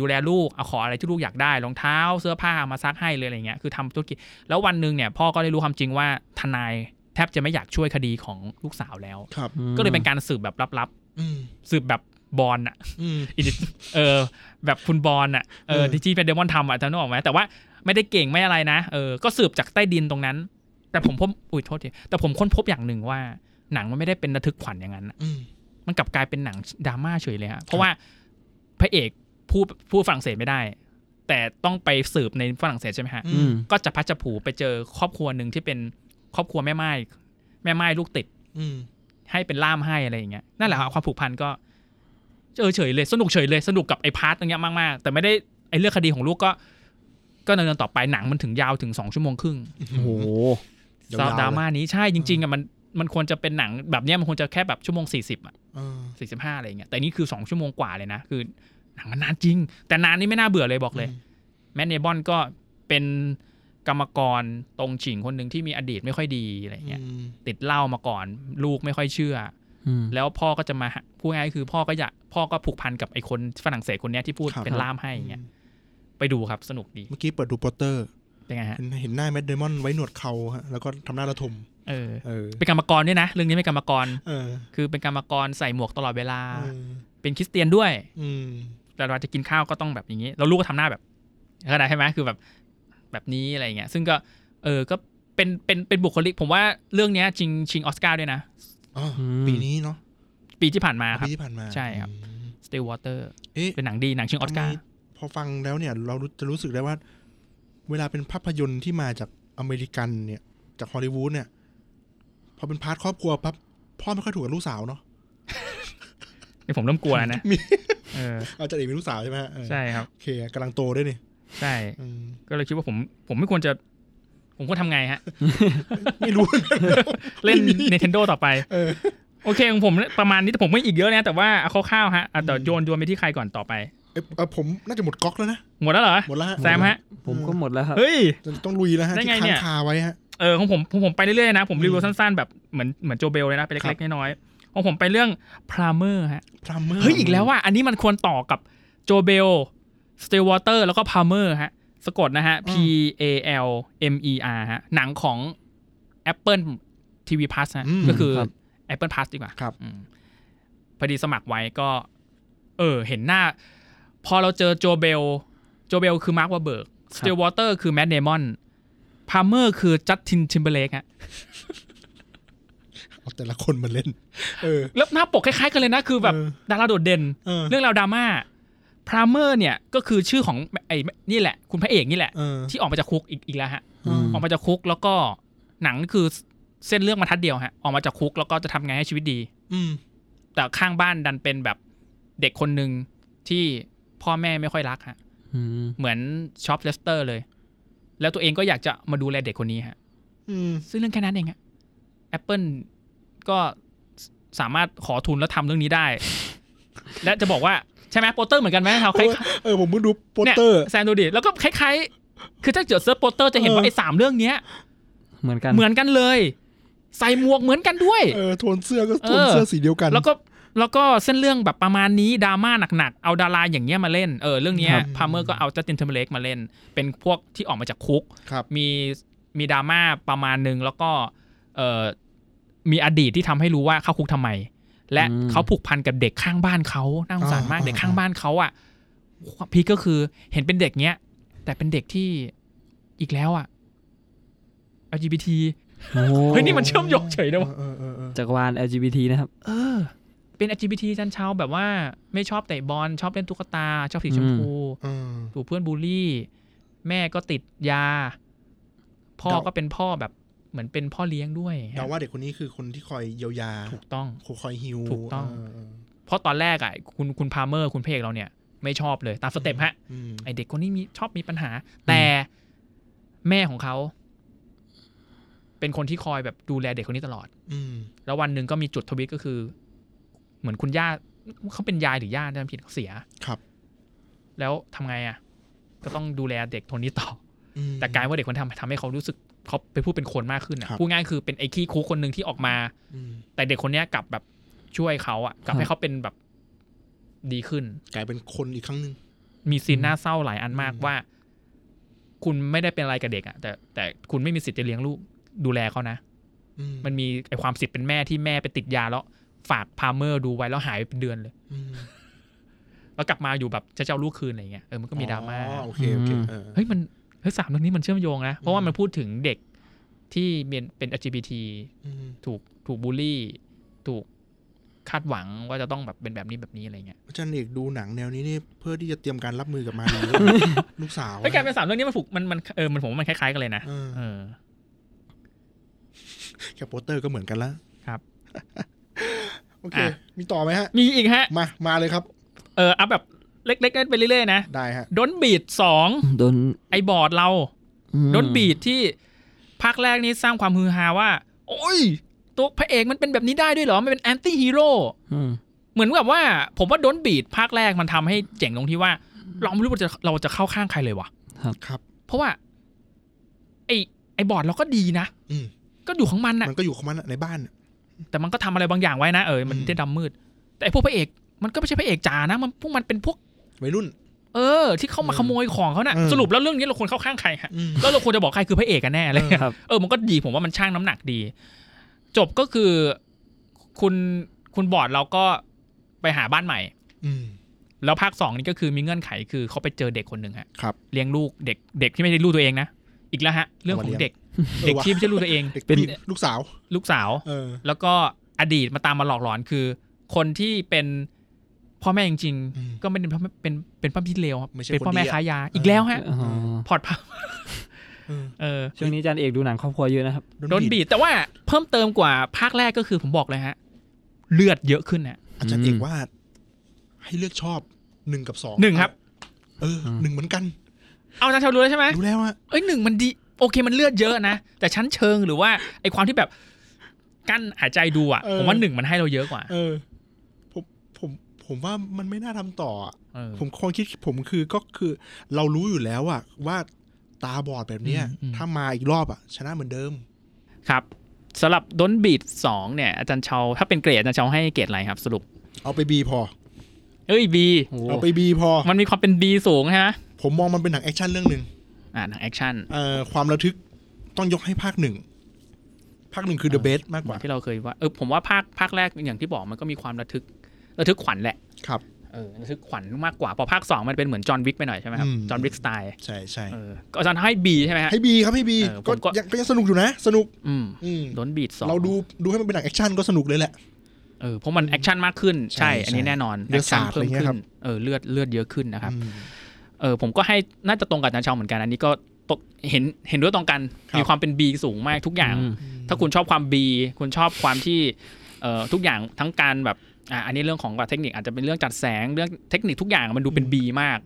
ดูแลลูกเอาของอะไรที่ลูกอยากได้รองเท้าเสื้อผ้ามาซักให้เลยอะไรเงี้ยคือทำธุรกิจแล้ววันหนึ่งเนี่ยพ่อก็ได้รู้ความจริงว่าทนายแทบจะไม่อยากช่วยคดีของลูกสาวแล้ว
ครับ
ก็เลยเป็นการสืบแบบลับ
อืม
ๆสืบแบบบอลอะ
อืม
อินดิเออแบบคุณบอลอ่ะเออ
เออ
ที่จีเป็นเดมอนทำอ่ะจำได้ออกไหมแต่ว่าไม่ได้เก่งไม่อะไรนะเออก็สืบจากใต้ดินตรงนั้น แต่ผมพบอุ้ยโทษทีแต่ผมค้นพบอย่างหนึ่งว่า หนังมันไม่ได้เป็นระทึกขวัญอย่างนั้นอะ
อืม
มันกลับกลายเป็นหนังดราม่าเฉยเลยฮะเพ
ครั
ราะ
บ
ว่าพระเอกพูดพูดฝรั่งเศสไม่ได้ แต่ต้องไปสืบในฝรั่งเศสใช่ไหมฮะ
อื
อื
ม
ม
ก็จะพัดจะผูไปเจอครอบครัวหนึ่งที่เป็นครอบครัวแม่ไม้แม่ไม้ลูกติด
อืม
ให้เป็นล่ามให้อะไรอย่างเงี้ยนั่นแหละครับความผูกพันก็เออเฉยเลยสนุกเฉยเลยสนุกกับไอ้พาร์ตตรงเนี้ยมากๆ แต่ไม่ได้ไอ้เรื่องคดีของลูกก็ ก็ดำเนินต่อไปหนังมันถึงยาวถึงสองชั่วโมงครึ่ง
โอ้โห
ยาวๆ
สำหรับดราม่านี้ใช่จริงๆ
อืม
อ่ะมันมันควรจะเป็นหนังแบบเนี้ยมันควรจะแค่แบบชั่วโมงสี่สิบอ่ะ
เออ
สี่สิบห้าอะไรอย่างเงี้ยแต่นี่คือสองชั่วโมงกว่าเลยนะ คือหนังมันนานจริง แต่นานนี่ไม่น่าเบื่อเลยบอกเลย แมนเนบอนก็เป็นกรรมกรตรงฉิงคนหนึ่งที่มีอดีตไม่ค่อยดีอะไรอย่างเงี้ย
อืม
ติดเหล้ามาก่อนลูกไม่ค่อยเชื่อ
อืม
แล้วพ่อก็จะมาหาพูดง่ายๆคือพ่อก็อยากพ่อก็ผูกพันกับไอ้คนฝรั่งเศสคนเนี้ยที่พูดเป็นล่ามให้อย่างเงี้ยไปดูครับสนุกดี
เมื่อกี้เปิดดูโปสเตอร์
เป็นไงฮะ
เห็นเห็นหน้าแมดเดมอนไว้หนวดเขาฮะ แล้วก็ทำหน้าระทม
เออ
เออ
เป็นกรรมกรด้วยนะ เรื่องนี้เป็นกรรมกร
เออ
คือเป็นกรรมกรใส่หมวกตลอดเวลา
เออ
เป็นคริสเตียนด้วย
อืม
แต่เราจะกินข้าวก็ต้องแบบอย่างนี้เราลูกก็ทำหน้าแบบเข้าใจใช่ไหมคือแบบแบบนี้อะไรอย่างเงี้ยซึ่งก็เออก็เป็นเป็นเป็นบุคลิก ผมว่าเรื่องเนี้ยชิงชิงออสการ์ด้วยนะ
อ๋ออ
ม
ปีนี้เนาะ
ปีที่ผ่านมาครับ
ปีที่ผ่านมา
ใช่ครับ
อืม
Still Water
เอ๊ะ
เป็นหนังดีหนังชิงออสการ์
ทำไมพอฟังแล้วเนี่ย เรารู้จะรู้สึกได้ว่า เวลาเป็นภาพยนตร์ที่มาจากอเมริกันเนี่ย จากฮอลลีวูดเนี่ย พอเป็นพาร์ทครอบครัวปั๊บพ่อไม่ค่อยถูกกับลูกสาวเนาะ
นี่ผมเริ่มกลัวแล้วนะเออ
เอาจารย์เอกเป็นลูกสาวใช่ไหมฮะเออ
ใช่ครับ
โอเคกำลังโตด้วยนี่
ใช่
อืม
ก็เลยคิดว่าผมผมไม่ควรจะ ผมควรทำไงฮะ
ไม่รู้
เล่น Nintendo ต่อไป
เออ
โอเคของผมประมาณนี้แต่ผมไม่อีกเยอะนะ แต่ว่าเอาคร่าวๆฮะอ่ะเดี๋ยวโยนโยนไปที่ใครก่อนต่อไป
เอ๊ะเอ่อผมน่าจะหมดก๊อกแล้วนะ
หมดแล้วเหรอ
หมดแล้วฮะ
แซมฮะ
ผมก็หมดแล้วครับ
เฮ้ย
ต้องลุยแล้วฮะ
ได้
ที่
ไงเนี่ย
ค้างคาไว้ฮะ
เออของผมผมผมไปเรื่อยๆนะ ผมรีวิ
อื
ว
ม
สั้นๆ แบบเหมือนเหมือนโจเบลเลยนะ ไป
ครั
เล็ก
บ
ๆ น้อยๆของผมไปเรื่องพรามเมอร์ฮะ
พรามเมอร์
เฮ้ย อีกแล้วว่า อันนี้มันควรต่อกับโจเบลสเตลวอเตอร์แล้วก็พา l m เมอร์ฮะ สะกดนะฮะ
อื
P
ม
A L M E R ฮะ หนังของ Apple TV Plus ฮะ
อืม
ก็คือ
ครับ
Apple Plus ดีกว่า
ครับ
อืมพอดีสมัครไว้ก็ เออ เห็นหน้า พอเราเจอโจเบล โจเบลคือมาร์ควาเบิร์กสเตลวอเตอร์คือแมดเดมอนพา l m เมอร์คือจัสตินทิมเบเลกฮะ
เอาแต่ละคนมาเล่น เออ
แล้วหน้าปกคล้ายๆกันเลยนะ คือแบบ
เออ
ดาราโดดเด่น
เออ
เรื่องราวดราม่าพรามเมอร์เนี่ยก็คือชื่อของไอ้นี่แหละ คุณพระเอกนี่แหละ
เออ
ที่ออกมาจากคุกอีกอีกแล้วฮะ
เออ
ออกมาจากคุกแล้วก็หนังคือเส้นเรื่องมาทัดเดียวฮะ ออกมาจากคุกแล้วก็จะทำไงให้ชีวิตดี
อืม
แต่ข้างบ้านดันเป็นแบบเด็กคนหนึ่งที่พ่อแม่ไม่ค่อยรักฮะ
อืม
เหมือนชอปเลสเตอร์เลย แล้วตัวเองก็อยากจะมาดูแลเด็กคนนี้ฮะ
อืม
ซึ่งเรื่องแค่นั้นเองฮะ Apple ก็สามารถขอทุนแล้วทำเรื่องนี้ได้ และจะบอกว่าใช่ไหมโปสเตอร์เหมือนกันไหมเขาคล้ายๆ
เออผมเพิ่งดูโปสเตอร์
แซนดูดิแล้วก็คล้ายๆ คือถ้าเกิดเซิร์ชโปสเตอร์จะเห็นว่า
เออ
ไอ้สามเรื่องเนี้ย
เหมือนกัน
เหมือนกันเลย ใส่หมวกเหมือนกันด้วย
เออโทนเสื้อก็
เออ
โทนเสื้อสีเดียวกัน
แล้วก็แล้วก็เส้นเรื่องแบบประมาณนี้ดราม่าหนักๆ เอาดาราอย่างเงี้ยมาเล่นเออเรื่องเนี้ย
ครับ
พาเมอร์ก็เอาจัสตินเทมเบเลกมาเล่น เป็นพวกที่ออกมาจากคุก
ครับ
มีมีดราม่าประมาณหนึ่งแล้วก็เออมีอดีตที่ทำให้รู้ว่าเข้าคุกทำไม และเขาผูกพันกับเด็กข้างบ้านเขาน่าสงสารมาก
อ่า
เด็กข้างบ้านเขาอ่ะพีคก็คือเห็นเป็นเด็กเนี้ย แต่เป็นเด็กที่อีกแล้วอ่ะ LGBT
โอ้โห
เฮ้ยนี่มันเชื่อมโยงเฉยนะวะ
เออเออเออเออ
จักรวาล LGBT นะครับ
เออ เป็น LGBT จันเช้าแบบว่าไม่ชอบเตะบอลชอบเล่นตุ๊กตา ชอบสีชมพู
เออ
ถูกเพื่อนบูลลี่ แม่ก็ติดยา พ่อ
เดา
ก็เป็นพ่อแบบเหมือนเป็นพ่อเลี้ยงด้วย
เดาว่าเด็กคนนี้คือคนที่คอยเยียวยา
ถูกต้อง
คอยฮิว
ถูกต้อง
เเออ
เพราะตอนแรกอ่ะคุณคุณพาเมอร์ คุณเพระเอกเราเนี่ย ไม่ชอบเลยตามสเต็ปฮะ
อืม
ไอเด็กคนนี้มีชอบมีปัญหา แต่แม่ของเขา เป็นคนที่คอยแบบดูแลเด็กคนนี้ตลอด
อืม
แล้ววันหนึ่งก็มีจุดทวิตก็คือ เหมือนคุณย่าเขาเป็นยายหรือย่าจำผิดเขาเสีย
ครับ
แล้วทำไงอ่ะ ก็ต้องดูแลเด็กคนนี้ต่อ
อืม
แต่กลายว่าเด็กคนทำทำให้เขารู้สึกเขาเป็นผู้เป็นคนมากขึ้นอ่ะ
ครับ
พูดง่ายคือเป็นไอ้ขี้คุกคนหนึ่งที่ออกมา
อืม
แต่เด็กคนเนี้ยกลับแบบช่วยเขาอ่ะกลับให้
ครับ
เขาเป็นแบบดีขึ้น
กลายเป็นคนอีกครั้งหนึ่ง
มีซีนน่าเศร้าหลายอันมาก
อืม
ว่า คุณไม่ได้เป็นอะไรกับเด็กอ่ะแต่แต่คุณไม่มีสิทธิ์จะเลี้ยงลูกดูแลเขานะ
อื
มันมีไอความสิทธิ์เป็นแม่ที่แม่ไปติดยาแล้วฝากพาเมอร์ดูไว้แล้วหายไปเป็นเดือนเลย
อืม
แล้วกลับมาอยู่แบบจะเจ้าลูกคืนอะไรเงี้ยเออมันก็มีดราม่า
อ๋อโอเคโอเค
อืม
เออ
เฮ้ยมันเฮ้ยสามเรื่องนี้มันเชื่อมโยงนะเพราะว่า
อืม
มันพูดถึงเด็กที่เป็นเป็น LGBT
อืม
ถูกถูกบูลลี่ ถูกคาดหวังว่าจะต้องแบบเป็นแบบนี้แบบนี้อะไรเงี้ย
อาจารย์เอกดูหนังแนวนี้นี่เพื่อที่จะเตรียมการรับมือกับมารี ลูกสาว
ไอ้ยกลารเป็นสามเรื่องนี้มันผูกมันมันเออมันผมว่ามันคล้ายๆกันเลยนะ
เออ
เออ
แค่โปสเตอร์ก็เหมือนกันละ
ครับ
โอเค
อ่ะ
มีต่อไหมฮะ
มีอีกฮะ
มามาเลยครับ
เออเอาแบบเล็กๆนั่นไปเรื่อยๆนะ
ได้ฮะ
ดนบีดสอง
โดน
ไอบอร์ดเรา
อืม
ดนบีดที่ภาคแรกนี้สร้างความฮือฮาว่า โอ้ย ตัวพระเอกมันเป็นแบบนี้ได้ด้วยเหรอ มันเป็นแอนตี้ฮีโร่
อืม
เหมือนกับว่าผมว่าโดนบีดภาคแรกมันทำให้เจ๋งตรงที่ว่า เราไม่รู้ว่าจะเราจะเข้าข้างใครเลยวะ
ครับ
เพราะว่า ไอไอบอร์ดเราก็ดีนะ
อืม
ก็อยู่ของมันนะ
มันก็อยู่ของมันอะในบ้านอะ
แต่มันก็ทำอะไรบางอย่างไว้นะเออมัน
อืม
ได้ดำมืด แต่ไอพวกพระเอก มันก็ไม่ใช่พระเอกจ๋านะ มันพวกมันเป็นพวก
วัยรุ่น
เออ ที่เข้ามา
อืม
ขโมยของเขานะ
อืม
สรุปแล้วเรื่องนี้เราควรเข้าข้างใครฮะ
อืม
แล้วเราควรจะบอกใครคือพระเอกกันแน่อะไรเลย
ครับ
เออมันก็ดีผมว่ามันช่างน้ำหนักดี จบก็คือ คุณคุณบอร์ดเราก็ไปหาบ้านใหม่
อืม
แล้วภาคสองนี่ก็คือมีเงื่อนไขคือเขาไปเจอเด็กคนหนึ่งฮะ
ครับ
เลี้ยงลูกเด็กเด็กที่ไม่ใช่ลูกตัวเองนะอีกแล้วฮะ เรื่องของเด็ก เด็ก
ออวะ
ที่ไม่ใช่ลูกตัวเอง
เด็ก
เป็น
มีลูกสาว
ลูกสาว
เออ
แล้วก็อดีตมาตามมาหลอกหลอนคือ คนที่เป็นพ่อแม่จริง
อืม
ๆก็ไม่ได้เป็นพ่อแม่เป็นเป็นพ่อพี่เลวครับ
ไม่ใช่
เป็นพ่อแม่
คนดีอะ
ค้ายา
เอออี
อีกแล้วฮะ
อ๋อ
พอร์ตพับ
เออ
เออ
ช่วงนี้อาจารย์เอกดูหนังครอบครัวเยอะนะครับ
โดนบีบแต่ว่าเพิ่มเติมกว่าภาคแรกก็คือผมบอกเลยฮะ เลือดเยอะขึ้นนะ
อาจารย์เอกว่า ให้เลือกชอบหนึ่งกับสอง
หนึ่งครับ
เออหนึ่งเหมือนกัน
เอานะชาวรู้แล้วใช่ไหม
รู้แล้วอะ
เอ้ยหนึ่งมันดีโอเคมันเลือดเยอะนะ แต่ชั้นเชิงหรือว่าไอความที่แบบกั้นหายใจดูอ่ะ ผมว่าหนึ่งมันให้เราเยอะกว่า
เออ ผมผมผมว่ามันไม่น่าทำต่ออะ
เออ
ผมความคิดผมคือก็คือเรารู้อยู่แล้วอะว่าตาบอดแบบเนี้ย
อืมอืม
ถ้ามาอีกรอบอะชนะเหมือนเดิม
ครับสำหรับดนบีดสองเนี่ย อาจารย์เชาถ้าเป็นเกรดอาจารย์เชาให้เกรดอะไรครับ สรุป
เอาไปบีพอ
เอ้ยบี
โอ้โห
เอาไปบีพอ
มันมีความเป็นบีสูงใช่ไหม
ผมมองมันเป็นหนังแอคชั่นเรื่องหนึ่ง
อ่าหนังแอคชั่น
เอ่อความระทึกต้องยกให้ภาคหนึ่งภาคหนึ่งคือเดอะเบสมาก
เห
ก
มือ
ว่า
นที่เราเคยว่าเออผมว่าภาคภาคแรกอย่างที่บอกมันก็มีความระทึกระทึกขวัญแหละ
ครับ
เออระทึกขวัญมากกว่าพอภาคสองมันเป็นเหมือนจอห์นวิกไปหน่อยใช่ไหมครับ
อืม
จอห์นวิกสไตล์
ใช่ใช่
เออก็อาจารย์ให้บีใช่ไหมฮะ
ให้บีครับให้บี
เออผมก็
ก็ยังก็ยังสนุกอยู่นะ สนุก
อืม
อืม
ดนบีดสอง
เราดูดูให้มันเป็นหนังแอคชั่นก็สนุกเลยแหละ
เออเพราะมันแอคชั่นมากขึ้น
ใช่
ใช่ อันนี้
ใช่
แน่นอน
เลือดสาด
เพิ่ม
อะไรเงี้
ขึ้
ยครับ
นเออเลือดเลือดเยอะขึ้นนะครับ
อืม
เออผมก็ให้น่าจะตรงกับอาจารย์เชาเหมือนกันอันนี้ก็ตกเห็นเห็นด้วยตรงกัน
ครับ
มีความเป็น B สูงมากทุกอย่าง
อืม
ถ้าคุณชอบความ B คุณชอบความที่เอ่อทุกอย่างทั้งการแบบอ่ะอันนี้เรื่องของเทคนิคอาจจะเป็นเรื่องจัดแสงเรื่องเทคนิคทุกอย่างมันดูเป็น B มาก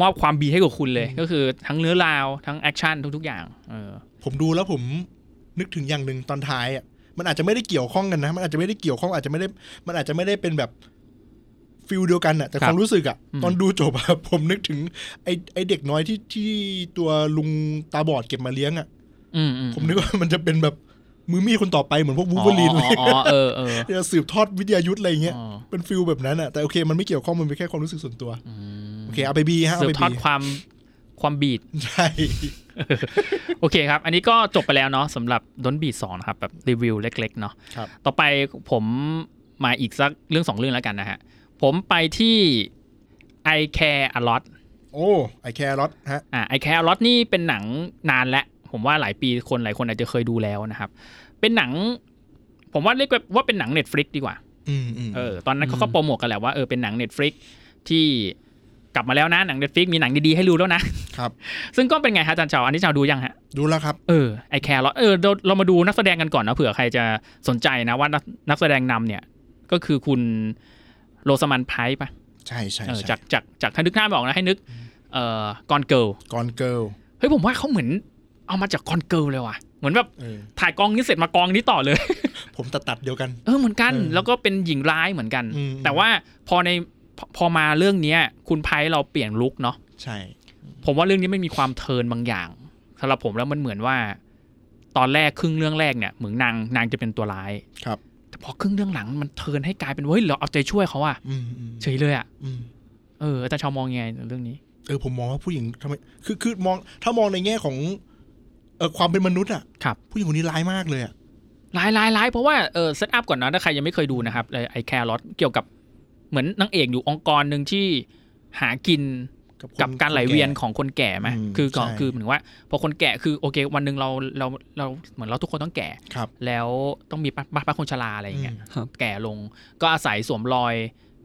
มอบความ B ให้กับคุณเลย ก็คือทั้งเนื้อราวทั้งแอคชั่นทุกๆอย่างเออ
ผมดูแล้วผมนึกถึงอย่างหนึ่งตอนท้ายอะ มันอาจจะไม่ได้เกี่ยวข้องกันนะ มันอาจจะไม่ได้เกี่ยวข้องอาจจะไม่ได้ มันอาจจะไม่ได้เป็นแบบฟิลเดียวกันอะแต่
ครั
ค
บ
วามรู้สึกอะ
อืม
ตอนดูจบอะ ผมนึกถึงไอไอเด็กน้อยที่ที่ตัวลุงตาบอดเก็บมาเลี้ยงอะ
อืมอืม
ผมนึกว่ามันจะเป็นแบบมือมีดคนต่อไปเหมือนพวกวูฟเวอรีน
อ๋ออ๋ออ๋อเออเออ
จะสืบทอดวิทยายุทธอะไรอย่างเงี้ย
อ๋อ
เป็นฟิลแบบนั้นอะแต่โอเคมันไม่เกี่ยวข้องมันเป็นแค่ความรู้สึกส่วนตัว
อืม
โอเคเอาไปบีฮะ
สืบ
เอาไป
ทอด
บี
ความความบีด
ใช่
โอเคครับ อันนี้ก็จบไปแล้วเนาะสำหรับดนบีดสองนะครับ แบบรีวิวเล็กๆเนาะ
ครับ
ต่อไปผมมาอีกสักเรื่องสองเรื่องแล้วกันนะฮะ ผมไปที่ I Care a lot
โอ้ไอแครอทฮะ
อ่า I Care a lot นี่เป็นหนังนานแล้ว ผมว่าหลายปีคนหลายคนอาจจะเคยดูแล้วนะครับ เป็นหนัง ผมว่าเรียกว่าเป็นหนัง Netflix ดีกว่า
อืมอืม
เออ ตอนนั้นเขาก็
อืม
โปรโมทกันแหละว่าเออเป็นหนัง Netflix ที่กลับมาแล้วนะหนัง Netflix มีหนังดีๆให้ดูแล้วนะ
ครับ
ซึ่งก็เป็นไงฮะอาจารย์เฉาอันนี้เฉาดูยังฮะ
ดูแล้วครับ
เออไอแคร์ลอเออเราเรามาดูนักแสดงกันก่อนนะเผื่อใครจะสนใจนะว่านักนักแสดงนำเนี่ย ก็คือคุณโรสมันไพร์ปะ
ใช่ใช่
เออ
ใช่
จากจากจากถ้านึกหน้าไม่ออกนะให้นึกเอ่อก่อนเกิล
กอนเกิล
เฮ้ยผมว่าเขาเหมือนเอามาจากก่อนเกิลเลยว่ะ เหมือนแบบ
เออ
ถ่ายกองนี้เสร็จมากองนี้ต่อ เลย
ผมตัดตัดๆเดียวกัน
เออเหมือนกัน
เออ
แล้วก็เป็นหญิงร้ายเหมือนกัน
อืม
แต่ว่าพอในพอพอมาเรื่องเนี้ย คุณไพร์เราเปลี่ยนลุคเนาะ
ใช่
ผมว่าเรื่องนี้ไม่มีความเทิร์นบางอย่างสำหรับผมแล้วมันเหมือนว่า ตอนแรกครึ่งเรื่องแรกเนี่ยเหมือนนางนางจะเป็นตัวร้าย
ครับ
แต่พอครึ่งเรื่องหลังมันเทิร์นให้กลายเป็นเฮ้ยเราเอาใจช่วยเขาอะ
อืมอืม
เฉยเลยอะ
อืม
เอออาจารย์ชาวมองยังไงเรื่องนี้
เออผมมองว่าผู้หญิงทำไมคือคือมองถ้ามองในแง่ของเออความเป็นมนุษย์อ่ะ
ครับ
ผู้หญิงคนนี้ร้ายมากเลยอ่ะ
ร้ายร้ายร้ายเพราะว่าเออเซตอัพก่อนนะถ้าใครยังไม่เคยดูนะครับไอแคร์ลอตเกี่ยวกับเหมือนนางเอกอยู่องค์กรหนึ่งที่หากิน
ค
กับการไหล
คแ
เวียนของคนแก่ไหม
อืม
คือก็
ใช่
คือเหมือนว่าพอคนแก่คือโอเค วันหนึ่งเราเราเราเหมือนเราทุกคนต้องแก่
ครับ
แล้วต้องมีป้าป้าป้าคนชราอะไรอย่างเงี้ย
อืม
แก่ลงก็อาศัยสวมรอย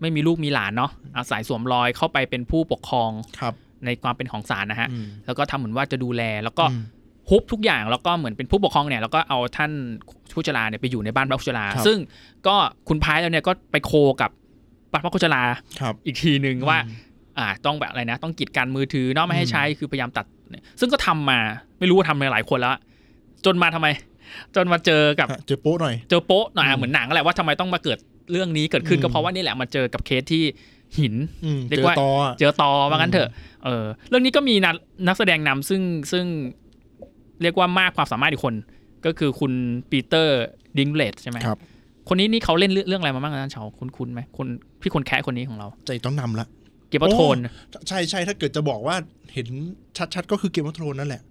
ไม่มีลูกมีหลานเนาะอาศัยสวมรอยเข้าไปเป็นผู้ปกครอง
ครับ
ในความเป็นของศาลนะฮะ
อืม
แล้วก็ทำเหมือนว่าจะดูแลแล้วก็
อืม
ฮุบทุกอย่างแล้วก็เหมือนเป็นผู้ปกครองเนี่ยแล้วก็เอาท่านผู้ชราเนี่ยไปอยู่ในบ้านพระผู้ชรา
ครับ
ซึ่งก็คุณพายแล้วเนี่ยก็ไปโคกับบ้านพระผู้ชรา
ครับ
อีกทีหนึ่งว่าอ่าต้องแบบอะไรนะ ต้องกีดกันมือถือเนาะไม่ให้ใช้คือพยายามตัด ซึ่งก็ทำมาไม่รู้ว่าทำมาหลายคนแล้ว จนมาทำไม จนมาเจอกับ
ฮะเจอโป๊ะหน่อย
เจอโป๊ะหน่อย
อื
อะ
ม
เหมือนหนังแหละว่าทำไมต้องมาเกิดเรื่องนี้เกิดขึ้น
อืม
ก็เพราะว่านี่แหละมาเจอกับเคสที่หิน
อืม
เรีย
เจ
ก
อ
ว่า
ตออ่ะ
เจอตอว่างั้นเถอะเออเรื่องนี้ก็มีนักนักแสดงนำซึ่งซึ่งเรียกว่ามากความสามารถอีกคน ก็คือคุณปีเตอร์ดิงเลดใช่ไหม
ครับ
คนนี้นี่เขาเล่นเรื่องเรื่องอะไรมาบ้างนะเฉาคุณคุณไหมคนพี่คนแคะคนนี้ของเรา
ใจต้องนำละ
เกียร์โทน
ใช่ใช่ถ้าเกิดจะบอกว่าเห็นชัดๆ ก็คือเกมวัตโรนนั่นแหละ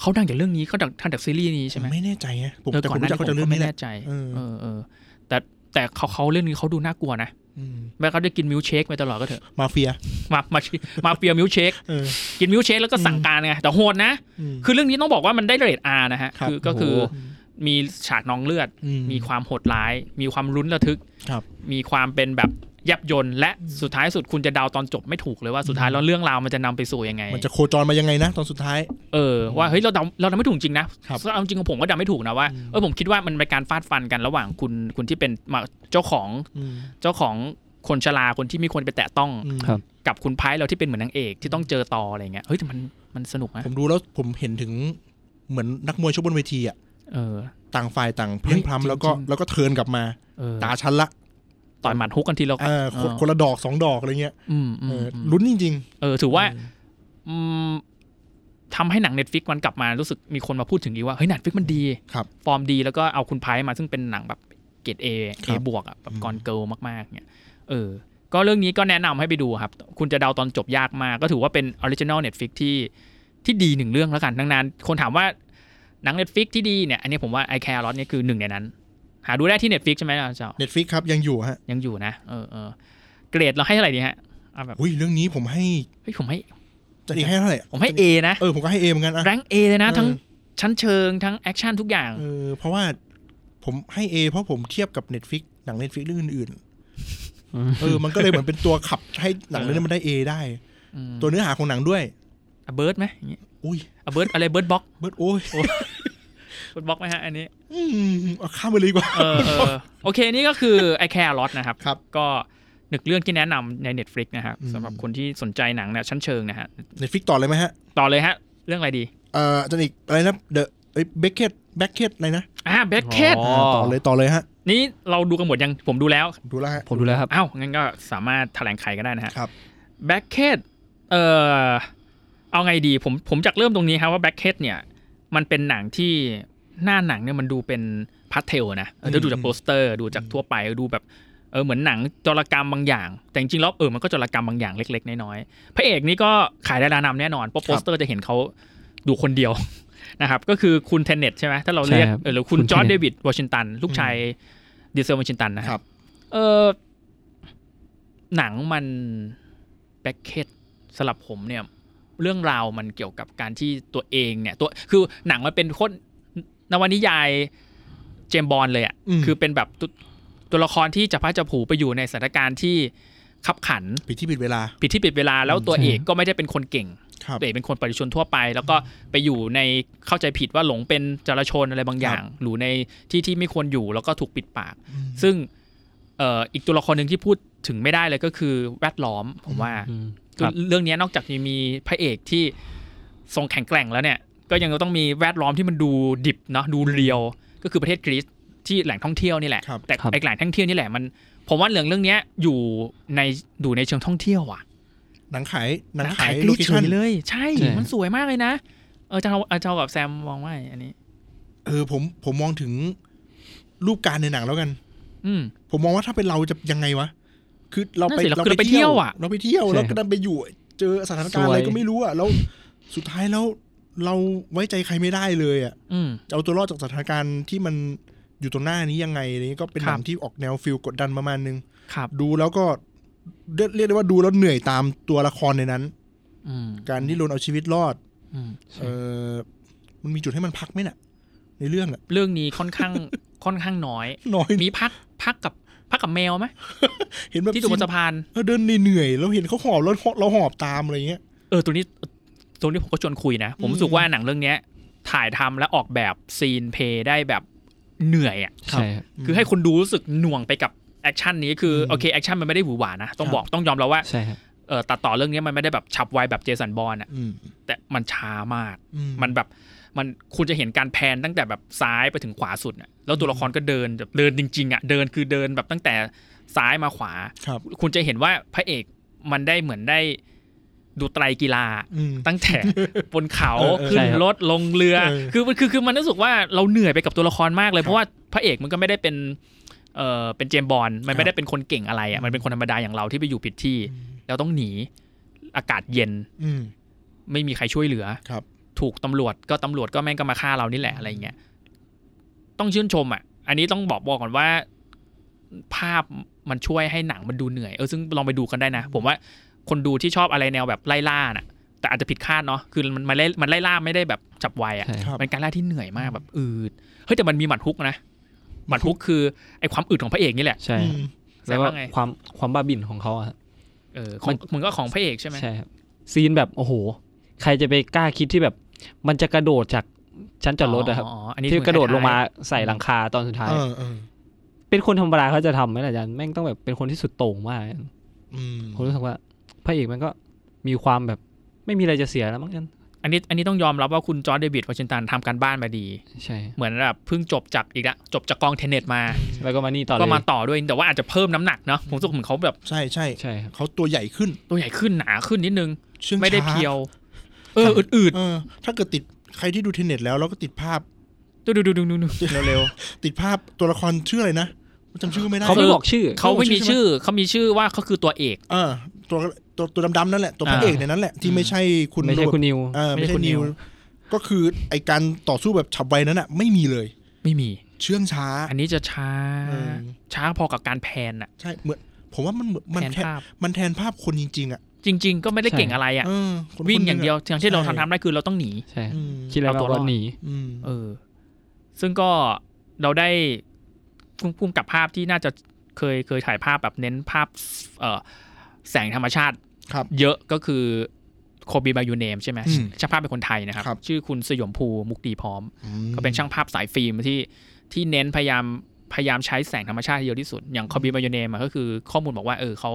เขาดังจากเรื่องนี้เขาดังทางจากซีรีส์นี้
ผ
ใช่
ม
ไหม
ไม่แน่ใจนะผม
เออ
แต่ผ
ก่อน
ม
หน้า
รู้
นี้ผ
จักเขาจาก
ม
เรื่อ
ก็
งนี้
ไม่
แหละ
แน่ใจ
เออ
เออเออแต่แต่เขาเขาเรื่องนี้เขาดูน่ากลัวนะ
ม
แม้เขาได้กินมิลค์เชคไปตลอดก็เถอะ
มาเฟีย
มา มา มาเฟียมิลเชค
เออ
กินมิลเชคแล้วก็สั่งการไง แต่โหดนะ
อืม
คือเรื่องนี้ต้องบอกว่ามันได้เรทอานะฮะ
ครับ
คือก็คือ
โอ้โห
มีฉากนองเลือด
อื
มีความโหดร้าย มีความลุ้นระทึก
ครับ
มีความเป็นแบบยับยนต์และสุดท้ายสุดคุณจะเดาตอนจบไม่ถูกเลยว่าสุดท้าย
อืม
แล้วเรื่องราวมันจะนำไปสู่ยังไง
มันจะโคจรมายังไงนะตอนสุดท้าย
เออ ว่าเฮ้ยเราเดาเราเดาไม่ถูกจริงนะครับ เอาจริงของผมก็เดาไม่ถูกนะว่า
อืม
เออผมคิดว่ามันเป็นการฟาดฟันกันระหว่างคุณคุณที่เป็นมาเจ้าของ
อืม
เจ้าของคนชราคนที่ไมีคนไปแตะต้อง
อืม
ครับ
กับคุณไพ่เราที่เป็นเหมือนนางเอกที่ต้องเจอต่ออะไรเงี้ย เฮ้ยแต่มันมันสนุกนะ
ผมดูแล้วผมเห็นถึงเหมือนนักมวยชกบนเวทีอ่ะ
เออ
ต่างฝ่ายต่างเพ่งพล้ำแล้วก็
จริงๆ
แล้วก็เทิร์นกลับมา
เออ
ตาชั้นละ
ต่อยหมัดฮุกกันทีละ
เออคน
เออ
คนละดอกสองดอกอะไรเงี้ย
อืมอื
เอ
ม
อ
อืม
ลุ้นจริง
เออ ถือ
ๆ
ว่า
เออ
อืมทำให้หนัง Netflix มันกลับมารู้สึกมีคนมาพูดถึงอีกว่า เฮ้ย Netflix มันดี
ครับ
ฟอร์มดีแล้วก็เอาคุณไพ่มาซึ่งเป็นหนังแบบเกรดเอ
ค
เอ
รับ
บวกอะแบบกอนเกิลมากๆเนี่ยเออ ก็เรื่องนี้ก็แนะนำให้ไปดูครับ คุณจะเดาตอนจบยากมาก ก็ถือว่าเป็นออริจินอลเน็ตฟิกที่ที่ดีหนึ่งเรื่องแล้วกันทั้งนั้นคนถามว่าหนังเน็ตฟิกที่ดีเนี่ยอันนี้ผมว่า I Care a lot เนี่ยคือหนึ่งในนั้น หาดูได้ที่ Netflix ใช่ไหมอาจารย์
เน็ตฟิกครับยังอยู่ฮะ
ยังอยู่นะ เออเออเกรดเราให้เท่าไหร่ดีฮะเอาแบบ
อุ้ยเรื่องนี้ผมให้
เฮ้ยผมให้
จะอีกให้เท่าไหร่
ผมให้
จะ
A นะ
เออผมก็ให้เอเหมือนกันอ่ะ
แรงเอเลยนะ
เออ
ทั้งชั้นเชิงทั้งแอคชั่นทุกอย่าง
เออเพราะว่าผมให้เอเพราะผมเทียบกับเน็ตฟิกหนังเน็ตฟิกเรื่องอื่น
อืม
ๆเออมันก็เลยเหมือนเป็นตัวขับให้หนังเรื่องนี้มันได้เอได้ ตัวเนื้อหาของหนังด้วย
เบิร์ดไหมอย่างงี้
อุ้ย
อเบิร์ดอะไรเบิร์ดบล็อก
เบิร์ดโอ้ย
เบิร์ดบล็อกไหมฮะอันนี้
อืมเอาข้ามไปเลยดีกว่า
เออเออ โอเค นี่ก็คือไอแคร์ลอตนะครับ
ครับ
ก็หนึ่งเรื่องที่แนะนำใน Netflix นะครับ
อืม
สำหรับคนที่สนใจหนังแนวชั้นเชิงนะฮะ
เน็ตฟิกต่อเลยไหมฮะ
ต่อเลยฮะ เรื่องอะไรดี
เอ่ออาจารย์อีกอะไรนะเดอะเบคเกตแบ็กเกตอะไรนะ
อ่าแบ็คเคด
อ๋อ
ต่อเลยต่อเลยฮะ
นี่เราดูกันหมดยังผมดูแล้ว
ดูแล้วฮะ
ผมดูแล้วครับ
อ้าวงั้นก็สามารถแถลงไขก็ได้นะฮะ
ครับ
แบ็คเคดเอ่อเอาไงดีผมผมจากเริ่มตรงนี้ครับว่าแบ็คเคดเนี่ย มันเป็นหนังที่หน้าหนังเนี่ยมันดูเป็นพาสเทลนะเออถ้าดูจาก
อืม
โปสเตอร์ ดูจากทั่วไปดูแบบเออเหมือนหนังจรกรรมบางอย่าง แต่จริงๆแล้วเออมันก็จรกรรมบางอย่างเล็กๆน้อยๆพระเอกนี่ก็ขายดารานำแน่นอนเพราะโปสเตอร์จะเห็นเขาดูคนเดียว นะครับก็คือคุณเทนเน็ตใช่ไหมถ้าเราเรียก
ใช่ครับ
เออหรือคุณ
คุณ
จอร์ดเดวิดวอชิงตันลูกชายดีเซลวอชิงตันนะฮะ
ครับ
เออหนังมันแบ็คเกตสลับผมเนี่ย เรื่องราวมันเกี่ยวกับการที่ตัวเองเนี่ย ตัวคือหนังมันเป็นโคนนวนิยายเจมส์บอลเลยอะ่ะ
อืม
คือเป็นแบบตวตัวละครที่จะพระจะผูไปอยู่ในสถานการณ์ที่ขับขัน
ปิดที่ปิดเวลา
ผิดที่ผิดเวลาแล้วตัว
ใช่
เอกก็ไม่ได้เป็นคนเก่ง
ครับ
ตัวเอกเป็นคนประชาชนทั่วไป แล้วก็ไปอยู่ในเข้าใจผิดว่าหลงเป็นจราชนอะไรบางอย่างหรือในที่ที่ไม่ควรอยู่แล้วก็ถูกปิดปาก
อืม
ซึ่งเอ่ออีกตัวละครหนึ่งที่พูดถึงไม่ได้เลยก็คือแวดล้อมผมว่า
อืม
คือเรื่องเนี้ยนอกจากจะมีพระเอกที่ทรงแข็งแกร่งแล้วเนี่ย ก็ยังต้องมีแวดล้อมที่มันดูดิบเนาะดูเรียว ก็คือประเทศกรีซที่แหล่งท่องเที่ยวนี่แหละ
ครับ
แต่
ครับ
ไอแหล่งท่องเที่ยวนี่แหละมันผมว่าเรื่องเรื่องเนี้ยอยู่ในอยู่ในเชิงท่องเที่ยวอ่ะ
หนังขายหนัง
หนัง
ขาย
ขาย
โล
โล
เค
เค
ชั่
ชั่
น
นเลย ใช่
ใช่
มันสวยมากเลยนะ เออเจ้าเอาเจ้ากับแซมมองว่าไงอันนี้
เออผมผมมองถึงรูปการณ์ในหนังแล้วกัน
อืม
ผมมองว่าถ้าเป็นเราจะยังไงวะ คือเราไป
นั่นสิเราคือเราไปเที่ยวอะ
เราไปเที่ยว
ใช่
แล้วก็ดันไปอยู่ เจอสถานการณ์อะไร
สวย
ก็ไม่รู้อ่ะแล้วสุดท้ายแล้วเราไว้ใจใครไม่ได้เลยอ่ะ
อืม
จะเอาตัวรอดจากสถานการณ์ที่มันอยู่ตรงหน้านี้ยังไงอะไรเงี้ยก็เป็น
ครั
ห
บ
นังที่ออกแนวฟิลกดดันประมาณนึง
ครับ
ดูแล้วก็เรียกเรียกได้ว่าดูแล้วเหนื่อยตามตัวละครในนั้น
อืม
การที่ลนเอาชีวิตรอด
อืม
เออมันมีจุดให้มันพักไหมน่ะ ในเรื่องอ่ะ
เรื่องนี้ค่อนข้าง ค่อนข้างน้อย
น้อย
มีพักพักกับพักกับแมวไหม
เห็นแบบ
ที่อยู่บนสะพาน
เราเดินเหนื่อยๆแล้วเห็นเขาหอบแล้วเราหอบตามอะไรเงี้ย
เออตัวนี้ตัวนี้ผมก็ชวนคุยนะ ผม
อืม
รู้สึกว่าหนังเรื่องเนี้ย ถ่ายทำและออกแบบซีนเพลย์ได้แบบเหนื่อยอ่ะ
ใช่ครับ
คือให้คนดูรู้สึกหน่วงไปกับแอคชั่นนี้คือ
ม
โอเคแอคชั่นมันไม่ได้หวือหวานะ ต้อง
ครับ
บอกต้องยอมแล้วว่า
ใช่ครับ
เออตัดต่อเรื่องนี้มันไม่ได้แบบฉับไวแบบเจสันบอลอ่ะ
อืม
แต่มันช้ามาก
อื
มันแบบมันคุณจะเห็นการแพนตั้งแต่แบบซ้ายไปถึงขวาสุดน่ะแล้วตัวละครก็เดินแบบเดินจริงๆอ่ะเดินคือเดินแบบตั้งแต่ซ้ายมาขวา
ครับ
คุณจะเห็นว่าพระเอกมันได้เหมือนได้ดูไตรกีฬา
อืม
ตั้งแต่ บนเขา
เออเออ
ขึ้น
ใช่ครับ
รถลงเรือ
เออ
คือมันคือคือมันรู้สึกว่าเราเหนื่อยไปกับตัวละครมากเลย
ครับ
เพราะว่าพระเอกมันก็ไม่ได้เป็นเออเป็นเจมส์บอลมันไม่ได้เป็นคนเก่งอะไร
อื
อ่ะ
ม
มันเป็นคนธรรมดาอย่างเราที่ไปอยู่ผิดที่ แล้วต้องหนีอากาศเย็น
อืม
ไม่มีใครช่วยเหลือ
ครับ
ถูกตำรวจก็ตำรวจก็แม่งก็มาฆ่าเรานี่แหละอะไรเงี้ย ต้องชื่นชมอ่ะ อันนี้ต้องบอกบอกก่อนว่า ภาพมันช่วยให้หนังมันดูเหนื่อย เออซึ่งลองไปดูกันได้นะ ผมว่าคนดูที่ชอบอะไรแนวแบบไล่ล่าน่ะ แต่อาจจะผิดคาดเนาะ คือมันมันไล่มันไล่ล่าไม่ได้แบบจับไวอ่ะ
ใช่
ค
ค
รั
รับ
บ
เป็นการล่าที่เหนื่อยมากแบบอืด เฮ้ยแต่มันมีหมัดฮุกนะ หมัดฮุกคือไอ้ความอืดของพระเอกนี่แหละ
ใช่
อืม
ครับแล้ว
แสดง
ก็
ว่าไง
ความความบ้าบิ่นของเขาอะครับ
เออของ
มัน
มันก็ของพระเอกใช่ไหม
ใช่ครับซีนแบบโอ้โห ใครจะไปกล้าคิดที่แบบ มันจะกระโดดจากชั้นจอดรถนะครับ
อ๋ออันนี้
ที่
เหมือน
กระโดดลงมา
คล้ย
ใส่หลังคาตอนสุดท้าย
เออเออ
เป็นคนธรรมดาเขาจะทำไหมล่ะอาจารย์แม่งต้องแบบเป็นคนที่สุดโต่งมาก
อืม
ผมรู้สึกว่า พระเอกมันก็มีความแบบไม่มีอะไรจะเสียแล้วมั้งกัน
ๆอันนี้อันนี้ต้องยอมรับว่าคุณจอร์จเดวิดวอชิงตันทำการบ้านมาดี
ใช่
เหมือนแบบเพิ่งจบจากอีกละจบจากกองเทนเน็ตมา
แล้วก็มานี่ต่อเล
ก็
ย
มาต่อด้วยแต่ว่าอาจจะเพิ่มน้ำหนักเนาะผมรู้สึกเหมือนเขาแบบ
ใช่ใช่
ใช่ครับ
เขาตัวใหญ่ขึ้น
ตัวใหญ่ขึ้นหนาขึ้นนิดนึง
เชื่อง
ไม่ได้
ช้า
เพียว เอออืด
เออ ถ้าเกิดติดใครที่ดูเทนเน็ตแล้วแล้วก็ติดภาพ
ๆดูดูดูดูดูดูเร็ว
ติดภาพตัวละครชื่ออะไรนะจำชื่อไม่ได้
เขาไม่
เออ
บอกชื่อ
ๆเขาไม่มีชื่อเขามีชื่อว่าเขาคือตัวเอก
เออตัวตัวตัวดำๆนั่นแหละตัวพระ
อ่า
เอกในนั้นแหละที่ไม่ใช่คุณ
ไม่ใช่
โรเบิร์ต
คุณนิว
เออ
ไม่
ไม่
ใช่
ใช่
คุณนิ
นิว
ว
ก็คือไอการต่อสู้แบบฉับไวนั้นอ่ะ ไม่มีเลย
ไม่มี
เชื่องช้า
อันนี้จะช้า
เออ
ช้าพอกับการแพนอะ
ใช่เหมือนผมว่ามันเหมือนมัน
แพน
แทน
ภาพ
มันแทนภาพคนจริง ๆ อ่ะ
จริง ๆ ก็ไม่ได้เก่งอะไรอะ
เออคนคน
วิ่ง
ห
อ
นึ่
ย่างเดียวอย่างที่เราทำทำได้คือเราต้องหนี
ใช่
อืม
คิดแล้ว
เอาตัวรอด
ก็หนี
อืม
เออ ซึ่งก็เราได้พุ่มกับภาพที่น่าจะเคยเคยถ่ายภาพแบบเน้นภาพเอ่อแสงธรรมชาติ
ครับ
เยอะก็คือโคบีบายูเนมใช่ไหม
อืม
ช่างภาพเป็นคนไทยนะครับ
ครับ
ชื่อคุณสยมภูมุกดีพร้อม
อืม
ก็เป็นช่างภาพสายฟิล์มที่ที่เน้นพยายามพยายามใช้แสงธรรมชาติให้เยอะที่สุด อย่างโคบีบายูเนมก็คือข้อมูลบอกว่าเออเขา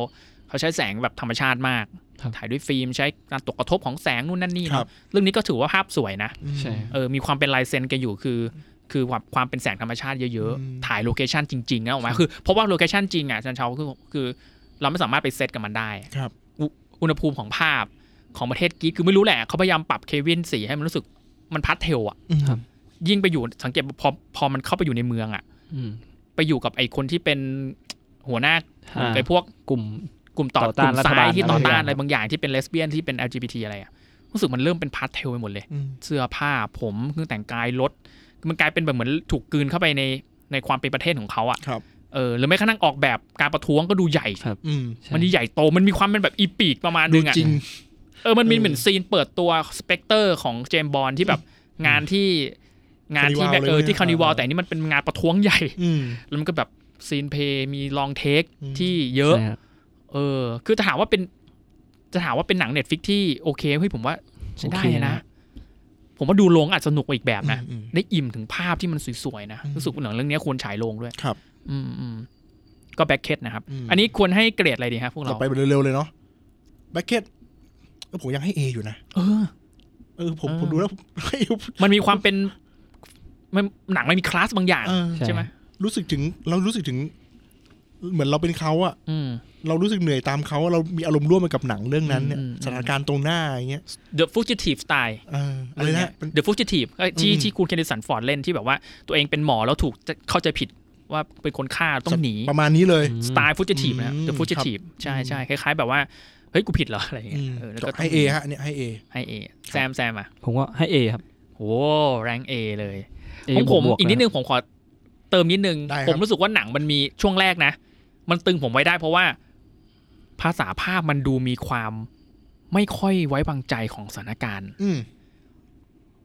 เขาใช้แสงแบบธรรมชาติมาก
ครับ
ถ่ายด้วยฟิล์มใช้การตกกระทบของแสงนู่นนั่นนี่
ครับ
เนาะเรื่องนี้ก็ถือว่าภาพสวยนะ
อืม
ใช่
เออมีความเป็นลายเซ็นแกันอยู่คือ คือความความเป็นแสงธรรมชาติเยอะ
อืม
ๆ ถ่ายโลเคชันจริงๆนะออกมาคือเพราะว่าโลเคชันจริงอ่ะอาจันเชาคือคือเราไม่สามารถไปเซตกับมันได้
ครับ
อุณหภูมิของภาพของประเทศกรีกคือไม่รู้แหละ เขาพยายามปรับเควินสีให้มันรู้สึกมันพัดเทลอ่ะ
อืม
ครับ
ยิ่งไปอยู่สังเกตพอพอมันเข้าไปอยู่ในเมืองอ่ะ
อืม
ไปอยู่กับไอ้คนที่เป็นหัวหน้า
อ่า
ไอ้พวก
กลุ่ม
กลุ่มต่อ
ต่อต้าก น
ลุ่ม
รัฐ
ซ้า
บาล
ยที่ต่อต้าน
อะไร
อะไรบางอย่างที่เป็นเลสเบี้ยนที่เป็น LGBT อะไรอ่ะรู้สึกมันเริ่มเป็นพาร์ทเทลไปหมดเลย
อืม
เสื้อผ้าผมเครื่องแต่งกายรถมันกลายเป็นแบบเหมือนถูกกลืนเข้าไปในในความเป็นประเทศของเขาอ่ะ
ครับ
เออหรือไม่กระทั่งออกแบบการประท้วงก็ดูใหญ่
ครับ
อืม
ใช่
มันดูใหญ่โตมันมีความเป็นแบบอีปีกประมาณนึงอ่ะ
จริง
เออ มันมี
เออ
เหมือนซีนเปิดตัวสเปกเตอร์ของเจมส์บอลที่แบบงานที่งานที่
Carnival
แบบเอ
เลย
อ
นะ
ที่คานิวอล
อ่า
แต่อันนี่มันเป็นงานประท้วงใหญ่
อืม
แล้วมันก็แบบซีนเพลย์มีลองเทค
อืม
ที่เยอะ
ใช่ครับ
เออ คือจะถามว่าเป็นจะถามว่าเป็นหนังเน็ตฟิกที่โอเคเฮ้ยผมว่าใช้ได้นะ ผมว่าดูโรงอาจสนุกกว่าอีกแบบนะ
อืม
ได้อิ่มถึงภาพที่มันสวยๆนะ
อืม
รู้สึกว่าหนังเรื่องนี้ควรฉายโรงด้วย
ครับ
อืมอืมก็แบ็คเคทนะครับ
อืม
อันนี้ควรให้เกรดอะไรดีครับพวก
เรา
เรา
ไปเร็วๆเลยเนาะแบ็คเก็ตเออผมยังให้ A อยู่นะ
เออ
เออผม
เออ
ผมดูแล้วผม
มันมีความเป็นมันหนังมันมีคลาสบางอย่าง
เออ
ใช่ไหม
รู้สึกถึงเรารู้สึกถึง เหมือนเราเป็นเขาอะ
อืม
เรารู้สึกเหนื่อยตามเขาอะเรามีอารมณ์ร่วมไปกับหนังเรื่องนั้นเนี่ย
อืมอืม
สถานการณ์ตรงหน้าอย่างเงี้ย
The Fugitive Style
เอออะไรนะเป็น
The Fugitive เอ้ยที่
อืม
ที่คุณเคนดิสันฟอร์ดเล่นที่แบบว่าตัวเองเป็นหมอแล้วถูกจะเข้าใจผิดว่าเป็นคนฆ่าต้องหนี
ประมาณนี้เลย
อืม
สไตล์ Fugitive นะ
อืม
The Fugitive ใช่ใช่คล้ายๆ แบบว่า เฮ้ย กูผิดเหรอ อะไรอย่างเงี้ยเออแล้วก็
ก็ให้ A ฮะเนี่ยให้ A
ให้เอแซมแซมอ่ะ
ผมว่าให้ A ครับ
โหแรงเอเลย
A
ของผม
บวๆ
อีกนิดนึงผมขอเติมนิดนึง
ได้ครับ
ผมรู้สึกว่าหนังมันมีช่วงแรกนะ มันตึงผมไว้ได้เพราะว่า ภาษาภาพมันดูมีความไม่ค่อยไว้วางใจของสถานการณ์
อืม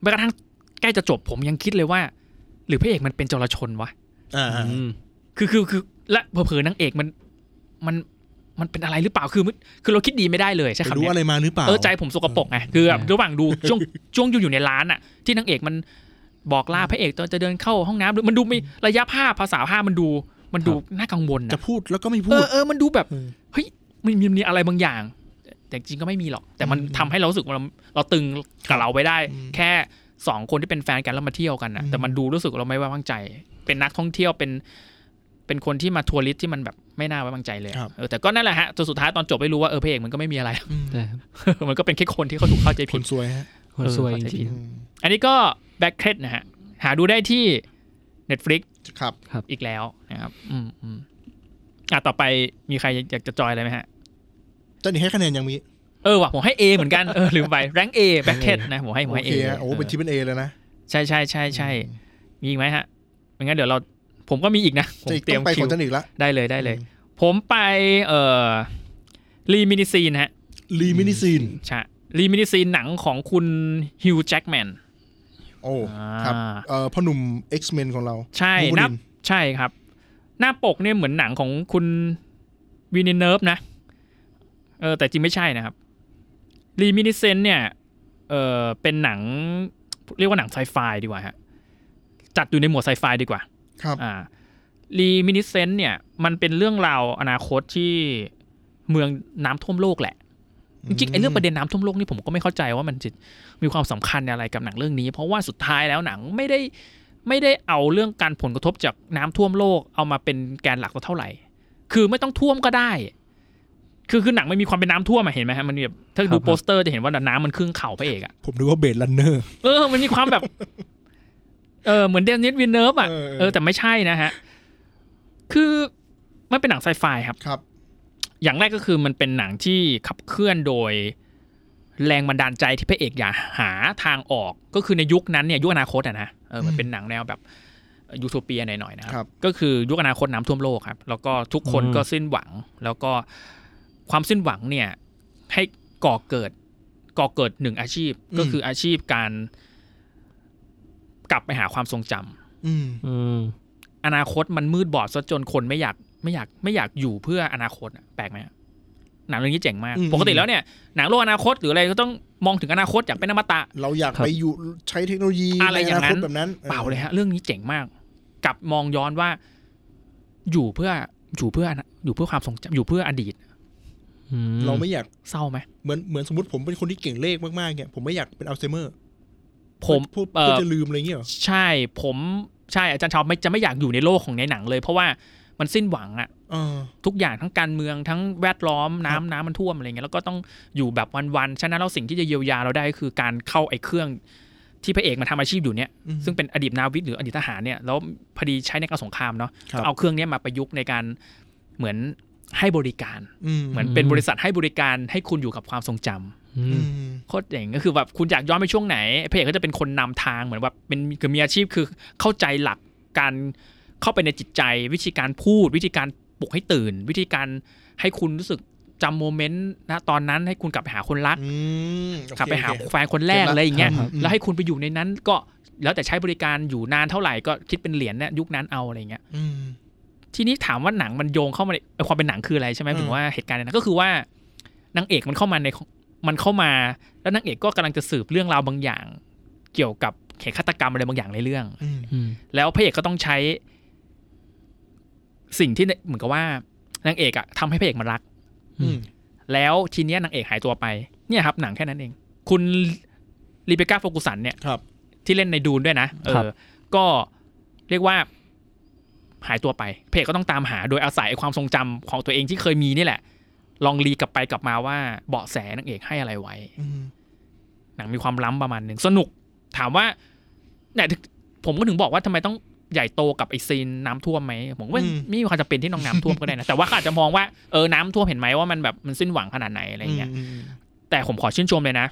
แม้กระทั่งใกล้จะจบผมยังคิดเลยว่า หรือพระเอกมันเป็นจรชนวะ
อ่า
อืม
คือคือคือและเผลอๆนางเอกมันมันมันเป็นอะไรหรือเปล่าคือมันคือเราคิดดีไม่ได้เลยใช่
ไป
คำ
รู้
เนี้ย
อะไรมาหรือเปล่า
เออใจผมสกปรกไงคือแบบ
ใช่
ระหว่าง ดู ช่วงช่วงอยู่อยู่ในร้านอ่ะ ที่นางเอกมันบอกลาพระเอกตอนจะเดินเข้าห้องน้ำหรือมันดูมีระยะภาพภาษาภาพมันดู มันดูน่ากังวล
จะ
นะ
พูดแล้วก็ไม่
เอ
พูด
อเออมันดูแบบ
เออ
เฮ้ยมันมีมีอะไรบางอย่าง แต่จริงก็ไม่มีหรอก แต่มัน
อืม
ทำให้เรารู้สึกว่าเราเราตึงกับเราไว้ได้
อืม
แค่สองคนที่เป็นแฟนกันแล้วมาเที่ยวกันนะ
อืม
แต่มันดูรู้สึกเราไม่ไว้วางใจ เป็นนักท่องเที่ยวเป็น เป็นคนที่มาทัวริสต์ที่มันแบบไม่น่าไว้วางใจเลยอะเออแต่ก็นั่นแหละฮะจนสุดท้ายตอนจบไม่รู้ว่าเออพระเอกมันก็ไม่มีอะไร
อืม
ใช่ครับ
มันก็เป็นแค่คนที่เขาถูกเข้าใจ
ค
ผิด
นสวยฮะ
คน
เออ
สวย
เข้า
จ
ใจผิ
ริ
ด
ง
อืม
อันนี้ก็แบ็คเครดนะฮะ หาดูได้ที่ Netflix
ครับ
อีกแล้วนะครับ อืมอืมอ่ะต่อไปมีใครอยากจะจอยอะไรไหมฮะ
แต่นี่ให้คะแนนยังมี
เออว่ะผมให้ A เหมือนกัน เออ ลืมไป แรง A แบ็คเครดนะ ผมให้ ผม
โอ
ให้
เค
A
ฮะโอ้เป็นทิปเป็น A เลยนะ
ใช่ใช่ใช่ใช่มีอีกไหมฮะไม่งั้นเดี๋ยวเรา ผมก็มีอีกนะ ผม
จะอีก
เตรีย
ต้
ม
องไป
คิ
ขอ
ว
งจันอีกละ
ได้เลยได้เลย
อืม
ผมไปเอ่อรีมินิซีนฮะ
ลีมินิซีน
ใช่รีมินิซีนหนังของคุณฮิวจ์แจ็กแมน
โอ้ครับ
อ่า
เอ่อพ่อหนุ่ม X-Men ของเรา
ใช่
วูล์ฟเวอ
นั
รี
บ
น
ใช่ครับ หน้าปกเนี่ยเหมือนหนังของคุณวีนเนิร์ฟนะ เออแต่จริงไม่ใช่นะครับรีมินิเซนเนี่ยเออเป็นหนัง เรียกว่าหนังไซไฟดีกว่าฮะจัดอยู่ในหมวดไซไฟดีกว่า
ครับ
อ่ารีมินิเซนเนี่ย มันเป็นเรื่องราวอนาคตที่เมืองน้ำท่วมโลกแหละ จริงๆไอ้เรื่องประเด็นน้ำท่วมโลกนี่ผมก็ไม่เข้าใจว่ามันจะมีความสำคัญอะไรกับหนังเรื่องนี้ เพราะว่าสุดท้ายแล้วหนังไม่ได้ไม่ได้เอาเรื่องการผลกระทบจากน้ำท่วมโลกเอามาเป็นแกนหลักเท่าไหร่ คือไม่ต้องท่วมก็ได้ คือคือหนังมันมีความเป็นน้ำท่วมอะเห็นไหมฮะมันมีแบบถ้า
ครั
ดู
บ
โปสเตอร์จะเห็นว่าน้ำมันครึ่งเข่าพระเอกอะ
ผมดูว่าเบดลันเนอร์
เออมันมีความแบบ เออเหมือนเดนนิสวินเนิร์ฟอะ
เออเออ
เออแต่ไม่ใช่นะฮะคือมันเป็นหนังไซไฟครับ
ครับ
อย่างแรกก็คือมันเป็นหนังที่ขับเคลื่อนโดยแรงบันดาลใจที่พระเอกอยากหาทางออก ก็คือในยุคนั้นเนี่ยยุคอนาคตอะนะเออมันเป็นหนังแนวแบบยูโทเปียหน่อยๆนะค
ครั
รับบ ก็คือยุคอนาคตน้ำท่วมโลกครับ แล้วก็ทุกคน
อืม
ก็สิ้นหวัง แล้วก็ความสิ้นหวังเนี่ยให้ก่อเกิดก่อเกิดหนึ่งอาชีพก็คืออาชีพการกลับไปหาความทรงจำ
อืม
ๆอืม
อนาคตมันมืดบอดซะจนคนไม่อยากไม่อยากไม่อยากอยู่เพื่ออนาคตอะแปลกไหมอะหนังเรื่องนี้เจ๋งมาก
อืม
ปกติแล้วเนี่ยหนังโลกอนาคตหรืออะไรก็ต้องมองถึงอนาคตอยากเป็นอมตะ
เราอยาก
ครับ
ไปอยู่ใช้เทคโนโลยี
อะไรอย่างนั้น
ใคตแบบนั้น
เปล่าเลยฮะ เรื่องนี้เจ๋งมากกลับมองย้อนว่า อยู่เพื่ออยู่เพื่ออนาอยู่เพื่อความทรงจำอยู่เพื่ออดีต
อืม
เราไม่อยาก
เศร้าไหม
เหมือนเหมือนสมมติผมเป็นคนที่เก่งเลขมากๆเนี่ยผมไม่อยากเป็นอัลไซเมอร์
ผม
พูด
เอ
เพื่อ
อ
จะลืมอะไรเงี้ยเหรอ
ใช่ผม ใช่อาจารย์ชอบไม่จะไม่อยากอยู่ในโลกของในหนังเลย เพราะว่ามันสิ้นหวังอะ
เออ
ทุกอย่างทั้งการเมืองทั้งแวดล้อม
ค
น้ำ
รับ
น้ำมันท่วมอะไรเงี้ยแล้วก็ต้องอยู่แบบวันๆฉะนั้นเราสิ่งที่จะเยียวยาเราได้ก็คือการเข้าไอ้เครื่องที่พระเอกมาทำอาชีพอยู่เนี่ย
อืม
ซึ่งเป็นอดีตนาวิกหรืออดีตทหารเนี่ยแล้วพอดีใช้ในการสงครามเนาะ
ครับ
ก็เอาเครื่องเนี้ยมาประยุกต์ในการเหมือนให้บริการ
อืม
เหมือนเป็นบริษัทให้บริการให้คุณอยู่กับความทรงจำ
อื
อื
ม
ม
โคตรเจ๋งก็คือแบบคุณอยากย้อนไปช่วงไหนพระเอกก็จะเป็นคนนำทางเหมือนแบบเป็นคือมีอาชีพคือเข้าใจหลักการเข้าไปในจิตใจ วิธีการพูด วิธีการปลุกให้ตื่น วิธีการให้คุณรู้สึกจำโมเมนต์นะตอนนั้นให้คุณกลับไปหาคนรัก
อืมโอเค
กลับไปหา
โอเค
แฟนคนแรก
เก็ตละ
อะไรอย่างเงี้ย
ครับ
แล้วให้คุณไปอยู่ในนั้นก็แล้วแต่ใช้บริการอยู่นานเท่าไหร่ก็คิดเป็นเหรียญเนี่ยยุคนั้นเอาอะไรอย่างเงี้ย
อืม
ทีนี้ถามว่าหนังมันโยงเข้ามาในเอ่อความเป็นหนังคืออะไรใช่ไหม
อืม
ถึงว่าเหตุการณ์ในหนั้นก็คือว่านางเอกมันเข้ามาในมันเข้ามา แล้วนางเอกก็กำลังจะสืบเรื่องราวบางอย่าง เกี่ยวกับเหตุฆาตกรรมอะไรบางอย่างในเรื่อง
อืม
อืม
แล้วพระเอกก็ต้องใช้ สิ่งที่เหมือนกับว่านางเอกอะทำให้พระเอกมันรัก
อืม
แล้วทีเนี้ยนางเอกหายตัวไป เนี่ยครับ หนังแค่นั้นเอง คุณรีเบคก้าโฟกุสันเนี่ย
ครับ
ที่เล่นในดูนด้วยนะเอ
ครับ
อ ก็เรียกว่าหายตัวไป เพจก็ต้องตามหาโดยอาศัยความทรงจำของตัวเองที่เคยมีนี่แหละ ลองรีกลับไปกลับมาว่าเบาะแสนางเอกให้อะไรไว้
อืม
หนังมีความล้ำประมาณหนึ่งสนุก ถามว่าเนี่ยถึงผมก็ถึงบอกว่าทำไมต้องใหญ่โตกับไอซีนน้ำท่วมไหมผมว่าไม่มีความจำเป็นที่ต้องน้ำท่วมก็ได้นะแต่ว่าเขาอาจจะมองว่าเออน้ำท่วมเห็นไหมว่ามันแบบมันสิ้นหวังขนาดไหนอะไรอย่างเงี้ย
ม
แต่ผมขอชื่นชมเลยนะ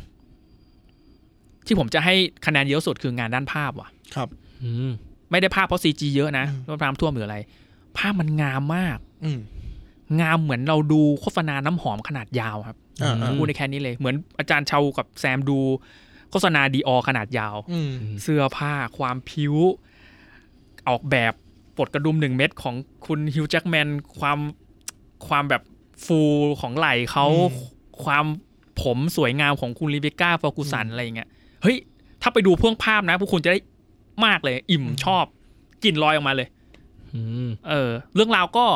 ที่ผมจะให้คะแนนเยอะสุดคืองานด้านภาพว่ะ
ครับ
อืม
ไม่ได้ภาพเพราะซีจีเยอะนะ
อืม
รถน้ำท่วมหรืออะไร ภาพมันงามมาก
อืม
งามเหมือนเราดูโฆษณาน้ำหอมขนาดยาวครับ
อ่า
อื
อ่าม
พูดในแค่นี้เลยเหมือนอาจารย์เชากับแซมดูโฆษณาดีออขนาดยาว
อืม
เสื้อผ้าความผิว ออกแบบปลดกระดุมหนึ่งเม็ดของคุณฮิวจ์แจ็คแมนความความแบบฟูของไหล่เขาความผมสวยงามของคุณลิเบก้าฟอกูสันอะไรอย่างเงี้ยเฮ้ย ถ้าไปดูเพื่องภาพนะพวกคุณจะได้มากเลย อิ่มชอบกลิ่นลอยออกมาเลย
อืม
เออ เรื่องราวก็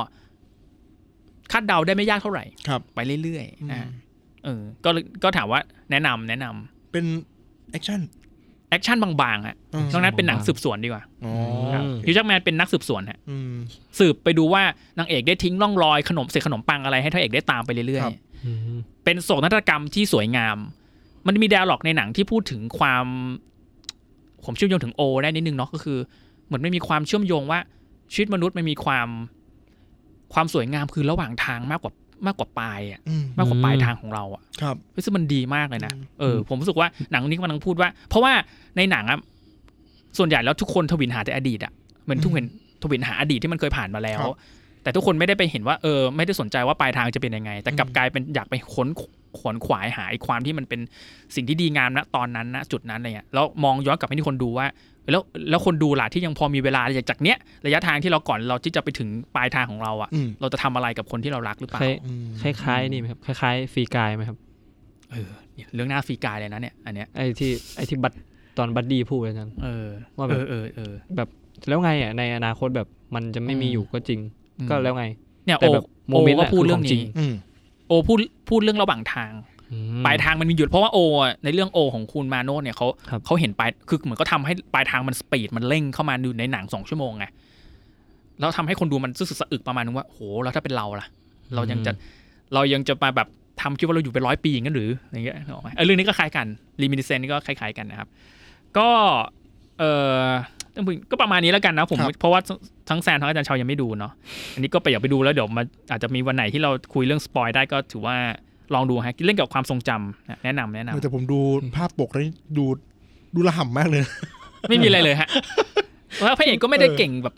คาดเดาได้ไม่ยากเท่าไหร่
ครับ
ไปเรื่อย
อื
ๆ
ม
อ่าเออก็ก็ถามว่าแนะนำแนะนำ
เป็นแอคชั่น
แอคชั่นบางๆอ่ะ
อืม
ตองนั้นเป็นหนัง
บางๆ
สืบสวนดีกว่า
อ๋อ
ครับ
อืม
ฮิวจ์แจ็คแมนเป็นนักสืบสวนฮะ
อืม
สืบไปดูว่านางเอกได้ทิ้งร่องรอยขนมเศษขนมปังอะไรให้พระเอกได้ตามไปเรื่อย
ครับ
อืม
ๆ เป็นโศกนาฏกรรมที่สวยงาม มันมีไดอะล็อกในหนังที่พูดถึงความ ผมเชื่อมโยงถึงโอได้นิดนึงเนาะก็คือ เหมือนไม่มีความเชื่อมโยงว่า ชีวิตมนุษย์มันมีความความสวยงามคือระหว่างทางมากกว่ามากกว่าปลายอะ
อืม
มากกว่า
อืม
ปลายทางของเราอะ
ครับ
เฮ้ยซึ่งมันดีมากเลยนะ
อืม
เออผมรู้สึกว่าหนังนี้กำลังพูดว่า เพราะว่าในหนังอะส่วนใหญ่แล้วทุกคนทวินหาแต่อดีตอะเหมือนทุกคน ทวินหาอดีตที่มันเคยผ่านมาแล้ว
ครับ
แต่ทุกคนไม่ได้ไปเห็นว่าเออไม่ได้สนใจว่าปลายทางจะเป็นยังไง แต่กลับ
อืม
กลายเป็นอยากไปค้นขวนขวายหาไอ้ความที่มันเป็นสิ่งที่ดีงามนะตอนนั้นนะจุดนั้นอะไรเงี้ยแล้วมองย้อนกลับไปที่คนดูว่า แล้วแล้วคนดูล่ะที่ยังพอมีเวลาจากจากเนี้ยระยะทางที่เราก่อนเราที่จะไปถึงปลายทางของเราอะ
อืม
เราจะทำอะไรกับคนที่เรารักหรือเปล่า
คล้าย
อืม
คล้ายๆนี่ไหมครับคล้ายๆฟรีกายไหมครับ
เออเนี่ยเรื่องหน้าฟรีกายเลยนะเนี่ยอันเนี้ย
ไอ้ที่ไอ้ที่บัตรตอนบัดดี้พูดเลยนั้น
เออ
ว่าแบ
เอบ อเออเออ
แล้วไงอ่ะในอนาคตแบบมันจะไม่มี
อืม
อยู่ก็จริง ก็แล้วไง
เนี่ยโอ
แต่แบบ
โอ
โมเมนต์
ก็
อะ
พูด
คือ
เรื่
ข
อ
อง งจริ
นี้
ง
อืม
โอพูดพูดเรื่องระหว่างทาง
อืม
ปลายทางมันมีหยุดเพราะว่าโออ่ะในเรื่องโอของคุณมาโนดเนี่ยเขา
ครับ
เขาเห็นปลายคือเหมือนเขาทำให้ปลายทางมันสปีดมันเร่งเข้ามาดูในหนังสองชั่วโมงไงแล้วทำให้คนดูมันรู้สึกสะอึกประมาณนึงว่าโหแล้วถ้าเป็นเราล่ะ เรายังจะเรายังจะมาแบบทำคิดว่าเราอยู่ไปร้อยปีอย่างนั้นหรืออย่างเงี้ยนึกออกไหมเออเรื่องนี้ก็คล้ายกันรีมินิเซนนี่ก็คล้ายๆกันนะครับ ก็เออต้องพูดก็ประมาณนี้แล้วกันนะผมเพราะว่าทั้งแซนทั้งอาจารย์ชาวยังไม่ดูเนาะอันนี้ก็ไปอยากไปดูแล้วเดี๋ยวมาอาจจะมีวันไหนที่เราคุยเรื่องสปอยได้ก็ถือว่าลองดูฮะเล่นเกี่ยวกับความทรงจำนะแนะนำแนะนำ
แต่ผมดูภาพปกแล้วนี่ดูดูระห่ำมากเลยนะ
ไม่มีอะไรเลย ฮะ เพราะว่าพระเอกก็ไม่ได้เก่งแบบ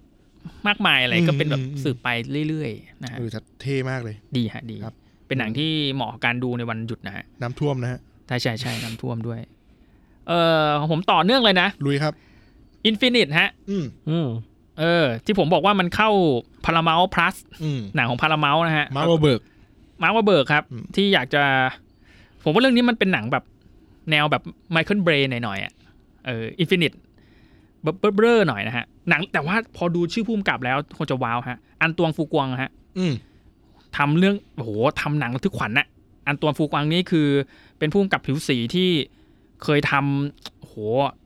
มากมายอะไร
อืม
ก็เป็นแบบ
อืม
สืบไปเรื่อยๆนะฮะ
เออแต่เท่มากเลย
ดีฮะดี
ครับ
เป็นหนังที่เหมาะกับการดูในวันหยุดนะฮะ
น้ำท่วมนะฮะ
ใช่ใช่ใช่น้ำท่วมด้วย เออของผมต่อเนื่องเลยนะ
ลุยครับ
อินฟินิตฮะ
อืม
อืม
เออ ที่ผมบอกว่ามันเข้าพาราเมลพลัส
อืม
หนังของพาราเมลนะฮะ
มาร์วเบิร์ก
มาร์ควาเบิร์กครับ
อืม
ที่อยากจะ ผมว่าเรื่องนี้มันเป็นหนังแบบแนวแบบไมเคิลเบรย์หน่อยๆอ่ะเอออินฟินิตเบอร์เบอร์หน่อยนะฮะ หนังแต่ว่าพอดูชื่อผู้กำกับแล้วคงจะว้าวฮะ อันตวงฟูกวางฮะ
อืม
ทำเรื่องโอ้โหทำหนังระทึกขวัญน่ะอันตวงฟูกวางนี่คือเป็นผู้กำกับผิวสีที่เคยทำโอ้โห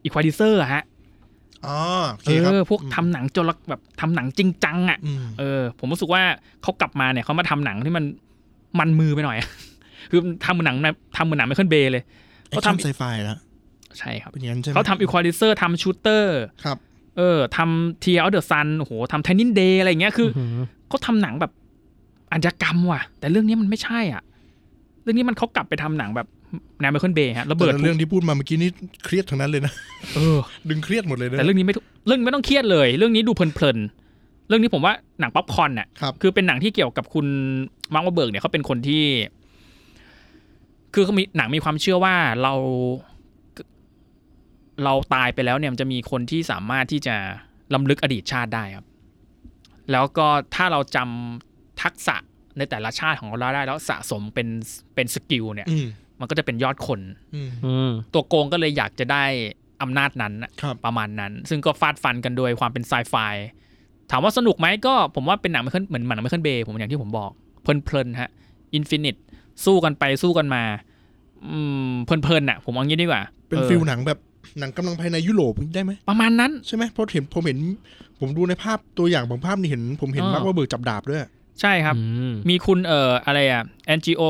อีควอไดเซอร์ฮะ
อ๋อโอเค
เอ
ครับ
อพวกทำหนังจนละแบบทำหนังจริงจังอ่ะ
อืม
เออผมรู้สึกว่าเขากลับมาเนี่ยเขามาทำหนังที่มันมันมือไปหน่อย คือทำเหมือนหนังแบบทำเหมือนหนังไม่ขึ้นเบย์เลย
เขา
เขา
ทำ
ทำ
ไซไฟแล้ว
ใช่ครับ
เป็นอย่างนั้นใช่ไหม
เขาทำอีควอไลเซอร์ทำชูเตอร์
ครับ
เออทำเทียร์เดอะซันโอ้โหทำเทนนินเดย์อะไรอย่างเงี้ยคือ
หือ
เขาทำหนังแบบอาชญากรรมว่ะ แต่เรื่องนี้มันไม่ใช่อ่ะ เรื่องนี้มันเขากลับไปทำหนังแบบแนวไมเคิลเบย์ฮะระเบิด
แต่ละเรื่องที่พูดมาเมื่อกี้นี่เครียดทั้งนั้นเลยนะ
เออ
ดึงเครียดหมดเลยนะ
แต่เรื่องนี้ไม่ทุกเรื่องนี้ไม่ต้องเครียดเลย เรื่องนี้ดูเพลินๆเรื่องนี้ผมว่าหนังป๊อปคอร์นน่ะ
ครับ
คือเป็นหนังที่เกี่ยวกับคุณมาร์ควัลเบิร์กเนี่ยเขาเป็นคนที่ คือเขามีหนังมีความเชื่อว่าเรา เราตายไปแล้วเนี่ยมันจะมีคนที่สามารถที่จะล้ำลึกอดีตชาติได้ครับ แล้วก็ถ้าเราจำทักษะในแต่ละชาติของเราได้ แล้วสะสมเป็นเป็นสกิลเนี่ย
อืม
มันก็จะเป็นยอดคน
อืม
อืม
ตัวโกงก็เลยอยากจะได้อำนาจนั้นน่ะ
ครับ
ประมาณนั้น ซึ่งก็ฟาดฟันกันโดยความเป็นไซไฟ ถามว่าสนุกไหมก็ผมว่าเป็นหนังไม่ขึ้นเหมือนหนังไม่ขึ้นเบย์ผมอย่างที่ผมบอก เพลินๆฮะอินฟินิตสู้กันไปสู้กันมา อืมเพลินๆน่ะ ผมเอางี้ดีกว่า
เป็น
ออ
ฟิลหนังแบบหนังกำลังภายในยุโรปได้ไหม
ประมาณนั้น
ใช่ไหมเพราะเห็นผมเห็น ผมดูในภาพตัวอย่างของภาพนี่เห็น ผมเห็น
อ่าม
มาร์คว่าเบิร์กจับดาบด้วย
ใช่ครับ
อืม
มีคุณเอ่ออะไรอ่ะ NGO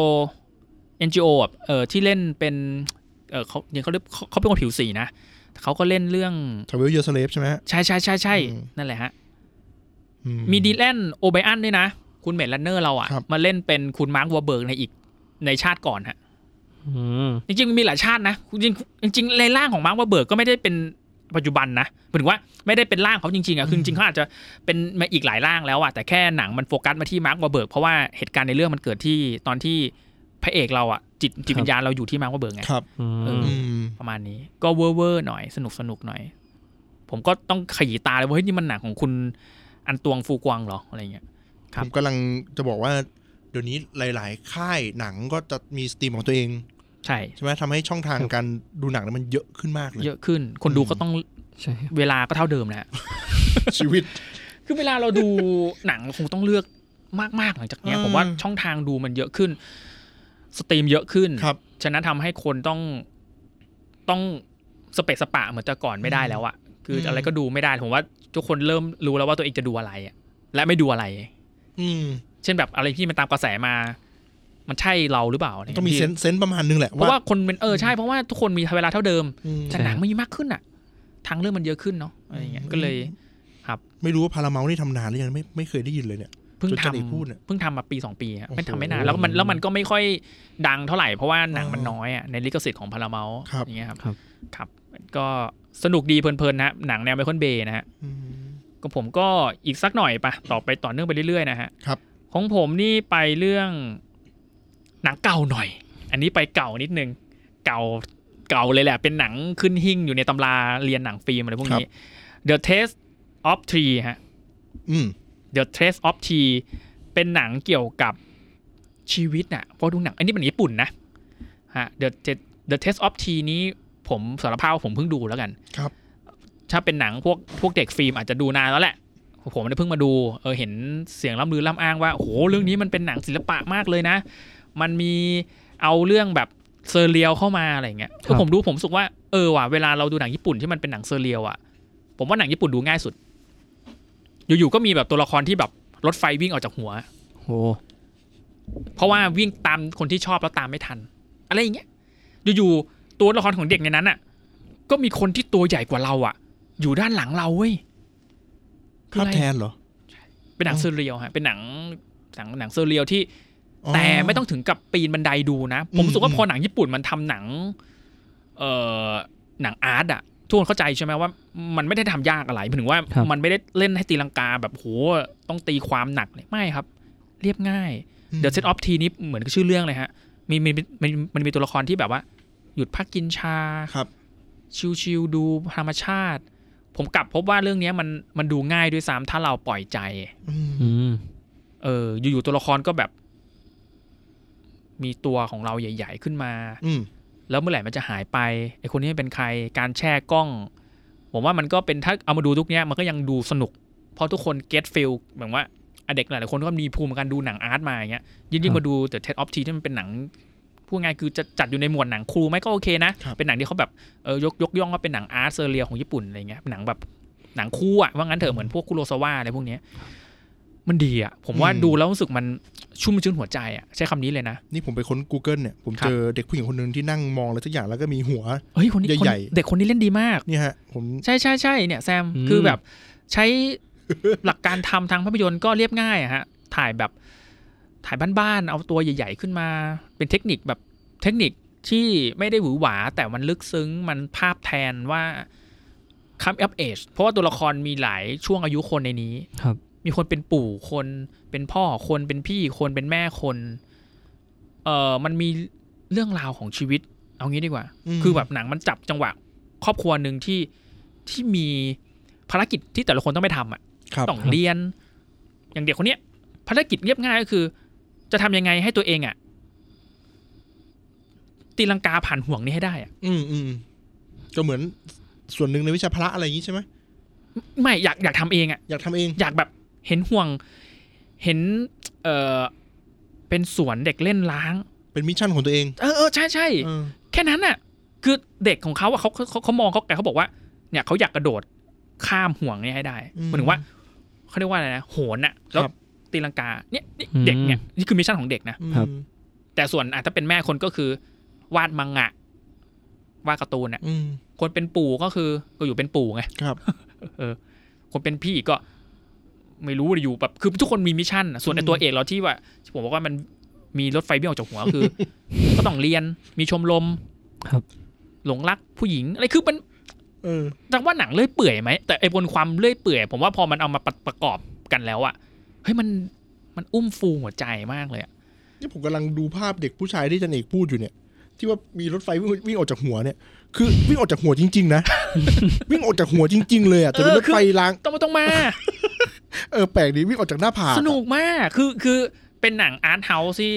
NGO อ่ะเอ่อที่เล่นเป็นเออเขาเดี๋ยวเขาเรียกเขาเขาเป็นคนผิวสีนะเขาก็เล่นเรื่อง
ทาวเวลเยอร์สเลฟใช่ไหมฮะ
ใช่ใช่ใช่ใช่
อืม
นั่นแหละฮะ
อื
มีดีแลนโอไบอันด้วยนะ คุณเมดแลนเนอร์เรา
ครั
อะ่ะ
บ
มาเล่นเป็นคุณมาร์ควอเบิร์กในอีกในชาติก่อนฮะ
อืม
จริงๆมันมีหลายชาตินะจริงๆจริงๆในร่างของมาร์ควอเบิร์กก็ไม่ได้เป็นปัจจุบันนะหมายถึงว่าไม่ได้เป็นร่างเขาจริงๆอะ่ะคือจริงๆเขาอาจจะเป็นมาอีกหลายร่างแล้วอะ่ะแต่แค่หนังมันโฟกัสมาที่มาร์ควอเบิร์กเพราะว่าเหตุการณ์ในเรื่องมันเกิดที่ตอนที่พระเอกเราอะ่ะจิตจิตวิญญาณเราอยู่ที่มาร์ควอเบิร์กไง
ครับ
อื
เอ
ม
อ
อืม
ประมาณนี้ก็เวอร์เวอร์ๆหน่อยสนุกสนุกๆหน่อย ผมก็ต้องขยี้ตาเลยว่าเฮ้ยนี่มันหนังของคุณอันตวงฟูกวางเหรออะไรเงี้ย ครั
ผ
บ
มกำลังจะบอกว่า เดี๋ยวนี้หลาย ๆ ค่ายหนังก็จะมีสตรีมของตัวเอง
ใช่
ใช่ไหมทำให้ช่องทางการดูหนังเนี่ยมันเยอะขึ้นมากเลย
เยอะขึ้น คนดูก็ต้อง
ใช่
เวลาก็เท่าเดิม นะฮะ
ชีวิต
คือเวลาเราดูหนังเราคงต้องเลือกมากๆหลังจากเนี้ย
อืม
ผมว่าช่องทางดูมันเยอะขึ้น สตรีมเยอะขึ้น
ครับ
ฉะนั้นทำให้คนต้องต้องสเปซสปะเหมือนแต่ก่อนไม่ได้แล้วอะคืออะไรก็ดูไม่ได้ผมว่าทุกคนเริ่มรู้แล้วว่าตัวเองจะดูอะไรอะและไม่ดูอะไร
อืม
เช่นแบบอะไรที่มันตามกระแสมา มันใช่เราหรือเปล่าเนี่ย
ต้องมีเซนส์เซนส์ประมาณนึงแหละ
เพราะว่าคนเป็นเออใช่เพราะว่าทุกคนมีเวลาเท่าเดิม
อืม
แต่หนังมันมีมากขึ้นอะทางเรื่องมันเยอะขึ้นเนาะอะไรอย่างเงี้ยก็เลย ครับ
ไม่รู้ว่าพาราเมลนี่ทำนานหรือยังไม่ไม่เคยได้ยินเลยเนี่ย
เพิ่ง
จนจันเอก
ทำ
พูดเนี่ย
เพิ่งทำมาปีสองปีฮะ
โอ้โห
ไม่ทำไม่นานแล้วมันแล้วมันก็ไม่ค่อยดังเท่าไหร่ เพราะว่าหนังมันน้อยอะในลิขสิทธิ์ของพาราเมล
ครับ
อย่างเงี้ยครับ
ครับ
ครับ ก็สนุกดีเพลินๆนะฮะหนังแนวไมเคิลเบย์นะฮะ
อืม
ก็ผมก็อีกสักหน่อยปะต่อไปต่อเนื่องไปเรื่อยๆนะฮะ
ครับ
ของผมนี่ไปเรื่องหนังเก่าหน่อย อันนี้ไปเก่านิดนึง เก่าเก่าเลยแหละ เป็นหนังขึ้นหิ้งอยู่ในตำราเรียนหนังฟิล์มอะไรพวกนี้ The Taste of Tree ฮะ
อืม
The Trace of Tea เป็นหนังเกี่ยวกับชีวิตน่ะเพราะดูหนัง อันนี้เป็นญี่ปุ่นนะฮะ The Jet- The Trace of Tea นี้ผมสารภาพว่าผมเพิ่งดูแล้วกัน
ครับ
ถ้าเป็นหนังพวกพวกเด็กฟิล์มอาจจะดูนานแล้วแหละ ผมเนี่ยเพิ่งมาดูเออเห็นเสียงล่ำลือล่ำอ้างว่าโอ้โหเรื่องนี้มันเป็นหนังศิลปะมากเลยนะ มันมีเอาเรื่องแบบเซอร์เรียลเข้ามาอะไรอย่างเงี้ยคือผมดูผมรู้สึกว่าเออว่ะเวลาเราดูหนังญี่ปุ่นที่มันเป็นหนังเซอร์เรียลอ่ะ ผมว่าหนังญี่ปุ่นดูง่ายสุด อยู่ๆก็มีแบบตัวละครที่แบบรถไฟวิ่งออกจากหัว
โห
เพราะว่าวิ่งตามคนที่ชอบแล้วตามไม่ทัน อะไรอย่างเงี้ยอยู่ๆตัวละครของเด็กในนั้นอ่ะ ก็มีคนที่ตัวใหญ่กว่าเราอ่ะ อยู่ด้านหลังเราเว้ยคือ
ภาพ
อะไร
แทนเหรอ
เป็นหนังเซอร์เรียลฮะเป็นหนังหนังหนังเซอร์เรียลที่
อ๋อ
แต่ไม่ต้องถึงกับปีนบันไดดูนะ
อืม
ผมรู้สึกว่า
อืม
พอหนังญี่ปุ่นมันทำหนัง เอ่อหนังอาร์ตอะทุกคนเข้าใจใช่ไหมว่า มันไม่ได้ทำยากอะไรหมายถึงว่า
ครับ
มันไม่ได้เล่นให้ตีลังกาแบบโหต้องตีความหนักเลยไม่ครับ เรียบง่าย
อืม
เดี๋ยวเซตออฟทีนี้เหมือนกับชื่อเรื่องเลยฮะ มีมีมันมันมีตัวละครที่แบบว่า หยุดพักกินชา
ครับ
ชิวๆดูธรรมชาติ ผมกลับพบว่าเรื่องเนี้ยมันมันดูง่ายด้วยซ้ำถ้าเราปล่อยใจ
อืม
อืม
เอออยู่ๆตัวละครก็แบบ มีตัวของเราใหญ่ ๆ ขึ้นมา
อืม
แล้วเมื่อไหร่มันจะหายไปไอคนนี้มันเป็นใครการแช่กล้อง ผมว่ามันก็เป็นถ้าเอามาดูทุกเนี้ยมันก็ยังดูสนุก เพราะทุกคนเก็ตฟิลเหมือนว่าอ่ะเด็กหลายๆคนก็มีภูมิในการดูหนังอาร์ตมาอย่างเงี้ยยิ่ง
ครั
ๆ
บ
มาดูแต่เท็ดออฟทีที่มันเป็นหนังพูดง่ายคือจะจัดอยู่ในหมวดหนังครูไหมก็โอเคนะ
ครับ
เป็นหนังที่เขาแบบเออยกยกย่องว่าเป็นหนังอาร์ตเซอร์เรียลของญี่ปุ่นอะไรเงี้ยเป็นหนังแบบ หนังคู่อะว่างั้นเถอะเหมือนพวกคุโรซาวะอะไรพวกเนี้ยมันดีอะผมว่า
อืม
ดูแล้วรู้สึกมันชุ่มชื้นหัวใจอะใช้คำนี้เลยนะ
นี่ผมไปค้น Google เนี่ย ผม
ครับ
เจอเด็กผู้หญิงคนหนึ่งที่นั่งมองอะไรสักอย่างแล้วก็มีหัว
เฮ้ยคนนี้คน
ใหญ่
เด็กคนนี้เล่นดีมาก
เนี่ยฮะ ผม
ใช่ใช่ใช่เนี่ยแซม
อืม
คือแบบใช้ หลักการทำทางภาพยนตร์ก็เรียบง่ายอะฮะ ถ่ายแบบถ่ายบ้านๆเอาตัวใหญ่ ๆ ขึ้นมา เป็นเทคนิคแบบเทคนิคที่ไม่ได้หวือหวา แต่มันลึกซึ้งมันภาพแทนว่าคัมอัพเอชเพราะว่าตัวละครมีหลายช่วงอายุคนในนี้
ครับ
มีคนเป็นปู่คนเป็นพ่อคนเป็นพี่คนเป็นแม่คนเอ่อมันมีเรื่องราวของชีวิต เอางี้ดีกว่า
ม
คือแบบหนังมันจับจังหวะครอบครัวหนึ่งที่ที่มีภารกิจที่แต่ละคนต้องไปทำอ่ะ
ครับ
ต้องเรียน อย่างเด็กคนเนี้ยภารกิจเรียบง่ายก็คือ จะทำยังไงให้ตัวเองอ่ะตีลังกาผ่านห่วงนี้ให้ได้อ่ะ
อืมอืมก็เหมือนส่วนหนึ่งในวิชาพละอะไรอย่างนี้ใช่ไหม
ไม่อยากอยากทำเองอ่ะ
อยากทำเอง
อยากแบบเห็นห่วง เห็น เออเป็นสวนเด็กเล่นล้าง
เป็นมิชชั่นของตัวเอง
เออเออใช่ใช่
เออ
แค่นั้นน่ะ คือเด็กของเขาอะเขาเขาเขาเขามองเขาไกลเขาบอกว่า เนี่ยเขาอยากกระโดดข้ามห่วงเนี่ยให้ได้หมายถึงว่าเขาเรียกว่าอะไรนะโหนน่ะแล้วตีลังกาเนี่ยนี่เด็กเนี่ยนี่คือมิชชั่นของเด็กนะ
อืม
ครับ
แต่ส่วนอาจจะเป็นแม่คนก็คือ วาดมังงะวาดการ์ตูนน่ะ
อืม
คนเป็นปู่ก็คือก็อยู่เป็นปู่ไง
ครับ
เออ คนเป็นพี่ก็ ไม่รู้อยู่แบบคือทุกคนมีมิชชั่นน่ะส่วนในตัวเอกเราที่ว่าที่ผมบอกว่ามันมีรถไฟเบี้ยวออกจากหัว คือ ก็ต้องเรียนมีชมรม
ครับ
หลงรักผู้หญิงอะไรคือมัน
เออ
จังว่าหนังเลื่อยเปื่อยไหมแต่ไอ้บนความเลื่อยเปื่อยผมว่าพอมันเอามาประประกอบกันแล้วอะเฮ้ยมันมันอุ้มฟูหัวใจมากเลยอะ
นี่ผมกำลังดูภาพเด็กผู้ชายที่อาจันเอกพูดอยู่เนี่ย ที่ว่ามีรถไฟวิ่งวิ่งออกจากหัวเนี่ย คือวิ่งออกจากหัวจริง ๆ นะ วิ่งออกจากหัวจริง ๆ เลยอ่ะแต่เป็นรถไฟราง
ต้องมาต้องมา
เออแปลกดีวิ่งออกจากหน้าผากอะ
สนุกมาก คือคือเป็นหนังอาร์ตเฮาส์ที่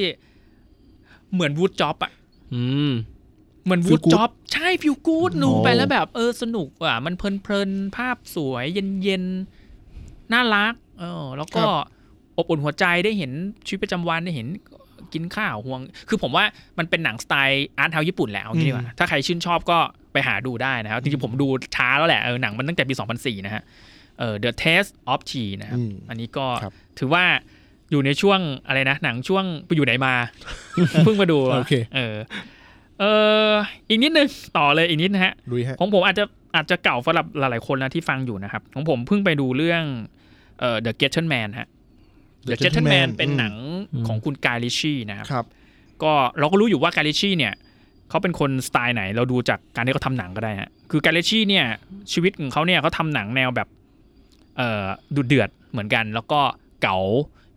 เหมือนวูดจ็อบอะ
อืม
เหมือนวูดจ็อบใช่ฟิวกูดนูไปแล้วแบบเออสนุกอ่ะมันเพลินเพลินๆภาพสวยเย็นเย็นๆน่ารัก เออ แล้วก็อบอุ่นหัวใจได้เห็นชีวิตประจำวันได้เห็นกินข้าวห่วง คือผมว่ามันเป็นหนังสไตล์อาร์ตเฮาส์ญี่ปุ่นแหล้วงี้ดีกว่าถ้าใครชื่นชอบก็ไปหาดูได้นะครับจริงๆผมดูช้าแล้วแหละเออหนังมันตั้งแต่ปี 2004 นะฮะเออ The Taste of Tea นะครับ
อืม
อันนี้ก็
ครับ
ถือว่าอยู่ในช่วงอะไรนะ หนังช่วงไปอยู่ไหนมา เพิ่งมาดู
โอเค
เออเอออีกนิดนึง ต่อเลยอีกนิดนะฮะ
ลุยฮะ
ของผมอาจจะอาจจะเก่าสำหรับหลายๆคนนะที่ฟังอยู่นะครับ ของผมเพิ่งไปดูเรื่องเอ่อ The Gentleman ฮะ The
The
Gentleman
Gentleman
เป็นหนัง
อืม
ของคุณกายลิชชี่นะครับ
ครับ
ก็เราก็รู้อยู่ว่ากายลิชชี่เนี่ยเขาเป็นคนสไตล์ไหนเราดูจากการที่เขาทำหนังก็ได้ฮะคือกายลิชชี่เนี่ย ชีวิตของเขาเนี่ยเขาทำหนังแนวแบบเอ่อดุเดือดเหมือนกัน แล้วก็เก๋า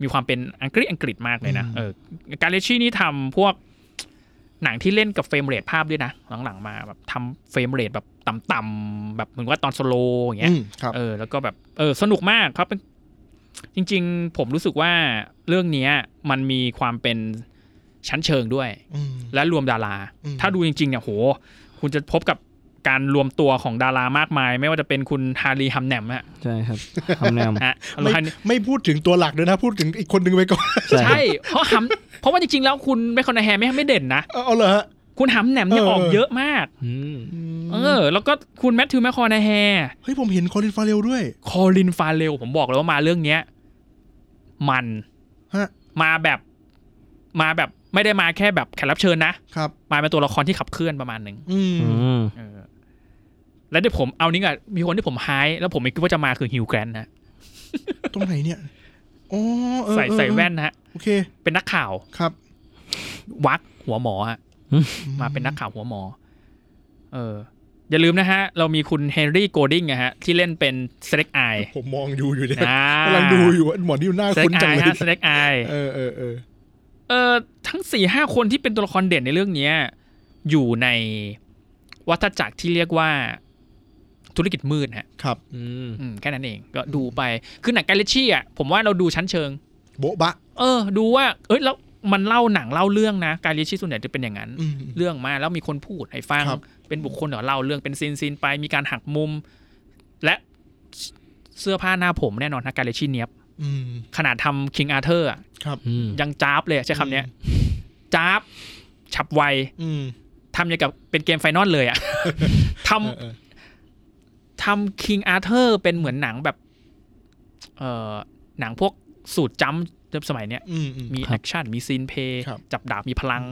มีความเป็นอังกฤษอังกฤษมากเลยนะ
อืม
เออกาเลชี่นี่ทำพวกหนังที่เล่นกับเฟรมเรทภาพด้วยนะหลังๆมาแบบทำเฟรมเรทแบบต่ำๆแบบเหมือนว่าตอนสโลว์อย่างเงี้
อื
ย
มครับ
เออแล้วก็แบบเออสนุกมากครับเป็นจริง ๆ ผมรู้สึกว่าเรื่องเนี้ยมันมีความเป็นชั้นเชิงด้วย
อืม
และรวมดารา
อืม
ถ้าดูจริงๆเนี่ยโห คุณจะพบกับการรวมตัวของดารามากมาย ไม่ว่าจะเป็นคุณฮารีฮัมแนม ฮะ
ใช่ครับทำแนม
ฮะ
ไม่
ฮัน
ไม่พูดถึงตัวหลักด้วยนะ พูดถึงอีกคนหนึ่งไปก่อน
ใช่เพราะฮัมเพราะว่าจริงๆแล้วคุณไม่คอนแฮร์ไม่ไม่เด่นนะ
เอาเอาเหรอฮะ
คุณฮัมแหนมเนี่ย
เออ
ออกเยอะมาก
อืม
เออ แล้วก็คุณแมทธิวแมคคอนาแฮ
เฮ้ย ผมเห็นคอลินฟาเรลด้วย
คอลินฟาเรลผมบอกเลยว่ามาเรื่องเนี้ย มัน
ฮะ
มาแบบมาแบบไม่ได้มาแค่แบบแขกรับเชิญนะ
ครับ
มาเป็นตัวละครที่ขับเคลื่อนประมาณหนึ่ง
อืม
อืม
เออแล้วที่ผมเอานี่ก่อนมีคนที่ผมไฮป์แล้วผมไม่คิดว่าจะมาคือฮิวแกรนต์นะ
ตรงไหนเนี่ยอ๋อเออ
ใส่
เออ
ใส่แว่นนะฮะ
โอเค
เป็นนักข่าว
ครับ
วักหัวหมอฮะมาเป็นนักข่าวหัวหมอ เออ อย่าลืมนะฮะ เรามีคุณเฮนรี่โกลดิงนะฮะ ที่เล่นเป็นสเล็กไอ
ผมมองอยู่อยู่เนี่ย
อ่าก
ำลังดูอยู่ว่าหมอนี่หน้า
สเล็
คุ้
ก
น
ไอ
จังเลย
ฮะสเล็กไอ
เออเออเออ
เออทั้งสี่ห้าคนที่เป็นตัวละครเด่นในเรื่องเนี้ย อยู่ในวัฏจักรที่เรียกว่าธุรกิจมืดฮะ
ครับ
อืม
อืมแค่นั้นเองก็ดูไป คือหนังกาเลชี่อ่ะผมว่าเราดูชั้นเชิง
โบ๊ะบะ
เออ ดูว่า เอ้ยแล้วมันเล่าหนังเล่าเรื่องนะกาเลชี่ส่วนใหญ่จะเป็นอย่างนั้น
อืม
เรื่องมาแล้วมีคนพูดให้ฟัง
ครับ
เป็นบุคคลเดี๋ยวเล่าเรื่องเป็นซีนซีนไปมีการหักมุม และเสื้อผ้าหน้าผมแน่นอนนะกาเลชี่เนี้ยบ
อืม
ขนาดทำคิงอาเธอร์
ครับ
อืม
ยังจ้าบเลยใช้คำเนี้ยจ้าบฉับไว
อืม
ทำอย่างกับเป็นเกมไฟนอลเลยอะ ท
เออเออ
ำท ทำคิงอาเธอร์เป็นเหมือนหนังแบบ เอ่อหนังพวกสูตรจ้ำสมัยเนี้ย
อืมอืม
มี
ครั
แอบ คชั่นมีซีนเพลย์
ครับ
จับดาบมีพลัง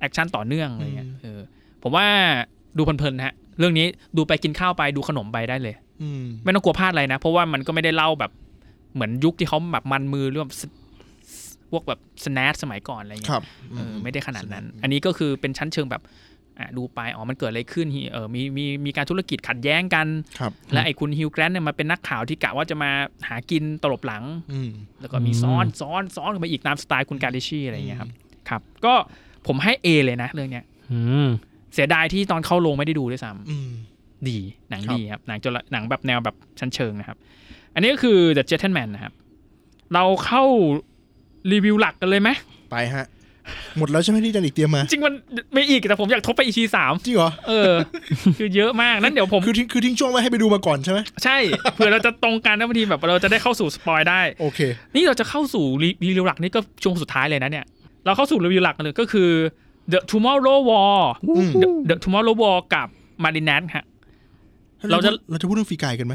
แอคชั่นต่อเนื่องอะไรเงี้ยเออผมว่าดูเพลินๆนะฮะ เรื่องนี้ดูไปกินข้าวไปดูขนมไปได้เลย
อืม
ไม่ต้องกลัวพลาดอะไรนะ เพราะว่ามันก็ไม่ได้เล่าแบบเหมือนยุคที่เขาแบบมันมือหรือแบบสพวกแบบสแนสสมัยก่อนอะไรเงี้ย
ครับ
เออไม่ได้ขนาดนั้น
อืม
อันนี้ก็คือเป็นชั้นเชิงแบบอ่ะดูไป อ๋อ มันเกิดอะไรขึ้นฮิเออมีมีมีการธุรกิจขัดแย้งกัน
ครับ
และไอ้คุณฮิวแกรนต์เนี่ยมาเป็นนักข่าวที่กะว่าจะมาหากินตลบหลัง
อืม
แล้วก็มีซ้อนซ้อนซ้อนกันไปอีกตามสไตล์คุณการิชีอะไรอย่างเงี้ยครับ ครับ ก็ผมให้ A เลยนะเรื่องเนี้ย
อืม
เสียดายที่ตอนเข้าโรงไม่ได้ดูด้วยซ้
อืม
ำดี หนัง
ครับ
ดีครับ หนังจระหนังแบบแนวแบบชั้นเชิงนะครับ อันนี้ก็คือ The Gentleman นะครับ เราเข้ารีวิวหลักกันเลยไหม
ไปฮะ หมดแล้วใช่ไหมที่อาจันอีกเตรียมมา
จริงมันไม่อีกแต่ผมอยากทบไปอีพีสาม
จริงเหรอ
เออ คือเยอะมากนั้นเดี๋ยวผม
คือทิ้งคือทิ้งช่วงไว้ให้ไปดูมาก่อนใช่ไหม
ใช่เผื่อเราจะตรงกันนะบางทีแบบเราจะได้เข้าสู่สปอยได้
โอเค
นี่เราจะเข้าสู่รีรีวิวหลักนี่ก็ช่วงสุดท้ายเลยนะเนี่ย เราเข้าสู่รีวิวหลักกันเลยก็คือ The Tomorrow War
อืม
The, The Tomorrow War กับ m a r i n a t ฮะ เราจะ
เราจะพูดเรื่องฟรีกายกันไหม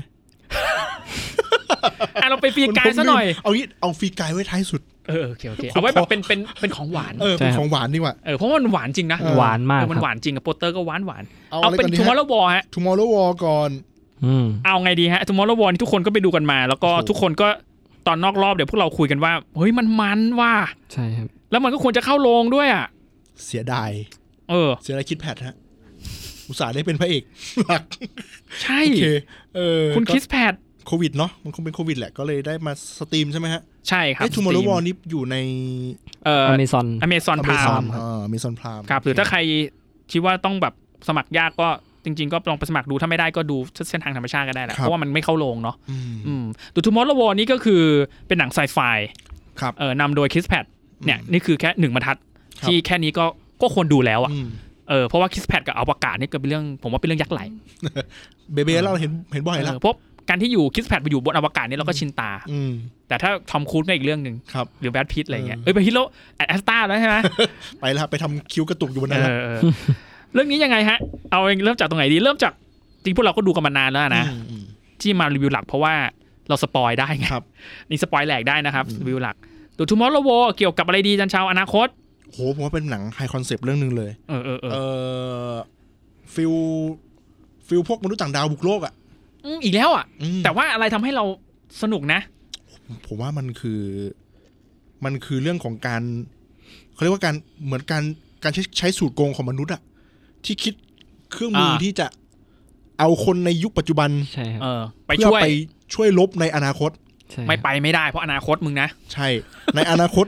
อ่ะเราไปปีกายซะหน่อย
ผมลืมเอางี้เอาฟรีกายไว้ท้ายสุด
เออโอเคโอเคเอาไว้แบบเป็นเป็นเป็นของหวาน
เออเป็น
ใช่ครั
ข
บ
องหวานดีกว่า
เออเพราะมันหวานจริงนะ
เออ
หวานมาก
เออมัน
ค
ห
รับ
วานจริงอะโปสเตอร์ก็หวานหวาน
เอา
เอา
อะไร
เป็น
ก่อนดีฮะ
Tomorrow War ฮะ
Tomorrow War ก่อน
อืม
เอาไงดีฮะ Tomorrow War นี่ทุกคนก็ไปดูกันมา แล้วก็
โอ้โห
ทุกคนก็ตอนนอกรอบเดี๋ยวพวกเราคุยกันว่าเฮ้ยมันมันว่ะ
ใช่ครับ
แล้วมันก็ควรจะเข้าโรงด้วยอ่ะ
เสียดาย
เออ
เสียดายคิดแพทฮะ อุตส่าห์ได้เป็นพระเอก หลัก
ใช่
โอเคเออ
คุณ
ก็
คิสแพด
โควิดเนาะมันคงเป็นโควิดแหละก็เลยได้มาสตรีมใช่ไหมฮะ
ใช่ครับ
ไอ้ทูมอร์โรวอ
Steam
นี่อยู่ใน
เอ่อ
Amazon
Amazon
พาม
Prime
อเมซอนพาม
ครับ หรือถ้าใครคิดว่าต้องแบบสมัครยากก็จริง ๆ ก็ลองไปสมัครดูถ้าไม่ได้ก็ดูเส้นทางธรรมชาติก็ได้แหละเพราะว่ามันไม่เข้าโรงเนาะอืมดูทูมอร์โลวอนี่ก็คือเป็นหนังไซไฟ
ครับ
เอ่อนำโดยคิสแพดเนี่ยนี่คือแค่หนึ่งบรรทัด
ครับ
ที่แค่นี้ก็ก็ควรดูแล้วอ่ะ
อืม
เออเพราะว่าคิสแพดกับอวกาศนี่ก็เป็นเรื่องผมว่าเป็นเรื่องยักษ์ไหล
เบเบ้เราเห็นเห็นบ่อย
เอ
แล้ว
อเพราะการที่อยู่คิสแพดไปอยู่บนอวกาศนี่เราก็ชินตา
อืม
แต่ถ้าทอมครูซก็อีกเรื่องหนึ่ง
ครับ
หรือแบทพิทอะไรเงี้ย
เออ
เอ้ยแบทพิทแล้วแอดแอสตาแล้วใช่ไหม
ไปแล้วครับไปทำคิ้วกระตุกอยู่บน
เอ
นั้นแล้ว
อเออ เรื่องนี้ยังไงฮะ เอาเองเริ่มจากตรงไหนดี เริ่มจากจริงพวกเราก็ดูกันมานานแล้วนะ
อืมอืม
ที่มารีวิวหลักเพราะว่าเราสปอยได้ไง
ครับ
นี่สปอยแหลกได้นะครับรีวิวหลักดูทูมอร์โลโวเกี่ยวกับอะไรดีจันชาวอนาคต
โหผมว่าเป็นหนังไฮคอนเซปต์เรื่องหนึ่งเลย
เออเออเอ
เอ
อ
อฟิลฟิลพวกมนุษย์ต่างดาวบุกโลกอ่ะ
มอีกแล้วอ่ะ
อืม
แต่ว่าอะไรทำให้เราสนุกนะ
ผมว่ามันคือ มันคือเรื่องของการเขาเรียกว่าการเหมือนการการใช้ใช้สูตรโกงของมนุษย์อ่ะที่คิดเครื่องมืออา ที่จะเอาคนในยุคปัจจุบัน
ใช่ครับ
เออ ไป
เพื่อ
ช่วย
ไปช่วยลบในอนาคต
ใช่ครับ
ไม่ไปไม่ได้เพราะอนาคตมึงนะ
ใช่ ในอนาคต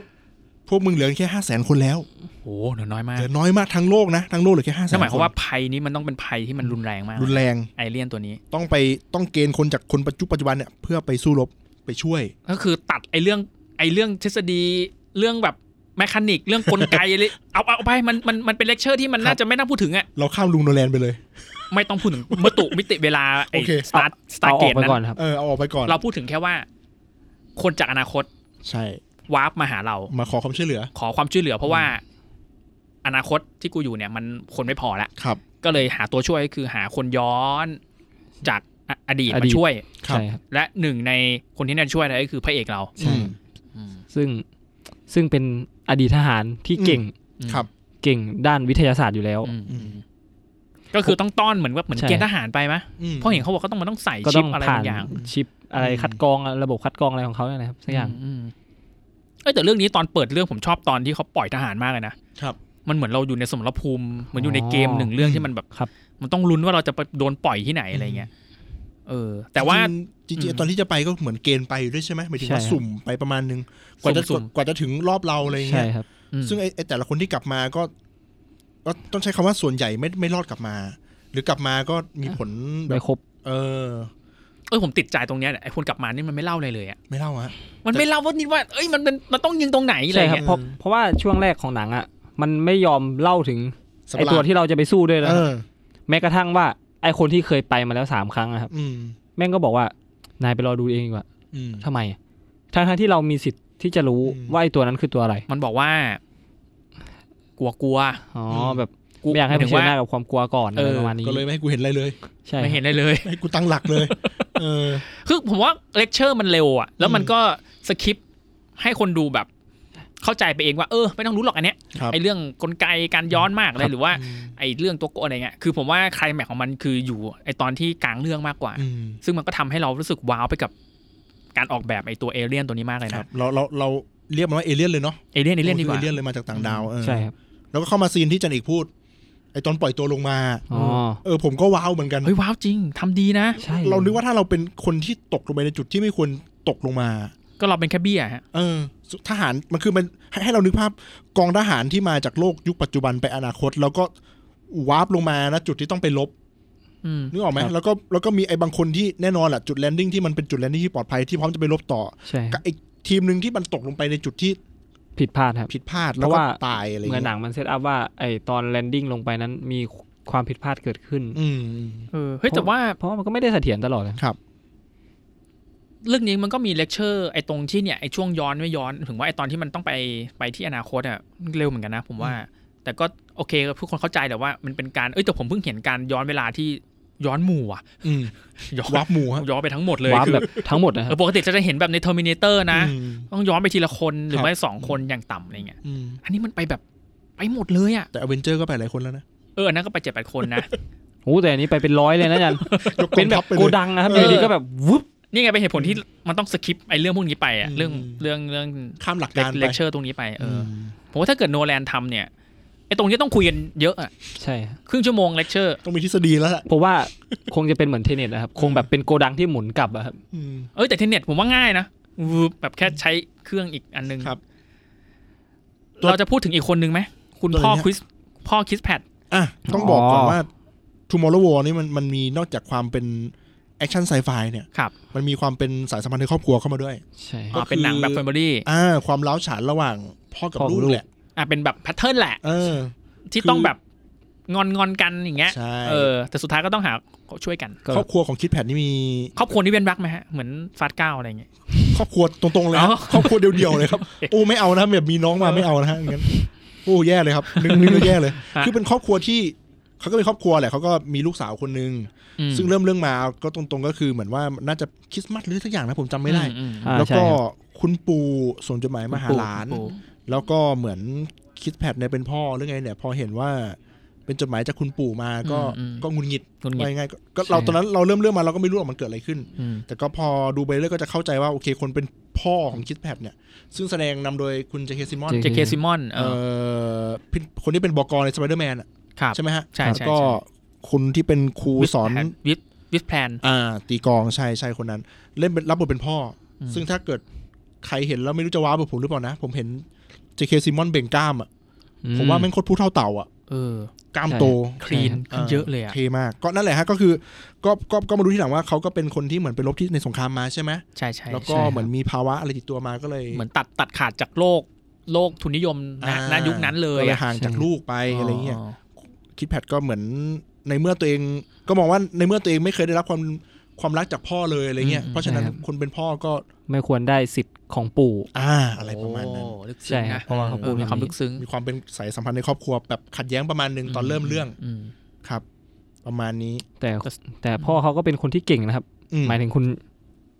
พวกมึงเหลือแค่ห้าแสนคนแล้ว
โอ้เหลือน้อยมา
เห
ก
ลือน้อยมากทั้งโลกนะทั้งโลกเหลือแค่ห้าแส
นั่น
น
หมายความว่าภัยนี้มันต้องเป็นภัยที่มันรุนแรงมาก
รุนแรง
ไอเลี่ยนตัวนี้
ต้องไปต้องเกณฑ์คนจากคนปัจจุปัจจุบันเนี่ยเพื่อไปสู้รบไปช่วย
ก็คือตัดไอ้เรื่องไอ้เรื่องทฤษฎีเรื่องแบบแมคานิก เรื่องกลไกอะไร เอาเอาไปมันมันมันเป็นเลคเชอร์ที่มันน่าจะไม่น่าพูดถึงอ่ะ
เราข้ามลุงโนแลนไปเลย
ไม่ต้องพูดถึงมตุมิติเวลาไอ้
โอเค
สตาร์สตา
เอา
ร์
อ
เก
อก
ต
ไป
นั้
ก่อน
น
ครับ
เออเอาออกไปก่อน
เราพูดถึงแค่ว่า คนจากอนาคต
ใช่
วาร์ปมาหาเรา
มาขอความช่วยเหลือ
ขอความช่วยเหลือเพราะว่า อนาคตที่กูอยู่เนี่ย มันคนไม่พอละ
ครับ
ก็เลยหาตัวช่วยก็คือหาคนย้อนจากออดีต
อดี
มา
ต
ช่วย
ครับ
ใช่ครับ
และหนึ่งในคนที่น่าจะช่วยได้ก็คือพระเอกเรา
อื
ใช่
ม
อืม
ซึ่งซึ่งเป็นอดีตทหารที่เก่ง
ครับ
เก่งด้านวิทยาศาสตร์อยู่แล้ว
อืม
อืม
ก็คือต้องต้อนเหมือนว่าเหมือน
ใช่
เกณฑ์ทหารไปไหม
อืม
เพราะเห็นเขาบอกก็ต้องมันต้องใส่
ก็
ชิ
ต้
ป
อง
อะไร
ผ่า
บาน งอย่าง
ชิปอะไร
อืม
คัดกรองระบบคัดกรองอะไรของเขาเนี่ยนะครับสักอย่าง
มเอ้ยแต่เรื่องนี้ตอนเปิดเรื่องผมชอบตอนที่เขาปล่อยทหารมากเลยนะครับ มันเหมือนเราอยู่ในสมรภูมิเหมือนอยู่ในเกม
อ๋อ
หนึ่งเรื่องที่มันแบบ
ครับ
มันต้องลุ้นว่าเราจะไปโดนปล่อยที่ไหนอะไรเงี้ยเออ แต่ว่า
จริงๆจริง
อืม
ๆตอนที่จะไปก็เหมือนเกณฑ์ไปอยู่ด้วยใช่ไหมหมายถึง
ใช่
ว่า
ครับ
สุ่มไปประมาณนึงกว่าจะ
สุ่ม
กว่าจะถึงรอบเราอะไรอย่าง
ใช่
เงี้ย
ครับ
ซึ่งไอ้ไอ้แต่ละคนที่กลับมาก็ก็ต้องใช้คำว่าส่วนใหญ่ไม่ไม่รอดกลับมา หรือกลับมาก็มีผลแบ
ไม่
บ
ครบ
เออ
เอ้ยผมติดใจตรงเนี้ยแหละไอ้คนกลับมานี่มันไม่เล่าอะไรเลยอ่ะ
ไม่เล่าฮะ
มันไม่เล่าว่านี่ว่าเอ้ยมันมันมันต้องยิงตรงไหนอะไร
ใช่ครับ
เงี้ย
เพราะเพราะว่าช่วงแรกของหนังอ่ะ มันไม่ยอมเล่าถึง
สัตว์
ไอ
ประหลาด
ตัวที่เราจะไปสู้ด้วยนะ
เออ
แม้กระทั่งว่าไอคนที่เคยไปมาแล้วสามครั้งอะครับ
อืม
แม่งก็บอกว่านายไปรอดูเองดีกว่า
อืม
ทำไมทั้งทั้งๆที่เรามีสิทธิ์ที่จะรู้
อืม
ว่าไอตัวนั้นคือตัวอะไร
มันบอกว่า กลัวกลัว
อ๋ออ
ม
แบบ ไม่อยากให้
ห
เผ
มายถึง
ชิญ
ว่า
หน้ากับความกลัวก่อนอะไร
เออ
ประมาณนี้
ก็เลยไม่ให้กูเห็นอะไรเลย
ใช่
ไม่เห็นอะไรเลย
ไม่ให้กูตั้งหลักเลย เออ
คือผมว่าเลคเชอร์มันเร็วอะแล้วมัน
อืม
ก็สคริปต์ให้คนดูแบบ เข้าใจไปเองว่าเออไม่ต้องรู้หรอกอันเนี้ย
ครับ
ไอเรื่องกลไกการย้อนมากอะไรหรือว่า
อืม
ไอเรื่องตัวโกะอะไรเงี้ยคือผมว่าใครแม็กของมันคืออยู่ไอตอนที่กลางเรื่องมากกว่า
อืม
ซึ่งมันก็ทำให้เรารู้สึกว้าวไปกับการออกแบบไอตัวเอเลี่ยนตัวนี้มากเลย
ค
นะค
รั
รั
บบ เราเราเราเรียกมันว่าเอเลี่ยนเลยเนาะ
เอเลี่ยนเอเลี่ยนดีกว่า
เอเลี่ยนเลยมาจากต่างดาวเออ
ใช่ครับ
แล้วก็เข้ามาซีนที่จันเอกพูด ไอตอนปล่อยตัวลงมา
อ๋อ
เออผมก็ว้าวเหมือนกัน
เฮ้ยว้าวจริงทำดีนะ
ใช่
เรานึกว่าถ้าเราเป็นคนที่ตกลงไปในจุดที่ไม่ควรตกลงมา
ก็เราเป็นแค่เบี้ยฮะ
เออสุทหารมันคือมันให้ให้เรานึกภาพกองทหารที่มาจากโลกยุคปัจจุบันไปอนาคต แล้วก็วาร์ปลงมานะจุดที่ต้องไปลบ
อืม
นึกออกไหมแล้วก็แล้วก็มีไอ้บางคนที่แน่นอนแหละจุดแลนดิ้งที่มันเป็นจุดแลนดิ้งที่ปลอดภัยที่พร้อมจะไปลบต่อ
ใช่ค
กั
รับบ
ไอ้ทีมหนึ่งที่มันตกลงไปในจุดที่
ผิดพลาดครับ
ผิดพลาด
เพ
แล้ว
ราะ
ก็
ว่า
ตายอะไร
เหมือนหนั
เงี้ย
งมันเซตอัพว่าไอตอนแลนดิ้งลงไปนั้นมีความผิดพลาดเกิดขึ้น
อืม
เออเฮ้ยแต่ว่า
เพราะว่ามันก็ไม่ได้เสถียรตลอดเลย
เรื่องนี้มันก็มีเลคเชอร์ไอตรงที่เนี่ยไอช่วงย้อนไม่ย้อนถึงว่าไอตอนที่มันต้องไปไปที่อนาคตอะเร็วเหมือนกันนะ ผมว่า แต่ก็โอเคทุกคนเข้าใจแต่ว่ามันเป็นการเอ้ยแต่ผมเพิ่งเห็นการย้อนเวลาที่ย้อนหมู่อะ
อืม
ย้อน
วาร์ปหมู่ฮะ
ย้อนไปทั้งหมดเลย
ว้าว
คือ
แบบทั้งหมดนะค
เอ
รับ
อปกติจะได้เห็นแบบในเทอร์มินเตอร์นะ
อืม
ต้องย้อนไปทีละคนหรือ
ครับ
ไม่สองคนอย่างต่ำอะไรเงี้ย
อืม
อันนี้มันไปแบบไปหมดเลยอะ
แต่อเวนเจอร์ก็ไปหลายคนแล้วนะ
เอออันนั้นก็ไปเจ็ดแปดคนนะ
โอ้แต่อันนี้ไปเป็นร้อยเลยนะอา จารย์
ยกก
เป็
อนง
แบ
ทั
บ
พไป
โก
เลย
ดังนะครับ
เอ
อ
อ
ยู่ดีก็แบบวุบ
นี่ไงเป็นเหตุผลที่มันต้องสคิปไอ้เรื่องพวกนี้ไปอะ
อืม
เรื่องเรื่องเรื่อง
ข้ามหลักการไป
เลคเชอร์ตรงนี้ไปเอออ
ม
ผมว่าถ้าเกิดโนแลนทำเนี่ยไอ้ตรงนี้ต้องคุยกันเยอะอะ
ใช่
ครึ่งชั่วโมงเลคเชอร์
ต้องมีทฤษฎีแล้วแหละ
ผมว่าคงจะเป็นเหมือนเทนเน็ตนะครับ คงแบบเป็นโกดังที่หมุนกลับอะครับ
อืม
เอ้ยแต่เทนเน็ตผมว่าง่ายนะวืบแบบแค่ใช้เครื่องอีกอันนึง
ครับ
เราจะพูดถึงอีกคนนึงไหมคุณพ่อ
ตัวไหนฮะ
คริสพ่อคริสแพด
อ่ะ ต้อง
อ๋อ
บอกก่อนว่า Tomorrow War นี่มันมันมีนอกจากความเป็นแอคชั่นไซไฟเนี่ย
ครับ
มันมีความเป็นสายสัมพันธ์ในครอบครัวเข้ามาด้วย
ใช่
ก็
อ่า
คือ
เป็นหนังแบบแฟมิลี่
อ่า ความเล้าวฉานระหว่างพ่อกับลูกแหละ
อ่าเป็นแบบแพทเทิร์นแหละ
เออ
ที่
คือ
ต้องแบบงอนงอนๆกันอย่างเงี้ย
ใช่
เออแต่สุดท้ายก็ต้องหาช่วยกัน
ก็
ครอบครัวของคิดแผนนี่มี
ครอบครัวนี่เว้นรักไหมฮะเหมือนฟาดเก้าอะไรอย่างเงี้ย
ครอบครัวตรงๆเลย
อ๋
นะ
อ
ครอบครัวเดียวๆเลยครับโอ้ไม่เอานะแบบมีน้องมาไม่เอานะฮะอย่างนั้นโอ้แย่เลยครับนึกนึกแล้วแย่เลย คือเป็นครอบครัวที่เขาก็เป็นครอบครัวแหละเขาก็มีลูกสาวคนนึง
อืม
ซึ่งเริ่มเรื่องมาก็ตรงๆก็คือเหมือนว่าน่าจะคริสต์มาสหรือสักอย่างนะผมจำไม่ได้
อืมอืม
อ่า
แล้ว
ใช่
ก็
ครับ
คุณปู่ส่งจดหมายมาหา
ปู่
หลาน
ปู่
แล้วก็เหมือนคิดแพดเนี่ยเป็นพ่อหรือไงเนี่ย พอเห็นว่าเป็นจดหมายจากคุณปู่มาก็
อืมอืม
ก็หงุนงิด
คน
ว่า
เงี้ย
ยังไงก็ก็เราตอนนั้นเราเริ่มเรื่องมาเราก็ไม่รู้หรอกมันเกิดอะไรขึ้น
อืม
แต่ก็พอดูไปเรื่อยก็จะเข้าใจว่าโอเคคนเป็นพ่อของคิดแพดเนี่ย ซึ่งแสดงนำโดยคุณเจคซิมอน
จ
เจเคซิมอนเอ
เอ่
อ
อพี่คนที่เป็นบอกรในสไปเดอร์แมนอะ
ครับ
ใช่ไหมฮะ
ใช่ใช่
แล้วก็
ใช่
คุณที่เป็นครูสอน
วิทวิทแพน
อ่า ตีกลองใช่ใช่คนนั้น เล่นเป็นรับบทเป็นพ่ออ
ม
ซึ่งถ้าเกิดใครเห็นแล้วไม่รู้จะว้าวแบบผมหรือเปล่านะ ผมเห็นเจคซิมอนเบ่งกล้ามอ่ะผมว่าแม่งโคตรผู้เท่าเต่าอ่ะ
เออก
ล้ามโต
คลีน
เออ
เยอะเลยอ่ะ
เทมาก ก็นั่นแหละฮะก็คือก็ก็ก็มารู้ที่หลังว่าเขาก็เป็นคนที่เหมือนไปรบที่ในสงครามมาใช่ไหม
ใช่ใช่
แล้วก็
ใช่ครับ
เหมือนมีภาวะอะไรติดตัวมาก็เลย
เหมือนตัดตัดขาดจากโลกโลกทุนนิยมนะ
อ่า
ณยุคนั้นเลย
ก็
อะ
ห่างจากลูกไปอะไรเงี้ย
อ๋อ
คิดแพดก็เหมือนในเมื่อตัวเองก็มองว่าในเมื่อตัวเองไม่เคยได้รับความความรักจากพ่อเลยอะไรเงี้ยเพราะฉะนั้นคนเป็นพ่อก็
ไม่ควรได้สิทธิ์ของปู่
อ่า อะไรประมาณนั้น
โอ้ลึก
ใช่
ซึ้ง
ครั
นะ
บเพราะว่าเขา
เอ
พู
อ
ด
มีความลึกซึ้ง
มีความเป็นสายสัมพันธ์ในครอบครัวแบบขัดแย้งประมาณหนึ่งตอนเริ่มเรื่อง
ม
ครับ ประมาณนี้
แต่แต่พ่อเขาก็เป็นคนที่เก่งนะครับ
อืม
หมายถึงคุณ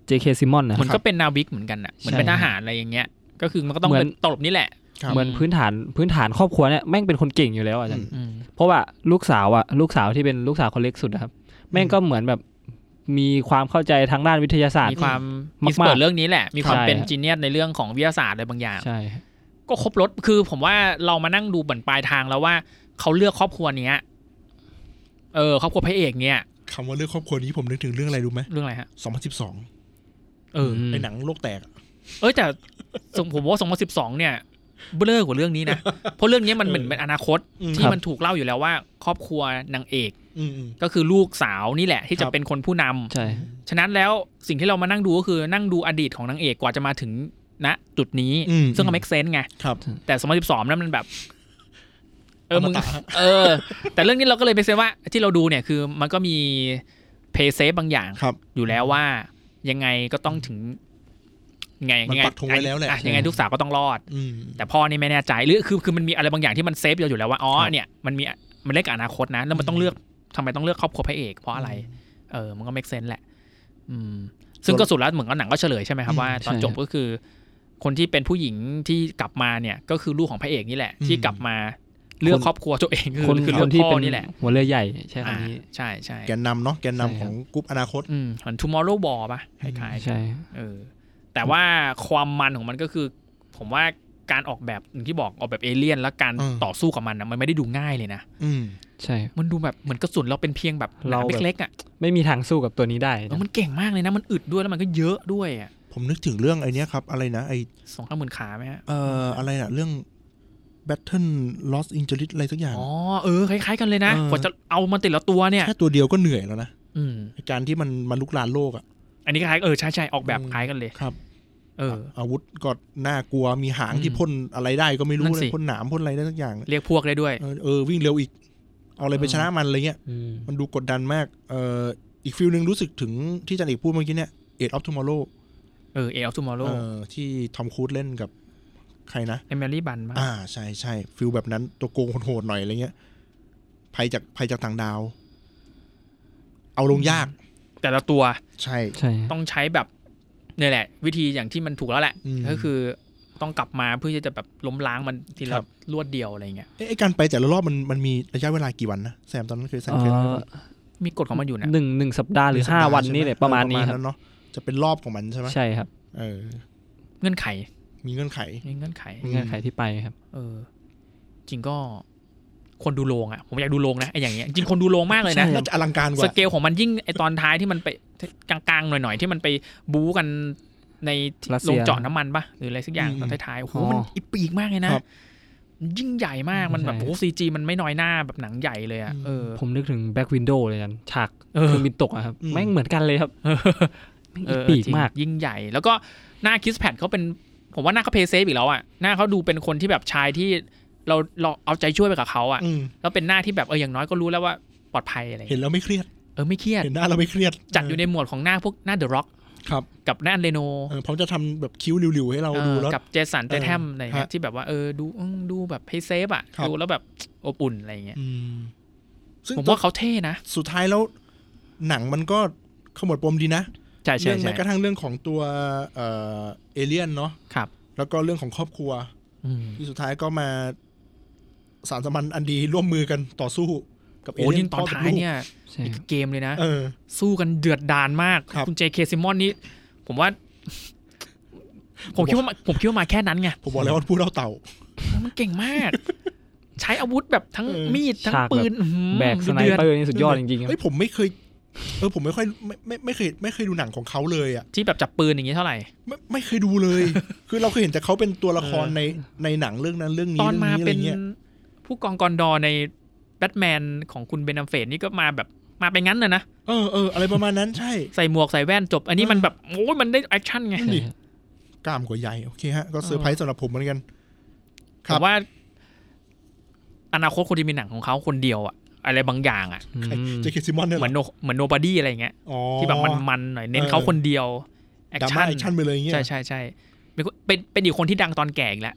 JK ซิมอนนะ
เหมือนก็เป็นนาวิกเหมือนกันอ่ะ เหมือนเป็นทหารอะไรอย่างเงี้ย ก็คือมันก็ต้อง
เหมือน
เป็นตลบนี่แหละ
ครับ
เหมือนพื้นฐานพื้นฐานครอบครัวเนี่ยแม่งเป็นคนเก่งอยู่แล้วอะอาจารย์
อืม
เพราะว่าลูกสาวอะลูกสาวที่เป็นลูกสาวคนเล็กสุดนะครับ แม่งก็เหมือนแบบมีความเข้าใจทางด้านวิทยาศาสตร์
มีความ
มากๆ
มีสเปิดเรื่องนี้แหละ มีความ
ใช่
เป็นจีเนียสในเรื่องของวิทยาศาสตร์อะไรบางอย่าง
ใช่
ก็ครบรถคือผมว่าเรามานั่งดูบันปลายทางแล้วว่าเขาเลือกครอบครัวเนี้ย เออครอบครัวพระเอกเนี้ย
คำว่าเรื่องครอบครัวนี้ผมนึกถึงเรื่องอะไรรู้ไหม
เรื่องอะไรฮะ
สองพันสิบสอง
เออ
ม
ไอหนังโลกแตก
เอ้ยแต่สมผมว่าสองพันสิบสองเนี่ยเบลอกว่าเรื่องนี้นะ เพราะเรื่องนี้มันเหมือนเป็นอนาคต
อืม
ที่
ครับ
มันถูกเล่าอยู่แล้วว่า ครอบครัวนางเอก
อืมอืม
ก็คือลูกสาวนี่แหละ ที่
ค
จะ
รับ
เป็นคนผู้นำ
ใช่
ฉะนั้นแล้วสิ่งที่เรามานั่งดูก็คือนั่งดูอดีตของนางเอกกว่าจะมาถึงณจุดนี้
อืม
ซึ่ง
อื
ก็
ม
เม e เซน s e ไง
ครับ
แต่สมัยสิบสองนั้นมันแบบ เออมึง
ตะฮะ
เออ แต่เรื่องนี้เราก็เลยไปเซนว่าที่เราดูเนี่ยคือมันก็มีเพย์เซฟบางอย่าง
ครับ
อยู่แล้วว่า ยังไงก็ต้องถึงยังไง
มัน
ยังไง
ปักธงไว้แล้วแหละ
อ่ยังไงลูกสาวก็ต้องรอด
อืม
แต่พ่อนี่ไม่แน่ใจหรือคือคือมันมีอะไรบางอย่างที่มันเซฟเราอยู่แล้วว่าอ๋อ
ครับ
เนี่ยมันมี มันเล่นกับอนาคตนะ แล้วมันต้องเลือกทำไมต้องเลือกครอบครัวพระเอกเพราะอะไร เออ มันก็ make sense แหละ อืม ซึ่งก็สุดแล้วเหมือนกับหนังก็เฉลยใช่ไหมครับ
อืม
ว่าตอน
ใช่
จบก็คือ คนที่เป็นผู้หญิงที่กลับมาเนี่ย ก็คือลูกของพระเอกนี่แหละ
อืม
ที่กลับมาเลือก
คน
ครอบครัวตัวเองคือ
คน
คือ
ค
เลือน ก
ที่
พ่อ
เป็น
นี่แหละ
หัวเรือใหญ่ใช่
อ่า
คำนี้
ใช่ใช่
แกนนำเนาะแกน
ใช่
นำ
ค
ข
รับ
องกรุ๊ปอนาคต
อืมเหมือน tomorrow war ป่ะคล้ายๆกัน
ใช่
เออ แต่ว่าความมันของมันก็คือ ผมว่าการออกแบบอย่างที่บอกออกแบบเอเลี่ยน และการ
อืม
ต่อสู้กับมันนะมันไม่ได้ดูง่ายเลยนะ
อืม
ใช่
มันดูแบบเหมือนกระสุนเราเป็นเพียงแบบหนัง
เราแบบ
เล็กๆอ่ะ
ไม่มีทางสู้กับตัวนี้ได้
แล้วมันเก่งมากเลยนะมันอึดด้วยแล้วมันก็เยอะด้วยอ่ะ
ผมนึกถึงเรื่องไอเนี้ยครับ อะไรนะไอ
สองข้างหมื่นขาไหมฮะ
เอ่ออะไรอะเรื่อง Battle Lost Injuries อะไรสักอย่าง
อ๋อเออคล้ายๆกันเลยนะ
เออ
กว่าจะเอามันติดละตัวเนี่ย
แค่ตัวเดียวก็เหนื่อยแล้วนะ
อืม
ไอ้การที่มันมันลุกลานโลกอะ
อันนี้คล้ายเออใช่ใช่ออกแบบ
อืม
คล้ายกันเลย
ครับ
เออ
อาวุธก็น่ากลัวมีหาง
อืม
ที่พ่นอะไรได้ก็ไม่
นั่
รู้
น
เล
สิ
ยพ่นหนามพ่นอะไรได้สักอย่าง
เรียกพวกได้ด้วย
เออเออวิ่งเร็วอีก เอาอะไรไป
เออ
ชนะมันอะไรเงี้ย
อืม
มันดูกดดันมากเอออีกฟิลหนึ่งรู้สึกถึงที่จันเอกพูดเมื่อกี้เนี่ยเอ็ดออฟทูมอร์โล
เออเอลทูมอร์โล
เออที่ทอมครูซเล่นกับใครนะ
เอมิลี่บันบ้าง
อ่าใช่ใช่ฟิลแบบนั้นตัวโกงโหดๆหน่อยอะไรเงี้ยภัยจากภัยจากต่างดาว เอาลงยาก
แต่ละตัว
ใช่
ใช่
ต้องใช้แบบเนี่ยแหละ วิธีอย่างที่มันถูกแล้วแหละ
อืม
ก็คือต้องกลับมาเพื่อที่จะแบบล้มล้างมันที
ครั
ละ
บ
รวดเดียวอะไรเงี้ย
เอ๊ะไอ้การไปแต่ละรอบมันมันมีระยะเวลากี่วันนะแซมตอนนั้นเคยแซม
เอ่
เคย
อ
มีกฎของมันอยู่นะ
หนึ่งหนึ่งสัปดาห์หรือห้าวันนี่แหละประมาณนี้ครับ
เออปะมาณเนาะจะเป็นรอบของมันใช่ไหม
ใช่ครับ
เออ
เงื่อนไข
มีเงื่อนไข
มีเงื่อนไข
อืม
เงื่อนไขที่ไปครับ
เออ จริงก็คนดูโรงอ่ะผมอยากดูโรงนะไออย่างเงี้ยจริงคนดูโรงมากเลยนะ
น่าจะอลังการก
ส
ว่า
เกลของมันยิ่งไอตอนท้ายที่มันไปกลางๆหน่อยๆที่มันไปบู๊กันใน
รัสเซี
ล
ย
งเจาะน้ำมันปะหรืออะไรสักอย่างตอนท้ายๆโอ้โหมัน
อ๋ออี
อีปีกมากเลยนะครับ มันยิ่งใหญ่มากมันแบบ
ใช่
โอ้ซีจีมันไม่น้อยหน้าแบบหนังใหญ่เลยอ่ะเออ
ผมนึกถึงแบ็กวินโด w เลยกันฉาก
เออ
เครื่องบินตกอะครับ
อืม
แม่งเหมือนกันเลยครับแม่ง
เอ
อี
อ
ปีก
จริง
มาก
ยิ่งใหญ่ แล้วก็หน้าคิสแพดเขาเป็น ผมว่าหน้าเขาเพย์เซฟอีกแล้วอ่ะหน้าเขาดูเป็นคนที่แบบชายที่เราเราเอาใจช่วยไปกับเขาอ่ะ
อืม
แล้วเป็นหน้าที่แบบเอออย่างน้อยก็รู้แล้วว่าปลอดภัยอะไรอย่าง
เห็น
เงี้ย
แล้วไม่เครียด
เออไม่เครียด
เห็นหน้าเราไม่เครียด
จัดอยู่ในหมวดของหน้าพวกหน้าเดอะร็อก
ครับ
กับหน้าเรโน
เออพร้อมจะทำแบบคิ้วหลิวๆ ให้เราดูแล้ว
เออกับเจสันเตแทมอะไรเงี้ย
ฮะ
ที่แบบว่าเออดูอืมดูแบบเพย์เซฟอ่ะ
ครับ
ดูแล้วแบบอบอุ่นอะไรเงี้ย
อืมซึ่ง
ผมว่าเขาเท่นะ
สุดท้ายแล้ว หนังมันก็ขมวดปมดีนะ
ใช่ใช่
เรื่อง
ใช่
แม้กระทั่งเรื่องของตัวเอ่อเอเลี่ยนเนาะ
ครับ
แล้วก็เรื่องของครอบครัว
อืม
ที่สุดท้ายก็มาสารสัมพันธ์อันดีร่วมมือกันต่อสู้กับเอ
โอ้
เลี่ย
ยิ่
น
งตอน
พ่กับ
ท้าย
ลูก
เนี่ย
ใช่
อีก
ครับ
เกมเลยนะ
เออ
สู้กันเดือดดานมาก
ครับ
ณเจเคซิมอนนี่ ผมว่า ผมคิดว่ามาผมคิดว่ามาแค่นั้นไง
ผมบอกแล้วว่าพูดเล่าเต่า
มันเก่งมาก ใช้อาวุธแบบทั้ง
เออ
มีดทั้งปืนอื้อหือ
แบกสไน
เดือด
เปอร์นี่สุดยอดจริงๆครับ
เฮ้ยผมไม่เคย เออผมไม่ค่อยไม่ไม่ไม่เคยไม่เคยดูหนังของเขาเลยอ่ะ
ที่แบบจับปืนอย่างงี้เท่าไหร่
ไม่ไม่เคยดูเลย คือเราเคยเห็นแต่เขาเป็นตัวละคร
เออ
ในในหนังเรื่องนั้นเรื่อง
ต
นี้
อน
เรื่อง
มา
นี้อะ
เป็
ไร
น
เงี้ย
ผู้กองกอนดอร์ในแบทแมนของคุณเบนอัมเฟตนี่ก็มาแบบมาเป็นงั้นนะนะ
เออเอออะไรประมาณนั้นใช่
ใส่หมวกใส่แว่นจบ อันนี้มันแบบโอ้ยมันได้แอคชั่นไง
นั่นดิ กล้ามกว่าใหญ่โอเคฮะ ก็เซอร์ไพรส์สำหรับผมเหมือนกัน
ผ
ครับ
มว่า อนาคตคนที่มีหนังของเขาคนเดียวอะอะไรบางอย่างอะ
อืม
เจคซิมอนเนี่ย
เหมือนโนเหมือนโนบอดี้อะไรเงี้ย
อ๋อ
ที่แบบมันๆหน่อยเน้นเขาคนเดียวแอค
ดราม่า
ชั่น
แอคชั่นไปเลยอย่างเงี้ย
ใช่ใช่ใช่เป็นคนเป็นเป็นอีกคนที่ดังตอนแก่อีกแล้ว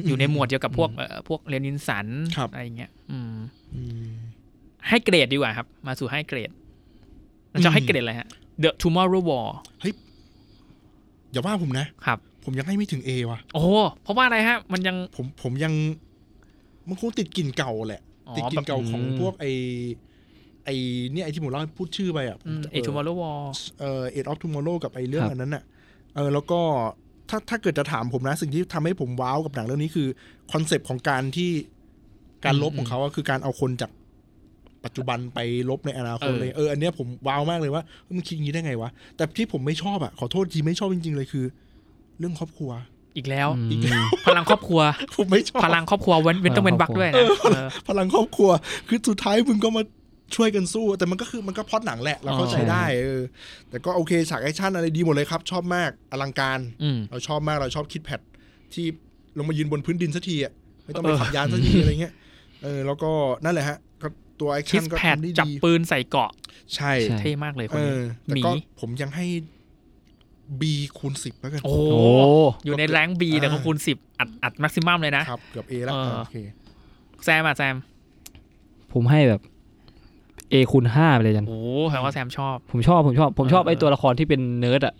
ม
อยู่ในหมวดเดียวกับพวกเอ่อพวกเลนินสัน
ครับ
อะไรเงี้ยอืม
อืม
ให้เกรดดีกว่าครับ มาสู่ให้เกรดเราจะให้เกรดอะไรฮะ The Tomorrow War
อย่าว่าผมนะ
ครับ
ผมยังให้ไม่ถึงเอว่ะ
โอ้โหเพราะว่าอะไรฮะ มันยัง
ผมผมยัง มันคงติดกลิ่นเก่าแหละ
อ๋อ
ติดก
แบ
ลิ่น
บ
เก่าของ
อืม
พวกไอไอเนี่ยไอที่ผมเล่าพูดชื่อไปอ่ะผมจะ
เอทูมอร์โลวอล
เอ่อเอ็ดออฟทูมอร์โลกับไอเรื่อง
ครับ
อันนั้นอ่ะเออแล้วก็ถ้าถ้าเกิดจะถามผมนะ สิ่งที่ทำให้ผมว้าวกับหนังเรื่องนี้คือคอนเซปต์ของการที่การลบ
อืม
ของเขาอะคือการเอาคนจากปัจจุบันไปลบในอนาคต
เออ
เลยเอออันเนี้ยผมว้าวมากเลยว่าเฮ้ยมันคิดอย่างนี้ได้ไงวะแต่ที่ผมไม่ชอบอ่ะขอโทษทีไม่ชอบจริง ๆ เลยคือ เรื่องครอบครัว
อีกแล้ว
อืม
พลังครอบครัว
ผมไม่ชอบ
พลังครอบครัวเว้นเว้นต้องเว้นวักด้วยนะเออ
พลังครอบครัว คือสุดท้ายมึงก็มาช่วยกันสู้ แต่มันก็คือมันก็พล็อดหนังแหละ เราเข้าใจ
อ๋อ
ได้เออแต่ก็โอเคฉากแอคชั่นอะไรดีหมดเลยครับ ชอบมากอลังการ
อืม
เราชอบมากเราชอบคิดแพดที่ลงมายืนบนพื้นดินสักทีอ่ะไม่ต้องไป
เออ
ขับยานสักทีอะไรเงี้ยเออแล้วก็นั่นแหละฮะก็ตัวแอค
คิ
ชั่น
ส
ก็
แพด
ทำได้
จับ
ดี
ปืนใส่เกาะ
ใช่
ใช่
เท่มากเลยค
เอ
นี้
นอแต่ก็
หมี
ผมยังให้บีคูณสิบแล้วกัน
โอ้โห
โอ้
อยู่ในแรงบี
อ่า
แต่ก็คูณสิบอัดอัดแม็กซิมัมเลยนะ
ครับเกือบเอแล้ว
เออ
อ่าโอเค
แซมอ่ะแซม
ผมให้แบบเอคูณห้าไปเลยอาจัน
โอ้โหแปลว่าแซมชอบ
ผมชอบผมชอบ ผมชอบ
เออ
ไอ้ตัวละครที่เป็นเนิร์ดอ่ะ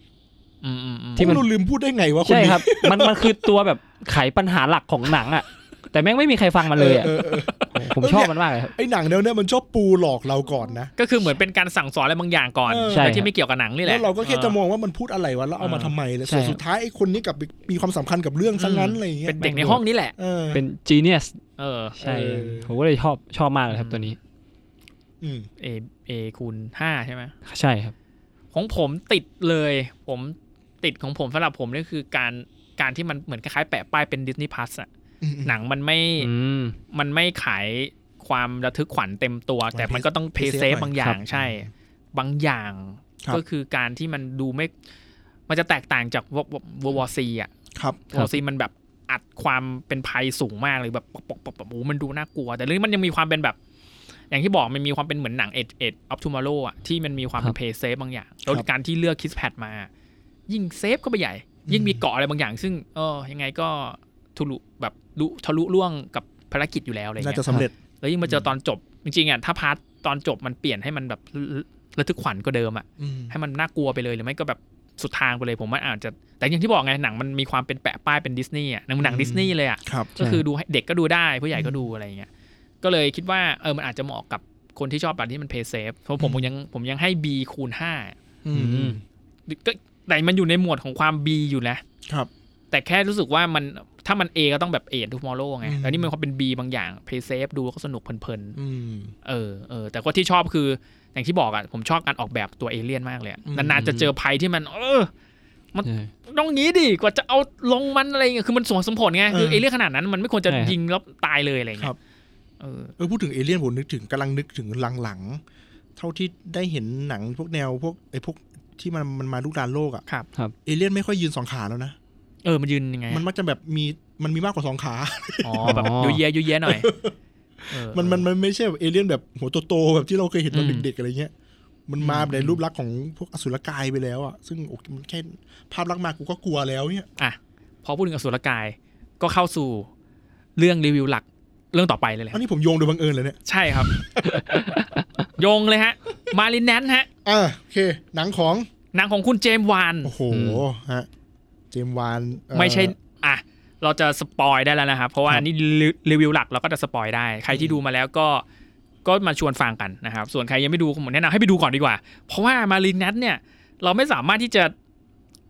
อืมอืมอืม
ที่
ที่
มัน
มันลืมพูดได้ไงวะคน
ใช่
นี้
ครับ มันมันคือตัวแบบไขปัญหาหลักของหนังอ่ะ แต่แม่งไม่มีใครฟังมันเลยอ่ะ
ออออเออ
ผมชอบมันมากเลยครับ
ไอหนังแนวเนี้ยมันชอบปูหลอกเราก่อนนะ
ก็คือเหมือนเป็นการสั่งสอนอะไรบางอย่างก่อน
เออ
ใช่
แล้วที่ไม่เกี่ยวกับหนังนี่แห
แล้
ละ
วเราก็แค่จะมองว่ามันพูดอะไรวะแล้วเอามาทำไมเลยส่วน
ใช่
สุดท้ายไอคนนี้กลับมีความสำคัญกับเรื่องซะงั้นอะไรอย่างเงี้ย
เป็นเด็กในห้องนี้แหละ
เออ
เป็นจีเนียส
เออ
ใช่
เออ
ผมก็เลยชอบชอบมากเลยครับตัวนี้
อืม
เอเอคูณห้าใช่ไหม
ใช่ครับ
ของผมติดเลย ผมติดของผมสำหรับผมนี่คือการการที่มันเหมือนคล้ายๆแปะป้ายเป็นดิสนีย์พ s สอะหนังมันไม่
อืม
มันไม่ขายความระทึกขวัญเต็มตัว
มัน
แต่มันก็ต้องเพ
pay
ย์
safe
เซฟ
หน่อย
บางอย่า
ครั
ง
บ
ใช่ บางอย่าง
ครับ
ก็คือการที่มันดูไม่ มันจะแตกต่างจากวววซีอะ
ครับ
โอซีมันแบบอัดความเป็นภัยสูงมากเลยแบบปกปกปกปกโอ้โหมันดูน่ากลัว แต่เรื่องนี้มันยังมีความเป็นแบบ อย่างที่บอกมันมีความเป็นเหมือนหนังเอ็ดเอ็ดออฟทูมาโลอ่ะที่มันมีความเป็น
ครับ
เพย์เซฟบางอย่างแล้วการที่เลือกคิสแพดมา ยิ่งเซฟก็ไปใหญ่ ยิ่งมีเกาะอะไรบางอย่าง ซึ่งเออยังไงก็ทุลุแบบลุทะลุล่วงกับภารกิจอยู่แล้วอะไร
น่า
เงี้ย
จะสำเร็จ
แล้วยิ่งมาเจอตอนจบ จริงๆอ่ะถ้าพาร์ทตอนจบมันเปลี่ยนให้มันแบบระทึกขวัญก็เดิมอ่ะ
อืม
ให้มันน่ากลัวไปเลยหรือไม่ก็แบบสุดทางไปเลยผมว่าอาจจะแต่อย่างที่บอกไงหนังมันมีความเป็นแปะป้ายเป็นดิสนีย์อ่ะหนังหนัง
อืม
ดิสนีย์เลยอ่ะ
ครับ
ก็คือดูให้เด็กก็ดูได้ผู้ใหญ่ก็ดูอะไรอย่างเงี้ยก็เลยคิดว่าเออมันอาจจะเหมาะกับคนที่ชอบแบบที่มันเพย์เซฟเพราะผม
อื
ผ
ม
มยังผมยังให้ B คูณ
อื
อื
ม
ม
5ก็แต่มันอยู่ในหมวดของความ B อยู่นะครับ แต่แค่รู้สึกว่ามันถ้ามัน A ก็ต้องแบบเอ็ดทูมอลโลไง
อืม
แล้วนี่มันความเป็น B บางอย่างเพย์เซฟดูแล้วก็สนุกเพลินๆ
อืม
เออเออแต่ว่าที่ชอบคืออย่างที่บอกอะผมชอบการออกแบบตัวเอเลี่ยนมากเลยอะ
อืม
นานๆจะเจอภัยที่มัน เออ
ใช่
ต้องงี้ดิกว่าจะเอาลงมันอะไรเงี้ยคือมันสมเหตุสมผลไงคือ
เออ
เอเลี่ยนขนาดนั้นมันไม่ควรจะ
ใช่ครับ
ยิงแล้วตายเลยอะไร
ครั
เงี้
บ
ยเออ
เออพูดถึงเอเลี่ยนผมนึกถึงกำลังนึกถึงหลังๆเท่าที่ได้เห็นหนังพวกแนวพวกไอ้พวกที่มันมันมาลุกรานโลกอ่ะ
ครับ
ครับ
เอเลี่ยนไม่ค่อยยืนสองขาแล้วนะ
เออมันยืนยังไงอะ
มันมักจะแบบมีมันมีมากกว่าสองขา
อ๋อแบบยูเยยูเยหน่อยเออ
มันมันมันไม่ใช่แบบเอเลี่ยนแบบหัวโตๆแบบที่เราเคยเห็นตอน
อืม
เด็กๆอะไรเงี้ย มันมา
อืม
ในรูปลักษณ์ของพวกอสุรกายไปแล้วอ่ะซึ่งโอ้มันแค่ภาพลักษณ์มากูก็กลัวแล้วเนี่ย
พอพูดถึงอสุรกายก็เข้าสู่เรื่องรีวิวหลักเรื่องต่อไปเลยแหละ
อันนี้ผมโยงโดยบังเอิญเลยเนี่ย
ใช่ครับ โยงเลยฮะ มารินแนนฮะ
อ่าโอเค หนังของ
หนางของคุณเจมส์วาน
โอ้โห
อืม
ฮะเจมส์วานเอ่อ
ไม่ใช่ อ่ะ เราจะสปอยได้แล้วนะครับ เพราะว่า
ครับ
อันนี่รีรีวิวหลักเราก็จะสปอยได้ ใครที่ดูมาแล้วก็ ก็มาชวนฟังกันนะครับ ส่วนใครยังไม่ดูผมแนะนำให้ไปดูก่อนดีกว่า เพราะว่ามารินัทเนี่ย เราไม่สามารถที่จะ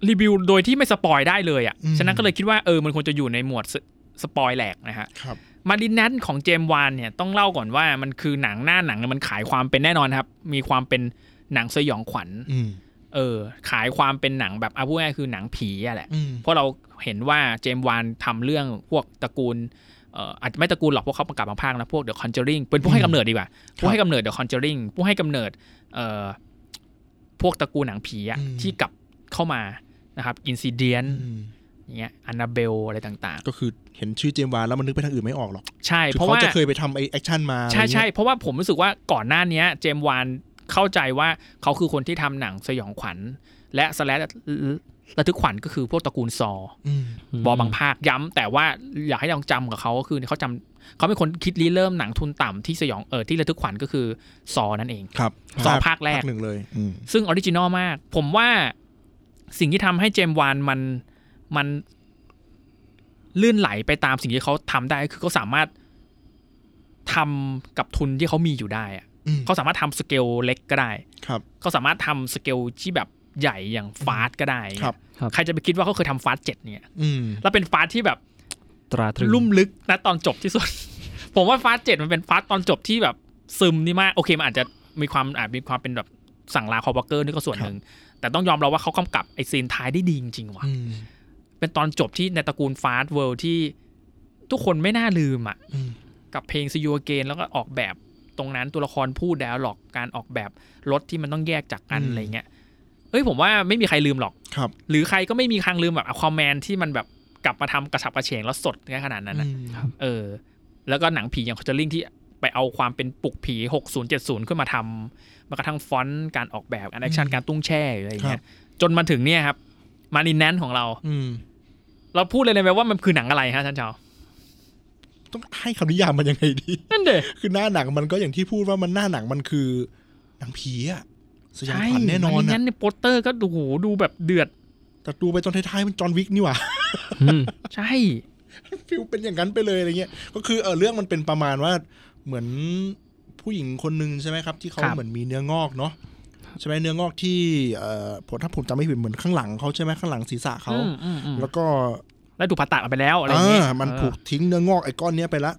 รีวิวโดยที่ไม่สปอยได้เลยอ่ะ
อืม
ฉะนั้นก็เลยคิดว่าเออ มันควรจะอยู่ในหมวดสสปอยแหลกนะฮะ
ครับ
มารินัทของเจมส์วานเนี่ยต้องเล่าก่อนว่ามันคือหนังหน้าหนังเนี่ยมันขายความเป็นแน่นอนครับ มีความเป็นหนังสยองขวัญ
อืม
เออ ขายความเป็นหนังแบบเอาพูดง่ายๆคือหนังผีอะแหละ
อืม
เพราะเราเห็นว่าเจมส์วานทำเรื่องพวกตระกูลเอ่ออาจจะไม่ตระกูลหรอกพวกเขาประกาศบางภาคนะ พวกเดอะคอนเจอริงเป็นผู้ให้กำเนิดดีกว่า ผู้ให้กำเนิดเดอะคอนเจอริงผู้ให้กำเนิดเอ่อพวกตระกูลหนังผีอะ
อืม
ที่กลับเข้ามานะครับอินซิเดียน
อืม
อย่างเงี้ยอันนาเบลอะไรต่าง
ก็คือเห็นชื่อเจมส์วานแล้วมันนึกไปทางอื่นไม่ออกหรอก
ๆ ใช่
คือ
เพราะ
เขา
ว่า
จะเคยไปทำไอแอคชั่นมา
ใช่ใช่
อะไรเงี้ย
เพราะว่าผมรู้สึกว่าก่อนหน้าเนี้ยเจมส์วานเข้าใจว่าเขาคือคนที่ทำหนังสยองขวัญ และสแลดระทึกขวัญก็คือพวกตระกูลซอ
อืม
บอบางภาคย้ำแต่ว่าอยากให้ลองจำกับเขาก็คือเขาจำเขาเป็นคนคิดริเริ่มหนังทุนต่ำที่สยองเออที่ระทึกขวัญก็คือซอนั่นเอง
ครับ
ซอภาคแรก
หนึ่งเลยอืม
ซึ่งออริจินอลมาก ผมว่าสิ่งที่ทำให้เจมส์วานมันมันลื่นไหลไปตามสิ่งที่เขาทำได้คือเขาสามารถทำกับทุนที่เขามีอยู่ได้อะ
อืม
เขาสามารถทำสเกลเล็กก็ได้
ครับ
เขาสามารถทำสเกลที่แบบใหญ่อย่างฟาสก็ได้
ครับ
ครับ
ใครจะไปคิดว่าเขาเคยทำฟาสเจ็ดเนี่ย
อืม
แล้วเป็นฟาสที่แบบ
ตราตรึง
ลุ่มลึกนะตอนจบที่สุด ผมว่าฟาสเจ็ดมันเป็นฟาสตอนจบที่แบบซึมนี่มาก โอเคมันอาจจะมีความอาจมีความเป็นแบบสั่งลาคอร์บักเกอร์นี่ก็ส่วนหนึ่ง แต่ต้องยอมรับว่าเขากำกับไอซีนท้ายได้ดีจริงๆว่ะ
อืม
เป็นตอนจบที่ในตระกูลฟาสเวิลด์ที่ทุกคนไม่น่าลืมอ่ะ
อืม
กับเพลงซี o ูเกนแล้วก็ออกแบบตรงนั้นตัวละครพูดแดวหลอกการออกแบบรถที่มันต้องแยกจากกันอะไรเงี้ยเอ้ยผมว่าไม่มีใครลืมหรอก
ครับ
หรือใครก็ไม่มีครั้งลืมแบบคอมแมนที่มันแบบกลับมาทำกระฉับกระเฉงแล้วสดขนาดนั้นอะ
อืม
ครับ
เออแล้วก็หนังผีอย่างคอ n เ u อริงที่ไปเอาความเป็นปลุกผี 60 70 ขึ้นมาทำมากระทั่งฟอนต์การออกแบบการแอคชั่นการตุ้งแช่หรืออะไรอย่างเงี้ยจนมาถึงเนี่ยครับ มารินแนนของเรา
อืม
เราพูดเลยเลยไหมว่ามันคือหนังอะไรฮะท่านชาว
ต้องให้คำนิยามมันยังไงดี
นั่นเด้
คือหน้าหนังมันก็อย่างที่พูดว่ามันหน้าหนังมันคือหนังผีอะสยอง
ใช่
ขวัญแน่นอน
มั
อะ
งั้นในโปสเตอร์ก็ดูโหดูแบบเดือด
แต่ดูไปตอนท้ายๆมันจอห์นวิกนี่หว่า
ใช่
ฟิลเป็นอย่างนั้นไปเลยอะไรเงี้ย ก็คือเออเรื่องมันเป็นประมาณว่าเหมือนผู้หญิงคนหนึ่งใช่ไหมครับ ที่เขา
ครับ
เหมือนมีเนื้องอกเนาะใช่ไหมเนื้องอกที่เอ่อผมถ้าผมจำไม่ผิดเหมือนข้างหลังเขาใช่ไหมข้างหลังศีรษะเขา
อืมอืมอืม
แล้วก็
แล้วถูกผ่าตัดออกไปแล้วอะไรอ
เอ
ย่างเงี้ย
อมัน
เออ
ถูกทิ้งเนื้องอกไอ้ก้อนเนี้ยไปละ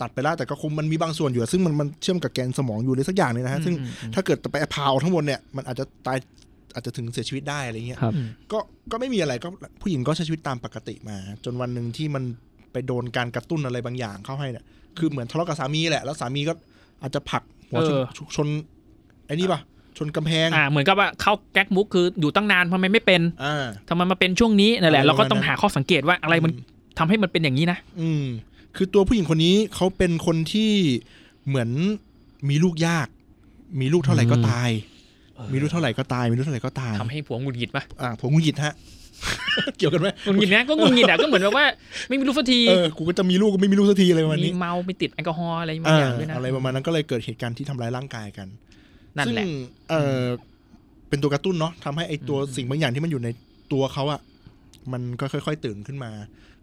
ตัดไปละแต่ก็คงมันมีบางส่วนอยู่อะซึ่งมันมันเชื่อมกับแกนสมองอยู่เลยสักอย่างเนี่ยนะฮะซึ่ง
อืมอืม
ถ้าเกิดไปพาวทั้งหมดเนี่ยมันอาจจะตายอาจจะถึงเสียชีวิตได้อะไรเงี้ย
ครับ
อืม
ก็ก็ไม่มีอะไรก็ผู้หญิงก็ใช้ชีวิตตามปกติมา จนวันหนึ่งที่มันไปโดนการกระตุ้นอะไรบางอย่างเข้าให้เนี่ยคือเหมือนทะเลาะกับสามีแหละ แล้วสามีก็อาจจะผลักหัวชน
เออ
ชนชนไอ้นี่ปะชนกำแพง
อ่าเหมือนกับว่าเข้าแก๊กมุกคืออยู่ตั้งนานทำไมไม่เป็น
อ่า
ทำไมมาเป็นช่วงนี้นั่นแหละ
อะไร
เราก็ต้อง
ประมาณนั้น
หาข้อสังเกตว่าอะไรมันทำให้มันเป็นอย่างนี้นะ
อืม คือตัวผู้หญิงคนนี้เขาเป็นคนที่เหมือนมีลูกยาก มีลูกเท่าไหร่ก็ตาย มีลูกเท่าไหร่ก็ตาย มีลูกเท่าไหร่ก็ตาย
ทำให้ผัวหงุดหงิดปะ
อ่าผมงุนหงิดฮะ เกี่ยวกันไหม
หงุดหงิดนะก็หงุดหงิดอะก็เหมือนแบบว่าไม่มีรู้สักที
เออกูก็จะมีลูกก็ไม่มีลูกสักทีอะไรประมาณ
มี
นี้
เมาไปติดแอลกอฮอล์อะไรบาง
อ่า
อย่างด้วยนะ
อะไรประมาณนั้นก็เลยเกิดเหตุการณ์ที่ทำร้ายร่างกายกัน
นั่นแหละ
ซึ่งเออเป็นตัวกระตุ้นเนาะทำให้ไอตัว
อืม
สิ่งบางอย่างที่มันอยู่ในตัวเขาอะมันก็ค่อย ๆ ตื่นขึ้นมา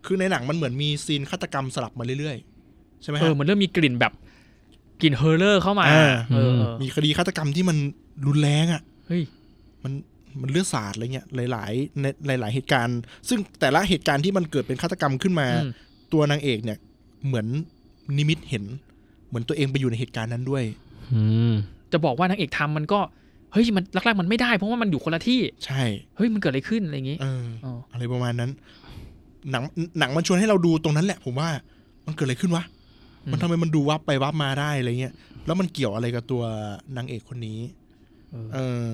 คือในหนังมันเหมือนมีซีนฆาตกรรมสลับมาเรื่อยๆ ใช่ไหม
เอ
ฮะ
อมันเริ่มมีกลิ่นแบบกลิ่นเฮอร์เลอร์เข้ามา
อ่า
เออ
มีคดีฆาตกรรมที่มันรุนแรงอะ
เฮ้ย
มันมันเลือดสาดอะไรเงี้ยหลายๆในหลาย ๆ เหตุการณ์ ซึ่งแต่ละเหตุการณ์ที่มันเกิดเป็นฆาตกรรมขึ้นมา
อืม
ตัวนางเอกเนี่ย เหมือนนิมิตเห็น เหมือนตัวเองไปอยู่ในเหตุการณ์นั้นด้วย
จะบอกว่านางเอกทำมันก็เฮ้ยมันแรกๆมันไม่ได้เพราะว่ามันอยู่คนละที่
ใช่
เฮ้ยมันเกิดอะไรขึ้นอะไรอย่างงี้
เออ
อ๋อ
อะไรประมาณนั้น หนังหนังมันชวนให้เราดูตรงนั้นแหละ ผมว่า มันเกิดอะไรขึ้นวะ
อืม
มันทำไมมันดูวับไปวับมาได้อะไรเงี้ย แล้วมันเกี่ยวอะไรกับตัวนางเอกคนนี้ เออ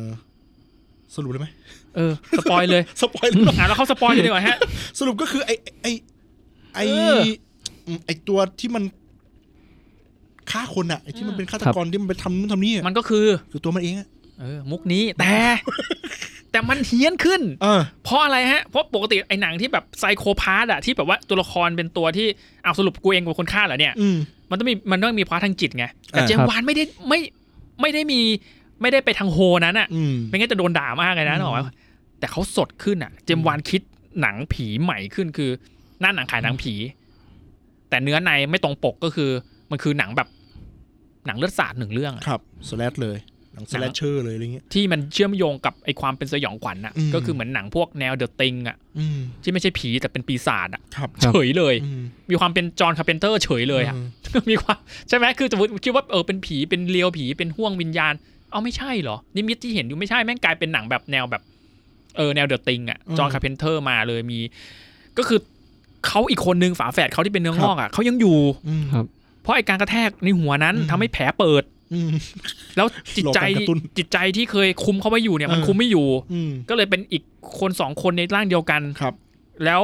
สรุปเลยไหม
เออสปอยเลย
สปอยเลย เหรอ
อ่ะแล้วเขาสปอยเลยดีกว่าฮะ
สรุปก็คือ ไอไอไอ
เออ
มไอตัวที่มันฆ่าคนอะไอที่มัน
อืม
เป็นฆาตกรที่มันไปทำนู่นทำนี่อะ
มันก็คือ
คือตัวมันเองอะ
เออ มุกนี้แต่ แต่มันเฮี้ยนขึ้น
เออ
เพราะอะไรฮะ เพราะปกติไอ้หนังที่แบบไซโคพาร์ตอะที่แบบว่าตัวละครเป็นตัวที่เอาวสรุปกูเองเป็นคนฆ่าเหรอเนี่ย
อืม
มันต้องมีมันต้องมีพาร์ททางจิตไง แต่
อ่า
เจม
ครั
ส์
บ
วานไม่ได้ไม่ไม่ได้มีไม่ได้ไปทางโฮนั้นอะ
อืม
ไม่งั้นจะโดนด่ามากเลยนะ
อืม
หรอกปะแต่เขาสดขึ้นอะเจมส์วานคิดหนังผีใหม่ขึ้นคือหน้าหนังขายหนังผี แต่เนื้อในไม่ตรงปกก็คือ มันคือหนังแบบหนังเลือดสาดหนึ่งเรื่องอะ
ครับสแลชเลย หนังสแลชเชอร์เลยอะไรเงี้ย
ที่มันเชื่อมโยงกับไอความเป็นสยองขวัญน่ะ
อืม
ก็คือเหมือนหนังพวกแนวเดอะติงอ่ะ
อืม
ที่ไม่ใช่ผีแต่เป็นปีศาจอ่ะ
ครับ
เฉยเลย
อืม
มีความเป็นจอห์นคาร์เพนเตอร์เฉยเลยอ่ะ
ม
มีความใช่ไหมคือสมมติคิดว่าเออเป็นผีเป็นเลียวผีเป็นห่วงวิญญาณ เอาไม่ใช่เหรอ นิมิตที่เห็นอยู่ไม่ใช่แม่งกลายเป็นหนังแบบแนวแบบเออแนวเดอะติงอ่ะ
อืม
จอห์นคาร์เพนเตอร์มาเลยมี ก็คือเขาอีกคนนึงฝาแฝดเขาที่เป็นเนื้องอกอ่ะเขายังอยู่
อืม
ครับ
เพราะไอการกระแทกในหัวนั้น
อืม
ทำให้แผลเปิด
อืม
แล้วจิตใจ
รอการกระตุ้น
จิตใจที่เคยคุมเขาไว้อยู่เนี่ยมัน
เออ
คุมไม่อยู่
อืม
ก็เลยเป็นอีกคนสองคนในร่างเดียวกัน
ครับ
แล้ว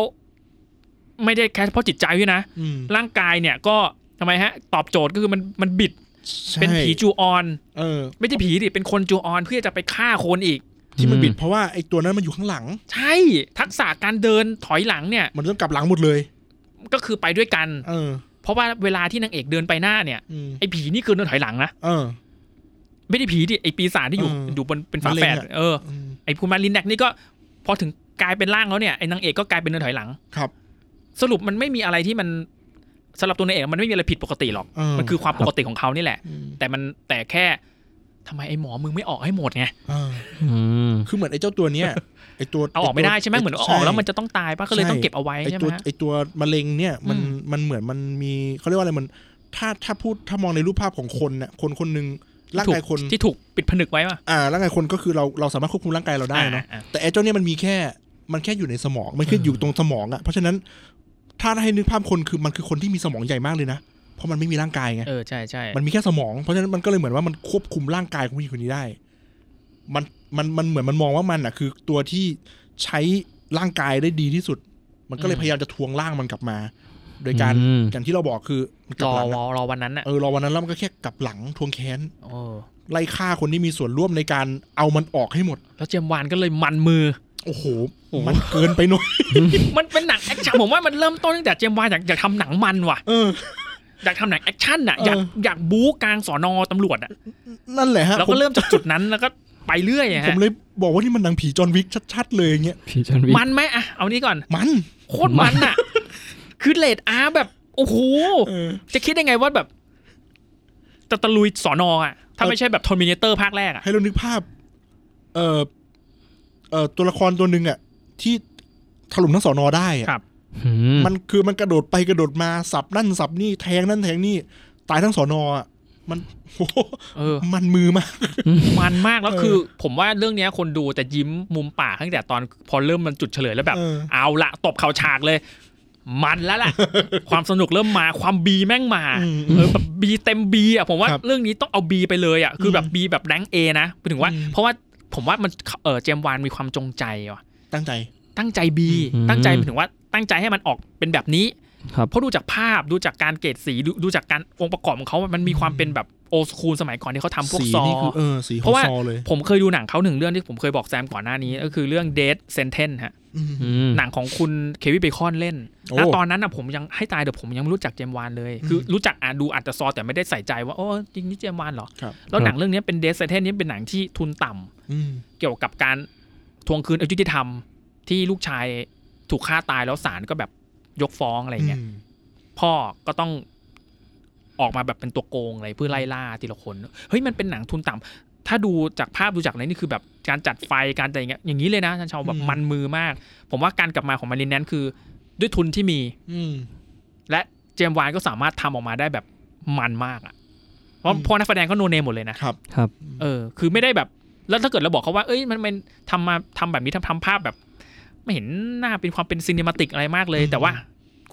ไม่ได้แค่เฉพาะจิตใจด้วยนะ
อืม
ร่างกายเนี่ยก็ทำไมฮะ ตอบโจทย์ก็คือมันมันบิด
ใช่
เป็นผีจูออน
เออ
ไม่ใช่ผีดิเป็นคนจูออนเพื่อจะไปฆ่าคนอีก
ที่มัน
อืม
บิดเพราะว่าไอ้ตัวนั้นมันอยู่ข้างหลัง
ใช่ ทักษะการเดินถอยหลังเนี่ย
มันต้องกลับหลังหมดเลย
ก็คือไปด้วยกัน
เออ
เพราะว่าเวลาที่นางเอกเดินไปหน้าเนี่ย
อืม
ไอ้ผีนี่คือเดินถอยหลังนะ
เออ
ไม่ได้ผีดิไอ้ปีศาจที่อยู่
เออ
อ
อ
ยู่บนเป็นฝาแฝดเออ
อืม
ไอ้คุณมาลินแนกนี่ก็พอถึงกลายเป็นร่างแล้วเนี่ยไอ้นางเอกก็กลายเป็นเดินถอยหลัง
ครับ
สรุปมันไม่มีอะไรที่มันสำหรับตัวนางเอกมันไม่มีอะไรผิดปกติหรอก
เออ
มันคือความปกติของเขานี่แหละ
ม
แต่มันแต่แค่ทำไมไอ้หมอมึงไม่ออกให้หมดไง
เออคือเหมือนไอ้เจ้าตัวเนี้ย ไอ้ตัว
เอาออกไม่ได้ใช่ไหมเหมือนเอาออกแล้วมันจะต้องตายปะก็เลยต้องเก็บเอาไว้
ไอ้
ใช่ไหม
ตัว
ฮะ
ไอ้ตัวมะเร็งเนี่ยมัน
อืม
มันเหมือนมันมีเขาเรียกว่าอะไรมัน ถ้าถ้าพูดถ้ามองในรูปภาพของคนเนี่ยคนคนหนึ่งร่างกายคน
ที่ถูกปิดผนึกไว้ป่ะ
อ่าร่างกายคนก็คือเราเราสามารถควบคุมร่างกายเราได้เนาะ
อ่อ่
แต่ไอ้เจ้าเนี่ยมันมีแค่ มันแค่อยู่ในสมอง มันแค่อยู่ตรงสมองอะเพราะฉะนั้นถ้าให้นึกภาพคนคือมันคือคนที่มีสมองใหญ่มากเลยนะ เพราะมันไม่มีร่างกายไง
เออใช่ใช่
มันมีแค่สมอง เพราะฉะนั้นมันก็เลยเหมือนว่ามันควบคุมร่างกายของผู้หญิงคนนี้ได้ มัน มัน มันเหมือนมันมองว่ามันอะคือตัวที่ใช้ร่างกายได้ดีที่สุด มันก็เลย
อืม
พยายามจะทวงร่างมันกลับมา โดยการ
อืม
อย่างที่เราบอกคือมันก
ร
ลั
อ
บหลัง
ร
อะ
อรอวันนั้นน่ะ
เออรอวันนั้นแล้วมันก็แค่กลับหลังทวงแค้น
เออ
ไล่ฆ่าคนที่มีส่วนร่วมในการเอามันออกให้หมด
แล้วเจมส์วานก็เลยมันมือ
โอ้โห
โอ้โห
มันเกินไปหน่อย
มันเป็นหนังแอคชั่นผมว่ามันเริ่มต้นตั้งแต่เจมส์วานอยากอยากทำหนังมันว่ะ
เออ
อยากทำหนังแอคชั่นอ่ะ
เออ
อ
อ
ยากอยากบู๊กลางสอนอตำรวจอ่ะ
นั่นแหละฮะ
เราก็เริ่มจากจุดนั้นแล้วก็ไปเรื่อย
ผม
อะ
ผ
ฮะ
มเลยบอกว่านี่มันหนังผีจอห์นวิกชัดๆเลยอย่างเงี้ย
ผีจอนวิก
มันไหมอ่ะเอานี้ก่อน
มัน
โคตรมันอ่ะ คือเลดอาร์แบบ โอ้โห
เออ
จะคิดได้ไงว่าแบบจะตะลุยสอนออ่ะ ถ้า
เออ
ไม่ใช่แบบทอมิเนเตอร์ภาคแรกอ่ะ
ให้เรานึกภาพ เอ่อเอ่อตัวละครตัวหนึ่งอ่ะ ที่ถล่มทั้งสอนอได้อะ
ครับ
มันคือมันกระโดดไปกระโดดมาสับนั่นสับนี่แทงนั่นแทงนี่ ตายทั้งสอนอะมันโห
เออ
มันมือมาก
มันมากแล้ว
เออ
คือ ผมว่าเรื่องเนี้ยคนดูแต่ยิ้มมุมปากตั้งแต่ตอนพอเริ่มมันจุดเฉลยแล้วแบบ
เออ
เอาละตบเข่าฉากเลย มันแล้วล่ะ ความสนุกเริ่มมาความบีแม่งมา
อืม
เออแบบบีเต็มบีอ่ะผมว่า
ครับ
เรื่องนี้ต้องเอาบีไปเลยอ่ะคือแบบ
อืม
บีแบบแรงเอนะหมายถึงว่า
อืม
เพราะว่าผมว่ามันเออเจมส์วานมีความจงใจว่ะ
ตั้งใจ
ตั้งใจบี
อืม
ตั้งใจหมายถึงว่าตั้งใจให้มันออกเป็นแบบนี้
ครับ
เพราะดูจากภาพดูจากการเกรดสีดูดูจากการองค์ประกอบของเขามันมีความเป็นแบบโอสคูลสมัยก่อนที่เขาทำพวก
สี
ซอ
นี่คือเออสีข
เพ
อง
ราะว่า
ซอเลย
ผมเคยดูหนังเขาหนึ่งเรื่องที่ผมเคยบอกแซมก่อนหน้านี้ ก็คือเรื่อง Dead Sentence ฮะ
อืม
หนังของคุณเควินเบคอนเล่น
โอ้
แล้วตอนนั้นนะผมยังให้ตายเดี๋ยวผมยังไม่รู้จักเจมส์วานเลย คือรู้จักอ่ะดูอัดแต่ซอแต่ไม่ได้ใส่ใจว่าโอ้จริงนี่เจมส์วานเหรอ
ครับ
แล้วหนังเรื่องนี้เป็น Dead Sentence นี่เป็นหนังที่ทุนต่ำ
อืม
เกี่ยวกับการทวงคืนอยุติธรรมที่ลูกชายถูกฆ่าตายแล้วศาลก็แบบยกฟ้องอะไรเงี้ยพ่อก็ต้องออกมาแบบเป็นตัวโกงอะไรเพื่อไล่ล่าทีละคนเฮ้ยมันเป็นหนังทุนต่ำถ้าดูจากภาพดูจากอะไรนี่คือแบบการจัดไฟการอะไรอย่างเงี้ยอย่างนี้เลยนะท่านชาวแบบ
อืม
มันมือมาก ผมว่าการกลับมาของมารินแนนคือด้วยทุนที่มี
อืม
และเจมส์วานก็สามารถทำออกมาได้แบบมันมากอ่ะเพราะ
อืม
เพอนักแสดงก็โนเนมหมดเลยนะ
ครับ
เออคือไม่ได้แบบแล้วถ้าเกิดเราบอกเขาว่าเอ้ยมันมันทำมาทำแบบนี้ทำทำภาพแบบ ไม่เห็นหน้าเป็นความเป็นซีนิมาติกอะไรมากเลย แต่ว่า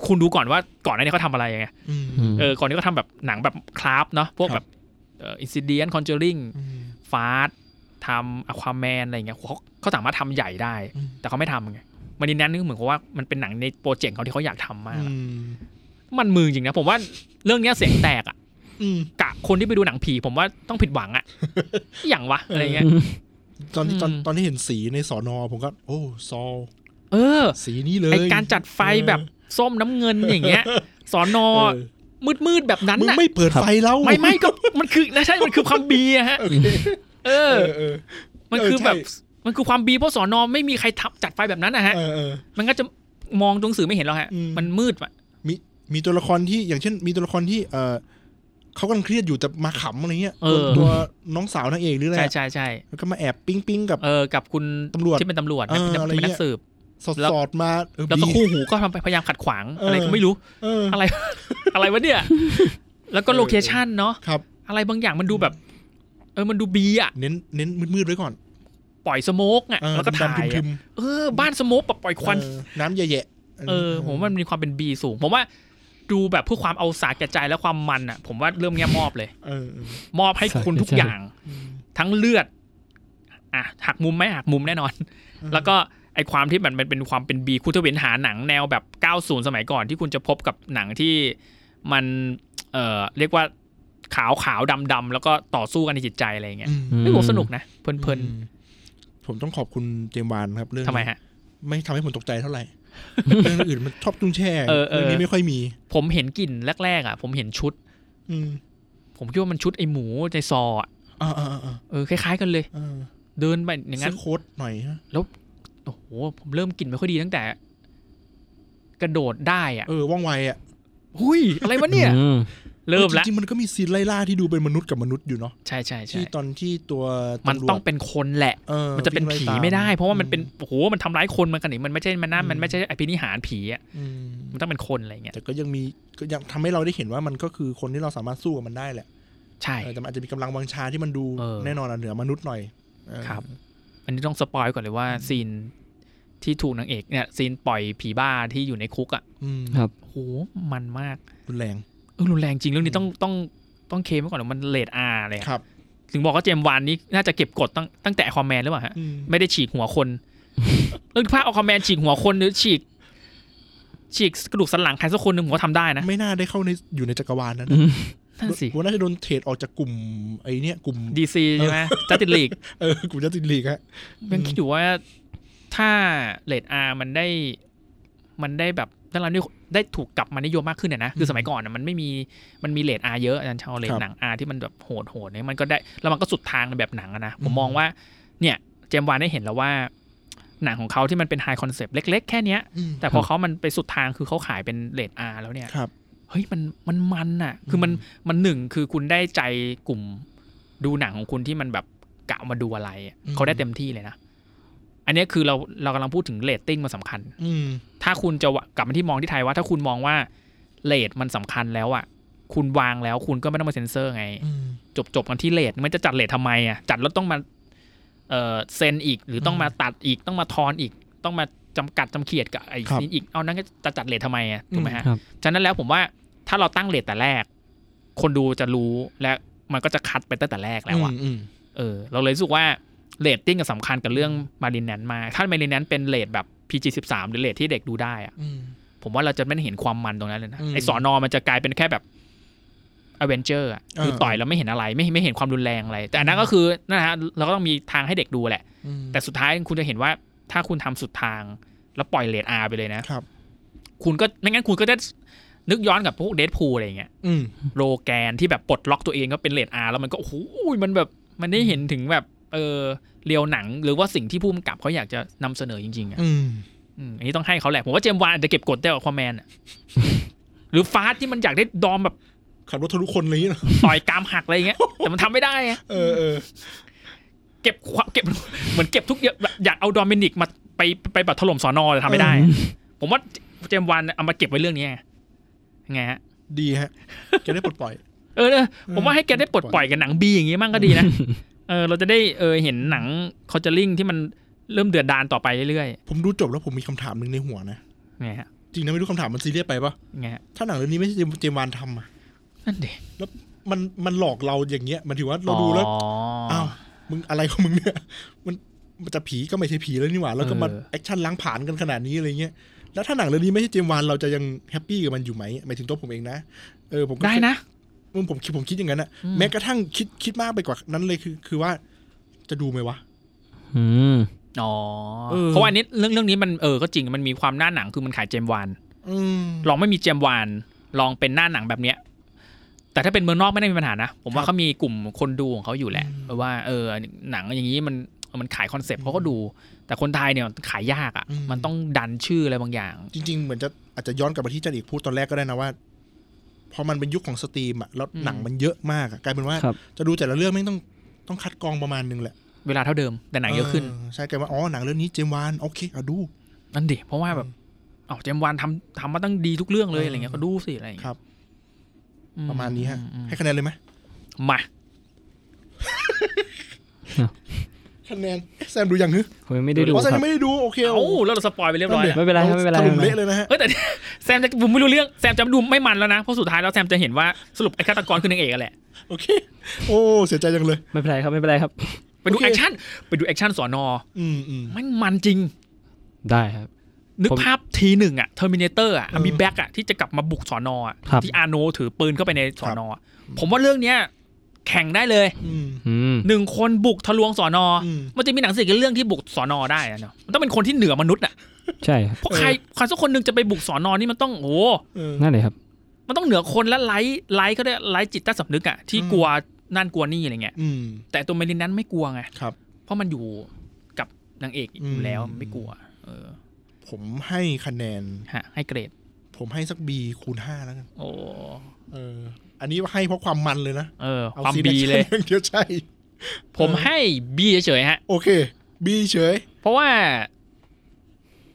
คุณดูก่อนว่าก่อนหน้านี้เขาทำอะไรไง
อืม
เออก่อนนี้ก็ทำแบบหนังแบบคราฟเนาะพวกแบบเอินซิเดียนคอนเจอริง
ม
ฟาสทำอควาแมนอะไรอย่างเงี้ยเขาเขาสามารถทำใหญ่ได้
อืม
แต่เขาไม่ทำไงมันนี่นั่นนึกเหมือนกับว่ามันเป็นหนังในโปรเจกต์เขาที่เขาอยากทำมาก
อืม
มันมือจริงนะผมว่าเรื่องเนี้ยเสียงแตกอะ
อืม
กะคนที่ไปดูหนังผีผมว่าต้องผิดหวังอะอหย่างวะอะไรเงี้ย
ตอนที่ตอน
อืม
ตอนที่เห็นสีในสอนอผมก็ โอ้ซอล
เออ
สีนี้เลย
ไอการจัดไฟแบบส้มน้ำเงินอย่างเงี้ย สอนอ
เออ
มืดมืดๆแบบนั้น
มึง
น่ะ
ไม่เปิดไฟแล้ว
ไม่ไม่ก็มันคือนะใช่มันคือความบีอะฮะ
โอเค
เอ
เอ
อ
อเออ
มันคือแบบ
ใช่
มันคือความบีเพราะสอนอไม่มีใครทับจัดไฟแบบนั้นนะฮะ
เออเออ
มันก็จะมองตรงสื่อไม่เห็นหรอกฮะ
อืม
มันมืดอะ
มีตัวละครที่อย่างเช่น มีตัวละครที่เออเขากำลังเครียดอยู่แต่มาขำอะไรเงี้ย
เออ
ตัวน้องสาวนางเอกหรืออะไร
ใช่ใช่ใช่
แล้วก็มาแอบปิ๊งปิ๊งกับ
เออกับคุณ
ตำรวจ
ที่เป็นตำรวจนะ
เออ
เป็น
อะไร
เป็น
เงี้
นั
ย
กสืบ
สอด
แล้ว
สอดมาเออ
แล้วก็
บี
คู่หูก็ทำพยายามขัดขวางอะไร
เอ
ก็
อ
ไม่รู้
เออ
อะไร อะไรวะเนี่ย แล้วก็
เออ
โลเคชันเนาะ
ครับ
อะไรบางอย่างมันดูแบบ เออมันดูบีอะ
เน้นเน้นมืดๆไว้ก่อน
ปล่อยสโมกอะ
เออ
แล้วก็ถ่า
ดำ
ย
ๆทึ
อะ
ม
เออบ้านสโมกแบบปล่อย
ๆ
ควัน
เออน้ำแย่ๆ
เออผมว่ามันมีความเป็นบีสูง ผมว่าดูแบบเพื่อความเอาสาแก่ใจและความมันอ่ะ ผมว่าเรื่องเนี้ยมอบเลย
เออเออ
มอบให้คุณทุกอย่าง
อืม
ทั้งเลือด อ่ะหักมุมไหมหักมุมแน่นอน
อืม
แล้วก็ไอความที่มันมันเป็นความเป็นบีคุณจะเว้นหาหนังแนวแบบ 90 สมัยก่อนที่คุณจะพบกับหนังที่มันเอ่อเรียกว่าขาวขาวดำดำแล้วก็ต่อสู้กันในจิตใจอะไรอย่างเงี้ย
อืม
เฮ้ยผมสนุกนะเพลินเพลิน
อืมผมต้องขอบคุณเจมส์วานครับ เรื่อง
ๆทำไมฮะ
ไม่ทำให้ผมตกใจเท่าไหร่ เรื่องอื่นมันชอบจุ้งแช่
เออเออ
เรื่องนี้ไม่ค่อยมี
ผมเห็นกลิ่นแรกๆอ่ะ ผมเห็นชุด
อืม
ผมคิดว่ามันชุดไอหมูในซออะ
อ่าอ่าอ่าอ่า
เออคล้ายๆกันเลย
อ่า
เดินไปอย่างนั้น
ซื้อโค้ดหน่อยฮะ
โอ้โหผมเริ่มกลิ่นไม่ค่อยดีตั้งแต่ กระโดดได้อ่ะ
เออว่องไวอ่ะ
หุยอะไรวะเนี่ย เริ่มละ
จริงๆมันก็มีซีนไล่ล่าที่ดูเป็นมนุษย์กับมนุษย์อยู่เนาะ
ใช่ใช่ใช่
ที่ตอนที่ตัว
มัน
ำรวจ
ต้องเป็นคนแหละ
ออ
มันจะเป็นผี
วิ่งล่ต
ไม่ได้ เพราะว่ามันเป็นโอ้โหมันทำร้ายคนมันกันนี่มันไม่ใช่มันน่ามันไม่ใช่อภินิหารผีอ่ะ
อืม
มันต้องเป็นคนอะไรอย่างเงี้ย
แต่ก็ยังมีก็ยังทำให้เราได้เห็นว่ามันก็คือคนที่เราสามารถสู้กับมันได้แหละ
ใช่
เออแต่มันอาจจะมีกำลังวังชาที่มันดู
เออ
แน่นอนอะเหนือมนุษย์หน่อยเออ
ครับ อันนี้ต้องสปอยก่อนเลยว่าซีนที่ถูกนางเอกเนี่ยซีนปล่อยผีบ้าที่อยู่ในคุกอ่ะ
อืม
ครับ
โอ้โหมันมาก
รุนแรง
เออรุนแรงจริงเรื่องนี้ต้องต้องต้องเคลมไว้ก่อนว่ามันเลดอาร์เลยอะ
ครับ
ถึงบอกว่าเจมส์วานนี่น่าจะเก็บกดตั้งตั้งแต่คอมแมนหรือเปล่าฮะ
อืม
ไม่ได้ฉีกหัวคนเรื่องภาพเอาคอมแมนฉีกหัวคนหรือฉีก ฉีกกระดูกสันหลังใครสักคนหนึ่งผมก็ทำได้นะ
ไม่น่าได้เข้าในอยู่ในจักรวาลนั้น
อืม
นั่นสิ
วันน่าจะโดนเทรดออกจากกลุ่มไอ้เนี่ยกลุ่ม
ดีซีใช่ไหมจัสติลีก
เออกลุ่มจัสตินลีกฮะ
ยังคิดอยู่ว่าถ้าเลดอาร์มันได้ มันได้แบบ ถ้าเราได้ได้ถูกกลับมานิยมมากขึ้นเนี่ยนะคือสมัยก่อนนะมันไม่มีมันมีเลทอาเยอะอาจารย์ชาวเลท
ครับ
หนังอาที่มันแบบโหดโหดๆเนี่ยมันก็ได้แล้วมันก็สุดทางในแบบหนังอะนะผมมองว่าเนี่ยเจมส์วานได้เห็นแล้วว่า หนังของเขาที่มันเป็นไฮคอนเซปต์เล็ก ๆ แค่เนี้ย
อืม
แต่พอเขามันไปสุดทางคือเขาขายเป็นเลทอาแล้วเนี่ย
ครับ
เฮ้ยมันมันมันน่ะ คือมัน
อื
มันหนึ่งคือคุณได้ใจกลุ่มดูหนังของคุณที่มันแบบกะมาดูอะไรอะเขาได้เต็มที่เลยนะ อันเนี้ยคือเราเรากำลังพูดถึงเลตติ้งมันสำคัญ
อืม
ถ้าคุณจะวะกลับมาที่มองที่ไทยว่า ถ้าคุณมองว่าเลทมันสำคัญแล้วอ่ะ คุณวางแล้วคุณก็ไม่ต้องมาเซ็นเซอร์ไง
อืม
จบจบกันที่เลทมันจะจัดเลททำไมอ่ะจัดแล้วต้องมาเอ่อเซ็นอีก หรือต้องมาตัดอีกต้องมาทอนอีก ต้องมาจำกัดจำเขียดกับไอ้
ครับ
นี่อีกเอานั้นก็จะจัดเลททำไมอ่ะถูกไหมฮะ
อืมครับ
ฉะนั้นแล้วผมว่าถ้าเราตั้งเลทแต่แรก คนดูจะรู้และมันก็จะคัดไปตั้งแต่แรกแล้วอ่ะเออเราเลยรู้สึกว่าเลตติ้งก็สำคัญกับเรื่องมารินแนนมากถ้ามารินแนนเป็นเลทแบบ PG13 หรือเลทที่เด็กดูได้อ่ะ ผมว่าเราจะไม่ได้เห็นความมันตรงนั้นเลยนะ
อืม
ไอสอนอมันจะกลายเป็นแค่แบบอเวนเจอร์คือ
เออ
ต่อยแล้วไม่เห็นอะไรไม่ไม่เห็นความรุนแรงอะไร แต่อันนั้นก็คือนั่นนะฮะเราก็ต้องมีทางให้เด็กดูแหละ แต่สุดท้ายคุณจะเห็นว่าถ้าคุณทำสุดทาง แล้วปล่อยเลดอาไปเลยนะ
ครับ
คุณก็ไม่งั้นคุณก็จะนึกย้อนกับพวกเด p พูอะไรอย่างเงี้ย
อืม
โรแกนที่แบบปลดล็อกตัวเองก็เป็นเลดอาแล้วมันก็โอ้โหมันแบบมันได้เห็นถึงแบบเออเรียวหนังหรือว่าสิ่งที่ผู้กำกับเขาอยากจะนำเสนอจริงๆอะ
อืม
อืมอันนี้ต้องให้เขาแหละ ผมว่าเจมส์วานอาจจะเก็บกดได้กว่าควาแมนอะ หรือฟาสที่มันอยากได้ดอมแบบ
ขับรถทะลุคนอะไรอย่างเงี้ยเนอะ
ต่อยกรามหักอะไรอย่างเงี้ย แต่มันทำไม่ได้อะ
เออเออ
เก็บความเก็บ เหมือนเก็บทุกอย่างแบบอยากเอาดอมินิกมาไปไปแบบถล่มสอนอแต่ทำไม่ได้ ผมว่าเจมส์วานเอามาเก็บไว้เรื่องนี้ไงยังไงฮะ
ดีฮะ จะได้ปลดปล่อย
เออเนอะผมว่าให้แกได้ปลดปล่อยกับหนังบีอย่างงี้มั่งก็ ดีนะ เออเราจะได้เออเห็นหนังคอจ r ลิงที่มันเริ่มเดือดดานต่อไปเรื่อย
ผมดูจบแล้วผมมีคำถามหนึ่งในหัวนะ
ๆไงฮะ
จริงนะไม่รู้คำถามมันซีเรียสไปปะ
ยังไงฮะ
ถ้าหนังเรื่องนี้ไม่ใช่เจมส์วานทำอะ
นั่นเด็ก
มันมันหลอกเราอย่างเงี้ย มันถือว่าเราดูแล้ว
อ๋ออ
อ้าว มึงอะไรของมึงเนี่ย มันมันจะผีก็ไม่ใช่ผีแล้วนี่หว่า แล้วก็มา
เออ
แอคชั่นล้างผ่านกันขนาดนี้อะไรเงี้ย แล้วถ้าหนังเรื่องนี้ไม่ใช่เจมส์วานเราจะยังแฮปปี้กับมันอยู่ไหมหมายถึงตัวผมเองนะ เออผมก็
ได้นะ
ผมผมคิดผมคิดอย่างนั้นอะ
อืม
แม้กระทั่งคิดคิดมากไปกว่านั้นเลยคือ คือว่าจะดูไหมวะ
อืม
อ๋อ
เออ
เพราะว่าอันนี้เรื่องเรื่องนี้มันเออก็จริงมันมีความหน้าหนังคือมันขายเจมส์วาน
อืม
ลองไม่มีเจมส์วานลองเป็นหน้าหนังแบบเนี้ย แต่ถ้าเป็นเมืองนอกไม่ได้มีปัญหานะ ผมว่าเขามีกลุ่มคนดูของเขาอยู่แหละว่าเออหนังอย่างนี้มันมันขายคอนเซปต์เขาก็ดู แต่คนไทยเนี่ยขายยาก
อืม
อะ่ะมันต้องดันชื่ออะไรบางอย่าง
จริงๆ เหมือนจะอาจจะย้อนกลับมาที่อาจันเอกพูดตอนแรกก็ได้นะว่าพอมันเป็นยุคของสตรีมอะแล้ว
อืม
หนังมันเยอะมากอะกลายเป็นว่า
ครับ
จะดูแต่ละเรื่องไม่งต้องต้องคัดกรองประมาณนึงแหละ
เวลาเท่าเดิมแต่หนังเยอะขึ้น
ใช่กลายเป็นว่าอ๋อหนังเรื่องนี้เจมส์วานโอเคเอาดู
นั่นดิเพราะว่าแบบเอาเจมส์วานทำทำมาตั้งดีทุกเรื่องเลยอะไรเงี้ยก็ดูสิอะไรอย่าง
ค
เงี้
รั
ย
บ
อื
ประมาณนี้ฮะ
อืม
ให้คะแนนเลยไหม
มา
คะแนนแซมดูยังฮึ
ผมยังไม่ได้ดู
อ๋อแซม
ครั
ยัง
บ
ไม่ได้ดูโอเค
เอ้าแล้วเราสปอยไปเรียบร้อยแล้ว
ไม่เป็นไรไม่เป็นไร
ถล่ม
ไม่เป็น
เละเล
ไร
ยนะฮะ
เอ้ยแต่ แซมจะผมไม่รู้เรื่องแซมจะดูไม่มันแล้วนะ เพราะสุดท้ายแล้วแซมจะเห็นว่าสรุปไอ้ฆาตกรคือนางเอกอะแหละ
โอเค โอ้เสียใจจังเลย
ไม่เป็นไรครับไม่เป็นไรครับ
ไปดู
โอเค
แอคชั่นไปดูแอคชั่นสอนอ
อืมอืม
มันมันจริง
ได้ครับ
นึก
ผม
ภาพทีหนึ่งอะเทอร์มินเตอร์อะ
เออ
มีแบ็กอะที่จะกลับมาบุกสอนออะ
ครับ
ที่อาโนถือปืนเข้าไปในสอนออะผมว่าเรื่องเนี้ยแข่งได้เลย
อืม
อืม
หนึ่งคนบุกทะลวงสอนออ
อืม
มันจะมีหนังสือกี่เรื่องที่บุกสอนอได้อะเนาะมันต้องเป็นคนที่เหนือมนุษย์อะ
ใช่ครับ
เพราะใครใครสักคนหนึ่งจะไปบุกสอนอนี่มันต้องโอ้
เออ
นั่นเลยครับ
มันต้องเหนือคนและไร้ไร้ก็ได้ไร้จิตใต้สำนึกอะที่
อืม
กลัวนั่นกลัวนี่อะไรเงี้ย
อืม
แต่ตัวเมลินนั้นไม่กลัวไง
ครับ
เพราะมันอยู่กับนางเอกอ
อืม
ยู่แล้วไม่กลัว เออ
ผมให้คะแนน
ฮะให้เกรด
ผมให้สักบีคูณห้าแล้วกัน
โอ้
เออ อันนี้ให้เพราะความมันเลยนะ
เออ
อ
ความ
ซีน
บี เลย
แอคชั่นอางเดียวใช่
ผมให้บีเฉยๆฮะ
โอเค บีเฉย
เพราะว่า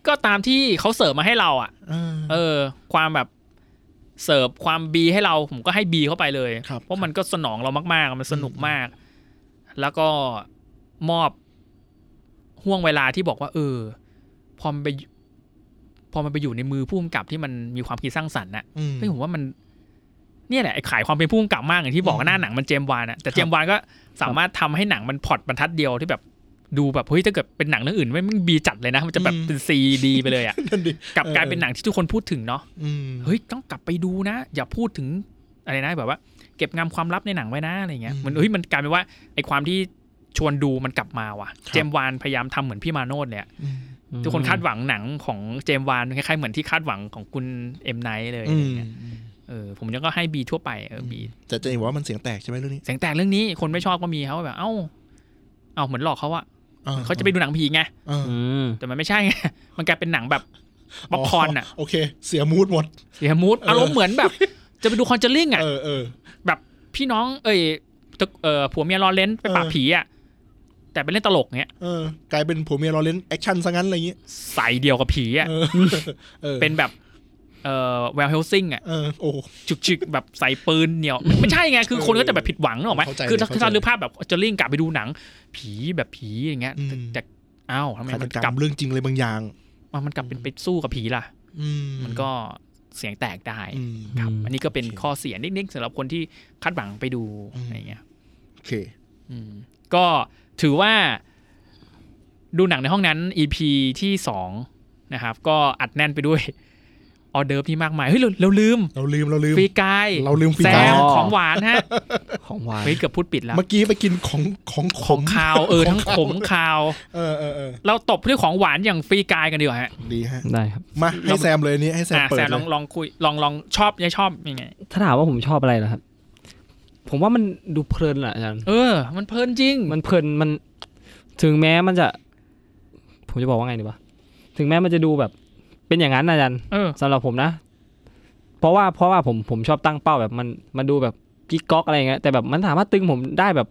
ก็ตามที่เขาเสิร์ฟมาให้เราอ่ะ
เออ
เออ ความแบบเสิร์ฟความบีให้เรา ผมก็ให้บีเข้าไปเลย
ครับ
เพราะมันก็สนองเรามากๆ มันสนุกมาก แล้วก็มอบห่วงเวลาที่บอกว่า เออ พอมันไปพอมันไปอยู่ในมือผู้กำกับที่มันมีความคิดสร้างสรรค์น่ะ
ม
เฮ้ยผมว่ามัน เนี่ยแหละไอ้ขายความเป็นผู้กำกับมากอย่างที่บอกว่าหน้าหนังมันเจมส์วานอะแต่
ครับ
เจมส์วานก็สามารถทำให้หนังมันพล็อดบรรทัดเดียวที่แบบ ดูแบบเฮ้ยถ้าเกิดเป็นหนังเรื่องอื่นไม่ไม่บีจัดเลยนะมันจะแบบเป็นซีดีไปเลยอะ
นั่นดิ
กลับกลาย
เออ
เป็นหนังที่ทุกคนพูดถึงเนาะ
อืม
เฮ้ยต้องกลับไปดูนะ อย่าพูดถึงอะไรนะแบบว่า เก็บงำความลับในหนังไว้นะอะไรเงี้ย
อืม
มันเฮ้ยมันกลายเป็นว่าไอความที่ชวนดูมันกลับมาว่ะ
ครับ
เจมส์วานพยายามทำเหมือนพี่มาโนดเนี่ย
อืม
ทุกคนคาดหวังหนังของเจมส์วานคล้ายๆเหมือนที่คาดหวังของคุณเอ็มไนท์เลย
อื
อะไร
ม
เงี้ยเออผมยังก็ให้บีทั่วไปเออบี
แต่จะเห็นว่ามันเสียงแตกใช่ไหมเรื่องนี้
เสียงแตกเรื่องนี้คนไม่ชอบก็มีเขาแบบเอ้าเอ้าเหมือนหลอกเขาอะเขาจะไปดูหนังผีไง
เออ
อืม
แต่มันไม่ใช่ไง มันกลายเป็นหนังแบบป๊อปคอร์นอะ
โอเค เสียมูดหมด
เสียมูด
เอออ
อารมณ์เหมือนแบบ จะไปดูคอนเจอริ่งอะ
เออเออ
พี่น้องเอ้ยตระเออผัวเมียรอเลนไปปราบ
เออ
ผีอะแต่ไปเล่นตลกเงี้ย
เออ กลายเป็นผัวเมียเราเล่นแอคชั่นซะงั้นอะไรอย่างเงี้ย
ใส่เดียวกับผีอะ
เออ ออ
เป็นแบบเออแวลเฮลซิงอะ
เออโอ้
จุกๆแบบใส่ปืนเหนียว ไม่ใช่ไง คือ
เออ
คนก็จะแบบผิดหวังนึกออกไหม
เข้าใจ
คือ
เลย
ถ้า
เข้าใจ
ถ้าลือภาพแบบจะลิ่งกลับไปดูหนัง ผีแบบผีอย่างเงี้ย
อืม
แต่อ้าวทำไม
ฆาต
มัน
กร
กลั
ร
บ
มเรื่องจริงเลยบางอย่าง
มันมันกลับเป็นไปสู้กับผีล่ะ
อื
มันก็เสียงแตกได้
อืม
ครับอันนี้ก็เป็น
โอเค
ข้อเสียนิดๆสำหรับคนที่คาดหวังไปดู
อืม
อะไรเงี้ย
โอเค
อืมก็ถือว่า ดูหนังในห้องนั้น EP ที่สองนะครับ ก็อัดแน่นไปด้วยออเดิร์ฟที่มากมายเฮ้ยเราเราลืม
เราลืมเราลืม
ฟรีกาย
เราลืมฟรี
แซ
กาย
มของหวานฮะ
ของหวาน
เฮ้ยเกือบพูดปิดแล้ว
เมื่อกี้ไปกินของของขม
ข่าวเออทั้งขมข่าว
เออเออเออ
เราตบด้วยของหวานอย่างฟรีกายกันดีกว่าฮะ
ดีฮะ
ได้ครับ
มาให้แซมเลยอันนี้ให้แซม
อ่ะ
เปิด
แซม
เล
ลอย งลองคุยลองลองชอบยังชอบยังไง
ถ้าถามว่าผมชอบอะไรเหรอครับ ผมว่ามันดูเพลินแหละอาจารย์
เออ มันเพลินจริง
มันเพลินมันถึงแม้มันจะ ผมจะบอกว่าไงดีวะถึงแม้มันจะดูแบบ เป็นอย่างนั้นนะอาจารย์
เออ
สำหรับผมนะ เพราะว่าเพราะว่าผมผมชอบตั้งเป้าแบบมันมันดูแบบกิ๊กก๊อกอะไรอย่างเงี้ยแต่แบบมันสามารถตึงผมได้แบบ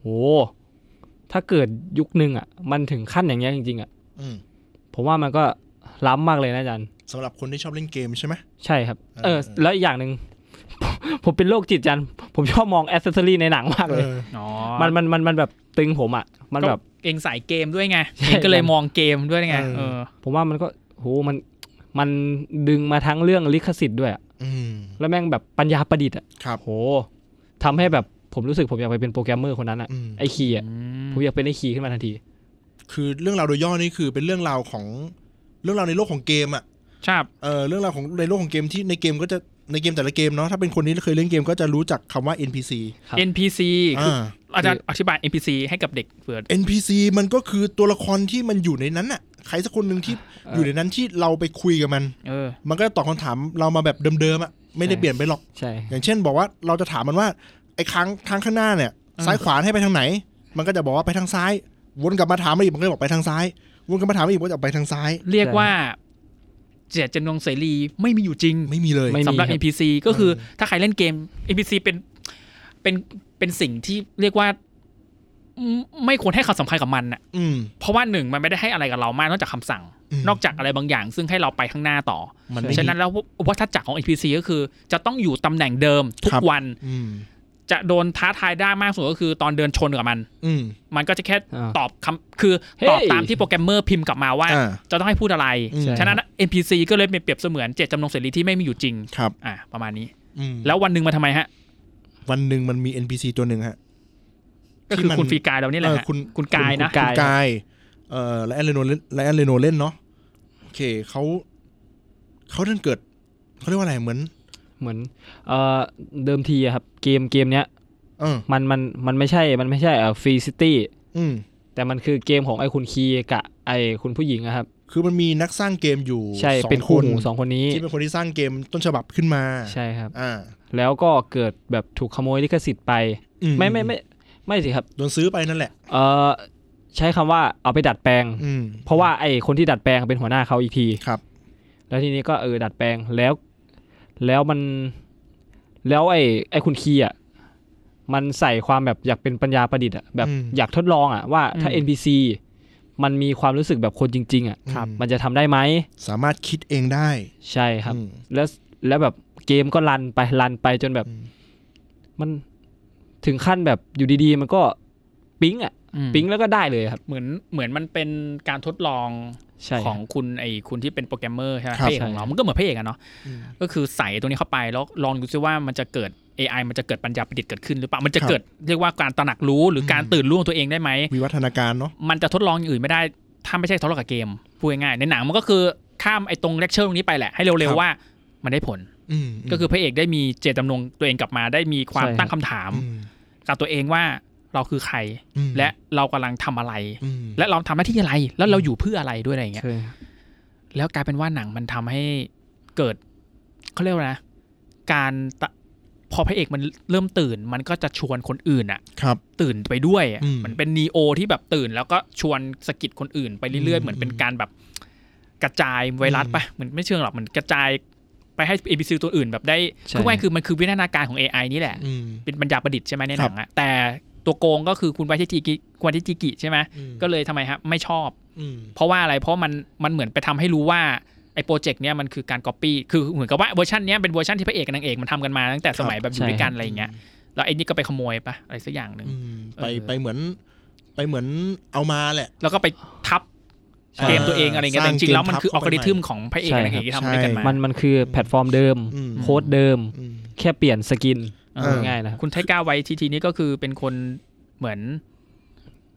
โหถ้าเกิดยุคนึงอ่ะ มันถึงขั้นอย่างเงี้ยจริงๆอ่ะ
อืม
ผมว่ามันก็ล้ำมากเลยนะอาจารย์
สำหรับคนที่ชอบเล่นเกมใช่ไหม
ใช่ครับ
เอ
เอ
อ
อ แล้วอีกอย่างหนึ่ง ผมเป็นโรคจิตจันผมชอบมองแอสเซสซอรี่ในหนังมากเลย
ออ
อ๋อ
มันมันมันมันแบบตึงผมอ่ะ มันแบบ
เองสายเกมด้วยไง
ใช่
เองก็เลยมองเกมด้วยไงเออ
ผมว่ามันก็โหมันมันดึงมาทั้งเรื่องลิขสิทธิ์ด้วยอะ
อืม
แล้วแม่งแบบปัญญาประดิษฐ์อ่ะ
ครับ
โหทำให้แบบผมรู้สึกผมอยากไปเป็นโปรแกรมเมอร์คนนั้นอ่ะ
อืม
ไอคีย์อ่ะผมอยากเป็นไอคีย์ขึ้นมาทันที
คือเรื่องราวโดยย่อนี่คือเป็นเรื่องราวของเรื่องราวในโลกของเกมอ่ะ
ชอบ
เออเรื่องราวของในโลกของเกมที่ในเกมก็จะในเกมแต่ละเกมเนาะถ้าเป็นคนที่เคยเล่นเกมก็จะรู้จักคำว่า NPC
NPC คือ
อ่า
อาจารย์อธิบาย NPC ให้กับเด็กเผื่อ
NPC มันก็คือตัวละครที่มันอยู่ในนั้นน่ะ ใครสักคนหนึ่งที่
เออ
อ
อ
ยู่ในนั้นที่เราไปคุยกับมัน
เออ
มันก็จะตอบคำถามเรามาแบบเดิมๆอ่ะไม่ได้เปลี่ยนไปหรอก
ใช่
อย่างเช่นบอกว่าเราจะถามมันว่าไอ้ค้างทางข้างหน้าเนี่ย
อืม
ซ้ายขวาให้ไปทางไหน มันก็จะบอกว่าไปทางซ้าย วนกลับมาถามมาอีกมันก็จะบอกไปทางซ้าย วนกลับมาถามมาอีกมันก็จะบอกไปทางซ้าย
เรียกว่าเจตจำนงเสรีไม่มีอยู่จริง
ไม่มีเลย
ไม่
สำ
มี
หรับ
คบ
NPC ก็คือ
เออ
ถ้าใครเล่นเกม NPC เป็นเป็นเป็นสิ่งที่เรียกว่าอืมไม่ควรให้ความสำคัญกับมันน่ะ
อืม
เพราะว่าหนึ่งมันไม่ได้ให้อะไรกับเรามากนอกจากคำสั่ง
ม
นอกจากอะไรบางอย่าง ซึ่งให้เราไปข้างหน้าต่อ
มันไม่มี
ฉะนั้นแล้ววัฏจักรของ NPC ก็คือ จะต้องอยู่ตำแหน่งเดิมทุก
ครับ
วัน
อืม
จะโดนท้าทายได้มากสุดก็คือ ตอนเดินชนกับมัน
อืม
มันก็จะแค่
อ่า
ตอบคำคือ
เฮ้ย
ตอบตามที่โปรแกรมเมอร์พิมพ์กลับมาว่า
อ่า
จะต้องให้พูดอะไร
อืม
ฉะนั้น NPC ก็เลยเป็นเปรียบเสมือนเจตจำนงเสรีที่ไม่มีอยู่จริง
ครับ
อ่ะประมาณนี้
อืม
แล้ววันหนึ่งมาทำไมฮะ
วันหนึ่งมันมี NPC ตัวหนึ่งฮะ
ก็คื
ที่
อ
มัน
คุณฟรีกายเรานี่แหละ
เออ
ฮะ
คุณ
คุณกายนะ
คุณ
คุณกายเอ่อและแอนเรโนและแอนเรโนเล่นเนาะโอเคเขาเขาท่านเกิดเขาเรียกว่าอะไรเหมือน
เหมือนเอ่อเดิมทีอะครับ เกมเกมเนี้ย
เออ
มันมันมันไม่ใช่มันไม่ใช่เอ่อฟรีซิตี้
อืม
แต่มันคือเกมของไอคุณคีย์กับไอคุณผู้หญิงอะครับ
คือมันมีนักสร้างเกมอยู่
ใช่
สอง
เป็น
ค
คู่
น
หูสองคนนี้
ที่เป็นคนที่สร้างเกมต้นฉบับขึ้นมา
ใช่ครับ
อ่า
แล้วก็เกิดแบบถูกขโมยลิขสิทธิ์ไป
อื
ไม่ไม่ไม่ไม่สิครับ
โดนซื้อไปนั่นแหละ
เออใช้คำว่าเอาไปดัดแปลง
อืม
เพราะว่าไอ้คนที่ดัดแปลงเป็นหัวหน้าเขาอีกที
ครับ
แล้วทีนี้ก็เออดัดแปลงแล้ว แล้วมัน แล้วไอ้ไอ้คุณคีย์อ่ะมันใส่ความแบบอยากเป็นปัญญาประดิษฐ์อ่ะแบบ
อืม
อยากทดลองอ่ะว่าถ้า
อืม
NPC มันมีความรู้สึกแบบคนจริง ๆ อ่ะ
ครับ
มันจะทำได้ไหม
สามารถคิดเองได้
ใช่ครับ
อืม
แล้วแล้วแบบเกมก็รันไปรันไปจนแบบ
อืม
มันถึงขั้นแบบอยู่ดีๆ มันก็ปิ๊งอ่ะปิ๊งแล้วก็ได้เลยครับ
เหมือนเหมือนมันเป็นการทดลอง
ใช่
ข
ค
อ
รั
ง
บ
คุณไอคุณที่เป็นโปรแกรมเมอร์ใช่ไหม
ครั
พ
บ
ระเอกของเรามันก็เหมือนพระเอกอะเนาะ
อืม
ก็คือใส่ตัวนี้เข้าไปแล้วลองดูซิว่ามันจะเกิด AI มันจะเกิดปัญญาประดิษฐ์เกิดขึ้นหรือเปล่ามันจะเกิดเรียกว่าการตระหนักรู้หรือการ
อืม
ตื่นรู้ของตัวเองได้ไหม
วิวัฒนาการเนาะ
มันจะทดลองอย่างอื่นไม่ได้ ถ้าไม่ใช่ทดลองกับเกมพูดง่ายๆในหนังมันก็คือข้ามไอ้ตรงเลคเชอร์ตรงนี้ไปแหละให้เร็วๆว่ามันได้ผล
อืม
ก็คือพระเอกได้มีเจตจำนงตัวเองกลับมา ได้มีความ
ใช่ครับ
ตั้งคำถาม
ม
กับตัวเองว่า เราคือใคร
อืม
และเรากำลังทำอะไร
อืม
และเราทำหน้าที่อะไร แล้วเราอยู่เพื่ออะไรด้วยอะไรอย่างเงี้ย
ใช่
แล้วกลายเป็นว่าหนังมันทำให้เกิดเขาเรียกว่านะการตะพอพระเอกมันเริ่มตื่น มันก็จะชวนคนอื่นอะ
ครับ
ตื่นไปด้วยอะ
อืม
เหมือนเป็นนีโอที่แบบตื่น แล้วก็ชวนสะกิดคนอื่นไปเรื่อยๆ
อืม
เหมือนเป็นการแบบกระจายไวรัส
อืม
ปะเหมือนไม่เชิงหรอกเหมือนกระจายไปให้ ABC ตัวอื่นแบบได้
ใช่
ทุกวันคือมันคือวิวัฒนาการของ AI นี่แหละ
อืม
เป็นปัญญาประดิษฐ์ใช่ไหมใน
ค
ห
รับ
นังอะแต่ตัวโกงก็คือคุณวาทิจิกิคุณวาทิจิกิใช่ไหมก็เลยทำไมฮะไม่ชอบ
อืม
เพราะว่าอะไรเพราะมันมันเหมือนไปทำให้รู้ว่าไอ้โปรเจกต์เนี้ยมันคือการก๊อปปี้คือเหมือนกับว่าเวอร์ชันเนี้ยเป็นเวอร์ชันที่พระเอกกับนางเอกมันทำกันมาตั้งแต่สมัยแบบอยู่ด้วยกันอะไรอย่างเงี้ยแล้วไอ้นี่ก็ไปขโมยปะอะไรสักอย่างหนึ่ง
อืมไป
เออ
ไปเหมือน ไปเหมือนเอามาแหละ
แล้วก็ไปทับ
ใช่
เกมตัวเองอะไรเงี้ย
ส
แต่
ร้าง
จริงๆ แล้ว
เกม
มันคือ
ทั
อั
บ
ล
เข้า
กอ
ไป
ริทึม
ใหม่
ของพระเอกอะไรเงี้ยที่ทำด้วยกัน
ใช่
มา
มันมันคือแพลตฟอร์มเดิม
อืม
โค้ดเดิม
อืม
แค่เปลี่ยนสกิน
เอ
เอ
อ
อ
ง่ายๆนะครับ
คุณไทก้าไว้ทีทีนี้ก็คือเป็นคนเหมือน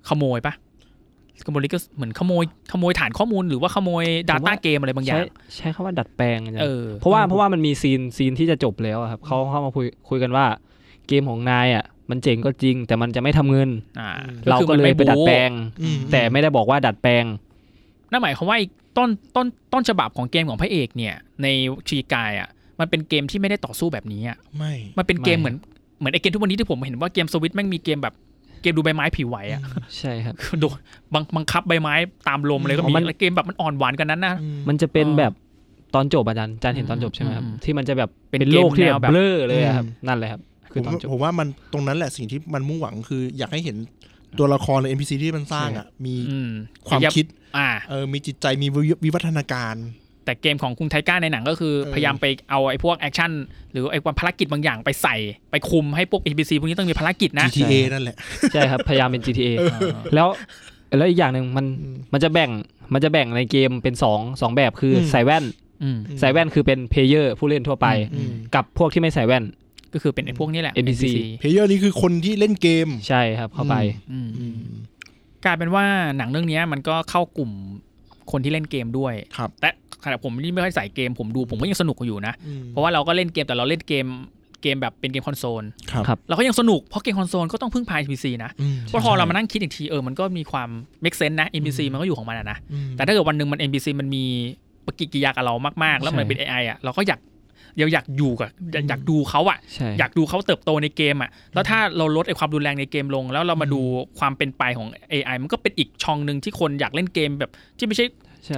ขโมยปะขโมยลิขสิทธิ์เหมือนขโมยขโมยฐานข้อมูลหรือว่าขโมย
ผมว่า
Data เกมอะไรบางอย่า
ใช้
ง
ใช้คำว่าดัดแปลงอาจารย์
เออ
เพราะว่าเพราะว่ามันมีซีนซีนที่จะจบแล้วอะครับเขาเข้ามาคุยคุยกันว่า เกมของนายอ่ะ มันเจ๋งก็จริง แต่มันจะไม่ทำเงิน
อ่า
เรา
คือ
ก็
มัน
เลย
ม่
ไปดัดแปลง
อืม
แต่ไม่ได้บอกว่าดัดแปลง
นั่นหมายความว่าไอ้ต้นต้นต้นฉบับของเกมของพระเอกเนี่ย ในชีกายอ่ะมันเป็นเกมที่ไม่ได้ต่อสู้แบบนี้อะ
ไม่
มันเป็นเกม
ไม่
เหมือนเหมือนไอเกมทุกวันนี้ที่ผมเห็นว่าเกมสวิตแม่งมีเกมแบบเกมดูใบไม้ผิวไหวอ่ะ
ใช่ครับ
โดนบังบังคับใบไม้ตามลมเลยก็
อ๋
มี
อมัน
แล้วเกมแบบมันอ่อนหวานกันนั้นนะ
อื
มันจะเป็น
อ๋อ
แบบตอนจบอาจารย์อาจารย์เห็นตอนจบใช่ไหมครับ
อืมอืม
ที่มันจะแบบ
เป็น
เป็นโลกที่
เกมแน
แบ
ว
บ
แบบ
เบลอเลยอะครับนั่นแหละครับ
ผ
คือ
ม
ตอน
ว่า
จบ
ผมว่ามันตรงนั้นแหละสิ่งที่มันมุ่งหวังคืออยากให้เห็นตัวละครใน NPC ที่มันสร้างอ่ะ มี
อืม
ความ
อย่
คิด
อ่า
เออมีจิตใจมีวิวิวัฒนาการ
แต่เกมของคุณไทก้าในหนังก็คือ
เออ
พยายามไปเอาไอ้พวกแอคชั่นหรือไอ้ความภารกิจบางอย่างไปใส่ ไปคุมให้พวก NPC พวกนี้ต้องมีภารกิจนะ
GTA
ใช่
นั่นแหละ
ใช่ครับ พยายามเป็น GTA
เออ
แล้วแล้วอีกอย่างหนึ่งมัน
อืม
มันจะแบ่งมันจะแบ่งในเกมเป็นสองสองแบบคืออ
ม
ใส่แว่น
อืม
ใส่แว่นคือเป็นเพลเยอร์ผู้เล่นทั่วไป
อื
อืม
กับพวกที่ไม่ใส่แว่น
ก็คือเป็นไอ้พวกนี้แหละ
NPC
เพลเยอร์นี่คือคนที่เล่นเกม
ใช่ครับเข้าไป
อืม
อืม
กลายเป็นว่าหนังเรื่องเนี้ยมันก็เข้ากลุ่มคนที่เล่นเกมด้วย
ครับ
แต่ขณะผมนี่ไม่ค่อยใส่เกมผมดูผมก็ยังสนุกกว่าอยู่นะ
อืม
เพราะว่าเราก็เล่นเกมแต่เราเล่นเกมเกมแบบเป็นเกมคอนโซล
ครับ
ครับ
เราก็ยังสนุกเพราะเกมคอนโซลก็ต้องพึ่งพา NPC นะ
อืม
เพราะพอเรามานั่งคิดอีกทีเออมันก็มีความ make sense นะ NPC มันก็อยู่ของมันอะนะ
อืม
แต่ถ้าเกิดวันหนึ่งมัน NPC มันมีปฏิกิริยากับเรามากๆ แล้วมันเป็น AI อ่ะเราก็อยากอยากอยากอยู่กับอยากอยากดูเขาอ่ะ
ใช่
อยากดูเขาเติบโตในเกมอ่ะแล้วถ้าเราลดไอความรุนแรงในเกมลง แล้วเรามาดูความเป็นไปของ AI มันก็เป็นอีกช่องหนึ่งที่คนอยากเล่นเกมแบบที่ไม่ใช่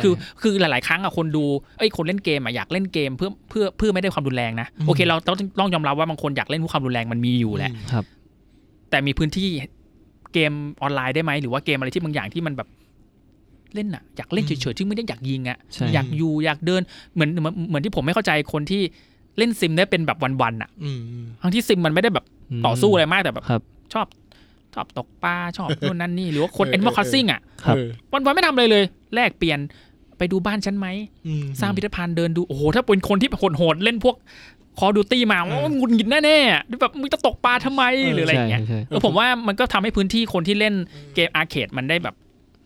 คือคือหลาย ๆ ครั้งอะคนดูเอ้ยคนเล่นเกมอะอยากเล่นเกมเพื่อเพื่อเพื่อไม่ได้ความรุนแรงนะโอเคเราต้องต้องยอมรับว่าบางคนอยากเล่นเพราะความรุนแรงมันมีอยู่แหละ แต่มีพื้นที่เกมออนไลน์ได้ไหมหรือว่าเกมอะไรที่บางอย่างที่มันแบบเล่นอะอยากเล่นเฉย ๆ ที่ไม่ได้อยากยิงอะ
ใช่
อยากอยู่อยากเดินเหมือนเหมือนเหมือนที่ผมไม่เข้าใจคนที่เล่นซิมได้เป็นแบบวันๆอะ
อืมอืม
ทั้งที่ซิมมันไม่ได้แบบ
ม
ต่อสู้อะไรมากแต่แบบ
ครับ
ชอบชอบตกปลาชอบนู่นนั่นนี่หรือว่าคน
เออ
เอ็นมอ
เออ
คัสซิ่งอะ
ครับ
เออ
วันๆไม่ทำอะไรเลย แลกเปลี่ยนไปดูบ้านฉันไหม
อืม
สร้างพิพิธภัณฑ์เดินดู โอ้โห ถ้าเป็นคนที่โหดโหดๆเล่นพวกคอดูตี้มาโอ้หงุดหงิดแน่ๆแบบมึงจะตกปลาทำไม
เออ
หรืออะไรอย่างเงี้ย
ใช่ใช่
เออผมว่ามันก็ทำให้พื้นที่คนที่เล่นเกมอาร์เคดมันได้แบบ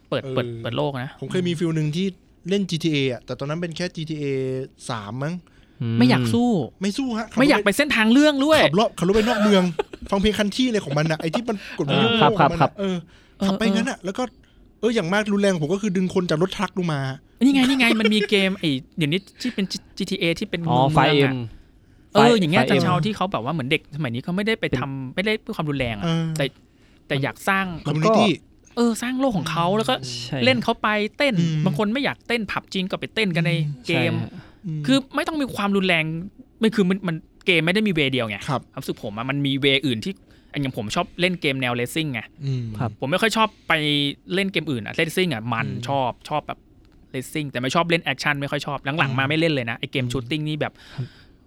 เปิด
เออ
เปิดเปิดโลกนะ
ผมเคยมีฟิลหนึ่งที่เล่น GTA อ่ะแต่ตอนนั้นเป็นแค่ GTA สามมั้ง
ไม่อยากสู้
ไม่สู้ฮะขับรถ
ไม่อยากไปเส้นทางเรื่องด้วย
ขับรถขับรถไปนอกเมือง ฟังเพลงคันที่เลยของมันนะไอ้ที่มันกด
เออ
วิว
ครับครั
ของ
บ
มัน
ครับ
น่ะเออขับไปงั้นอ่ะแล้วก็เอออย่างมากรุนแรงผมก็คือดึงคนจากรถทรัคลงมา
นี่ไงนี่ไงมันมีเกมไอ้เดี๋ยวนี้ที่เป็น GTA ที่เป็น
อ๋อไฟเอ็
เมื
ม
งะเอออย่างเงี้ย
Fire
จัง
Emblem
ชาวที่เขาแบบว่าเหมือนเด็กสมัยนี้เขาไม่ได้ไปทำไม่ได้เพื่อความรุนแรงอะ
เออ
แต่แต่อยากสร้าง
คอมมูนิตี้
เออสร้างโลกของเขาแล้วก็
ใช่
เล่นเขาไปเต้น
อืม
บางคนไม่อยากเต้นผับจริงก็ไปเต้นกันในเกม
ใช่ฮะ
คือไม่ต้องมีความรุนแรงไม่คือมันมันเกมไม่ได้มีเวย์เดียวไง
ครับ
ความรู้สึกผมอะมันมีเวย์อื่นที่อันอย่างผมชอบเล่นเกมแนวเลสซิ่งไง
อืม
ครับ
ผมไม่ค่อยชอบไปเล่นเกมอื่นอะเลสซิ่งอะมัน
อืม
ชอบชอบแบบเลสซิ่งแต่ไม่ชอบเล่นแอคชั่นไม่ค่อยชอบหลังๆมาไม่เล่นเลยนะไอเกม
อืม
ชูตติ้งนี่แบบ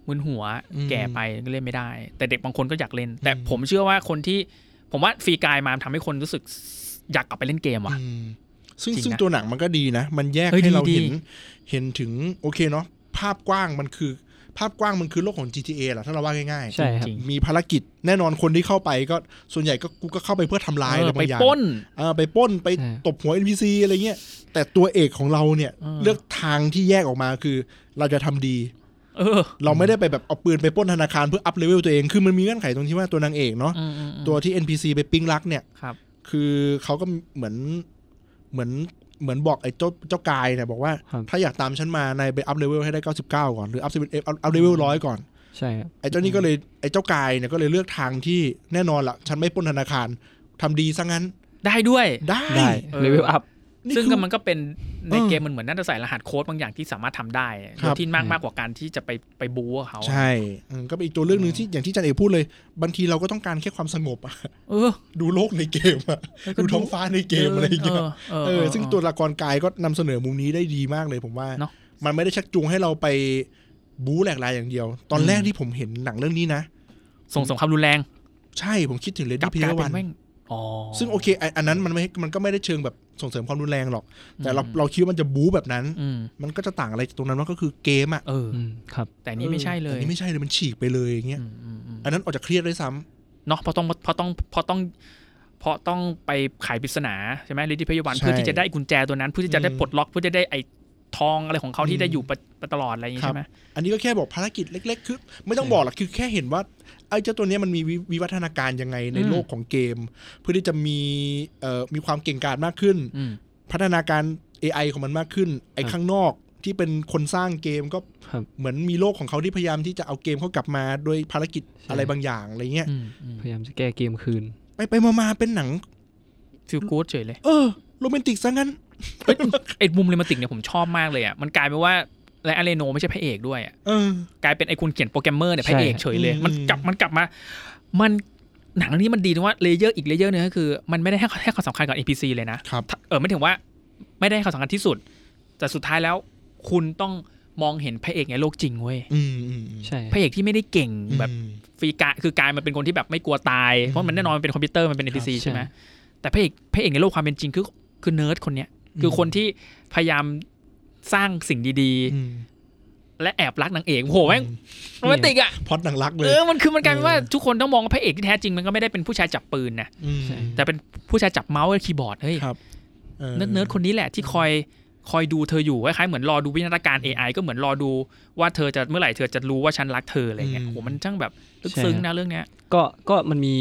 มึนหัว
อืม
แก่ไปก็เล่นไม่ได้ แต่เด็กบางคนก็อยากเล่น แต่
อืม
ผมเชื่อว่าคนที่ผมว่าฟรีกายมาทำให้คนรู้สึกอยากกลับไปเล่นเกมว่ะ
อืมซึ่ง
จริงนะ
ซึ่งตัวหนังมันก็ดีนะ มันแยก
เอ้ย
ให้เรา
ดีดี
เห็น เห็นถึงโอเคเนาะภาพกว้างมันคือ ภาพกว้างมันคือโลกของ GTA แหละถ้าเราว่าง่าย
ใช่ครับ
จริง
มีภารกิจแน่นอนคนที่เข้าไปก็ส่วนใหญ่ก็กูก็เข้าไปเพื่อทำ
ๆ
ร้าย
เอ
อะไร
อไป
บางอย่าง
ปล้น
เออไปปล้นไป
ใช่
ตบหัว NPC อะไรเงี้ยแต่ตัวเอกของเราเนี่ย
เออ
เลือกทางที่แยกออกมาคือ เราจะทำดี
เออ
เราไม่ได้ไปแบบเอาปืนไปปล้นธนาคารเพื่ออัพเลเวลตัวเอง คือมันมีเงื่อนไขตรงที่ว่าตัวนางเอกเนาะ
อืมอืมอืม
ตัวที่ NPC ไปปิ้งรักเนี่ย
ครับ
คือเขาก็เหมือนเหมือนเหมือนบอกไอ้เจ้าเจ้ากายเนี่ยบอกว่า
ครับ
ถ้าอยากตามฉันมานายไปอัพเลเวลให้ได้ 99 ก่อน หรืออัพเป็นอัพเลเวลร้อยก่อน
ใช่ครับ
ไอ้เจ้านี่ก็เลยไอ้เจ้ากายเนี่ยก็เลยเลือกทางที่แน่นอนละฉันไม่ปล้นธนาคารทำดีซะงั้น
ได้ด้วย
ได้
ได้
เออ
เลเวลอัพ
นี่
ซึ่ง
คือ
ก็มันก็เป็นใน
เออ
เกมมันเหมือนน่าจะใส่รหัสโค้ดบางอย่างที่สามารถทำได้
ครั
โด
บ
ยที่มาก
อืม
มากกว่าการที่จะไปไปบู๊กับเขาอะ
ใช่อืมก็เป็นอีกตัวเรื่องหนึ่งที่อย่างที่จันเอกพูดเลย บางทีเราก็ต้องการแค่ความสงบอะ
เออ
ดูโลกในเกมอะ
แล้วก็
ดูท้องฟ้าในเกมอะไรอย่างเงี้ย
เออ
เอ
เอ
อ
อ
ซึ่งตัวละครกายก็นำเสนอมุมนี้ได้ดีมากเลยผมว่า
เนอะ
มันไม่ได้ชักจูงให้เราไปบู๊แหลกลายอย่างเดียว ตอนแรกที่ผมเห็นหนังเรื่องนี้นะ
ส่งสงครามรุนแรง
ใช่ผมคิดถึงเล
กลั
ดี้
บ
เพล
กลาย
ย์
เป็
วัน
นแม่งอ๋อ
ซึ่งโอเคไอ้อันนั้นมันไม่มันก็ไม่ได้เชิงแบบส่งเสริมความรุนแรงหรอก แต่เรา
อืม
เราคิดว่ามันจะบู๊แบบนั้น
อืม
มันก็จะต่างอะไรจากตรงนั้นว่าก็คือเกมอะ
เออ
อืมครับ
แต่อันนี้ไม่ใช่เล
แต่
ย
นี่ไม่ใช่เลยมันฉีกไปเลยอย่างเงี้ย
อืมอืมอืม
อันนั้นออกจากเครียดด้วยซ้ำ
เนาะเพราะต้องเพราะต้องเพราะต้องเพราะต้องไปไขปริศนาใช่ไหมฤทธิพยาวัน
ใช่
เพื่อที่จะได้กุญแจตัวนั้นเพื่อที่จะได้ปลดล็อกเพื่อจะได้ไอ้ทองอะไรของเขา
อื
ที่
ม
ได้อยู่ไปไปตลอดอะไรอย่างงี้
ครับ
ใช่ไหม
อันนี้ก็แค่บอกภารกิจเล็ก ๆ คือ ไม่ต้องบอกหรอกคือแค่เห็นว่าไอ้เจ้าตัวเนี้ยมันมีวิวิวัฒนาการยังไงในโลกของเกม เพื่อที่จะมีเอ่อมีความเก่งกาจมากขึ้น
อืม
พัฒนาการ AI ของมันมากขึ้น ไอ้ข้างนอกที่เป็นคนสร้างเกมก็
ครับ
เหมือนมีโลกของเขาที่พยายามที่จะเอาเกมเขากลับมาด้วยภารกิจอะไรบางอย่างอะไรเงี้ย
อืมอืม
พยายามจะแก้เกมคืน
ไปไปๆมาๆเป็นหนัง
ฟิลกู๊ดเฉยเลย
เออโรแมนติกซะงั้น
ไอ้มุมเรมาติกเนี่ยผมชอบมากเลยอ่ะมันกลายเป็นว่าและอาเลโนไม่ใช่พระเอกด้วยอะ
เออ
กลายเป็นไอ้คนเขียนโปรแกรมเมอร์เนี่ยพ
ใช่
ระเอกเฉยเลย
อืม
มันกลับมันกลับมา มันหนังเรื่องนี้มันดีตรงว่าเลเยอร์อีกเลเยอร์นึงก็คือ มันไม่ได้ให้ให้ความสำคัญกับ NPC เลยนะ
ครับ
เออไม่ถึงว่าไม่ได้ให้ความสำคัญที่สุด แต่สุดท้ายแล้ว คุณต้องมองเห็นพระเอกในโลกจริงเว้ย
อืมอืมอืม
ใช่
พระเอกที่ไม่ได้เก่ง
อืม
แบบฟรีกะคือกายมันเป็นคนที่แบบไม่กลัวตาย เพราะมันแน่นอนมันเป็นคอมพิวเตอร์มันเป็นเอ c ซีใช่ไหมแต่พระเอกพระเอกในโลกความเป็นจริงคือคือเนิร์ดคนเนี้ยคือคนที่พยายามสร้างสิ่งดี
อืม
ๆ และแอบรักนางเอกโอ้โหแม่งโรแมนติกอ่ะ
พล็อดหนังรักเล
เอย อมันคือมันกลายเป็นว่า
เออ
ทุกคนต้องมองว่าพระเอกที่แท้จริงมันก็ไม่ได้เป็นผู้ชายจับปืนนะ
อืม
ใช่
แต่เป็นผู้ชายจับเมาส์และคีย์บอร์ดเฮ้ย
ครับออ
เนิร์ดเนิร์ดคนนี้แหละที่คอยคอยดูเธออยู่คล้ายๆเหมือนรอดูวิวัฒนาการ AI ก็เหมือนรอดูว่าเธอจะเมื่อไหร่เธอจะรู้ว่าฉันรักเธออะไรเงี้ย
อืม
โหมันช่างแบบลึกซึ้งนะเรื่องเนี้ย
ก็ก็มันมี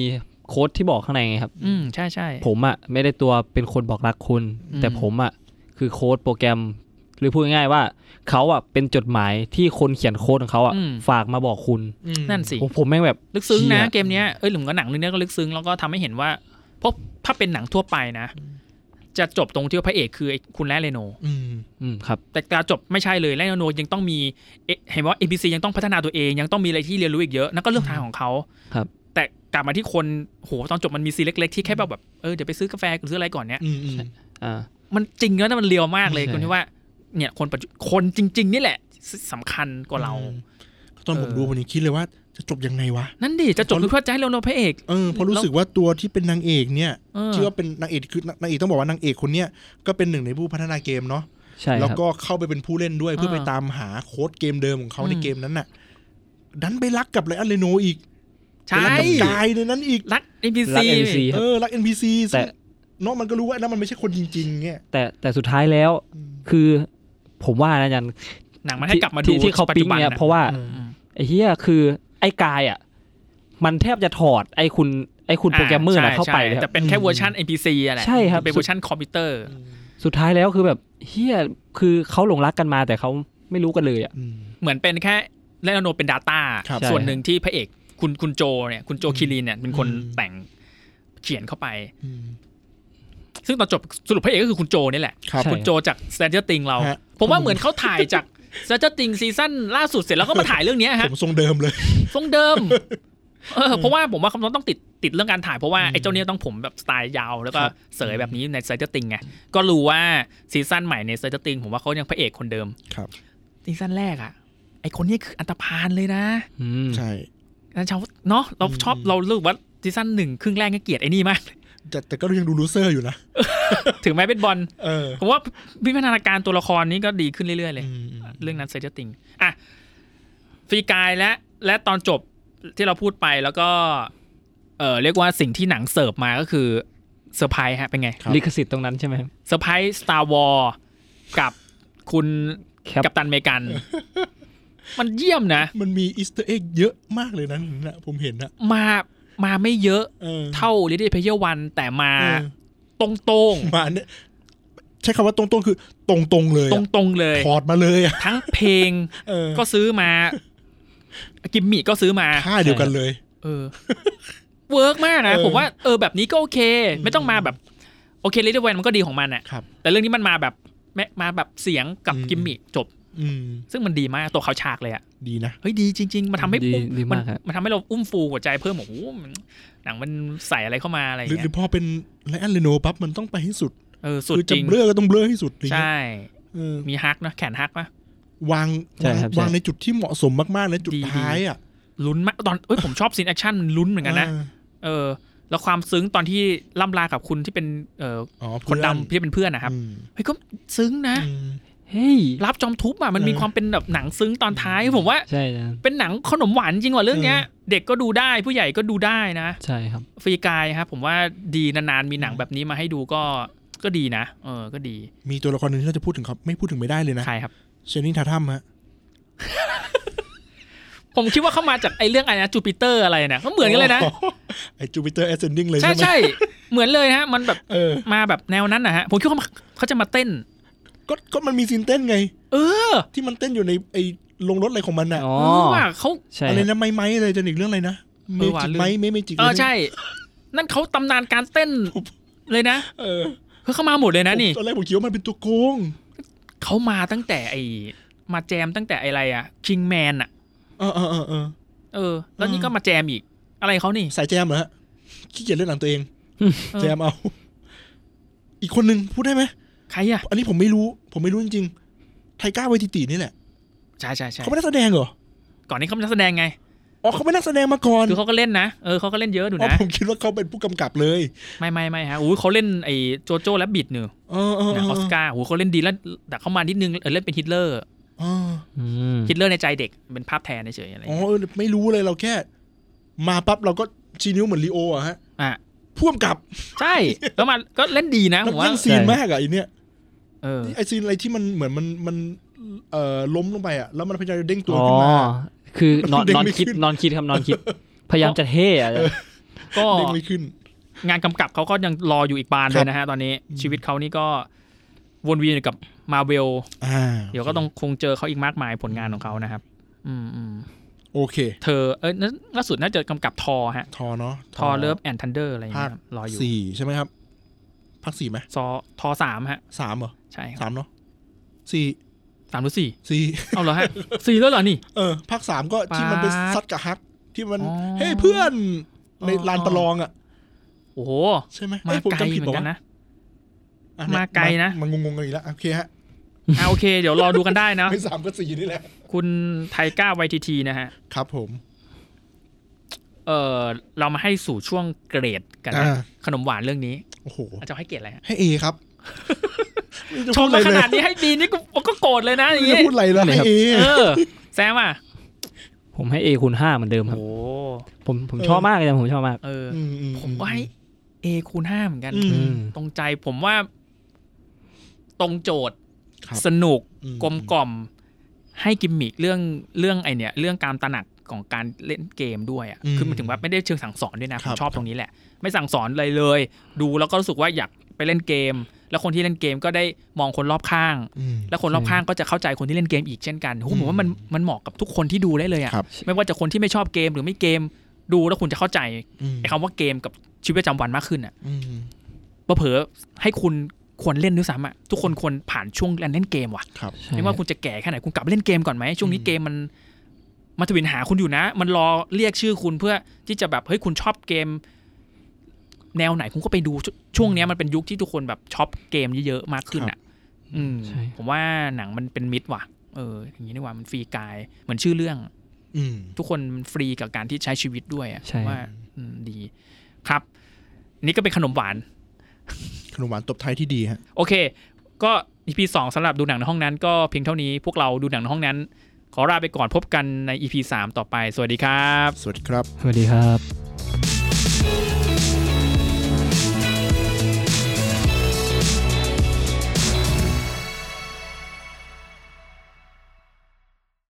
โค้ดที่บอกข้างในไงครับ
อืมใช่ใช่
ผมอะไม่ได้ตัวเป็นคนบอกรักคุณ
อืม
แต่ผมอะคือโค้ดโปรแกรม หรือพูดง่ายๆว่าเขาอะเป็นจดหมายที่คนเขียนโค้ดของเขาอะ
อืม
ฝากมาบอกคุณ
อืม
นั่นสิ
โอ้ผมแม่งแบบ
ลึกซึ้งนะ
เชี่ย
เกมเนี้ยเอ้ยหลุมก็หนังเรื่องเนี้ยก็ลึกซึ้งแล้วก็ทำให้เห็นว่าเพราะถ้าเป็นหนังทั่วไปนะ จะจบตรงที่ว่าพระเอกคือไอ้คุณและเรโน
อืม
อืมครับ
แต่การจบไม่ใช่เลยและเรโนยังต้องมีเอ๊ะเห็นว่าเอ c ซียังต้องพัฒนาตัวเอง ยังต้องมีอะไรที่เรียนรู้อีกเยอะนั่นก็เรื่องทางของเขา
ครับ
แต่กลับมาที่คนโหตอนจบมันมีซีนเล็ก ๆ ที่แค่แบบแบบเออเดี๋ยวไปซื้อกาแฟหรือซื้ออะไรก่อนเนี้ย
อืมอืม
อ่า
มันจริงแล้วนะมันเรียวมากเลย
ใช่
คนที่ว่าเนี่ยคนปัจจุคนจริง ๆ นี่แหละสสำคัญกว่าเรา
อืมตอนผม
เออ
ดูวันนี้คิดเลยว่าจะจบยังไงวะ
นั่นดิจะจบคือว่าจะให้เราโนพระเอก
เออเพราะรู้สึกว่าตัวที่เป็นนางเอกเนี่ย
เออ
ที่ว่าเป็นนางเอกคือนางเอกต้องบอกว่านางเอกคนเนี้ยก็เป็นหนึ่งในผู้พัฒนาเกมเนาะ
ใช่
แล้ว
ครับ
ก็เข้าไปเป็นผู้เล่นด้วยเพื่อไปตามหาโค้ดเกมเดิมของเขาในเกมนั้นน่ะ ดันไปรักกับไลอันเรโนอีก
ใช่
ไปรักกับกายในนั้นอีก
รักเอ็นพี
รั
ซี
ก NPC ครับ
เออรัก NPC
แต่
ซึ่งเนาะมันก็รู้ว่านั่นมันไม่ใช่คนจริง ๆ เนี่ย
แต่แต่สุดท้ายแล้ว
อืม
คือผมว่านะยัน
หนังมันให้กลับมาดู
ที่ที่เขา
ปัจ
ปิ๊
จุ
ง
บัน
เนี่ย
น่ะ
เพราะว่า
อืมอืม
ไอ้เหี้ยคือไอ้กายอ่ะ มันแทบจะถอดไอ้คุณไอ้คุณโปรแกรมเมอร์น่ะ
ใช่
เข้าไป
ใช่
เลยค
แต่
รับ
เป็นแค่เวอร์ชัน NPC อะไร
ใช่ครับ
เป็นเวอร์ชันคอมพิวเตอร์
สุดท้ายแล้วคือแบบเหี้ยคือเขาหลงรักกันมาแต่เขาไม่รู้กันเลยอ่ะ
เหมือนเป็นแค่เลโนเป็น Data
ครับ
ส่วนหนึ่งที่พระเอกคุณคุณโจเนี่ยคุณโจคิรินเนี่ยเป็นคน
อืม
แต่งเขียนเข้าไป
อืม
ซึ่งตอนจบสรุปพระเอกก็คือคุณโจนี่แหละ
ครับ
ใช่
คุณโจจาก s t r a n g e r t h i n g เรา
ฮะ
ผมว่าเหมือนเขาถ่ายจาก s t r a n g e r t h i n g ซีซั่นล่าสุดเสร็จแล้วก็มาถ่ายเรื่องเนี้ย
ผ
ฮะ
มทรงเดิมเลย
ทรงเดิมเออเพราะว่าผมว่าคำนองต้องติดติดเรื่องการถ่ายเพราะว่าไอ้เจ้าเนี้ยต้องผมแบบสไตล์ยาวแล้วก็
ครับ
เสยแบบนี้ใน s t r a n g e r t h i n g ไงก็รู้ว่าซีซั่นใหม่ใน s t r a n g e r t h i n g ผมว่าเขายังพระเอกคนเดิม
ครับ
ซีซั่นแรกอะไอคนนี้คืออันตรพานเลยนะ
อืม
ใช่
อันชาวเนาะเราชอบ
อืม
เราเลือกว่าซีซั่นหนึ่งครึ่งแรกก็เกลียดไอ้นี่ม าก
แต่แต่ก็ยังดูลูเซอร์อยู่นะ
ถึงแม้เป็นบอล
เออ
ผมว่าวิวัฒนาการตัวละครนี้ก็ดีขึ้นเรื่อยๆเลย
อืมอืม
เรื่องนั้นเซจติงอ่ะฟรีกายและและตอนจบที่เราพูดไปแล้วก็ เออเรียกว่าสิ่งที่หนังเสิร์ฟมาก็คือเซอร์ไพรส์ฮะเป็นไง
ครับ
ลิขสิทธิ์ตรงนั้นใช่ไหมครับ
เซอร์ไพรส์ Star Wars กับคุณ
แคป
กัปตันอเมริกัน มันเยี่ยมนะ
มันมีอีสเตอร์เอ็กเยอะมากเลยนะนั่นนะผมเห็นนะ
มามาไม่เยอะ
เออ
เท่า l ิ t เ l e p l a y e r วันแต่มา
เออ
ตรงตรง
มาเนี่ยใช้คำว่าตรงๆคือตรงๆเลย
ตรง
อะ
ตรงๆเลย
ถอดมาเลยอะ
ทั้งเพลง
เออ
ก็ซื้อมา กิมมิกก็ซื้อมา
ท่าเดียวกันเลย
เออ เวิร์กมากนะ
เออ
ผมว่าเออแบบนี้ก็โอเค
อืม
ไม่ต้องมาแบบ โอเคเลดเดอร์แวนมันก็ดีของมันอะ
ครับ
แต่เรื่องนี้มันมาแบบแมมาแบบเสียงกับ
อืม
กิมมิคจบ
อืม
ซึ่งมันดีมากตัวเขาฉากเลยอะ
ดีนะ
เฮ้ยดีจริง ๆ มันทำให้
ดี
อุ้ม
ดี
มัน
มากครับ
มันทำให้เราอุ้มฟูหัวใจเพิ่มโอ้โหมันหนังมันใส่อะไรเข้ามาอะไรอย่าง
หรือหรื
เงี้
อย พอเป็นไลอันเลโนปั๊บมันต้องไปให้สุด
เออสุด
คือ
จ
จะ
ริง
เบลอก็ต้องเบลอให้สุดเลย
ใช่
เออ
มีฮักนะแขนฮักปะ
วาง
ใช่
วาง
ครับใช่
วางในจุดที่เหมาะสมมากๆนะจุด
ดีๆ
ท้ายอ่ะ
ลุ้นมากตอนเอ้ยผมชอบซีนแอคชั่นมันลุ้นเหมือนกันนะ
า
เออ แล้วความซึ้งตอนที่ล่ำลากับคุณที่เป็นเอ่อ
อ๋อ
คน
เพื่อ
ดำที่เป็นเพื่อนนะครับ
อืม
เฮ้ยก็ซึ้งนะ
อืม
เฮ้ย
รับจอมทุบอ่ะมันมี
เออ
ความเป็นแบบหนังซึ้งตอนท้าย ผมว่า
ใช่นะ
เป็นหนังขนมหวานจริงว่ะเรื่องเนี้ย
เอ
เด็กก็ดูได้ผู้ใหญ่ก็ดูได้นะ
ใช่ครับ
ฟรีกายครับผมว่าดีนานๆ มีหนังแบบนี้มาให้ดูก็ก็ดีนะ เออก็ดี
มีตัวละครหนึ่งที่เราจะพูดถึงครับไม่พูดถึงไม่ได้เลยนะ
ใครครับ
เชนนิงทาทัมฮะ
ผมคิดว่าเข้ามาจากไอ้เรื่องอะไรนะจูปิเตอร์อะไรเนี่ยก็เหมือนกันเลยนะ
ไอจูปิเตอร์แอสเซนดิ้งเลย
ใช่
ใช่ไหม
ใช่เหมือนเลยนะฮะมันแบบ
เออ
มาแบบแนวนั้นนะฮะผมคิดว่าเขาเขาจะมาเต้น
ก็ก็มันมีซีนเต้นไง
เออ
ที่มันเต้นอยู่ในไอลงรถอะไรของมันอ่ะ
อ๋อ
เออว่าเขา
ใช่
อะไร
ครับ
นะไม้ไม้อะไรจะอีกเรื่องอะไรนะเม
เออว่ะ
จิก
ลืม
ไม้ไม่เมจิก
เออใช่ นั่นเขาตำนานการเต้นเลยนะ
เออ
คือเขามาหมดเลยนะนี่
ตอนแรกผมคิดว่ามันเป็นตัวโกง
เขามาตั้งแต่ไอมาแจมตั้งแต่ไอ้อะไรอะคิงแมนอะ
เออเออเออเออ
เออ แล้วนี่
อืม
ก็มาแจมอีก อะไรเขานี่
สายแจมเหรอฮะขี้เกียจเล่นหนังตัวเอง
เออ
แจมเอา อีกคนหนึ่งพูดได้ไหม
ใครอะ
อันนี้ผมไม่รู้ ผมไม่รู้จริงๆไทก้าไวติตินี่แหละ
ใช่ใช่ใช่
เขาไม่นักแสดงเหรอ
ก่อนนี้เขาเป็นนักแสดงไง
อ๋อเขาไม่นักแสดงมาก่อน
คือเขาก็เล่นนะเออเขาก็เล่นเยอะดู
อ๋อ
นะ
ผมคิดว่าเขาเป็นผู้กำกับเลย
ไม่ไม่ไม่ฮะอู้ยเขาเล่นไอโจโจ้และบิดเนอะ
เออเอ
ห
อเอ
นังออส
อ
การ์หูเขาเล่นดีแล้วแต่เขามานิดนึงเออเล่นเป็นฮิตเลอร์
เออ
อืม
ฮิตเลอร์ในใจเด็กเป็นภาพแทนเฉยๆอะไรอย่าง
อ๋อ
เงี้ย
เออไม่รู้เลยเราแค่ มาปั๊บเราก็ชี้นิ้วเหมือนลีโออะฮะ
อ่ะ
พ่วงกับ
ใช่ แล้วมันก็เล่นดีนะ
แล้ว
ผมว่า
เล่นซีนมากอะไอเนี้ย
เออ
ไอซีนอะไรที่มันเหมือนมันมันเอ่อล้มลงไปอะแล้วมันพยายามจะเด้งตัว
อ๋อ
ขึ้นมา
คือนอน
เด้ง
นอน
ไม่
คิด
ขึ้น
นอนคิดครับนอนคิด พยายามจะเท่อะ
ก็
เด้งไม่ขึ้น
งานกำกับเขาก็ยังรออยู่อีกบานเลยนะฮะ ตอนนี้
อืม
ชีวิตเขานี่ก็วนเวียนอยู่กับมาเวล
อ่า
เดี๋ยวก็ต้องคงเจอเขาอีกมากมายผลงานของเขานะครับ อืมอืม
โอเค
เธอเอ้ยนั่นล่าสุดน่าจะกำกับทอฮะ
ทอเนาะ
ทอเลิฟแอนทันเดอร์อะไรอย่างเงี้ย
ภาค
ครับรออยู่
สี่ใช่ไหมครับพักสี่ไหม
ซอทอสามฮะ
สามเหรอ
ใช่ค
สา
รับ
มเนาะสี่
สามหรือสี่
สี่
เอาเหรอฮะ สี่แล้วเหรอนี่
เออภาคสามก็ที่มันเป็น
ปาด
ซัดกับฮัก ที่มัน
อ๋อ
เฮ้ยเพื่อนใน
อ๋อ
ลานประลองอ่ะ
โอ้โห
ใช่ไหม
มา
เอ้ยผม
ไกล
จำผิด
เหมือ
บอ
น
ก
กั
ว่าน
นะ
อ่ะ
มาไกลนะ
มันงงๆกันอีกแล้วโอเคฮะ
อ่ะโอเค เดี๋ยวรอดูกันได้นะ
ไม่สามก็สี่นี่แหละ
คุณไทก้าไวทีทีนะฮะ
ครับ ผม
เออเรามาให้สู่ช่วงเกรดกันนะ
อ่า
ขนมหวานเรื่องนี้
โอ้โห
อาจารย์ให้เกรดอะไรฮะ
ให้เอครับ
ชมมาขนาด
นี้
นี้ให้ดีนี่กูก็โกรธเลยนะอย่าง
จะ
งี้
พูดอะไรแล้วให้เอ
เออ แซมอ่ะ
ผมให้ A คูณ5เหมือนเดิมครับ
โอ้
ผมผมชอบมากเลยนะผมชอบมาก
เออ
มอื
ผมก็ให้ A คูณห้าเหมือนกัน
อืม
อืม
ตรงใจผมว่า ตรงโจทย์
ครับ
สนุก
อื
กลมกล่อม ให้กิมมิคเรื่องเรื่องไอเนี่ย เรื่องการตระหนักของการเล่นเกมด้วยอ่ะ
อืม
คือมันถึงว่าไม่ได้เชิงสั่งสอนด้วยนะ
ค
ผ
รั
ม
บ
ชอบตรงนี้แหละ ไม่สั่งสอนเลยเลย ดูแล้วก็รู้สึกว่าอยากไปเล่นเกม แล้วคนที่เล่นเกมก็ได้มองคนรอบข้าง
อืม
แล้วคนรอบข้างก็จะเข้าใจคนที่เล่นเกมอีกเช่นกันโอ้โหผมว่ามันมันเหมาะกับทุกคนที่ดูได้เลยอ่ะ
ครับ
ไม่ว่าจะคนที่ไม่ชอบเกมหรือไม่เกมดูแล้วคุณจะเข้าใจไอ้คำว่าเกมกับชีวิตประจำวันมากขึ้นอ่ะ
อืม
เผลอๆให้คุณควรเล่นด้วยซ้ำอ่ะทุกคนควรผ่านช่วงการเล่นเกมว่ะ
ครับ
ไม่ว่าคุณจะแก่แค่ไหนคุณกลับไปเล่นเกมก่อนไหมช่วงนี้
อืม
เกมมันมาทวินหาคุณอยู่นะ มันรอเรียกชื่อคุณเพื่อที่จะแบบเฮ้ยคุณชอบเกม แนวไหนคุณก็ไปดูชช่วงเนี้ยมันเป็นยุคที่ทุกคนแบบชอบเกมเยอะๆมากขึ้นอ่ะ อืม
ใช่
ผมว่าหนังมันเป็นมิตรว่ะ เออ อย่างนี้ดีกว่ามันฟรีกายเหมือนชื่อเรื่อง
อืม
ทุกคนมันฟรีกับการที่ใช้ชีวิตด้วยอะ
ใช่
ผมว่าอืมดี ครับ นี่ก็เป็นขนมหวาน
ขนมหวานตบท้ายที่ดีฮะ
โอเค ก็อีพีสองสำหรับดูหนังในห้องนั้น ก็เพียงเท่านี้พวกเราดูหนังในห้องนั้น ขอลาไปก่อนพบกันในอีพีสามต่อไป สวัสดีครับ
สวัสดีครับ
สวัสดีครับ